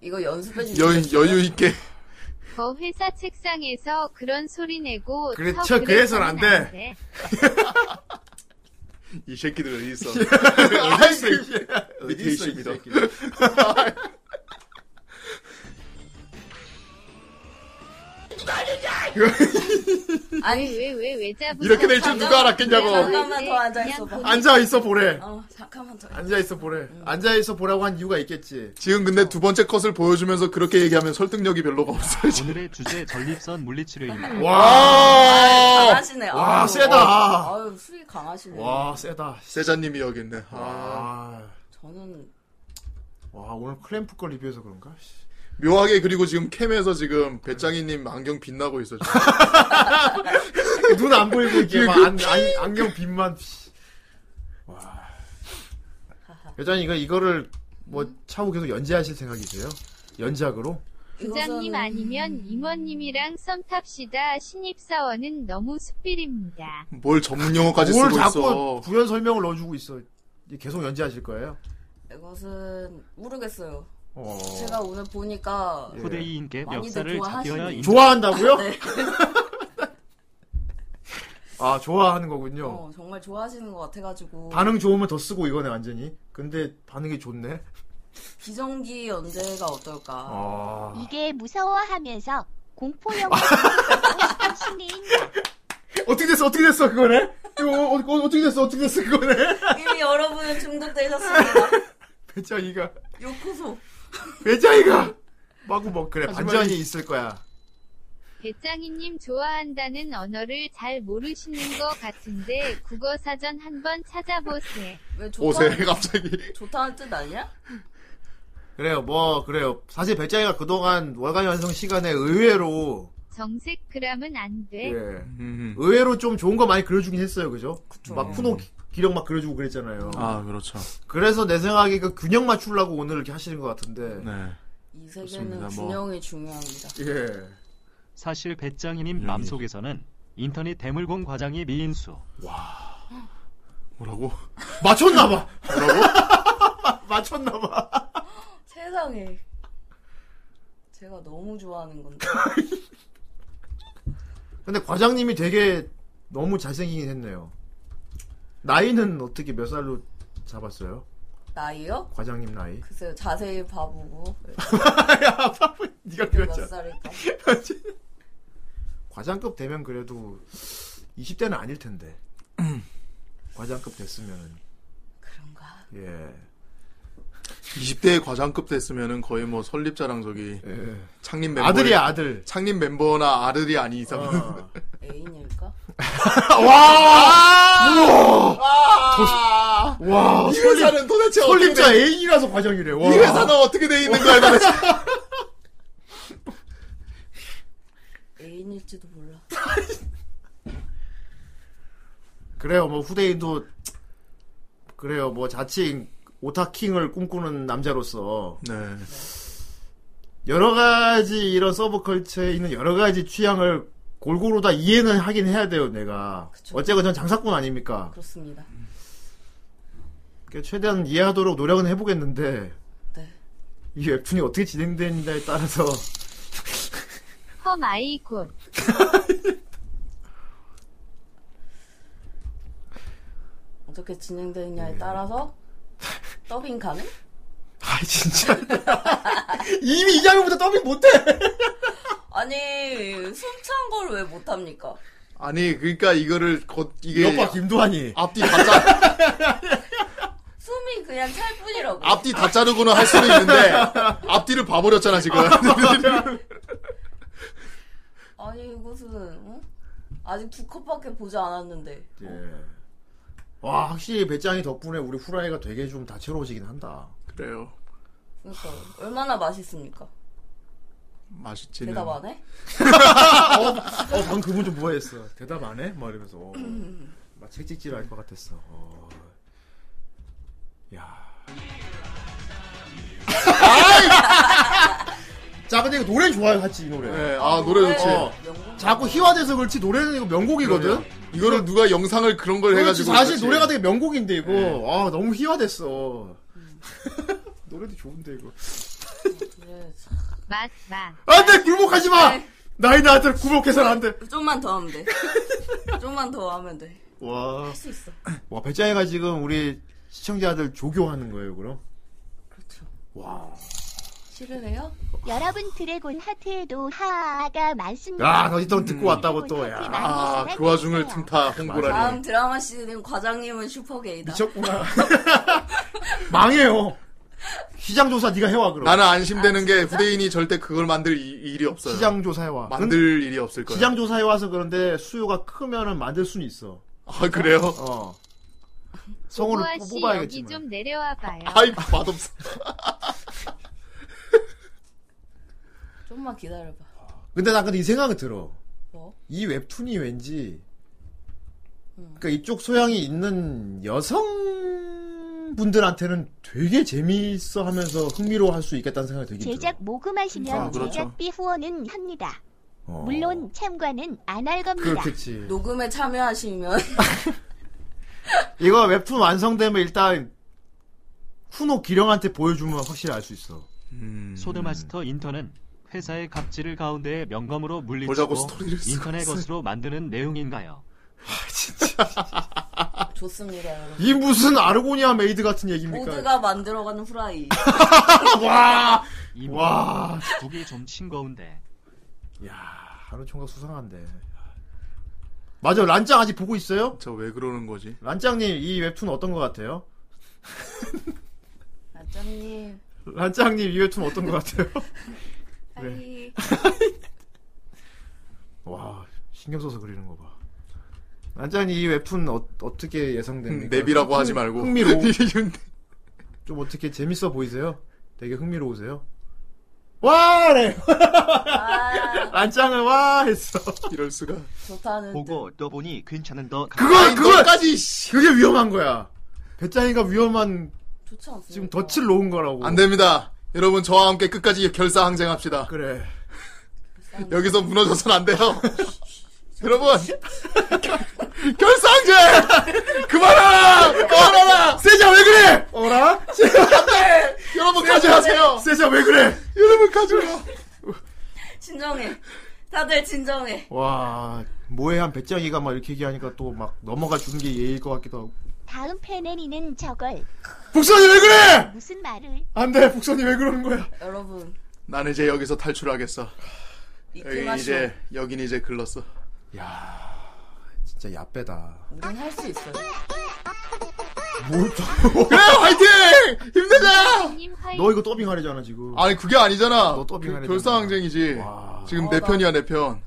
Speaker 5: 이거 연습해 주세요.
Speaker 3: 여, 여유 있게.
Speaker 13: 거 회사 책상에서 그런 소리 내고
Speaker 3: 그렇죠.
Speaker 13: 서
Speaker 3: 그래서는 안 돼.
Speaker 13: 돼.
Speaker 3: 이 새끼들 어디 예, 있어?
Speaker 9: 어디
Speaker 3: 있어? 밑에
Speaker 9: 어디 있어, 이
Speaker 3: 네, 있습니다.
Speaker 9: 새끼들.
Speaker 5: 아니
Speaker 13: 왜왜 왜 잡으?
Speaker 9: 이렇게 될줄 누가 알았겠냐고.
Speaker 5: 잠깐만 더 앉아 네. 있어 봐.
Speaker 9: 앉아 있어 보래.
Speaker 5: 어 잠깐만 더.
Speaker 9: 앉아 있어 보래. 앉아 있어 보라고 한 이유가 있겠지.
Speaker 3: 지금 근데 두 번째 컷을 보여주면서 그렇게 얘기하면 설득력이 별로가 없어요.
Speaker 11: 오늘의 주제 전립선 물리치료입니다.
Speaker 5: 아,
Speaker 3: 와.
Speaker 5: 강하시네. 아유, 어,
Speaker 3: 세다.
Speaker 5: 아유 수위 강하시네.
Speaker 9: 와 세다.
Speaker 3: 세자님이 여기 있네. 아.
Speaker 9: 아,
Speaker 5: 저는
Speaker 9: 와 오늘 클램프 걸 리뷰해서 그런가? 씨.
Speaker 3: 묘하게 그리고 지금 캠에서 지금 배짱이님 안경 빛나고 있어. 지금.
Speaker 9: 눈 안 보이고 이게 막 안, 안, 안경 빛만. 씨. 와. 여전히 이거 이거를 뭐 차후 계속 연재하실 생각이세요? 연작으로?
Speaker 13: 부장님 아니면 임원님이랑 썸 탑시다. 신입사원은 너무 숯빌입니다.
Speaker 3: 뭘 전문 용어까지 쓰고
Speaker 9: 뭘 자꾸
Speaker 3: 있어.
Speaker 9: 부연 설명을 넣어주고 있어. 이게 계속 연재하실 거예요?
Speaker 5: 이것은 모르겠어요.
Speaker 9: 어.
Speaker 5: 제가 오늘 보니까
Speaker 11: 후대인께
Speaker 5: 많이들
Speaker 11: 예. 역사를
Speaker 5: 좋아하시네.
Speaker 11: 잡혀야 인정.
Speaker 9: 좋아한다고요?
Speaker 5: 네.
Speaker 9: 아 좋아하는 거군요.
Speaker 5: 어, 정말 좋아하시는 것 같아가지고
Speaker 9: 반응 좋으면 더 쓰고 이거네 완전히. 근데 반응이 좋네.
Speaker 5: 비정기 연재가 어떨까?
Speaker 9: 아.
Speaker 2: 이게 무서워하면서 공포 영화 보는 심리인가?
Speaker 9: 어떻게 됐어? 어떻게 됐어? 그거네? 이거 어, 어, 어떻게 됐어? 어떻게 됐어? 그거네?
Speaker 5: 이미 여러분은 중독되셨습니다.
Speaker 9: 배짱이가
Speaker 5: 요코소.
Speaker 9: 배짱이가 마구 먹 그래
Speaker 5: 하지만
Speaker 9: 반전이
Speaker 5: 이-
Speaker 9: 있을 거야.
Speaker 13: 배짱이님 좋아한다는 언어를 잘 모르시는 것 같은데 국어 사전 한번 찾아보세요.
Speaker 5: 왜
Speaker 3: 오세 갑자기.
Speaker 5: 좋다는 뜻 아니야?
Speaker 9: 그래요 뭐 그래요. 사실 배짱이가 그동안 월간 연성 시간에 의외로
Speaker 13: 정색 그람은 안 돼.
Speaker 9: 예.
Speaker 3: 음,
Speaker 9: 의외로 좀 좋은 거 많이 그려주긴 했어요, 그죠? 막
Speaker 3: 음.
Speaker 9: 쿠노 기- 기력 막 그려주고 그랬잖아요.
Speaker 3: 아 그렇죠.
Speaker 9: 그래서 내 생각에 그 균형 맞추려고 오늘 이렇게 하시는 것 같은데.
Speaker 3: 네.
Speaker 5: 이
Speaker 11: 좋습니다.
Speaker 5: 세계는
Speaker 11: 뭐.
Speaker 5: 균형이 중요합니다.
Speaker 9: 예.
Speaker 11: 사실
Speaker 9: 음.
Speaker 11: 배짱이님 맘속에서는 인터넷 대물공 과장이 미인수.
Speaker 3: 뭐라고?
Speaker 9: 맞췄나봐.
Speaker 5: 맞췄나봐. 세상에. 제가 너무 좋아하는 건데.
Speaker 9: 근데 과장님이 되게 너무 잘생기긴 했네요. 나이는 어떻게 몇 살로 잡았어요?
Speaker 5: 나이요?
Speaker 9: 과장님 나이.
Speaker 5: 글쎄요, 자세히 봐보고.
Speaker 9: 야, 바보, 네가
Speaker 5: 몇
Speaker 9: 그렸잖아.
Speaker 5: 살일까?
Speaker 9: 과장급 되면 그래도 20대는 아닐 텐데. 과장급 됐으면은.
Speaker 5: 그런가?
Speaker 9: 예.
Speaker 3: 20대의 과장급 됐으면은 거의 뭐 설립자랑 저기 창립 멤버
Speaker 9: 예. 아들이야, 아들.
Speaker 3: 창립 멤버나 아들이 아닌 이상은
Speaker 9: 어.
Speaker 5: 애인일까?
Speaker 3: 와!
Speaker 9: 와! 와!
Speaker 3: 아! 이 회사는 도대체
Speaker 9: 설립자
Speaker 3: 어떻게 돼?
Speaker 9: 애인이라서 과장이래. 와.
Speaker 3: 이 회사는 어떻게 돼 있는 거야 도대체?
Speaker 5: 애인일지도 몰라.
Speaker 9: 그래요. 뭐 후대인도 그래요. 뭐 자칭 오타킹을 꿈꾸는 남자로서
Speaker 3: 네.
Speaker 9: 여러 가지 이런 서브컬처에 있는 여러 가지 취향을 골고루 다 이해는 하긴 해야 돼요, 내가. 어쨌건 전 장사꾼 아닙니까?
Speaker 5: 그렇습니다.
Speaker 9: 그러니까 최대한 이해하도록 노력은 해보겠는데
Speaker 5: 네.
Speaker 9: 이 웹툰이 어떻게 진행되느냐에 따라서
Speaker 13: 험아이콘
Speaker 5: 어떻게 진행되느냐에 따라서 더빙 가능?
Speaker 9: 아 진짜 이미 이 장면부터 더빙 못해.
Speaker 5: 아니, 숨찬 걸 왜 못합니까?
Speaker 3: 아니 그러니까 이거를 곧 이게
Speaker 9: 이것 봐, 김도환이
Speaker 3: 앞뒤 가짜
Speaker 5: 숨
Speaker 17: 앞은 그냥 찰 뿐이라고.
Speaker 3: 앞뒤 다 자르고는 할 수는 있는데 앞뒤를 봐버렸잖아 지금.
Speaker 5: 아니 이것은 응? 아직 두 컵밖에 보지 않았는데.
Speaker 9: 예. 와 확실히 배짱이 덕분에 우리 후라이가 되게 좀 다채로워지긴 한다.
Speaker 3: 그래요.
Speaker 5: 그러니까 얼마나 맛있습니까?
Speaker 3: 맛있지는.
Speaker 5: 대답 안 해?
Speaker 9: 어, 어, 방금 그분 좀 뭐했어? 대답 안 해? 막 이러면서 어, 막 책찍질 할 것 같았어. 어. 야. 아이! 자, 근데 이거 노래 좋아요, 같이 이 노래.
Speaker 3: 네, 아, 노래 좋지.
Speaker 9: 어, 자꾸 희화돼서 그렇지 노래는 이거 명곡이거든.
Speaker 3: 이거를 누가 영상을 그런 걸
Speaker 9: 그렇지,
Speaker 3: 해가지고
Speaker 9: 사실
Speaker 3: 그렇지.
Speaker 9: 노래가 되게 명곡인데 이거 아 너무 희화됐어. 노래도 좋은데 이거.
Speaker 13: 맛, 맛.
Speaker 9: 안돼 굴복하지 마. 나이 나한테 굴복해서는 안 돼.
Speaker 5: 좀만 더 하면 돼. 좀만 더 하면 돼.
Speaker 9: 와.
Speaker 5: 할 수 있어.
Speaker 9: 와 배짱이가 지금 우리 시청자들 조교하는 거예요, 그럼? 그렇죠. 와.
Speaker 5: 싫으세요?
Speaker 2: 여러분 드래곤 하트에도 하가 많습니다.
Speaker 9: 야, 너 이따 듣고 왔다고 또. 야.
Speaker 3: 아, 그 와중을 틈타 홍보라니.
Speaker 5: 다음 드라마 시즌 과장님은 슈퍼게이다.
Speaker 9: 미쳤구나. 망해요. 시장 조사 네가 해와 그럼.
Speaker 3: 나는 안심되는 게 후대인이 절대 그걸 만들 이- 일이 없어요.
Speaker 9: 시장 조사 해와.
Speaker 3: 만들 일이 없을 거예요.
Speaker 9: 시장 조사해 와서 그런데 수요가 크면은 만들 수는 있어.
Speaker 3: 아 그래요?
Speaker 9: 어. 성우를
Speaker 13: 우아
Speaker 9: 뽑-
Speaker 13: 씨 여기
Speaker 9: 뽑아야겠지만. 뭐.
Speaker 13: 좀 내려와 봐요.
Speaker 3: 아이 맛없어.
Speaker 5: 좀만 기다려봐.
Speaker 9: 근데 나 근데 이 생각은 들어.
Speaker 5: 뭐?
Speaker 9: 이 웹툰이 왠지 그러니까 이쪽 소양이 있는 여성분들한테는 되게 재미있어 하면서 흥미로워할 수 있겠다는 생각이 들긴 들어.
Speaker 2: 제작 모금하시면
Speaker 9: 아, 그렇죠.
Speaker 2: 제작비 후원은 합니다.
Speaker 9: 어.
Speaker 2: 물론 참관은 안 할 겁니다.
Speaker 9: 그렇겠지.
Speaker 5: 녹음에 참여하시면
Speaker 9: 이거 웹툰 완성되면 일단 쿠노 기령한테 보여주면 확실히 알 수 있어. 음.
Speaker 11: 소드마스터 인턴은 회사의 갑질을 가운데 명검으로 물리치고
Speaker 9: 보자고 스토리를 쓰고
Speaker 11: 인턴의
Speaker 9: 있어요.
Speaker 11: 것으로 만드는 내용인가요?
Speaker 5: 좋습니다, 여러분.
Speaker 9: 이 무슨 아르고니아 메이드 같은 얘기입니까?
Speaker 5: 모두가 만들어가는 후라이.
Speaker 9: 와,
Speaker 11: 이분
Speaker 9: 와,
Speaker 11: 북이 좀 싱거운데
Speaker 9: 야, 하루 총각 수상한데. 맞아, 란짱 아직 보고 있어요?
Speaker 3: 저 왜 그러는 거지?
Speaker 9: 란짱님 이 웹툰 어떤 것 같아요?
Speaker 5: 아짜님
Speaker 9: 란짱님 이 웹툰 어떤 것 같아요? 아,
Speaker 5: 하이.
Speaker 9: 와, 신경 써서 그리는 거 봐. 란짱님 이 웹툰 어, 떻게 예상됩니까?
Speaker 3: 음, 맵이라고 하지 말고.
Speaker 9: 흥미로. 좀 어떻게 재밌어 보이세요? 되게 흥미로우세요? 와, 네. 란짱을 와 했어.
Speaker 3: 이럴 수가.
Speaker 5: 아, 좋다는.
Speaker 11: 보고 또 보니 괜찮은 더
Speaker 9: 그거
Speaker 3: 그거까지,
Speaker 9: 그게 위험한 거야. 배짱이가 위험한
Speaker 5: 좋지 않습니까?
Speaker 9: 지금 덫을 놓은 거라고.
Speaker 3: 안 됩니다. 여러분 저와 함께 끝까지 결사 항쟁합시다.
Speaker 9: 그래.
Speaker 3: 여기서 무너져선 안 돼요. 여러분 결사 항쟁 그만하라 그만하라
Speaker 9: 세자 왜 그래? 어라?
Speaker 3: 안돼 여러분 가져가세요.
Speaker 9: 세자 왜 그래?
Speaker 3: 여러분 가져가.
Speaker 5: 진정해. 다들 진정해.
Speaker 9: 와 모해한 배짱이가 막 이렇게 얘기하니까 또 막 넘어가 주는 게 예일 것 같기도 하고.
Speaker 2: 다음 페네리는 저걸
Speaker 9: 북선이 왜 그래?
Speaker 2: 무슨 말을
Speaker 9: 안돼 북선이 왜 그러는 거야?
Speaker 5: 여러분
Speaker 3: 나는 이제 여기서 탈출하겠어.
Speaker 5: 잊지
Speaker 3: 여긴
Speaker 5: 마시오.
Speaker 3: 이제 여긴 이제 글렀어.
Speaker 9: 진짜 야빼다.
Speaker 5: 우린 할 수 있어요.
Speaker 9: 뭘
Speaker 3: 그래 화이팅 힘내자.
Speaker 13: 님 화이
Speaker 9: 너 이거 더빙 하려잖아 지금.
Speaker 3: 아니 그게 아니잖아.
Speaker 9: 너 더빙
Speaker 3: 그-
Speaker 9: 하려잖아.
Speaker 3: 결사 항쟁이지. 지금 내
Speaker 5: 나-
Speaker 3: 편이야 내 편.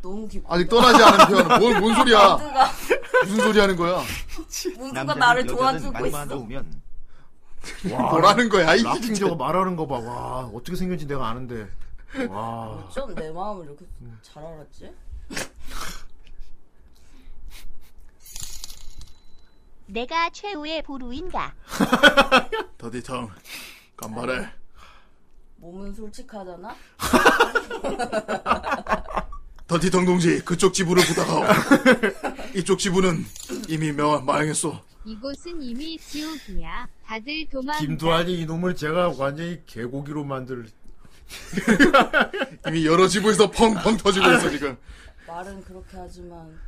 Speaker 5: 너무 기쁘다.
Speaker 3: 아직 떠나지 않은 편. 뭔, 뭔 소리야?
Speaker 5: 모두가
Speaker 3: 무슨 소리 하는 거야?
Speaker 5: 모두가 나를 도와주고 있어.
Speaker 11: 놓으면
Speaker 3: 뭐라는 거야? 이
Speaker 9: 라핑 저거 말하는 거 봐. 와 어떻게 생겼는지 내가 아는데. 와
Speaker 5: 좀 내 마음을 이렇게 잘 알았지?
Speaker 2: 내가 최후의 보루인가?
Speaker 3: 더디텅 간발해.
Speaker 5: 몸은 솔직하잖아.
Speaker 3: 더디텅 동지 그쪽 지부를 부탁하오. 이쪽 지부는 이미 명 마영했소.
Speaker 13: 이곳은 이미 지옥이야. 다들 도망.
Speaker 9: 김두한이 이놈을 제가 완전히 개고기로 만들.
Speaker 3: 이미 여러 지부에서 펑펑 터지고 있어 지금.
Speaker 5: 말은 그렇게 하지만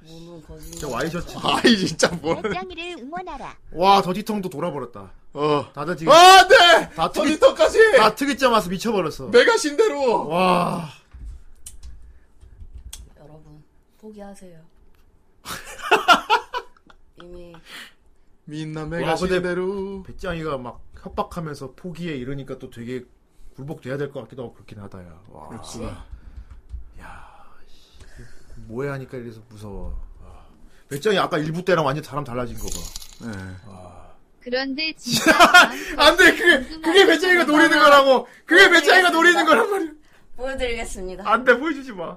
Speaker 5: 몸은
Speaker 9: 진짜
Speaker 5: 거짓말.
Speaker 9: 와이셔츠.
Speaker 3: 아이 진짜 뭐.
Speaker 9: 그.
Speaker 2: 배짱이를 응원하라.
Speaker 9: 와 더디통도 돌아버렸다.
Speaker 3: 어.
Speaker 9: 다들 지금
Speaker 3: 아 네.
Speaker 9: 다 특이
Speaker 3: 더디텅까지.
Speaker 9: 다 특이점 와서 미쳐버렸어.
Speaker 3: 내가 신대로.
Speaker 9: 와.
Speaker 5: 여러분 포기하세요. 이미
Speaker 3: 민남매가 시대로
Speaker 9: 배짱이가 막 협박하면서 포기해 이러니까 또 되게 굴복돼야 될 것 같기도 하고 그렇긴 하다야. 와.
Speaker 3: 그렇지.
Speaker 9: 야. 뭐해 하니까 이래서 무서워. 와. 배짱이 아까 일부 때랑 완전 사람 달라진 거 봐.
Speaker 13: 그런데 진짜 마음껏
Speaker 9: 안돼 그게 그게 배짱이가 노리는 거라고. 그게 배짱이가 노리는 거란 말이야.
Speaker 5: 보여드리겠습니다.
Speaker 9: 안돼 보여주지 마.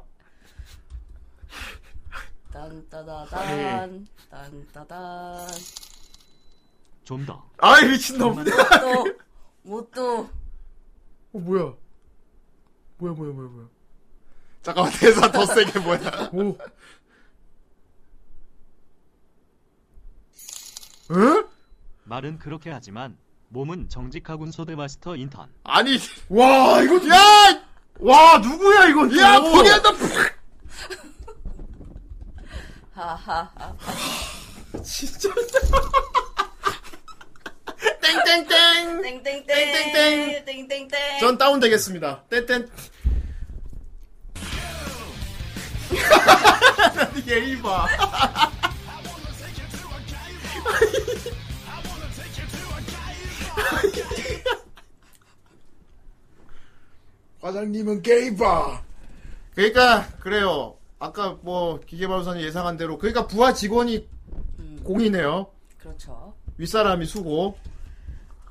Speaker 9: 아, 예.
Speaker 5: 딴따다단, 딴따단.
Speaker 11: 좀 더.
Speaker 9: 아이 미친놈.
Speaker 5: 또, 못 또.
Speaker 9: 어 뭐야? 뭐야 뭐야 뭐야 뭐야?
Speaker 3: 잠깐만 대사 더 세게 뭐야?
Speaker 9: 오.
Speaker 11: 말은 그렇게 하지만 몸은 정직하군 소대마스터 인턴.
Speaker 3: 아니
Speaker 9: 와 이거 야! 와 누구야 이거?
Speaker 3: 야 포기한다.
Speaker 5: 하하하.
Speaker 9: 진짜.
Speaker 5: 땡땡땡! 땡땡땡! 땡땡땡! 땡땡땡!
Speaker 9: 전 다운 되겠습니다. 땡땡. 예의 봐.
Speaker 3: 과장님은 게이바.
Speaker 9: 그러니까 그래요. 아까 뭐 기계발사님 예상한 대로 그러니까 부하 직원이 음. 공이네요.
Speaker 5: 그렇죠.
Speaker 9: 윗사람이 수고.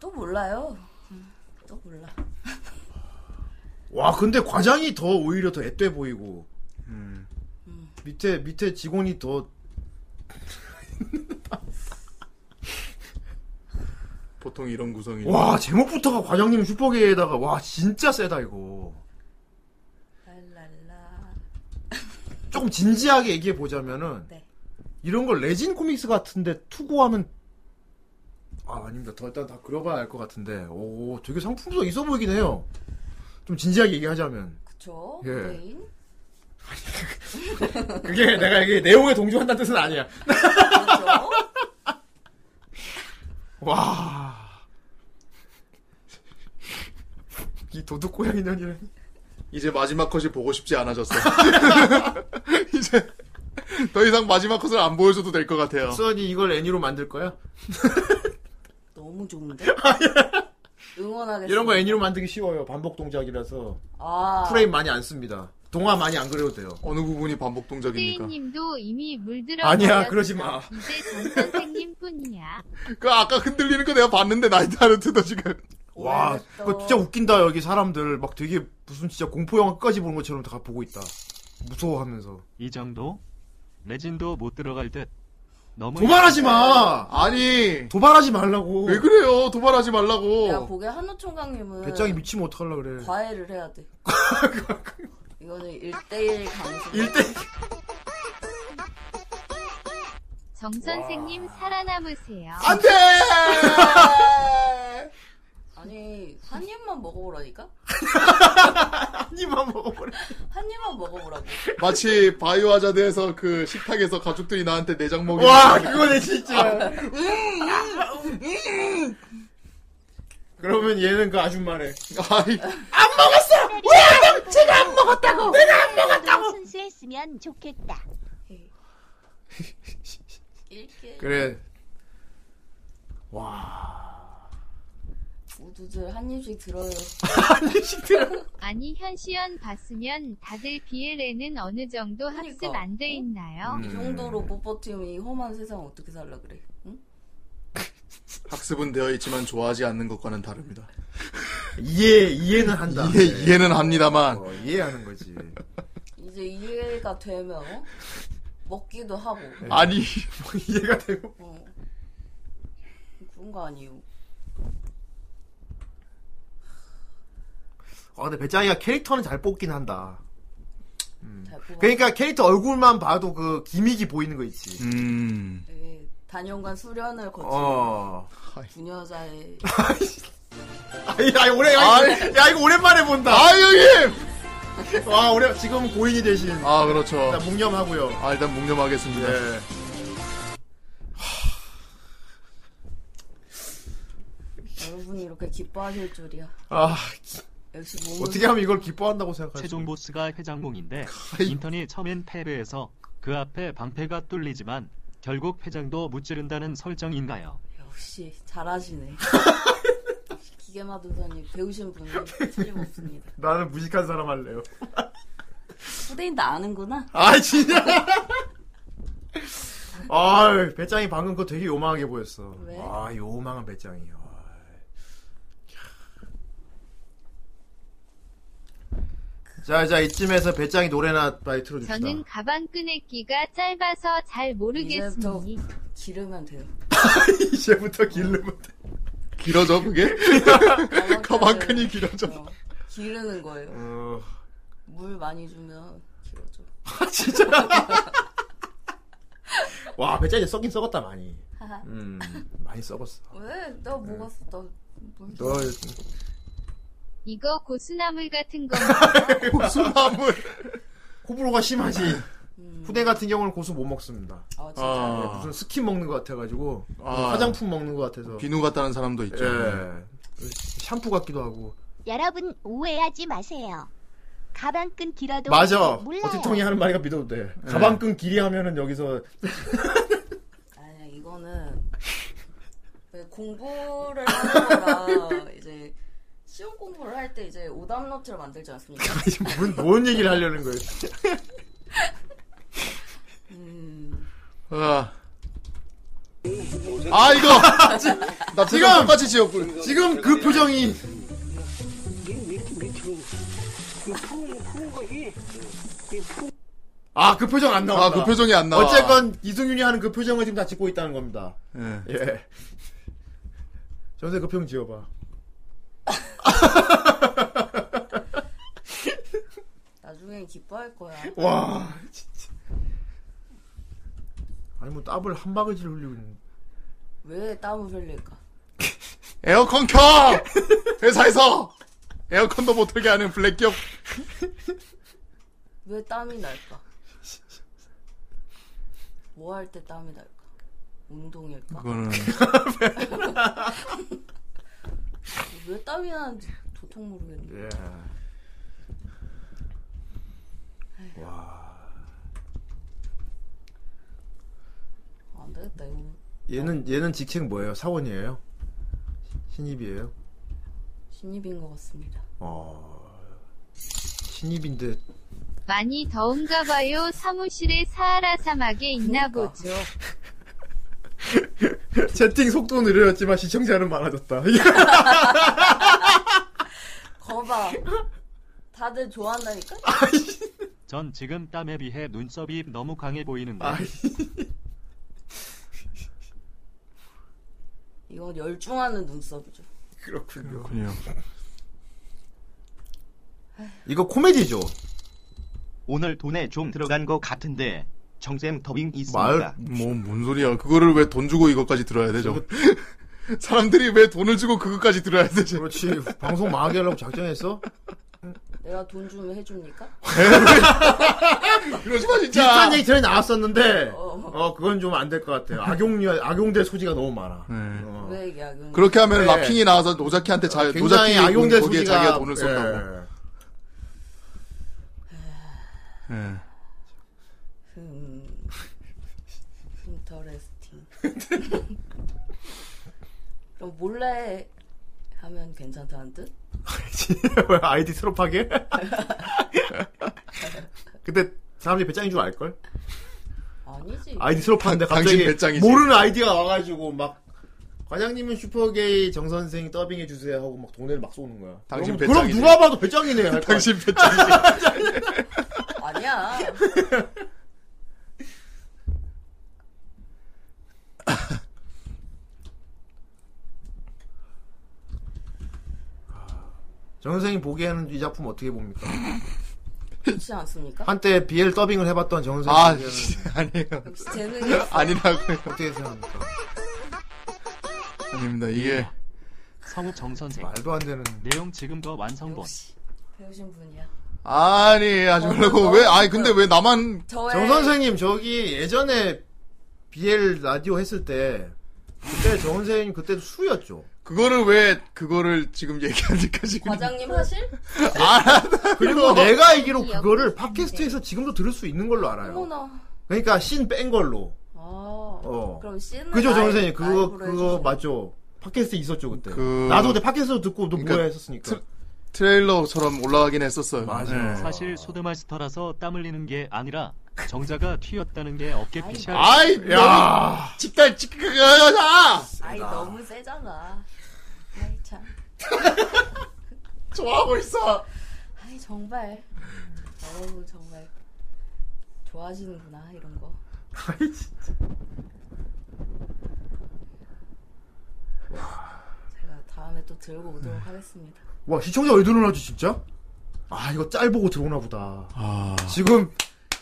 Speaker 5: 또 몰라요. 음, 또 몰라.
Speaker 9: 와 근데 과장이 더 오히려 더 앳돼 보이고 음. 밑에 밑에 직원이 더
Speaker 3: 보통 이런 구성이.
Speaker 9: 와 제목부터가 과장님 슈퍼게에다가 와 진짜 세다 이거. 조금 진지하게 얘기해 보자면은
Speaker 5: 네.
Speaker 9: 이런 걸 레진 코믹스 같은데 투고하면 아 아닙니다. 더 일단 다 그려봐야 알 것 같은데 오 되게 상품성 있어 보이긴 해요. 좀 진지하게 얘기하자면
Speaker 5: 그쵸?
Speaker 9: 예.
Speaker 5: 개인?
Speaker 9: 그게 내가 이게 내용에 동조한다는 뜻은 아니야.
Speaker 5: 그렇죠?
Speaker 9: 와. 이 도둑 고양이 년이래.
Speaker 3: 이제 마지막 컷이 보고 싶지 않아졌어. 이제 더 이상 마지막 컷을 안 보여줘도 될 것 같아요.
Speaker 9: 수원이 이걸 애니로 만들 거야?
Speaker 5: 너무 좋은데? 응원하겠습니다.
Speaker 9: 아, 예. 이런 거 애니로 만들기 쉬워요. 반복 동작이라서
Speaker 5: 네. 아.
Speaker 9: 프레임 많이 안 씁니다. 동화 많이 안 그려도 돼요.
Speaker 3: 어느 부분이 반복 동작입니까?
Speaker 13: 수인님도 이미 물들어
Speaker 9: 그러니까. 아니야,
Speaker 13: 버렸어.
Speaker 9: 그러지 마.
Speaker 13: 이제 정 선생님뿐이야.
Speaker 3: 그 아까 흔들리는 거 내가 봤는데 나이트 하르트도 지금
Speaker 9: 와, 그거 진짜 웃긴다 여기 사람들 막 되게 무슨 진짜 공포 영화 끝까지 보는 것처럼 다 보고 있다. 무서워하면서.
Speaker 11: 이 정도? 레진도 못 들어갈 듯. 너무
Speaker 9: 도발하지 마.
Speaker 3: 아니
Speaker 9: 도발하지 말라고.
Speaker 3: 왜 그래요? 도발하지
Speaker 5: 야, 뭐.
Speaker 3: 말라고.
Speaker 5: 보게 한우 총각님은
Speaker 9: 배짱이 미치면 어떡하려 그래.
Speaker 5: 과외를 해야 돼. 이거는 1대1 강수.
Speaker 9: 1대1.
Speaker 13: 정 선생님 살아남으세요.
Speaker 3: 안돼.
Speaker 5: 아니, 한 입만 먹어보라니까?
Speaker 9: 한 입만 먹어보라.
Speaker 5: 한 입만 먹어보라고.
Speaker 3: 마치 바이오 하자드에서 그 식탁에서 가족들이 나한테 내장 먹이.
Speaker 9: 와, 그거네 진짜. 그러면 얘는 그 아줌마래.
Speaker 3: 아이,
Speaker 9: 안 먹었어. 왜안 제가 안 먹었다고. 내가 안
Speaker 13: 네,
Speaker 2: 먹었다고. 순수했으면 좋겠다.
Speaker 5: 이렇게
Speaker 9: 그래. 와.
Speaker 5: 우두들 한 입씩 들어요.
Speaker 13: 아니 현시연 봤으면 다들 BL에는 어느 정도
Speaker 5: 그러니까.
Speaker 13: 학습 안 돼
Speaker 9: 음,
Speaker 13: 있나요?
Speaker 5: 이 정도로 못 버티면 이 험한 세상 어떻게 살라 그래? 응?
Speaker 3: 학습은 되어 있지만 좋아하지 않는 것과는 다릅니다.
Speaker 9: 이해 이해는 한다.
Speaker 3: 이해 이해는 합니다만
Speaker 9: 어, 이해하는 거지.
Speaker 5: 이제 이해가 되면 어? 먹기도 하고
Speaker 3: 아니
Speaker 9: 뭐 이해가 되고.
Speaker 5: 어. 그런 거 아니에요.
Speaker 9: 아 근데 배짱이가 캐릭터는 잘 뽑긴 한다.
Speaker 5: 잘 뽑아.
Speaker 9: 그러니까 캐릭터 얼굴만 봐도 그 기믹이 보이는 거 있지.
Speaker 3: 음.
Speaker 5: 예, 단연간 수련을 거친
Speaker 9: 어.
Speaker 5: 부녀자의
Speaker 9: 아이, 아이, 오래, 아이, 야, 이거 오랜만에 본다.
Speaker 3: 아 형님.
Speaker 9: 와, 오래, 지금 고인이 되신.
Speaker 3: 아 그렇죠.
Speaker 9: 일단 묵념하고요.
Speaker 3: 아 일단 묵념하겠습니다.
Speaker 9: 네.
Speaker 5: 여러분이 이렇게 기뻐하실 줄이야.
Speaker 9: 아,
Speaker 5: 역시 몸은
Speaker 9: 어떻게 하면 이걸 기뻐한다고 생각하지?
Speaker 11: 최종 보스가 회장봉인데 인턴이 처음엔 패배해서 그 앞에 방패가 뚫리지만 결국 회장도 무찌른다는 설정인가요?
Speaker 5: 역시 잘하시네. 기계마 도사님 배우신 분이 틀림없습니다.
Speaker 9: 나는 무식한 사람 할래요.
Speaker 5: 후대인도 아는구나.
Speaker 9: 아 진짜. 아 배짱이 방금 그거 되게 요망하게 보였어.
Speaker 5: 왜?
Speaker 9: 아 요망한 배짱이. 요 자, 자, 이쯤에서 배짱이 노래나 빨리 틀어줍시다.
Speaker 13: 저는 가방 끄내기가 짧아서 잘 모르겠습니다.
Speaker 5: 기르면 돼요.
Speaker 9: 이제부터 길르면
Speaker 3: 돼. 길어져 그게? 가방끈이 길어져.
Speaker 5: 기르는 거예요.
Speaker 9: 어,
Speaker 5: 물 많이 주면 길어져.
Speaker 9: 와, 배짱이 썩긴 썩었다 많이.
Speaker 5: 하하.
Speaker 9: 음, 많이 썩었어.
Speaker 5: 왜? 나 뭐가 었다물
Speaker 9: 너
Speaker 13: 이거 고수나물 같은 건가요?
Speaker 9: 고수나물. 호불호가 심하지. 후대 같은 경우는 고수 못 먹습니다.
Speaker 5: 아,
Speaker 3: 진짜요? 아.
Speaker 9: 무슨 스킨 먹는 것 같아가지고
Speaker 3: 아.
Speaker 9: 화장품 먹는 것 같아서
Speaker 3: 비누 같다는 사람도 있죠.
Speaker 9: 예. 샴푸 같기도 하고.
Speaker 2: 여러분 오해하지 마세요. 가방끈 길어도
Speaker 9: 맞아.
Speaker 2: 몰라요.
Speaker 9: 어티통이 하는 말이가 믿어도 돼. 가방끈 길이 하면은 여기서
Speaker 5: 아니야 이거는 그 공부를 하는 거라 이제 시험 공부를 할 때 이제 오답 노트를 만들지 않습니까?
Speaker 9: 뭔, 뭔 얘기를 하려는 거예요.
Speaker 3: 아. 아 이거 나 지금 똑같이 지었군.
Speaker 9: 지금 그 표정이 아 그 표정 안 나와.
Speaker 3: 아, 그 표정이 안 나와.
Speaker 9: 어쨌건 이승윤이 하는 그 표정을 지금 다 짓고 있다는 겁니다. 예. 전세 그 표정 지어봐.
Speaker 5: 나중엔 기뻐할 거야.
Speaker 9: 와 진짜. 아니 뭐 땀을 한 바가지를 흘리고 있는.
Speaker 5: 왜 땀을 흘릴까?
Speaker 3: 에어컨 켜! 회사에서 에어컨도 못 틀게 하는 블랙 기업.
Speaker 5: 왜 땀이 날까? 뭐 할 때 땀이 날까? 운동일까?
Speaker 3: 그거는
Speaker 5: 왜 땀이 나는지 도통 모르겠네.
Speaker 9: 예. 와
Speaker 5: 아, 안 되겠다 이거
Speaker 9: 얘는 얘는 직책 뭐예요? 사원이에요? 신입이에요?
Speaker 5: 신입인 것 같습니다.
Speaker 9: 어 신입인데
Speaker 13: 많이 더운가 봐요. 사무실에 사하라 사막에 있나
Speaker 5: 그러니까.
Speaker 13: 보죠.
Speaker 9: 채팅 속도 느려졌지만 시청자는 많아졌다.
Speaker 5: 거봐. 다들 좋아한다니까?
Speaker 11: 전 지금 땀에 비해 눈썹이 너무 강해 보이는데
Speaker 5: 이건 열중하는 눈썹이죠.
Speaker 9: 그렇군요.
Speaker 21: 이거 코미디죠? 오늘 돈에 좀 들어간 것 같은데 정샘 더빙 있습니다.
Speaker 3: 말뭐뭔 소리야? 그거를 왜 돈 주고 이것까지 들어야 되죠? 사람들이 왜 돈을 주고 그것까지 들어야 되지?
Speaker 9: 그렇지. 방송 망하게 하려고 작정했어?
Speaker 5: 내가 돈 주면 해줍니까?
Speaker 3: 그러지 마 진짜.
Speaker 9: 비슷한 얘기 전에 나왔었는데
Speaker 5: 어.
Speaker 9: 어 그건 좀 안 될 것 같아요. 악용 악용될 소지가 너무 많아.
Speaker 3: 네.
Speaker 9: 어.
Speaker 5: 왜 이게 악용?
Speaker 3: 그렇게 하면
Speaker 9: 네.
Speaker 3: 라핑이 나와서 노자키한테 자,
Speaker 9: 굉장히
Speaker 3: 노자키
Speaker 9: 악용될
Speaker 3: 거기에
Speaker 9: 소지가
Speaker 3: 자기가 네. 돈을
Speaker 9: 예.
Speaker 3: 썼다고. 예.
Speaker 5: 음. 인터레스팅. 그럼 몰래 하면 괜찮다는 뜻?
Speaker 9: 예. 왜 아이디 수롭하게? 근데 사람들이 배짱인 줄 알걸?
Speaker 5: 아니지.
Speaker 9: 아이디 수롭하는데
Speaker 3: 당-
Speaker 9: 갑자기
Speaker 3: 당신 배짱이지.
Speaker 9: 모르는 아이디가 와가지고 막 과장님은 슈퍼게이 정 선생 더빙해 주세요 하고 막 돈을 막 쏘는 거야.
Speaker 3: 당신
Speaker 9: 그럼, 그럼
Speaker 3: 배짱이지.
Speaker 9: 누가 봐도 배짱이네. 할 거야.
Speaker 3: 당신 배짱.
Speaker 5: 아니야.
Speaker 9: 정 선생이 보기에는 이 작품 어떻게 봅니까?
Speaker 5: 그렇지 않습니까?
Speaker 9: 한때 BL 더빙을 해봤던 정그 선생.
Speaker 3: 아,
Speaker 9: 아니에요.
Speaker 5: 역시 재능이 있어.
Speaker 3: 아니라고요.
Speaker 9: 어떻게 생각합니까?
Speaker 3: 아닙니다. 이게
Speaker 11: 성우 정 선생
Speaker 9: 말도 안 되는
Speaker 11: 내용 지금 더 완성본
Speaker 5: 배우신 분이야.
Speaker 3: 아니 하지
Speaker 17: 어,
Speaker 3: 말라고 왜? 아니 근데 왜 나만
Speaker 5: 저의
Speaker 9: 정 선생님 저기 예전에 BL 라디오 했을 때 그때 정 선생님 그때도 수였죠.
Speaker 3: 그거를 왜 그거를 지금 얘기하니까 지금
Speaker 5: 과장님 하실?
Speaker 9: 그리고 내가 알기로 그거를 팟캐스트에서 지금도 들을 수 있는 걸로 알아요.
Speaker 5: 어머나.
Speaker 9: 그러니까 신 뺀 걸로.
Speaker 5: 아.
Speaker 9: 어.
Speaker 17: 그럼 씨는
Speaker 9: 그죠,
Speaker 17: 나이-
Speaker 9: 정선생님. 그거,
Speaker 17: 나이브로
Speaker 9: 그거 맞죠. 팟캐스트 있었죠, 그때.
Speaker 3: 그-
Speaker 9: 나도 그때 팟캐스트 듣고 너
Speaker 3: 그러니까
Speaker 9: 뭐야 했었으니까.
Speaker 3: 트레일러처럼 올라가긴 했었어요. 네.
Speaker 11: 사실 소드마스터라서 땀 흘리는 게 아니라 정자가 튀었다는 게 어깨 피셜.
Speaker 3: 아이, 네. 야. 직달 직그자
Speaker 17: 아이 너무 세잖아. 아이 참.
Speaker 3: 좋아하고 있어.
Speaker 5: 아이 정말 어우 정말 좋아하시는구나 이런 거.
Speaker 9: 아이, 진짜.
Speaker 5: 제가 다음에 또 들고 오도록 하겠습니다.
Speaker 9: 와, 시청자 왜 들어오나지, 진짜? 아, 이거 짤 보고 들어오나 보다.
Speaker 3: 아.
Speaker 9: 지금,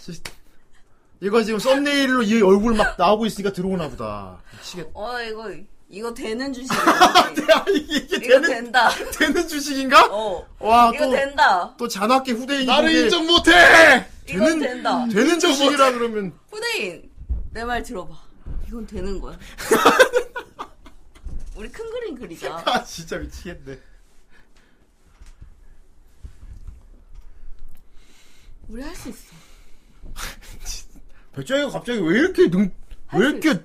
Speaker 9: 시- 이거 지금 썸네일로 이 얼굴 막 나오고 있으니까 들어오나 보다. 미치겠다.
Speaker 17: 어 이거 이거 되는 주식이야. 이게 이거
Speaker 9: 되는-
Speaker 17: 된다.
Speaker 9: 되는 주식인가?
Speaker 17: 어.
Speaker 9: 와,
Speaker 17: 이거
Speaker 9: 또-
Speaker 17: 된다.
Speaker 9: 또 잔악기 후대인이
Speaker 17: 나를
Speaker 9: 보기에
Speaker 17: 인정 못해! 이건
Speaker 9: 되는
Speaker 17: 된다.
Speaker 9: 되는
Speaker 17: 인정
Speaker 9: 주식이라 그러면
Speaker 17: 후대인 내 말 들어봐. 이건 되는 거야. 우리 큰 그림 그리자.
Speaker 9: 아 진짜 미치겠네.
Speaker 17: 우리 할 수 있어.
Speaker 9: 배짱이가 갑자기 왜 이렇게 능 왜 이렇게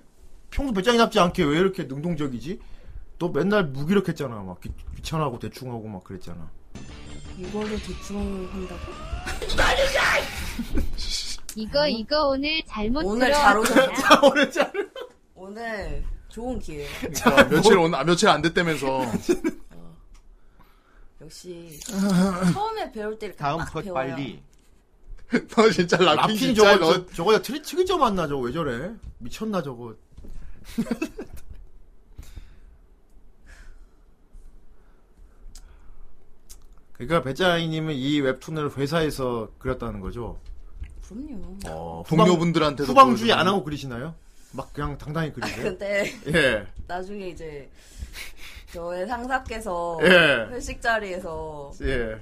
Speaker 9: 평소 배짱이 답지 않게 왜 이렇게 능동적이지? 너 맨날 무기력했잖아. 막 귀, 찮아하고 대충하고 막 그랬잖아.
Speaker 5: 이걸로 대충 한다고?
Speaker 13: 이거 이거 오늘 잘못
Speaker 5: 네. 오늘
Speaker 13: 들어.
Speaker 5: 잘 오셨다.
Speaker 9: 오늘 잘
Speaker 17: 오늘 좋은 기회.
Speaker 3: 야, 며칠 온, 아, 며칠 안 됐다면서.
Speaker 17: 역시 처음에 배울 때 이렇게
Speaker 21: 다음
Speaker 17: 막
Speaker 21: 컷
Speaker 17: 아, 배워요.
Speaker 21: 빨리.
Speaker 3: 너 진짜 라핀
Speaker 9: 라핀
Speaker 3: 진짜
Speaker 9: 저거
Speaker 3: 너-
Speaker 9: 저- 저거 야 트리 트리저 맞나 저거 왜 저래? 미쳤나 저거. 그러니까 배짱이님은 이 웹툰을 회사에서 그렸다는 거죠.
Speaker 17: 그럼요.
Speaker 9: 어,
Speaker 3: 동료분들한테도
Speaker 9: 후방, 주의안
Speaker 3: 보여주고.
Speaker 9: 하고 그리시나요? 막 그냥 당당히 그리세요?
Speaker 17: 아, 근데
Speaker 9: 예.
Speaker 17: 나중에 이제 저의 상사께서
Speaker 9: 예.
Speaker 17: 회식 자리에서
Speaker 9: 예.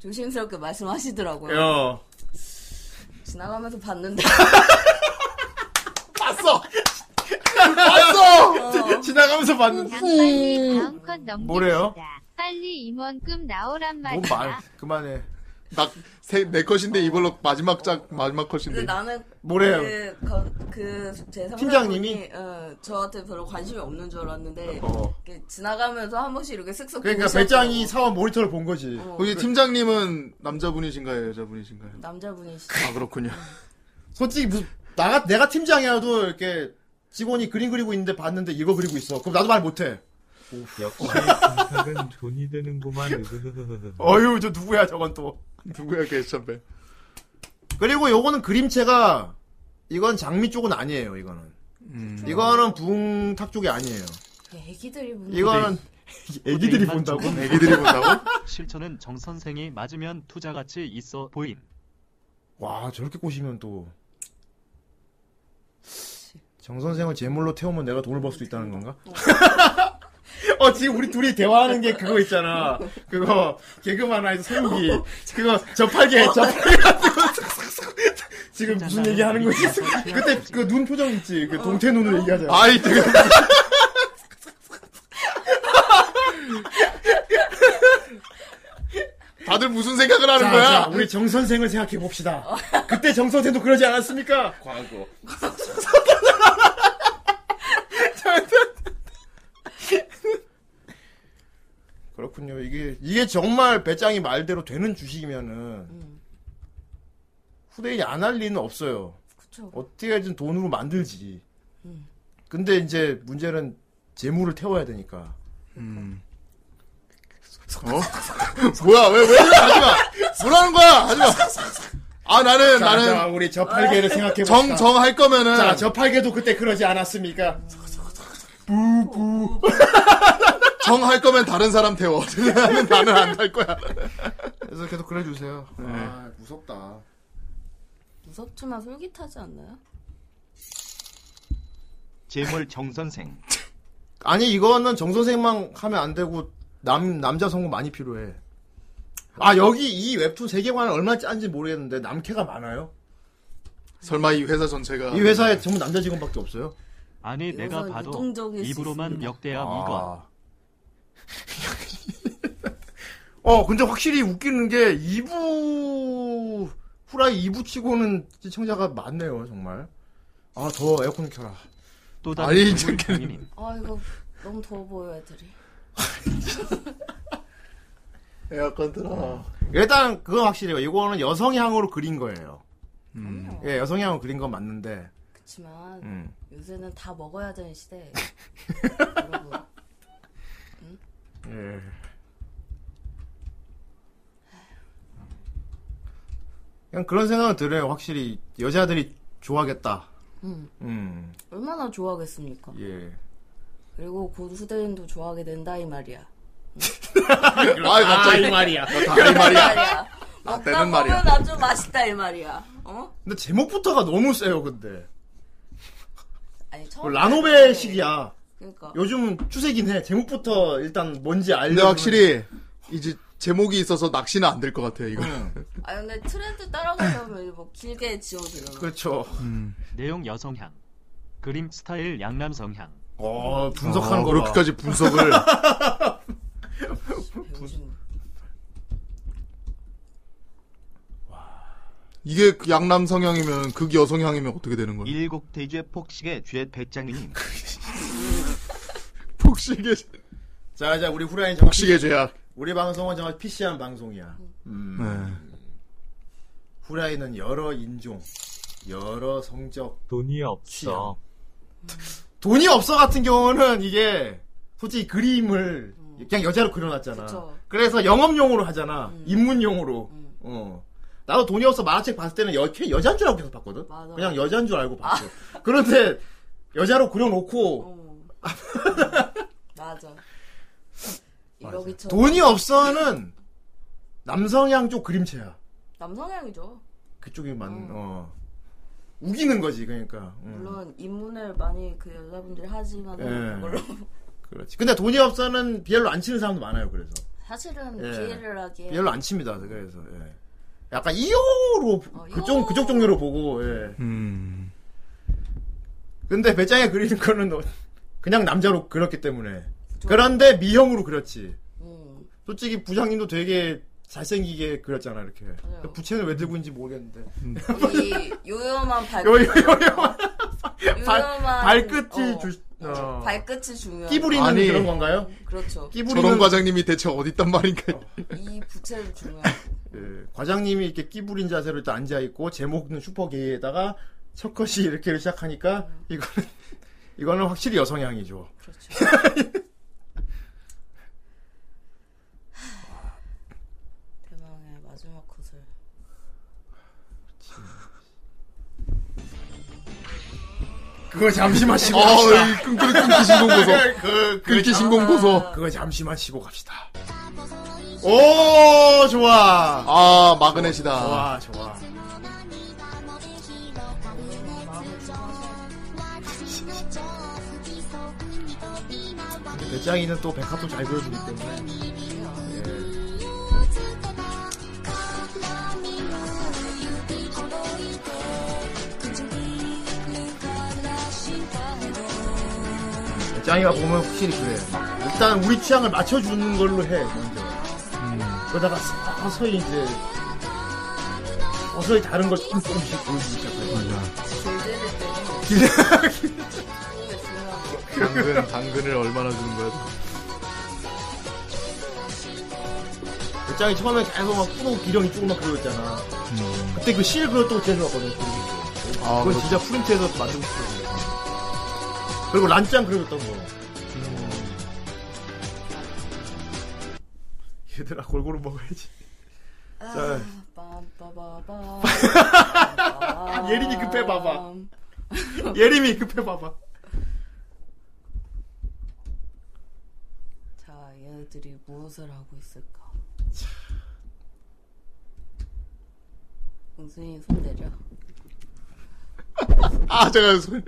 Speaker 17: 조심스럽게 말씀하시더라고요.
Speaker 9: 어.
Speaker 21: 예.
Speaker 17: 지나가면서 봤는데
Speaker 3: 봤어.
Speaker 17: 봤어!
Speaker 9: 지나가면서 봤는데.
Speaker 13: 빨리 다음 컷 넘깁시다.
Speaker 9: 뭐래요?
Speaker 13: 빨리 임원급 나오란 말이야.
Speaker 3: 뭔 말.
Speaker 9: 그만해.
Speaker 3: 나, 세, 내 컷인데 이걸로 마지막 작, 마지막 컷인데.
Speaker 17: 어. 근데
Speaker 9: 네.
Speaker 17: 나는 그,
Speaker 3: 뭐래요?
Speaker 17: 그그제
Speaker 3: 팀장님이?
Speaker 17: 어, 저한테 별로 관심이 없는 줄 알았는데
Speaker 9: 어.
Speaker 17: 이렇게 지나가면서 한 번씩 이렇게 쓱쓱
Speaker 9: 그러니까
Speaker 17: 보고 있었어요.
Speaker 9: 배짱이 사원 모니터를 본 거지.
Speaker 17: 어.
Speaker 3: 혹시 팀장님은 남자분이신가요, 여자분이신가요?
Speaker 17: 남자분이시.
Speaker 3: 아, 그렇군요.
Speaker 9: 솔직히 무슨 나가 내가 팀장이라도 이렇게 직원이 그림 그리고 있는데 봤는데 이거 그리고 있어. 그럼 나도 말 못해.
Speaker 22: 역시 검색은 돈이 되는구만.
Speaker 9: 어휴 저 누구야 저건 또.
Speaker 3: 누구야 개참배.
Speaker 9: 그리고 요거는 그림체가 이건 장미 쪽은 아니에요 이거는. 음. 이거는 붕탁 쪽이 아니에요.
Speaker 17: 애기들이 보는
Speaker 9: 그 이거는 애기들이
Speaker 11: 후대인만
Speaker 9: 본다고?
Speaker 11: 조금
Speaker 9: 애기들이 본다고?
Speaker 11: 실천은 정 선생이 맞으면 투자 가치 있어 보임.
Speaker 9: 와 저렇게 꼬시면 또. 정 선생을 제물로 태우면 내가 돈을 벌 수 있다는 건가? 어 지금 우리 둘이 대화하는 게 그거 있잖아. 그거 개그만 하에서 소고기 그거 저팔계 저팔계 가지고 지금 무슨 얘기 하는 거지? 그때 그 눈 표정 있지? 그 동태 눈으로 얘기하잖아.
Speaker 3: 아이, 되게. 다들 무슨 생각을 하는
Speaker 9: 자,
Speaker 3: 거야?
Speaker 9: 자, 우리 정 선생을 생각해 봅시다. 그때 정 선생도 그러지 않았습니까?
Speaker 3: 과거.
Speaker 9: 그렇군요. 이게 이게 정말 배짱이 말대로 되는 주식이면은 후대인이 안 할 리는 없어요.
Speaker 17: 그쵸.
Speaker 9: 어떻게든 돈으로 만들지.
Speaker 17: 음.
Speaker 9: 근데 이제 문제는 재물을 태워야 되니까. 음.
Speaker 3: 어? 뭐야, 왜, 왜, 이래? 하지 마! 뭐라는 거야! 하지 마! 아, 나는,
Speaker 9: 자,
Speaker 3: 나는.
Speaker 9: 자, 우리 저팔계를 생각해 음.
Speaker 3: 정, 정 할 거면은.
Speaker 9: 자, 저팔계도 그때 그러지 않았습니까?
Speaker 3: 정 할 거면 다른 사람 태워. 나는, 나는 안 할 거야.
Speaker 9: 그래서 계속 그래주세요.
Speaker 3: 아,
Speaker 9: 무섭다.
Speaker 17: 무섭지만 솔깃하지 않나요?
Speaker 21: 재물 정선생.
Speaker 9: 아니 이거는 정 선생만 하면 안 되고 남 남자 성우 많이 필요해. 아 여기 이 웹툰 세계관은 얼마나 짠지 모르겠는데 남캐가 많아요.
Speaker 3: 설마 이 회사 전체가.
Speaker 9: 이 회사에 전부 남자 직원밖에 없어요.
Speaker 11: 아니 내가 봐도
Speaker 17: 유동적일 수
Speaker 11: 입으로만
Speaker 3: 아,
Speaker 11: 역대야 이건.
Speaker 21: 아.
Speaker 9: 아. 어 근데 확실히 웃기는 게 2부 후라이 2부 치고는 시청자가 많네요 정말. 아 더 에어컨 켜라.
Speaker 11: 또
Speaker 3: 아니,
Speaker 11: 다른
Speaker 3: 이제
Speaker 11: 동물 장인인
Speaker 5: 아이고 너무 더워 보여 애들이.
Speaker 3: 에어컨 틀어.
Speaker 9: 일단 그건 확실해요. 이거는 여성향으로 그린 거예요.
Speaker 11: 음.
Speaker 9: 예, 여성향으로 그린 건 맞는데
Speaker 5: 그렇지만
Speaker 9: 음.
Speaker 5: 요새는 다 먹어야 되는 시대.
Speaker 9: 예. 그냥 그런 생각은 들어요. 확실히 여자들이 좋아하겠다.
Speaker 5: 음.
Speaker 9: 음.
Speaker 5: 얼마나 좋아하겠습니까?
Speaker 9: 예.
Speaker 5: 그리고 곧 후대인도 좋아하게 된다 이 말이야.
Speaker 3: 아이, 갑자기. 아, 이 말이야. 아, 이 말이야. 아,
Speaker 5: 나
Speaker 3: 되는 말이야.
Speaker 5: 보면 아주 맛있다 이 말이야. 어?
Speaker 9: 근데 제목부터가 너무 세요, 근데.
Speaker 5: 아니 처음.
Speaker 9: 그
Speaker 5: 네.
Speaker 9: 라노베식이야.
Speaker 5: 그러니까.
Speaker 9: 요즘은 추세긴 해. 제목부터 일단 뭔지 알려.
Speaker 3: 근데 확실히 이제 제목이 있어서 낚시는 안 될 것 같아요. 이거.
Speaker 5: 아 근데 트렌드 따라가려면 뭐 길게 지어지려면.
Speaker 9: 그렇죠.
Speaker 11: 내용 여성향 그림 스타일 양남성향
Speaker 9: 어
Speaker 3: 분석하는 거 봐. 아, 그렇게까지 분석을. 이게 그 양남 성향이면 극 여성향이면 어떻게 되는 거예요?
Speaker 21: 일곡 대주의 폭식의 죄 백장님.
Speaker 3: 폭식의 죄.
Speaker 9: 자, 자, 우리 후라인 정말
Speaker 3: 폭식의 음. 죄악.
Speaker 9: 우리 방송은 정말 PC한 방송이야.
Speaker 3: 네.
Speaker 9: 후라이는 여러 인종, 여러 성적,
Speaker 22: 돈이 없어.
Speaker 9: 돈이 없어 같은 경우는 이게 솔직히 그림을 그냥 여자로 그려놨잖아.
Speaker 22: 그쵸.
Speaker 9: 그래서 영업용으로 하잖아. 입문용으로. 어. 나도 돈이 없어 만화책 봤을 때는 여, 걔 여자인 줄 알고 계속 봤거든. 그냥 여자인 줄 알고 봤어. 그런데 여자로
Speaker 5: 어.
Speaker 9: 그려놓고
Speaker 5: 맞아. 이러기 전
Speaker 9: 돈이 없어는 남성향 쪽 그림체야.
Speaker 5: 남성향이죠.
Speaker 9: 그쪽이 맞는. 어. 우기는 거지 그러니까. 음.
Speaker 5: 물론 입문을 많이 그 여자분들이 하지만
Speaker 9: 예.
Speaker 5: 그걸로
Speaker 9: 그렇지. 근데 돈이 없어는 비엘로 안 치는 사람도 많아요. 그래서
Speaker 5: 사실은
Speaker 9: 예.
Speaker 5: 비애를 하기에
Speaker 9: 비엘로 안 칩니다. 그래서 예. 약간
Speaker 3: 어,
Speaker 9: 이오로 그쪽 그쪽 종류로 보고. 예.
Speaker 3: 음.
Speaker 9: 근데 배짱에 그리는 거는 너- 그냥 남자로 그렸기 때문에. 그런데 미형으로 그렸지.
Speaker 5: 음.
Speaker 9: 솔직히 부장님도 되게 잘생기게 그렸잖아 이렇게. 부채는 왜 들고 있는지 모르겠는데.
Speaker 5: 이 요요만 발끝
Speaker 9: 요- 요요만 발,
Speaker 5: 요요만
Speaker 9: 발끝이
Speaker 5: 어,
Speaker 9: 주. 어.
Speaker 5: 발끝이 중요한
Speaker 9: 끼부리는
Speaker 3: 아니.
Speaker 9: 그런 건가요?
Speaker 5: 그렇죠.
Speaker 3: 저런 과장님이 대체 어디 있단 말인가?
Speaker 5: 이 부채를 중요한
Speaker 9: 예, 과장님이 이렇게 끼부린 자세로 일단 앉아 있고 제목은 슈퍼게이에다가 첫컷이 이렇게 시작하니까 이거는 이거는 확실히 여성향이죠.
Speaker 5: 대망의 마지막 컷을
Speaker 9: 그거 잠시만 쉬고
Speaker 3: 어,
Speaker 9: 갑시다.
Speaker 3: 이 끙끙 끊기 신공 보소.
Speaker 9: 그, 그,
Speaker 3: 끊기 신공 보소.
Speaker 9: 그거 잠시만 쉬고 갑시다. 오 어, 좋아.
Speaker 3: 아 마그넷이다.
Speaker 9: 좋아 좋아. 근데 배짱이는 또 백합도 잘 그려주기 때문에. 예. 배짱이가 보면 확실히 그래. 일단 우리 취향을 맞춰주는 걸로 해 먼저. 그러다가 서서히 이제 서서히 다른 걸 조금 조금씩 보여주기 시작해요.
Speaker 3: 당근 당근을 얼마나 주는 거야?
Speaker 9: 배짱이 처음에 계속 막 푸르고 기령이 조금만 그려있잖아. 그때 그 실 그렸던 거 제일 좋았거든. 그
Speaker 3: 아,
Speaker 9: 그건
Speaker 3: 그렇-
Speaker 9: 진짜 프린트해서 만들고 싶거든요. 그리고 란짱 그려줬던 거. 음. 얘들아 골고루 먹어야지. 자,
Speaker 5: 빰빠바밤 아.
Speaker 9: 예림이 급해 봐봐. 예림이 급해 봐봐.
Speaker 5: 자 얘네들이 무엇을 하고 있을까 응순이 손 내려
Speaker 3: 아 제가 손.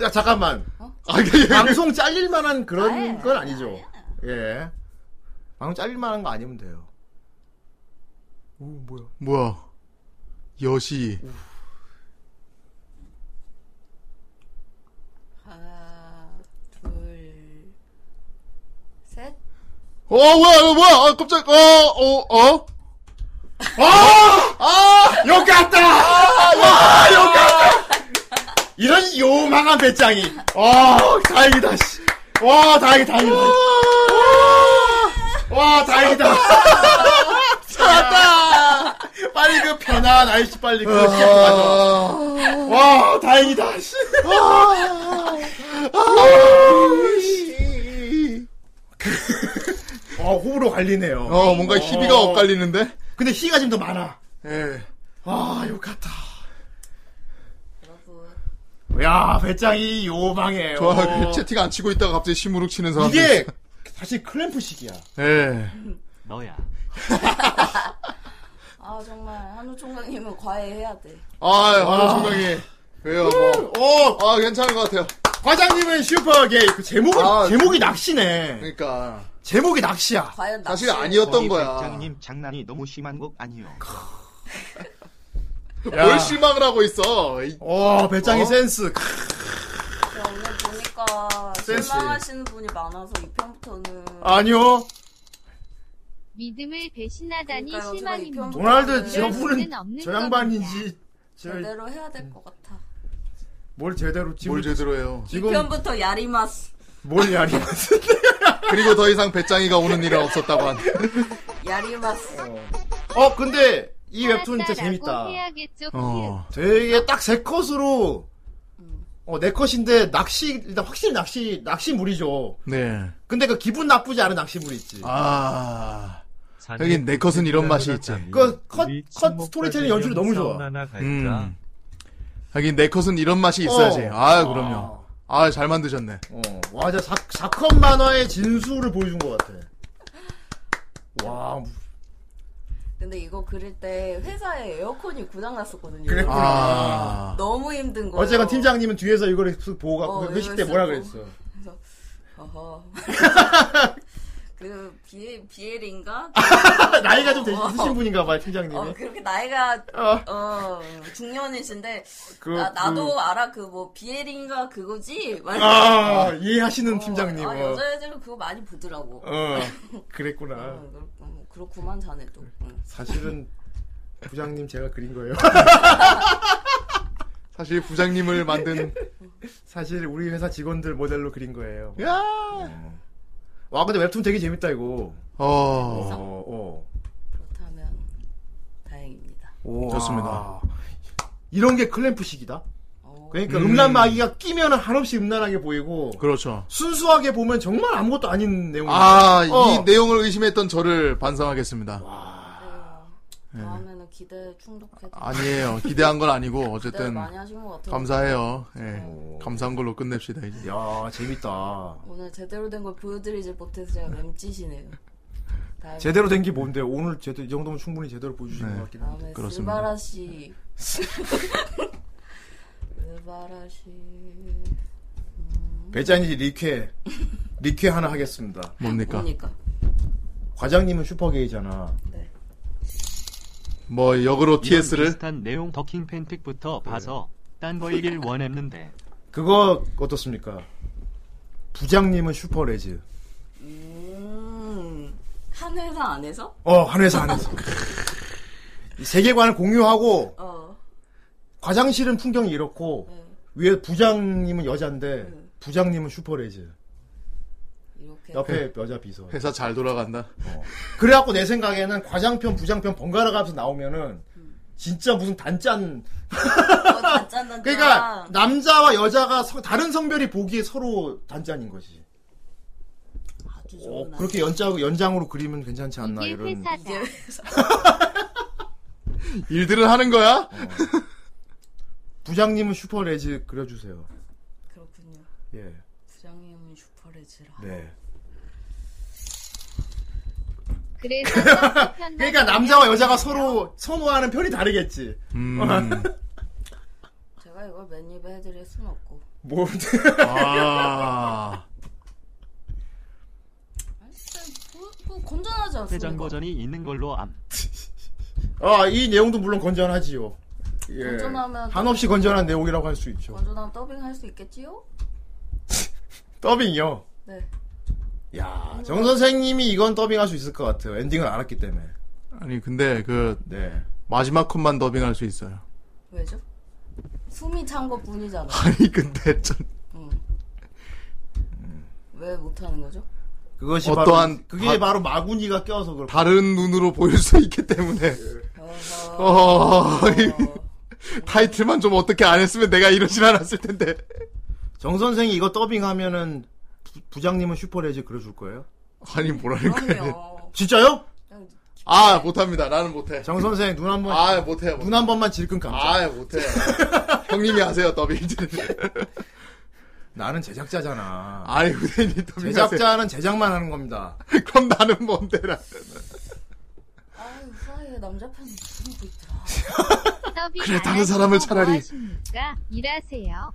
Speaker 9: 야 잠깐만.
Speaker 3: 아, 그-
Speaker 9: 방송 잘릴 만한 그런
Speaker 5: 아예,
Speaker 9: 건 아니죠. 예. 방송 잘릴 만한 거 아니면 돼요. 오 뭐야?
Speaker 3: 뭐야? 여시.
Speaker 5: 하나 둘셋
Speaker 3: 어 뭐야 이거 뭐야? 아 깜짝. 어어 어. 어? 아! 아!
Speaker 9: 욕 같다! 아,
Speaker 3: 아! 욕 같다!
Speaker 9: 강한 배짱이. 와, 다행이다, 씨. 와, 다행이다, 다행이다. 와, 다행이다. 살았다! 빨리 그 편한 아이씨 빨리 그 시합 가자. 와, 다행이다, 씨. 아, 호불호 갈리네요.
Speaker 3: 어, 뭔가 희비가 엇갈리는데?
Speaker 9: 근데 희가 지금 더 많아.
Speaker 3: 예.
Speaker 9: 아, 욕같다. 야, 배짱이 요망해요.
Speaker 3: 좋아, 그 채팅 안 치고 있다가 갑자기 시무룩 치는 사람.
Speaker 9: 이게 사실 클램프식이야.
Speaker 3: 예.
Speaker 11: 너야.
Speaker 5: 아 정말 한우 총각님은 과외해야 돼.
Speaker 3: 아, 바로 생각이. 왜요, 뭐. 아, 괜찮은 것 같아요.
Speaker 9: 어, 과장님은 슈퍼게이. 그 제목은,
Speaker 3: 아,
Speaker 9: 제목이 낚시네.
Speaker 3: 그러니까.
Speaker 9: 제목이 낚시야.
Speaker 5: 과연
Speaker 3: 사실
Speaker 5: 낚시-
Speaker 3: 아니었던
Speaker 21: 우리
Speaker 3: 거야.
Speaker 21: 백장님 장난이 너무 심한 것 아니요.
Speaker 9: 야.
Speaker 3: 뭘 실망을 하고 있어.
Speaker 9: 어, 배짱이
Speaker 3: 어?
Speaker 9: 센스.
Speaker 5: 야, 오늘 보니까
Speaker 9: 센스.
Speaker 5: 실망하시는 분이 많아서 이 편부터는
Speaker 9: 아니요.
Speaker 13: 믿음을 배신하다니
Speaker 5: 그러니까요,
Speaker 13: 실망입니다.
Speaker 5: 저거
Speaker 9: 도날드
Speaker 5: 그럴
Speaker 9: 지어부는
Speaker 13: 수는 아, 네, 없는
Speaker 9: 저 양반인지 저
Speaker 5: 제대로 해야 될 것 같아.
Speaker 9: 뭘 제대로 지금
Speaker 3: 뭘 제대로 해요.
Speaker 5: 이 편부터 야리마스,
Speaker 9: 뭘 야리.
Speaker 3: 그리고 더 이상 배짱이가 오는 일은 없었다고 한.
Speaker 5: 야리마스.
Speaker 9: 어, 근데 이 웹툰 진짜 재밌다.
Speaker 13: 아, 해야겠죠.
Speaker 3: 어.
Speaker 9: 되게 딱 세 컷으로
Speaker 13: 음.
Speaker 9: 어, 네 컷인데 낚시 일단 확실히 낚시 낚시물이죠.
Speaker 3: 네.
Speaker 9: 근데 그 기분 나쁘지 않은 낚시물 있지.
Speaker 3: 아. 여긴 내 컷은 이런 맛이 있지.
Speaker 9: 그컷컷 스토리텔링 연출이 너무 좋아.
Speaker 3: 음. 하긴 내 컷은 이런 맛이 있어야지.
Speaker 9: 어.
Speaker 3: 아, 그럼요. 아, 잘 만드셨네.
Speaker 9: 어, 와, 진짜 사- 사컷 만화의 진수를 보여준 것 같아. 와, 어,
Speaker 5: 근데 이거 그릴 때 회사에 에어컨이 고장 났었거든요.
Speaker 9: 그랬구나. 아.
Speaker 5: 너무 힘든 거예요.
Speaker 9: 어쨌건 팀장님은 뒤에서 이걸 쓱 보고
Speaker 5: 어,
Speaker 9: 갖고 그 회식
Speaker 5: 이걸
Speaker 9: 때 뭐라
Speaker 5: 쓰고.
Speaker 9: 그랬어.
Speaker 5: 그래서 어허. 그 비엘 비엘인가?
Speaker 9: 나이가 네. 좀
Speaker 5: 어.
Speaker 9: 되신 분인가 봐요, 팀장님이.
Speaker 5: 어 그렇게 나이가 어, 중년이신데
Speaker 9: 그-
Speaker 5: 나, 나도
Speaker 9: 그-
Speaker 5: 알아 그 뭐 비엘인가 그거지. 막
Speaker 9: 아, 이해하시는 팀장님.
Speaker 5: 어. 아,
Speaker 9: 어.
Speaker 5: 여자애들은 그거 많이 보더라고.
Speaker 9: 어, 그랬구나.
Speaker 5: 어, 그렇- 어, 그렇구만 자네 또. 응.
Speaker 9: 사실은 부장님 제가 그린 거예요.
Speaker 3: 사실 부장님을 만든
Speaker 9: 사실 우리 회사 직원들 모델로 그린 거예요. 어.
Speaker 3: 야!
Speaker 9: 와, 근데 웹툰 되게 재밌다 이거.
Speaker 3: 어.
Speaker 9: 어.
Speaker 5: 그렇다면 다행입니다.
Speaker 9: 오,
Speaker 3: 좋습니다.
Speaker 9: 어. 이런 게 클램프식이다.
Speaker 5: 어,
Speaker 9: 그러니까
Speaker 3: 음.
Speaker 9: 음. 란마귀가 끼면 한없이 음란하게 보이고
Speaker 3: 그렇죠.
Speaker 9: 순수하게 보면 정말 아무것도 아닌 내용이
Speaker 3: 아,
Speaker 9: 어.
Speaker 3: 이 내용을 의심했던 저를 반성하겠습니다.
Speaker 5: 다음에는 기대 충족해.
Speaker 3: 아니에요. 기대한 건 아니고 어쨌든
Speaker 5: 많이 하신 것 같아요.
Speaker 3: 감사해요.
Speaker 11: 어.
Speaker 3: 예. 감사한 걸로 끝냅시다 이제.
Speaker 9: 야, 재밌다.
Speaker 5: 오늘 제대로 된 걸 보여드리지 못해서 제가 맴찌시네요. 다음에-
Speaker 9: 제대로 된 게 뭔데 오늘 제대로 이 정도면 충분히 제대로 보여주신
Speaker 3: 네.
Speaker 9: 것 같긴 한데.
Speaker 5: 다음에
Speaker 3: 그렇습니다.
Speaker 5: 스바라 씨. 스바라 씨.
Speaker 9: 배짱이 리퀘 리퀘 하나 하겠습니다.
Speaker 3: 뭡니까?
Speaker 5: 그러니까.
Speaker 9: 과장님은 슈퍼게이잖아.
Speaker 3: 뭐 역으로 TS를
Speaker 11: 비슷한 내용 더킹 팬픽부터 봐서 딴 거이길 원했는데
Speaker 9: 그거 어떻습니까? 부장님은 슈퍼레즈.
Speaker 5: 음. 한 회사 안에서?
Speaker 9: 어, 한 회사 안에서. 이 세계관을 공유하고
Speaker 5: 어.
Speaker 9: 과장실은 풍경이 이렇고 위에 부장님은 여잔데 부장님은 슈퍼레즈.
Speaker 5: 네.
Speaker 9: 옆에 여자 비서.
Speaker 3: 회사 잘 돌아간다.
Speaker 9: 그래갖고 내 생각에는 과장편, 부장편 번갈아 가면서 나오면은 진짜 무슨 단짠.
Speaker 5: 단짠 단짠.
Speaker 9: 그러니까
Speaker 5: 아,
Speaker 9: 남자와 여자가 서- 다른 성별이 보기에 서로 단짠인 거지. 어, 그렇게 연장, 연장으로 그리면 괜찮지 않나
Speaker 13: 이게
Speaker 9: 이런.
Speaker 13: 회사다.
Speaker 3: 일들을 하는 거야?
Speaker 9: 부장님은 슈퍼레즈 그려주세요.
Speaker 5: 그렇군요.
Speaker 9: 예.
Speaker 5: 부장님은 슈퍼레즈라.
Speaker 9: 네.
Speaker 13: 그래서 편만
Speaker 9: 그러니까 남자와 여자가 서로 선호하는 편이 다르겠지.
Speaker 3: 음.
Speaker 5: 제가 이걸 맨 입에 해드릴 순 없고.
Speaker 9: 뭐.
Speaker 11: 어.
Speaker 3: 아.
Speaker 5: 뭐, 뭐 건전하지
Speaker 11: 회장
Speaker 5: 않습니까?
Speaker 11: 버전이 있는 걸로 암.
Speaker 9: 아, 이 내용도 물론 건전하지요. 예.
Speaker 5: 건전하면-
Speaker 9: 한없이 건전한 내용이라고 할 수 있죠.
Speaker 5: 건전한 더빙 할 수 있겠지요?
Speaker 9: 더빙이요.
Speaker 5: 네.
Speaker 9: 야, 정 선생님이 이건 더빙할 수 있을 것 같아요. 엔딩을 알았기 때문에.
Speaker 3: 아니 근데 그
Speaker 9: 네.
Speaker 3: 마지막 컷만 더빙할 수 있어요.
Speaker 5: 왜죠? 숨이 찬 것 뿐이잖아.
Speaker 3: 아니 근데 전
Speaker 5: 왜 못하는 거죠?
Speaker 9: 그것이
Speaker 3: 어떠한
Speaker 9: 바로, 그게
Speaker 3: 바-
Speaker 9: 바로 마구니가 껴서 그렇
Speaker 3: 다른 눈으로 보일 수 있기 때문에
Speaker 5: 어,
Speaker 3: 어, 이 타이틀만 좀 어떻게 안 했으면 내가 이러진 않았을 텐데
Speaker 9: 정 선생이 이거 더빙하면은 부, 장님은 슈퍼레즈 그려줄 거예요?
Speaker 3: 아니 뭐라니까요.
Speaker 9: 진짜요?
Speaker 3: 아 못합니다. 나는 못해.
Speaker 9: 정 선생 눈 한번
Speaker 3: 아 못해요.
Speaker 9: 눈 한 번만 질끈 감자.
Speaker 3: 아 못해요. 형님이 하세요 더빙.
Speaker 9: 나는 제작자잖아.
Speaker 3: 아이 후대님 더빙.
Speaker 9: 제작자는 제작만 하는 겁니다.
Speaker 3: 그럼 나는 뭔데 라
Speaker 5: 아유, 사이에 남자 편이 누르고 있더라.
Speaker 3: 그래, 다른 사람을 차라리-
Speaker 13: 뭐 하십니까? 일하세요.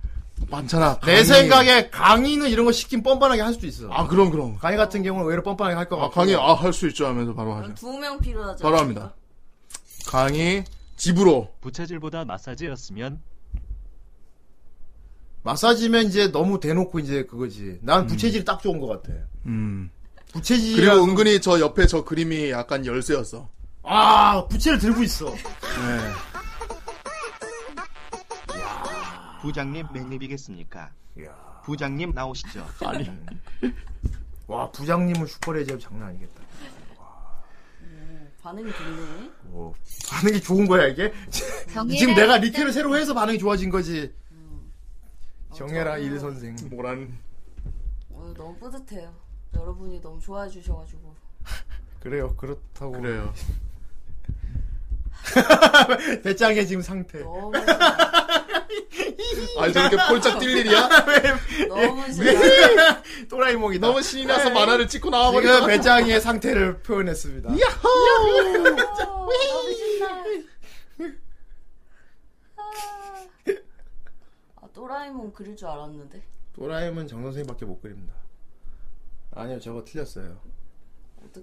Speaker 3: 많잖아. 강의.
Speaker 9: 내 생각에 강의는 이런 거 시킨 뻔뻔하게 할 수도 있어.
Speaker 3: 아 그럼 그럼.
Speaker 9: 강의 같은 경우는 외로 뻔뻔하게 할 것
Speaker 3: 아
Speaker 9: 같고.
Speaker 3: 강의 아 할 수 있죠 하면서 바로 하죠.
Speaker 5: 두 명 필요하죠.
Speaker 3: 바로 합니다. 강의 집으로
Speaker 11: 부채질보다 마사지였으면
Speaker 9: 마사지면 이제 너무 대놓고 이제 그거지. 난 부채질이 딱 좋은 것 같아.
Speaker 3: 음.
Speaker 9: 부채질.
Speaker 3: 그리고 은근히 저 옆에 저 그림이 약간 열쇠였어.
Speaker 9: 아 부채를 들고 있어.
Speaker 3: 네.
Speaker 21: 부장님 맥립이겠습니까? 부장님 나오시죠.
Speaker 3: 아니.
Speaker 9: 와 부장님은 슈퍼레즈 장난 아니겠다.
Speaker 5: 반응이 좋네.
Speaker 9: 오, 반응이 좋은 거야 이게?
Speaker 5: 정예라
Speaker 9: 지금 내가 리케를 새로 해서 반응이 좋아진 거지. 정예라 일 선생.
Speaker 3: 뭐란?
Speaker 5: 오늘 어, 너무 뿌듯해요. 여러분이 너무 좋아해 주셔가지고.
Speaker 9: 그래요 그렇다고.
Speaker 3: 그래요.
Speaker 9: 배짱의 지금 상태.
Speaker 3: 아니 저렇게 폴짝 뛸 일이야? 예,
Speaker 9: 너무
Speaker 3: 싫어.
Speaker 9: 또라이몽이
Speaker 3: 너무 신이 나서 만화를 찍고 나와버리고.
Speaker 9: 지금 배짱의 상태를 표현했습니다.
Speaker 1: 야호!
Speaker 5: 너무 신나. 아, 또라이몽 그릴 줄 알았는데.
Speaker 9: 또라이몽 정 선생님밖에 못 그립니다. 아니요 저거 틀렸어요.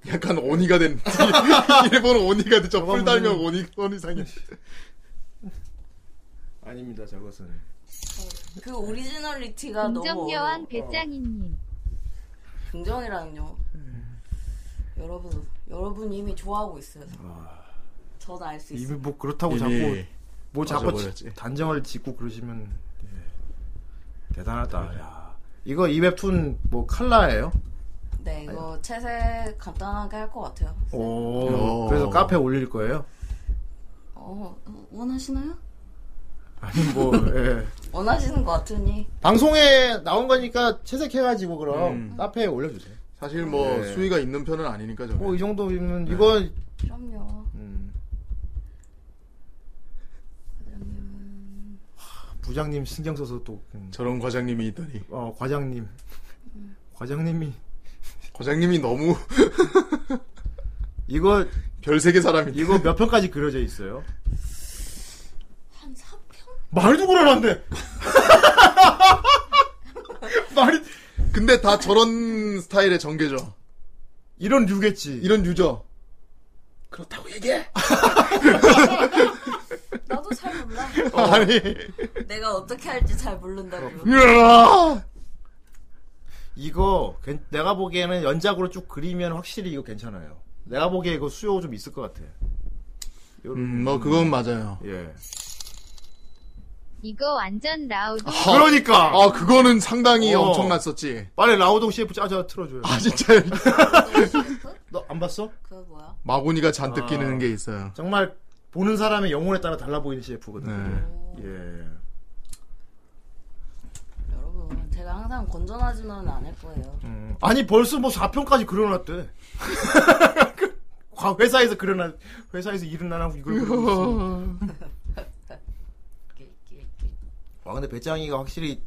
Speaker 3: 약간 오니가 된 일본 오니가 된저
Speaker 9: 저건
Speaker 3: 풀 달면
Speaker 9: 무슨-
Speaker 3: 오니 오니 상이.
Speaker 9: 아닙니다 저것은.
Speaker 5: 그 오리지널리티가 너무.
Speaker 13: 긍정여왕
Speaker 5: 어려워.
Speaker 13: 배짱이님.
Speaker 5: 긍정이라는요. 여러분, 여러분 이미 좋아하고 있어요. 전 알 수 있어요.
Speaker 9: 이미 뭐 그렇다고
Speaker 3: 이미
Speaker 9: 자꾸 뭐 자꾸
Speaker 3: 빠져버렸지.
Speaker 9: 지- 단정을 짓고 그러시면 예.
Speaker 3: 네.
Speaker 9: 대단하다. 야. 이거 이 웹툰 뭐 칼라예요?
Speaker 5: 네, 이거 채색 간단하게 할 것 같아요.
Speaker 3: 어.
Speaker 9: 오. 어. 그래서 카페 올릴 거예요?
Speaker 5: 어, 원하시나요?
Speaker 9: 아니 뭐 예.
Speaker 5: 원하시는 것 같으니.
Speaker 9: 방송에 나온 거니까 채색해가지고 그럼
Speaker 3: 음.
Speaker 9: 카페에 올려주세요.
Speaker 3: 사실 뭐
Speaker 9: 네.
Speaker 3: 수위가 있는 편은 아니니까
Speaker 5: 네.
Speaker 3: 저.
Speaker 9: 뭐 이
Speaker 3: 네.
Speaker 9: 정도면 음, 이거
Speaker 5: 그럼요.
Speaker 9: 부장님 신경 써서 또 음.
Speaker 3: 저런 과장님이 있더니.
Speaker 9: 어, 과장님.
Speaker 5: 음.
Speaker 9: 과장님이
Speaker 3: 과장님이 너무
Speaker 9: 이거
Speaker 3: 별세계 사람이
Speaker 9: 이거 몇 편까지 그려져 있어요?
Speaker 5: 한 3편?
Speaker 9: 말도 그러는데. 말이
Speaker 3: 근데 다 저런 스타일의 전개죠.
Speaker 9: 이런 류겠지.
Speaker 3: 이런 류죠.
Speaker 9: 그렇다고 얘기해.
Speaker 5: 나도 잘 몰라.
Speaker 3: 아니.
Speaker 5: 내가 어떻게 할지 잘 모른다고.
Speaker 9: 이거 괜- 내가 보기에는 연작으로 쭉 그리면 확실히 이거 괜찮아요. 내가 보기에 이거 수요 좀 있을 것 같아.
Speaker 3: 음, 뭐 그건 맞아요.
Speaker 9: 예.
Speaker 13: 이거 완전 라우드.
Speaker 9: 그러니까.
Speaker 3: 아 그거는 상당히
Speaker 9: 어.
Speaker 3: 엄청났었지.
Speaker 9: 빨리 라우동 CF 짜자 틀어줘요.
Speaker 3: 아 진짜
Speaker 9: 너 안 봤어?
Speaker 3: 마구니가 잔뜩
Speaker 9: 아.
Speaker 3: 끼는 게 있어요.
Speaker 9: 정말 보는 사람의 영혼에 따라 달라 보이는 CF거든.
Speaker 3: 네.
Speaker 9: 예.
Speaker 5: 여러분, 제가 항상 건전하지는 않을 거예요.
Speaker 9: 음, 아니 벌써 뭐 4편까지 그려놨대. 과- 회사에서 그려놨 회사에서 일은 안 하고 이걸 그리고 있어. 와 아, 근데 배짱이가 확실히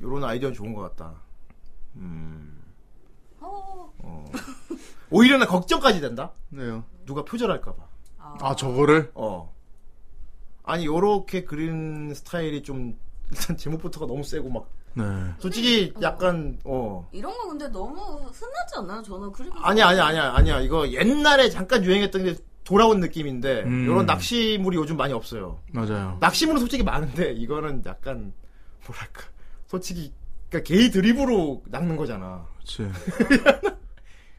Speaker 9: 요런 아이디어는 좋은 것 같다. 음. 어. 오히려 나 걱정까지 된다.
Speaker 3: 네요.
Speaker 9: 누가 표절할까봐.
Speaker 3: 아 저거를?
Speaker 9: 어. 아니 요렇게 그린 스타일이 좀 일단 제목부터가 너무 세고 막
Speaker 3: 네.
Speaker 9: 솔직히 약간 어
Speaker 5: 이런 거 근데 너무 흔하지 않나요? 저는 그리고
Speaker 9: 아니야 아니야 아니야 아니야 이거 옛날에 잠깐 유행했던 게 돌아온 느낌인데
Speaker 3: 음.
Speaker 9: 요런 낚시물이 요즘 많이 없어요.
Speaker 3: 맞아요.
Speaker 9: 낚시물은 솔직히 많은데 이거는 약간 뭐랄까 솔직히 그러니까 게이 드립으로 낚는 거잖아.
Speaker 3: 그렇지.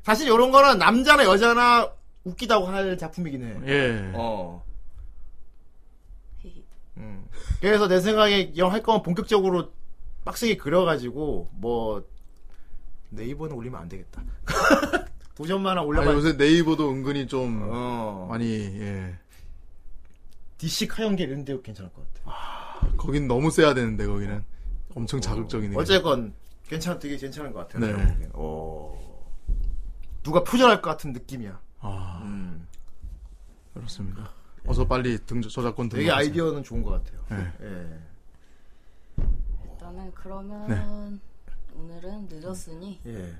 Speaker 9: 사실 요런 거는 남자나 어, 여자나 웃기다고 할 작품이긴 해.
Speaker 3: 예.
Speaker 9: 어. 음. 그래서 내 생각에 영 할 거면 본격적으로 빡세게 그려가지고 뭐 네이버는 올리면 안 되겠다. 도전만 하나 올려봐.
Speaker 3: 아니, 요새 네이버도 은근히 좀
Speaker 9: 어.
Speaker 3: 많이 예.
Speaker 9: DC 카영계 이런 데 괜찮을 것 같아.
Speaker 3: 거긴 너무 세야 되는데 거기는 엄청 자극적이네.
Speaker 9: 어. 어쨌건 괜찮 되게 괜찮은 것 같아요.
Speaker 3: 네.
Speaker 9: 제가 보기엔. 어. 누가 표절할 것 같은 느낌이야.
Speaker 3: 아
Speaker 9: 음.
Speaker 3: 그렇습니다. 어서 빨리 등 저작권 등.
Speaker 9: 예. 되게 아이디어는 좋은 것 같아요.
Speaker 3: 네.
Speaker 9: 예.
Speaker 5: 일단은 그러면
Speaker 9: 네.
Speaker 5: 오늘은 늦었으니
Speaker 9: 예.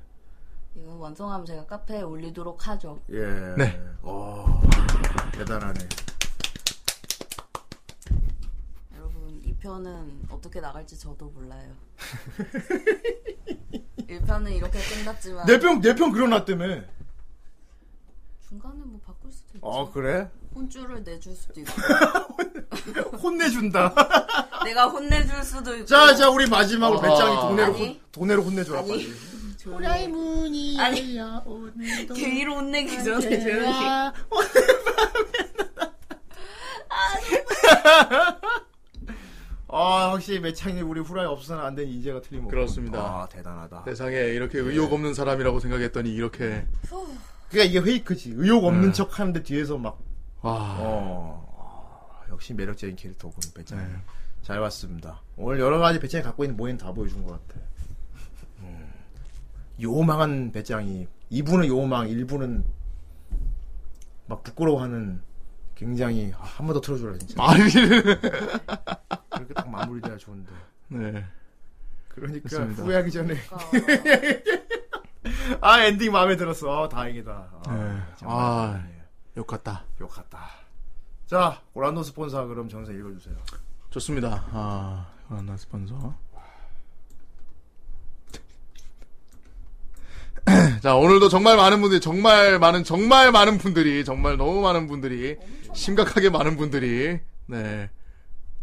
Speaker 5: 이거 완성하면 제가 카페에 올리도록 하죠.
Speaker 9: 예. 어.
Speaker 3: 네.
Speaker 9: 오, 대단하네.
Speaker 5: 여러분 2편은 어떻게 나갈지 저도 몰라요. 1편은 이렇게 끝났지만
Speaker 9: 내편 내편 그려놨다며.
Speaker 5: 중간에 뭐 바꿀 수도 있죠.
Speaker 9: 아 그래?
Speaker 5: 혼쭐을 내줄 수도 있고
Speaker 9: 혼내준다.
Speaker 5: 아. 내가 혼내줄 수도 있고
Speaker 9: 자, 자, 우리 마지막으로
Speaker 5: 아.
Speaker 9: 배짱이 돈내로
Speaker 5: 아니.
Speaker 9: 혼, 돈내로 혼내줘라
Speaker 5: 아니.
Speaker 9: 빨리.
Speaker 5: 도라이문이 아니 개의로 혼내기 전에
Speaker 1: 언제나
Speaker 5: 조용히 아
Speaker 9: 아, 확실히 매창이 우리 후라이 없어서는 안 되는 인재가 틀림없고.
Speaker 3: 그렇습니다.
Speaker 9: 아, 대단하다.
Speaker 3: 세상에 이렇게 의욕 없는 사람이라고 생각했더니 이렇게
Speaker 9: 그러니까 이게 페이크지. 의욕 없는
Speaker 3: 네.
Speaker 9: 척 하는데 뒤에서 막.
Speaker 3: 와.
Speaker 9: 어, 아, 역시 매력적인 캐릭터군, 배짱이.
Speaker 3: 네.
Speaker 9: 잘 봤습니다. 오늘 여러 가지 배짱이 갖고 있는 모임 다 보여준 것 같아. 음. 요망한 배짱이. 이분은 요망, 일부는 막 부끄러워하는 굉장히 아, 한 번 더 틀어줘라 진짜.
Speaker 3: 아, 말을.
Speaker 9: 그렇게 딱 마무리돼야 좋은데.
Speaker 3: 네.
Speaker 9: 그러니까
Speaker 3: 그렇습니다.
Speaker 9: 후회하기 전에. 아 엔딩 마음에 들었어. 아, 다행이다. 아,
Speaker 3: 네.
Speaker 9: 정말.
Speaker 3: 아, 욕 같다.
Speaker 9: 욕 같다. 자 오란노 스폰서 그럼 정선 읽어주세요.
Speaker 3: 좋습니다. 아, 요란나 스폰서. 자, 오늘도 정말 많은 분들이, 정말 많은, 정말 많은 분들이, 정말 너무 많은 분들이, 심각하게 많은 분들이, 네.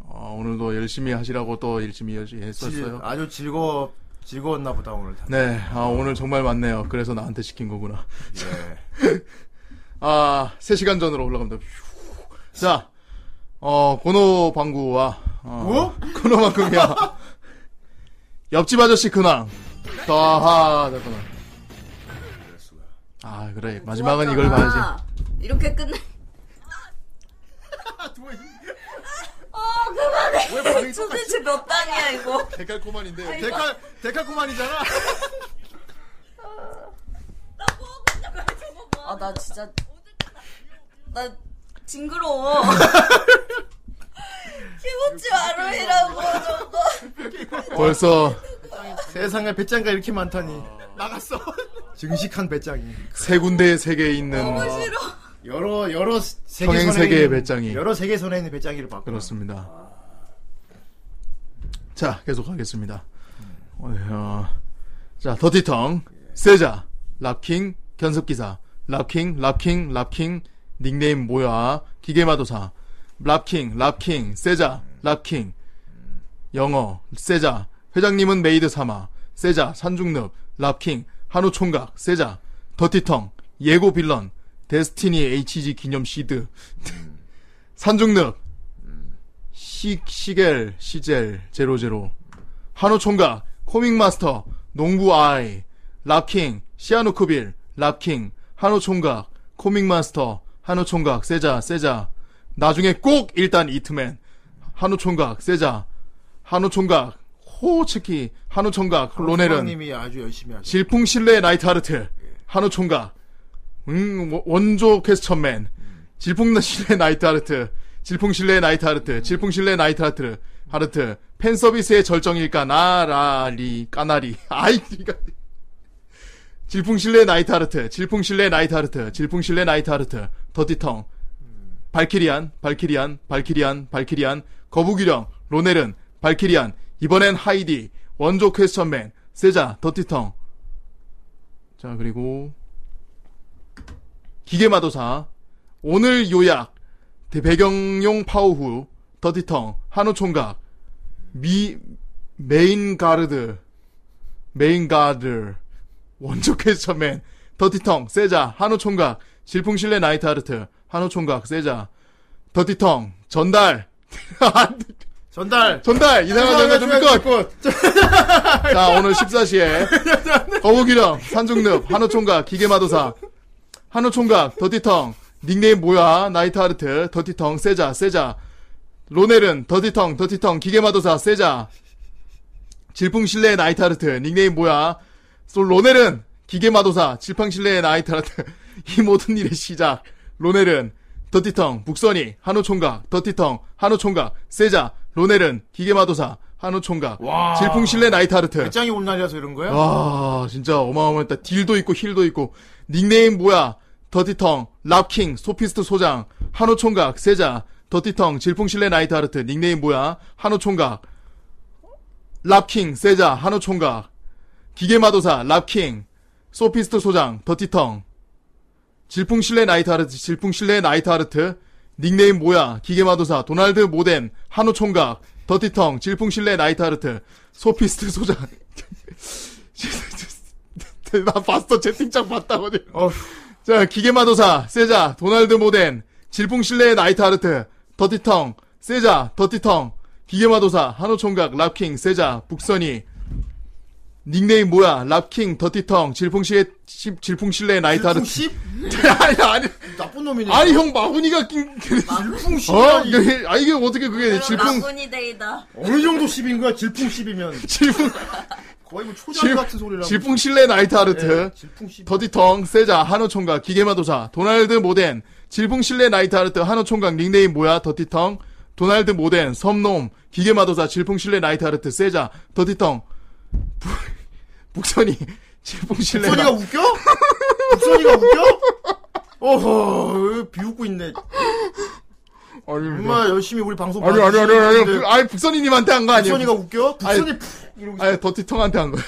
Speaker 3: 어, 오늘도 열심히 하시라고 또 열심히 열심히 했었어요.
Speaker 9: 질- 아주 즐거 즐거웠나 보다 오늘. 다.
Speaker 3: 네, 아, 오늘 정말 많네요. 그래서 나한테 시킨 거구나.
Speaker 9: 예.
Speaker 3: 아, 3시간 전으로 올라갑니다. 휴. 자, 어, 고노 방구와, 어, 고노 방구야. 옆집 아저씨 근황. 더하, 잠깐만. 아, 그래. 마지막은 이걸 봐야지.
Speaker 17: 아, 이렇게 끝내. 어 그만해.
Speaker 3: 왜 반응이
Speaker 17: 도대체 몇 단이야 이거?
Speaker 3: 데칼코만인데.
Speaker 9: 데칼 데칼코만이잖아.
Speaker 17: 아,
Speaker 5: 나 진짜 나 징그러워
Speaker 17: 키우지 마루이라고 저거.
Speaker 3: 벌써
Speaker 9: 세상에 배짱가 이렇게 많다니. 나갔어. 증식한 배짱이.
Speaker 3: 세 군데의 세계에 있는.
Speaker 9: 여러 여러 세계
Speaker 3: 평행
Speaker 9: 선에
Speaker 3: 세계의
Speaker 9: 있는-
Speaker 3: 배짱이.
Speaker 9: 여러 세계 선에 있는 배짱이를 봤고.
Speaker 3: 그렇습니다. 자, 계속하겠습니다. 어, 어, 자, 더티텅, 세자, 랍킹, 견습기사, 랍킹, 랍킹, 랍킹, 닉네임 뭐야, 기계마도사, 랍킹, 랍킹, 세자, 랍킹, 영어, 세자, 회장님은 메이드 삼아, 세자, 산중늪, 랍킹, 한우 총각, 세자, 더티텅, 예고 빌런, 데스티니 HG 기념 시드, 산중늪, 시, 시겔, 시젤, 제로제로. 한우 총각, 코믹 마스터, 농구 아이, 랍킹, 시아노크빌, 랍킹, 한우 총각, 코믹 마스터, 한우 총각, 세자, 세자. 나중에 꼭 일단 이트맨, 한우 총각, 세자, 한우 총각, 호츠키, 한우 총각, 로넬은,
Speaker 9: 님이 아주 열심히 하죠.
Speaker 3: 질풍신뢰의 예. 나이트하르트, 한우 총각, 음, 원- 원조 퀘스천맨, 질풍신뢰의 나이트하르트, 질풍신뢰의 나이트하르트, 질풍신뢰의 나이트하르트, 하르트, 팬서비스의 절정일까, 나라리, 까나리, 아이, 니가. 질풍신뢰의 나이트하르트, 질풍신뢰의 나이트하르트, 질풍신뢰의 나이트하르트, 더티텅, 발키리안, 발키리안, 발키리안, 발키리안, 거북유령, 로넬은, 발키리안, 이번엔 하이디, 원조 퀘스천맨, 세자, 더티텅. 자, 그리고, 기계마도사, 오늘 요약, 배경용 파우후, 더티텅, 한우총각, 미, 메인가르드, 메인가르, 원조 퀘스천맨, 더티텅, 세자, 한우총각, 질풍실레 나이트하르트, 한우총각, 세자, 더티텅, 전달,
Speaker 9: 전달.
Speaker 3: 전달 이상한 전달 준비컷. 자 오늘 14시에 거북이령 산중늪 한우총각 기계마도사 한우총각 더티텅 닉네임 뭐야 나이트하르트 더티텅 세자 세자 로넬은 더티텅 더티텅 기계마도사 세자 질풍실레의 나이트하르트 닉네임 뭐야 또 로넬은 기계마도사 질팡실레의 나이트하르트 이 모든 일의 시작 로넬은 더티텅 북선이 한우총각 더티텅 한우총각 세자 로넬은 기계마도사 한우총각
Speaker 9: 와.
Speaker 3: 질풍실레 나이트하르트
Speaker 9: 배짱이 온 날이라서 이런 거야?
Speaker 3: 와 아, 진짜 어마어마했다 딜도 있고 힐도 있고 닉네임 뭐야 더티텅 랍킹 소피스트 소장 한우총각 세자 더티텅 질풍실레 나이트하르트 닉네임 뭐야 한우총각 랍킹 세자 한우총각 기계마도사 랍킹 소피스트 소장 더티텅 질풍실레 나이트하르트 질풍실레 나이트하르트 닉네임 뭐야 기계마도사 도날드 모뎀 한우총각 더티텅 질풍실레 나이트하르트 소피스트 소장 나 봤어 채팅창 봤다고 지금. 자 기계마도사 세자 도날드 모덴 질풍실레 나이트하르트 더티텅 세자 더티텅 기계마도사 한우총각 랍킹 세자 북선이 닉네임 뭐야 랍킹 더티텅 질풍실레 질풍실레 나이트하르트 아니 아니
Speaker 9: 나쁜 놈이네.
Speaker 3: 아니 형 마구니가 낀
Speaker 9: 질풍
Speaker 3: 어? 이게, 아 이게 어떻게 그게 질풍
Speaker 17: 마군이 데이다.
Speaker 9: 어느 정도 10인 거야? 질풍 10이면.
Speaker 3: 질풍.
Speaker 9: 거의 뭐 초장
Speaker 3: 질,
Speaker 9: 같은 소리라고.
Speaker 3: 질풍 실내 나이트
Speaker 9: 예,
Speaker 3: 하르트
Speaker 9: 질풍 시
Speaker 3: 더디텅 세자 한우총각 기계마도사 도날드 모덴 질풍 실내 나이트 하르트 한우총각 닉네임 뭐야 더디텅 도날드 모덴 섬놈 기계마도사 질풍 실내 나이트 하르트 세자 더디텅 북- 북선이 질풍 실내
Speaker 9: 북선이가 웃겨? 북선이가 웃겨? 어허, 비웃고 있네. 정말 열심히 우리 방송
Speaker 3: 아니 아니 아니 아니
Speaker 9: 봐주시는데
Speaker 3: 그- 아니 북선이님한테 한 거 아니에요
Speaker 9: 북선이가 웃겨? 북선이
Speaker 3: 아니,
Speaker 9: 푹 이러고
Speaker 3: 아니 더티통한테 한 거야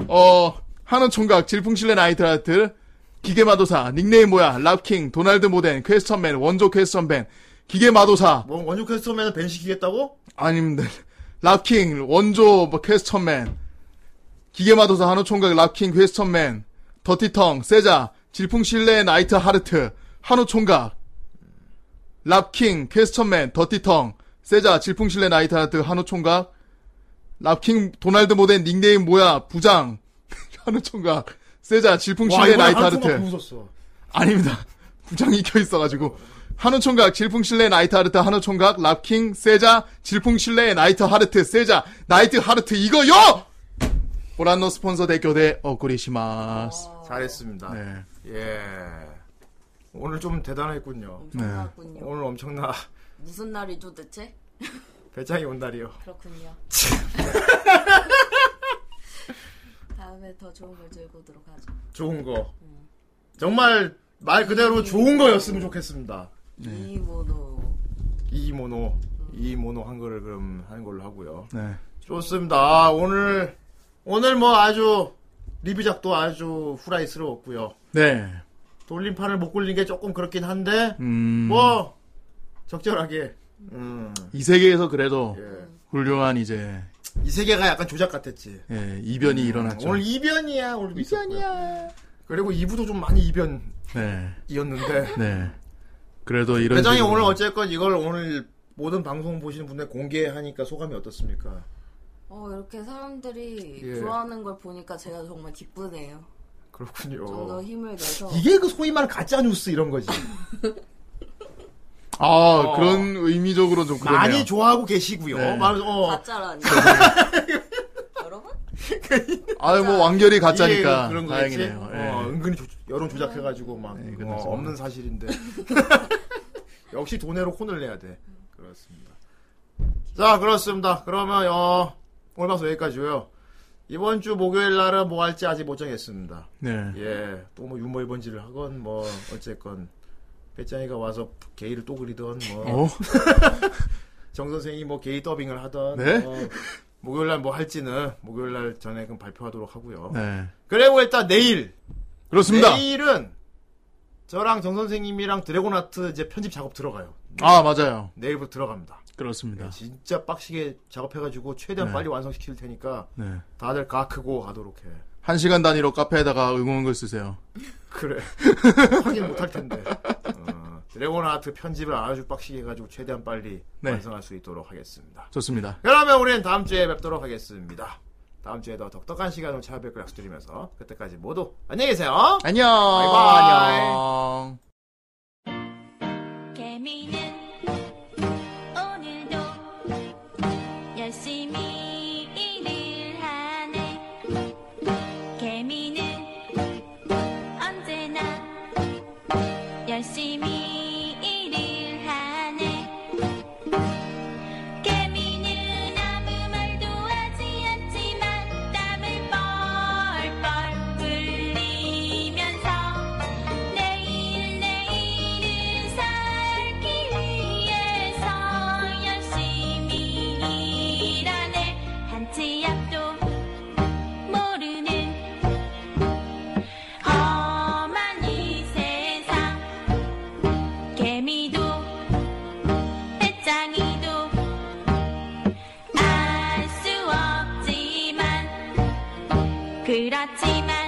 Speaker 3: 어 한우 총각 질풍실레 나이트라이트 기계마도사 닉네임 뭐야 랍킹 도날드 모덴 퀘스천맨 원조 퀘스천맨 기계마도사
Speaker 9: 뭐 원유 캐스터면 벤시키겠다고?
Speaker 3: 아닙니다 랍킹 원조 뭐 퀘스천맨 기계마도사 한우 총각 랍킹 퀘스천맨 더티텅 세자 질풍실레 나이트 하르트 한우 총각 랍킹, 퀘스천맨, 더티텅, 세자, 질풍실레 나이트 하트, 한우 총각, 랍킹, 도날드 모델 닉네임 뭐야, 부장, 한우 총각, 세자, 질풍실레
Speaker 9: 이번에
Speaker 3: 나이트
Speaker 9: 한숨만
Speaker 3: 하르트.
Speaker 9: 웃었어.
Speaker 3: 아닙니다. 부장이 켜있어가지고. 한우총각, 질풍실레 나이트 하르트, 한우총각, 랍킹, 세자, 질풍실레 나이트 하르트, 세자, 나이트 하르트, 이거요! 오란노 스폰서 대교대 어꾸리시마스.
Speaker 9: 잘했습니다.
Speaker 3: 네.
Speaker 9: 예. 오늘 좀 대단했군요.
Speaker 3: 네. 엄청나군요.
Speaker 9: 오늘 엄청나.
Speaker 17: 무슨 날이죠 대체?
Speaker 9: 배짱이 온 날이요.
Speaker 17: 그렇군요. 다음에 더 좋은 걸 들고 오도록 하죠.
Speaker 9: 좋은 거. 정말 말 그대로 좋은 거였으면 좋겠습니다.
Speaker 3: 네.
Speaker 17: 이모노.
Speaker 9: 이모노. 이모노 한글을 그럼 하는 걸로 하고요.
Speaker 3: 네.
Speaker 9: 좋습니다. 아, 오늘 오늘 뭐 아주 리뷰작도 아주 후라이스러웠고요.
Speaker 3: 네.
Speaker 9: 돌림판을 못 굴린 게 조금 그렇긴 한데
Speaker 3: 음.
Speaker 9: 뭐 적절하게 음.
Speaker 3: 이 세계에서 그래도
Speaker 9: 예.
Speaker 3: 훌륭한 이제
Speaker 9: 이 세계가 약간 조작 같았지.
Speaker 3: 예, 이변이 일어났죠.
Speaker 9: 음, 오늘 이변이야. 오늘 이변이야. 그리고 2부도 좀 많이
Speaker 3: 네.
Speaker 9: 이변이었는데
Speaker 3: 네. 그래도 이런 뭐-
Speaker 9: 회장이
Speaker 3: 식으로-
Speaker 9: 오늘 어쨌건 이걸 오늘 모든 방송 보시는 분들 공개하니까 소감이 어떻습니까?
Speaker 5: 어, 이렇게 사람들이
Speaker 9: 예.
Speaker 5: 좋아하는 걸 보니까 제가 정말 기쁘네요. 좀 더
Speaker 9: 그렇군요.
Speaker 5: 힘을 내서.
Speaker 9: 어. 이게 그 소위 말하는 가짜 뉴스 이런 거지.
Speaker 3: 아
Speaker 9: 어.
Speaker 3: 그런 의미적으로 좀 그러네요.
Speaker 9: 많이 좋아하고 계시고요.
Speaker 3: 네.
Speaker 9: 말- 어.
Speaker 17: 가짜라니.
Speaker 3: 아유 뭐 완결이 가짜니까
Speaker 9: 이게 예, 그런 거겠지?
Speaker 3: 다행이네요.
Speaker 9: 어,
Speaker 3: 예. 네,
Speaker 9: 은근히 조- 여론 조작해가지고 막 어,
Speaker 3: 그래서.
Speaker 9: 없는 사실인데 역시 돈으로 혼을 내야 돼. 그렇습니다.
Speaker 3: 음.
Speaker 9: 자 그렇습니다. 그러면 어, 오늘 방송 여기까지고요. 이번 주 목요일 날은 뭐 할지 아직 못 정했습니다.
Speaker 3: 네.
Speaker 9: 예, 또 뭐 유머 일번지를 하건 뭐 어쨌건 배짱이가 와서 게이를 또 그리던 뭐
Speaker 3: 어?
Speaker 9: 정 선생이 뭐 게이 더빙을 하던
Speaker 3: 네?
Speaker 9: 뭐 목요일 날 뭐 할지는 목요일 날 전에 그럼 발표하도록 하고요.
Speaker 3: 네.
Speaker 9: 그리고 일단 내일
Speaker 3: 그렇습니다.
Speaker 9: 내일은 저랑 정 선생님이랑 드래곤아트 이제 편집 작업 들어가요.
Speaker 3: 아 맞아요.
Speaker 9: 내일부터 들어갑니다.
Speaker 3: 그렇습니다.
Speaker 9: 진짜 빡시게 작업해가지고 최대한
Speaker 3: 아. 네.
Speaker 9: 빨리 완성시킬 테니까
Speaker 3: 네.
Speaker 9: 다들 가 크고 하도록 해.
Speaker 3: 한 시간 단위로 카페에다가 응원글 쓰세요.
Speaker 9: 그래. 확인 못할 텐데. 어. 드래곤 아트 편집을 아주 빡시게 해가지고 최대한 빨리
Speaker 3: 네.
Speaker 9: 완성할 수 있도록 하겠습니다.
Speaker 3: 좋습니다.
Speaker 9: 그러면 우리는 다음 주에 뵙도록 하겠습니다. 다음 주에도 독특한 시간으로 찾아뵙고 약속드리면서 그때까지 모두 안녕히 계세요.
Speaker 3: 안녕.
Speaker 9: 바이바이.
Speaker 3: 안녕.
Speaker 13: 개미는 오늘도 열심히 일을 하네 개미는 언제나 열심히 일을 하네 개미는 아무 말도 하지 않지만 땀을 뻘뻘 흘리면서 내일 내일을 살기 위해서 열심히 일하네 한치 앞도 모르는 험한 이 세상 개미도 배짱이도 알 수 없지만 그렇지만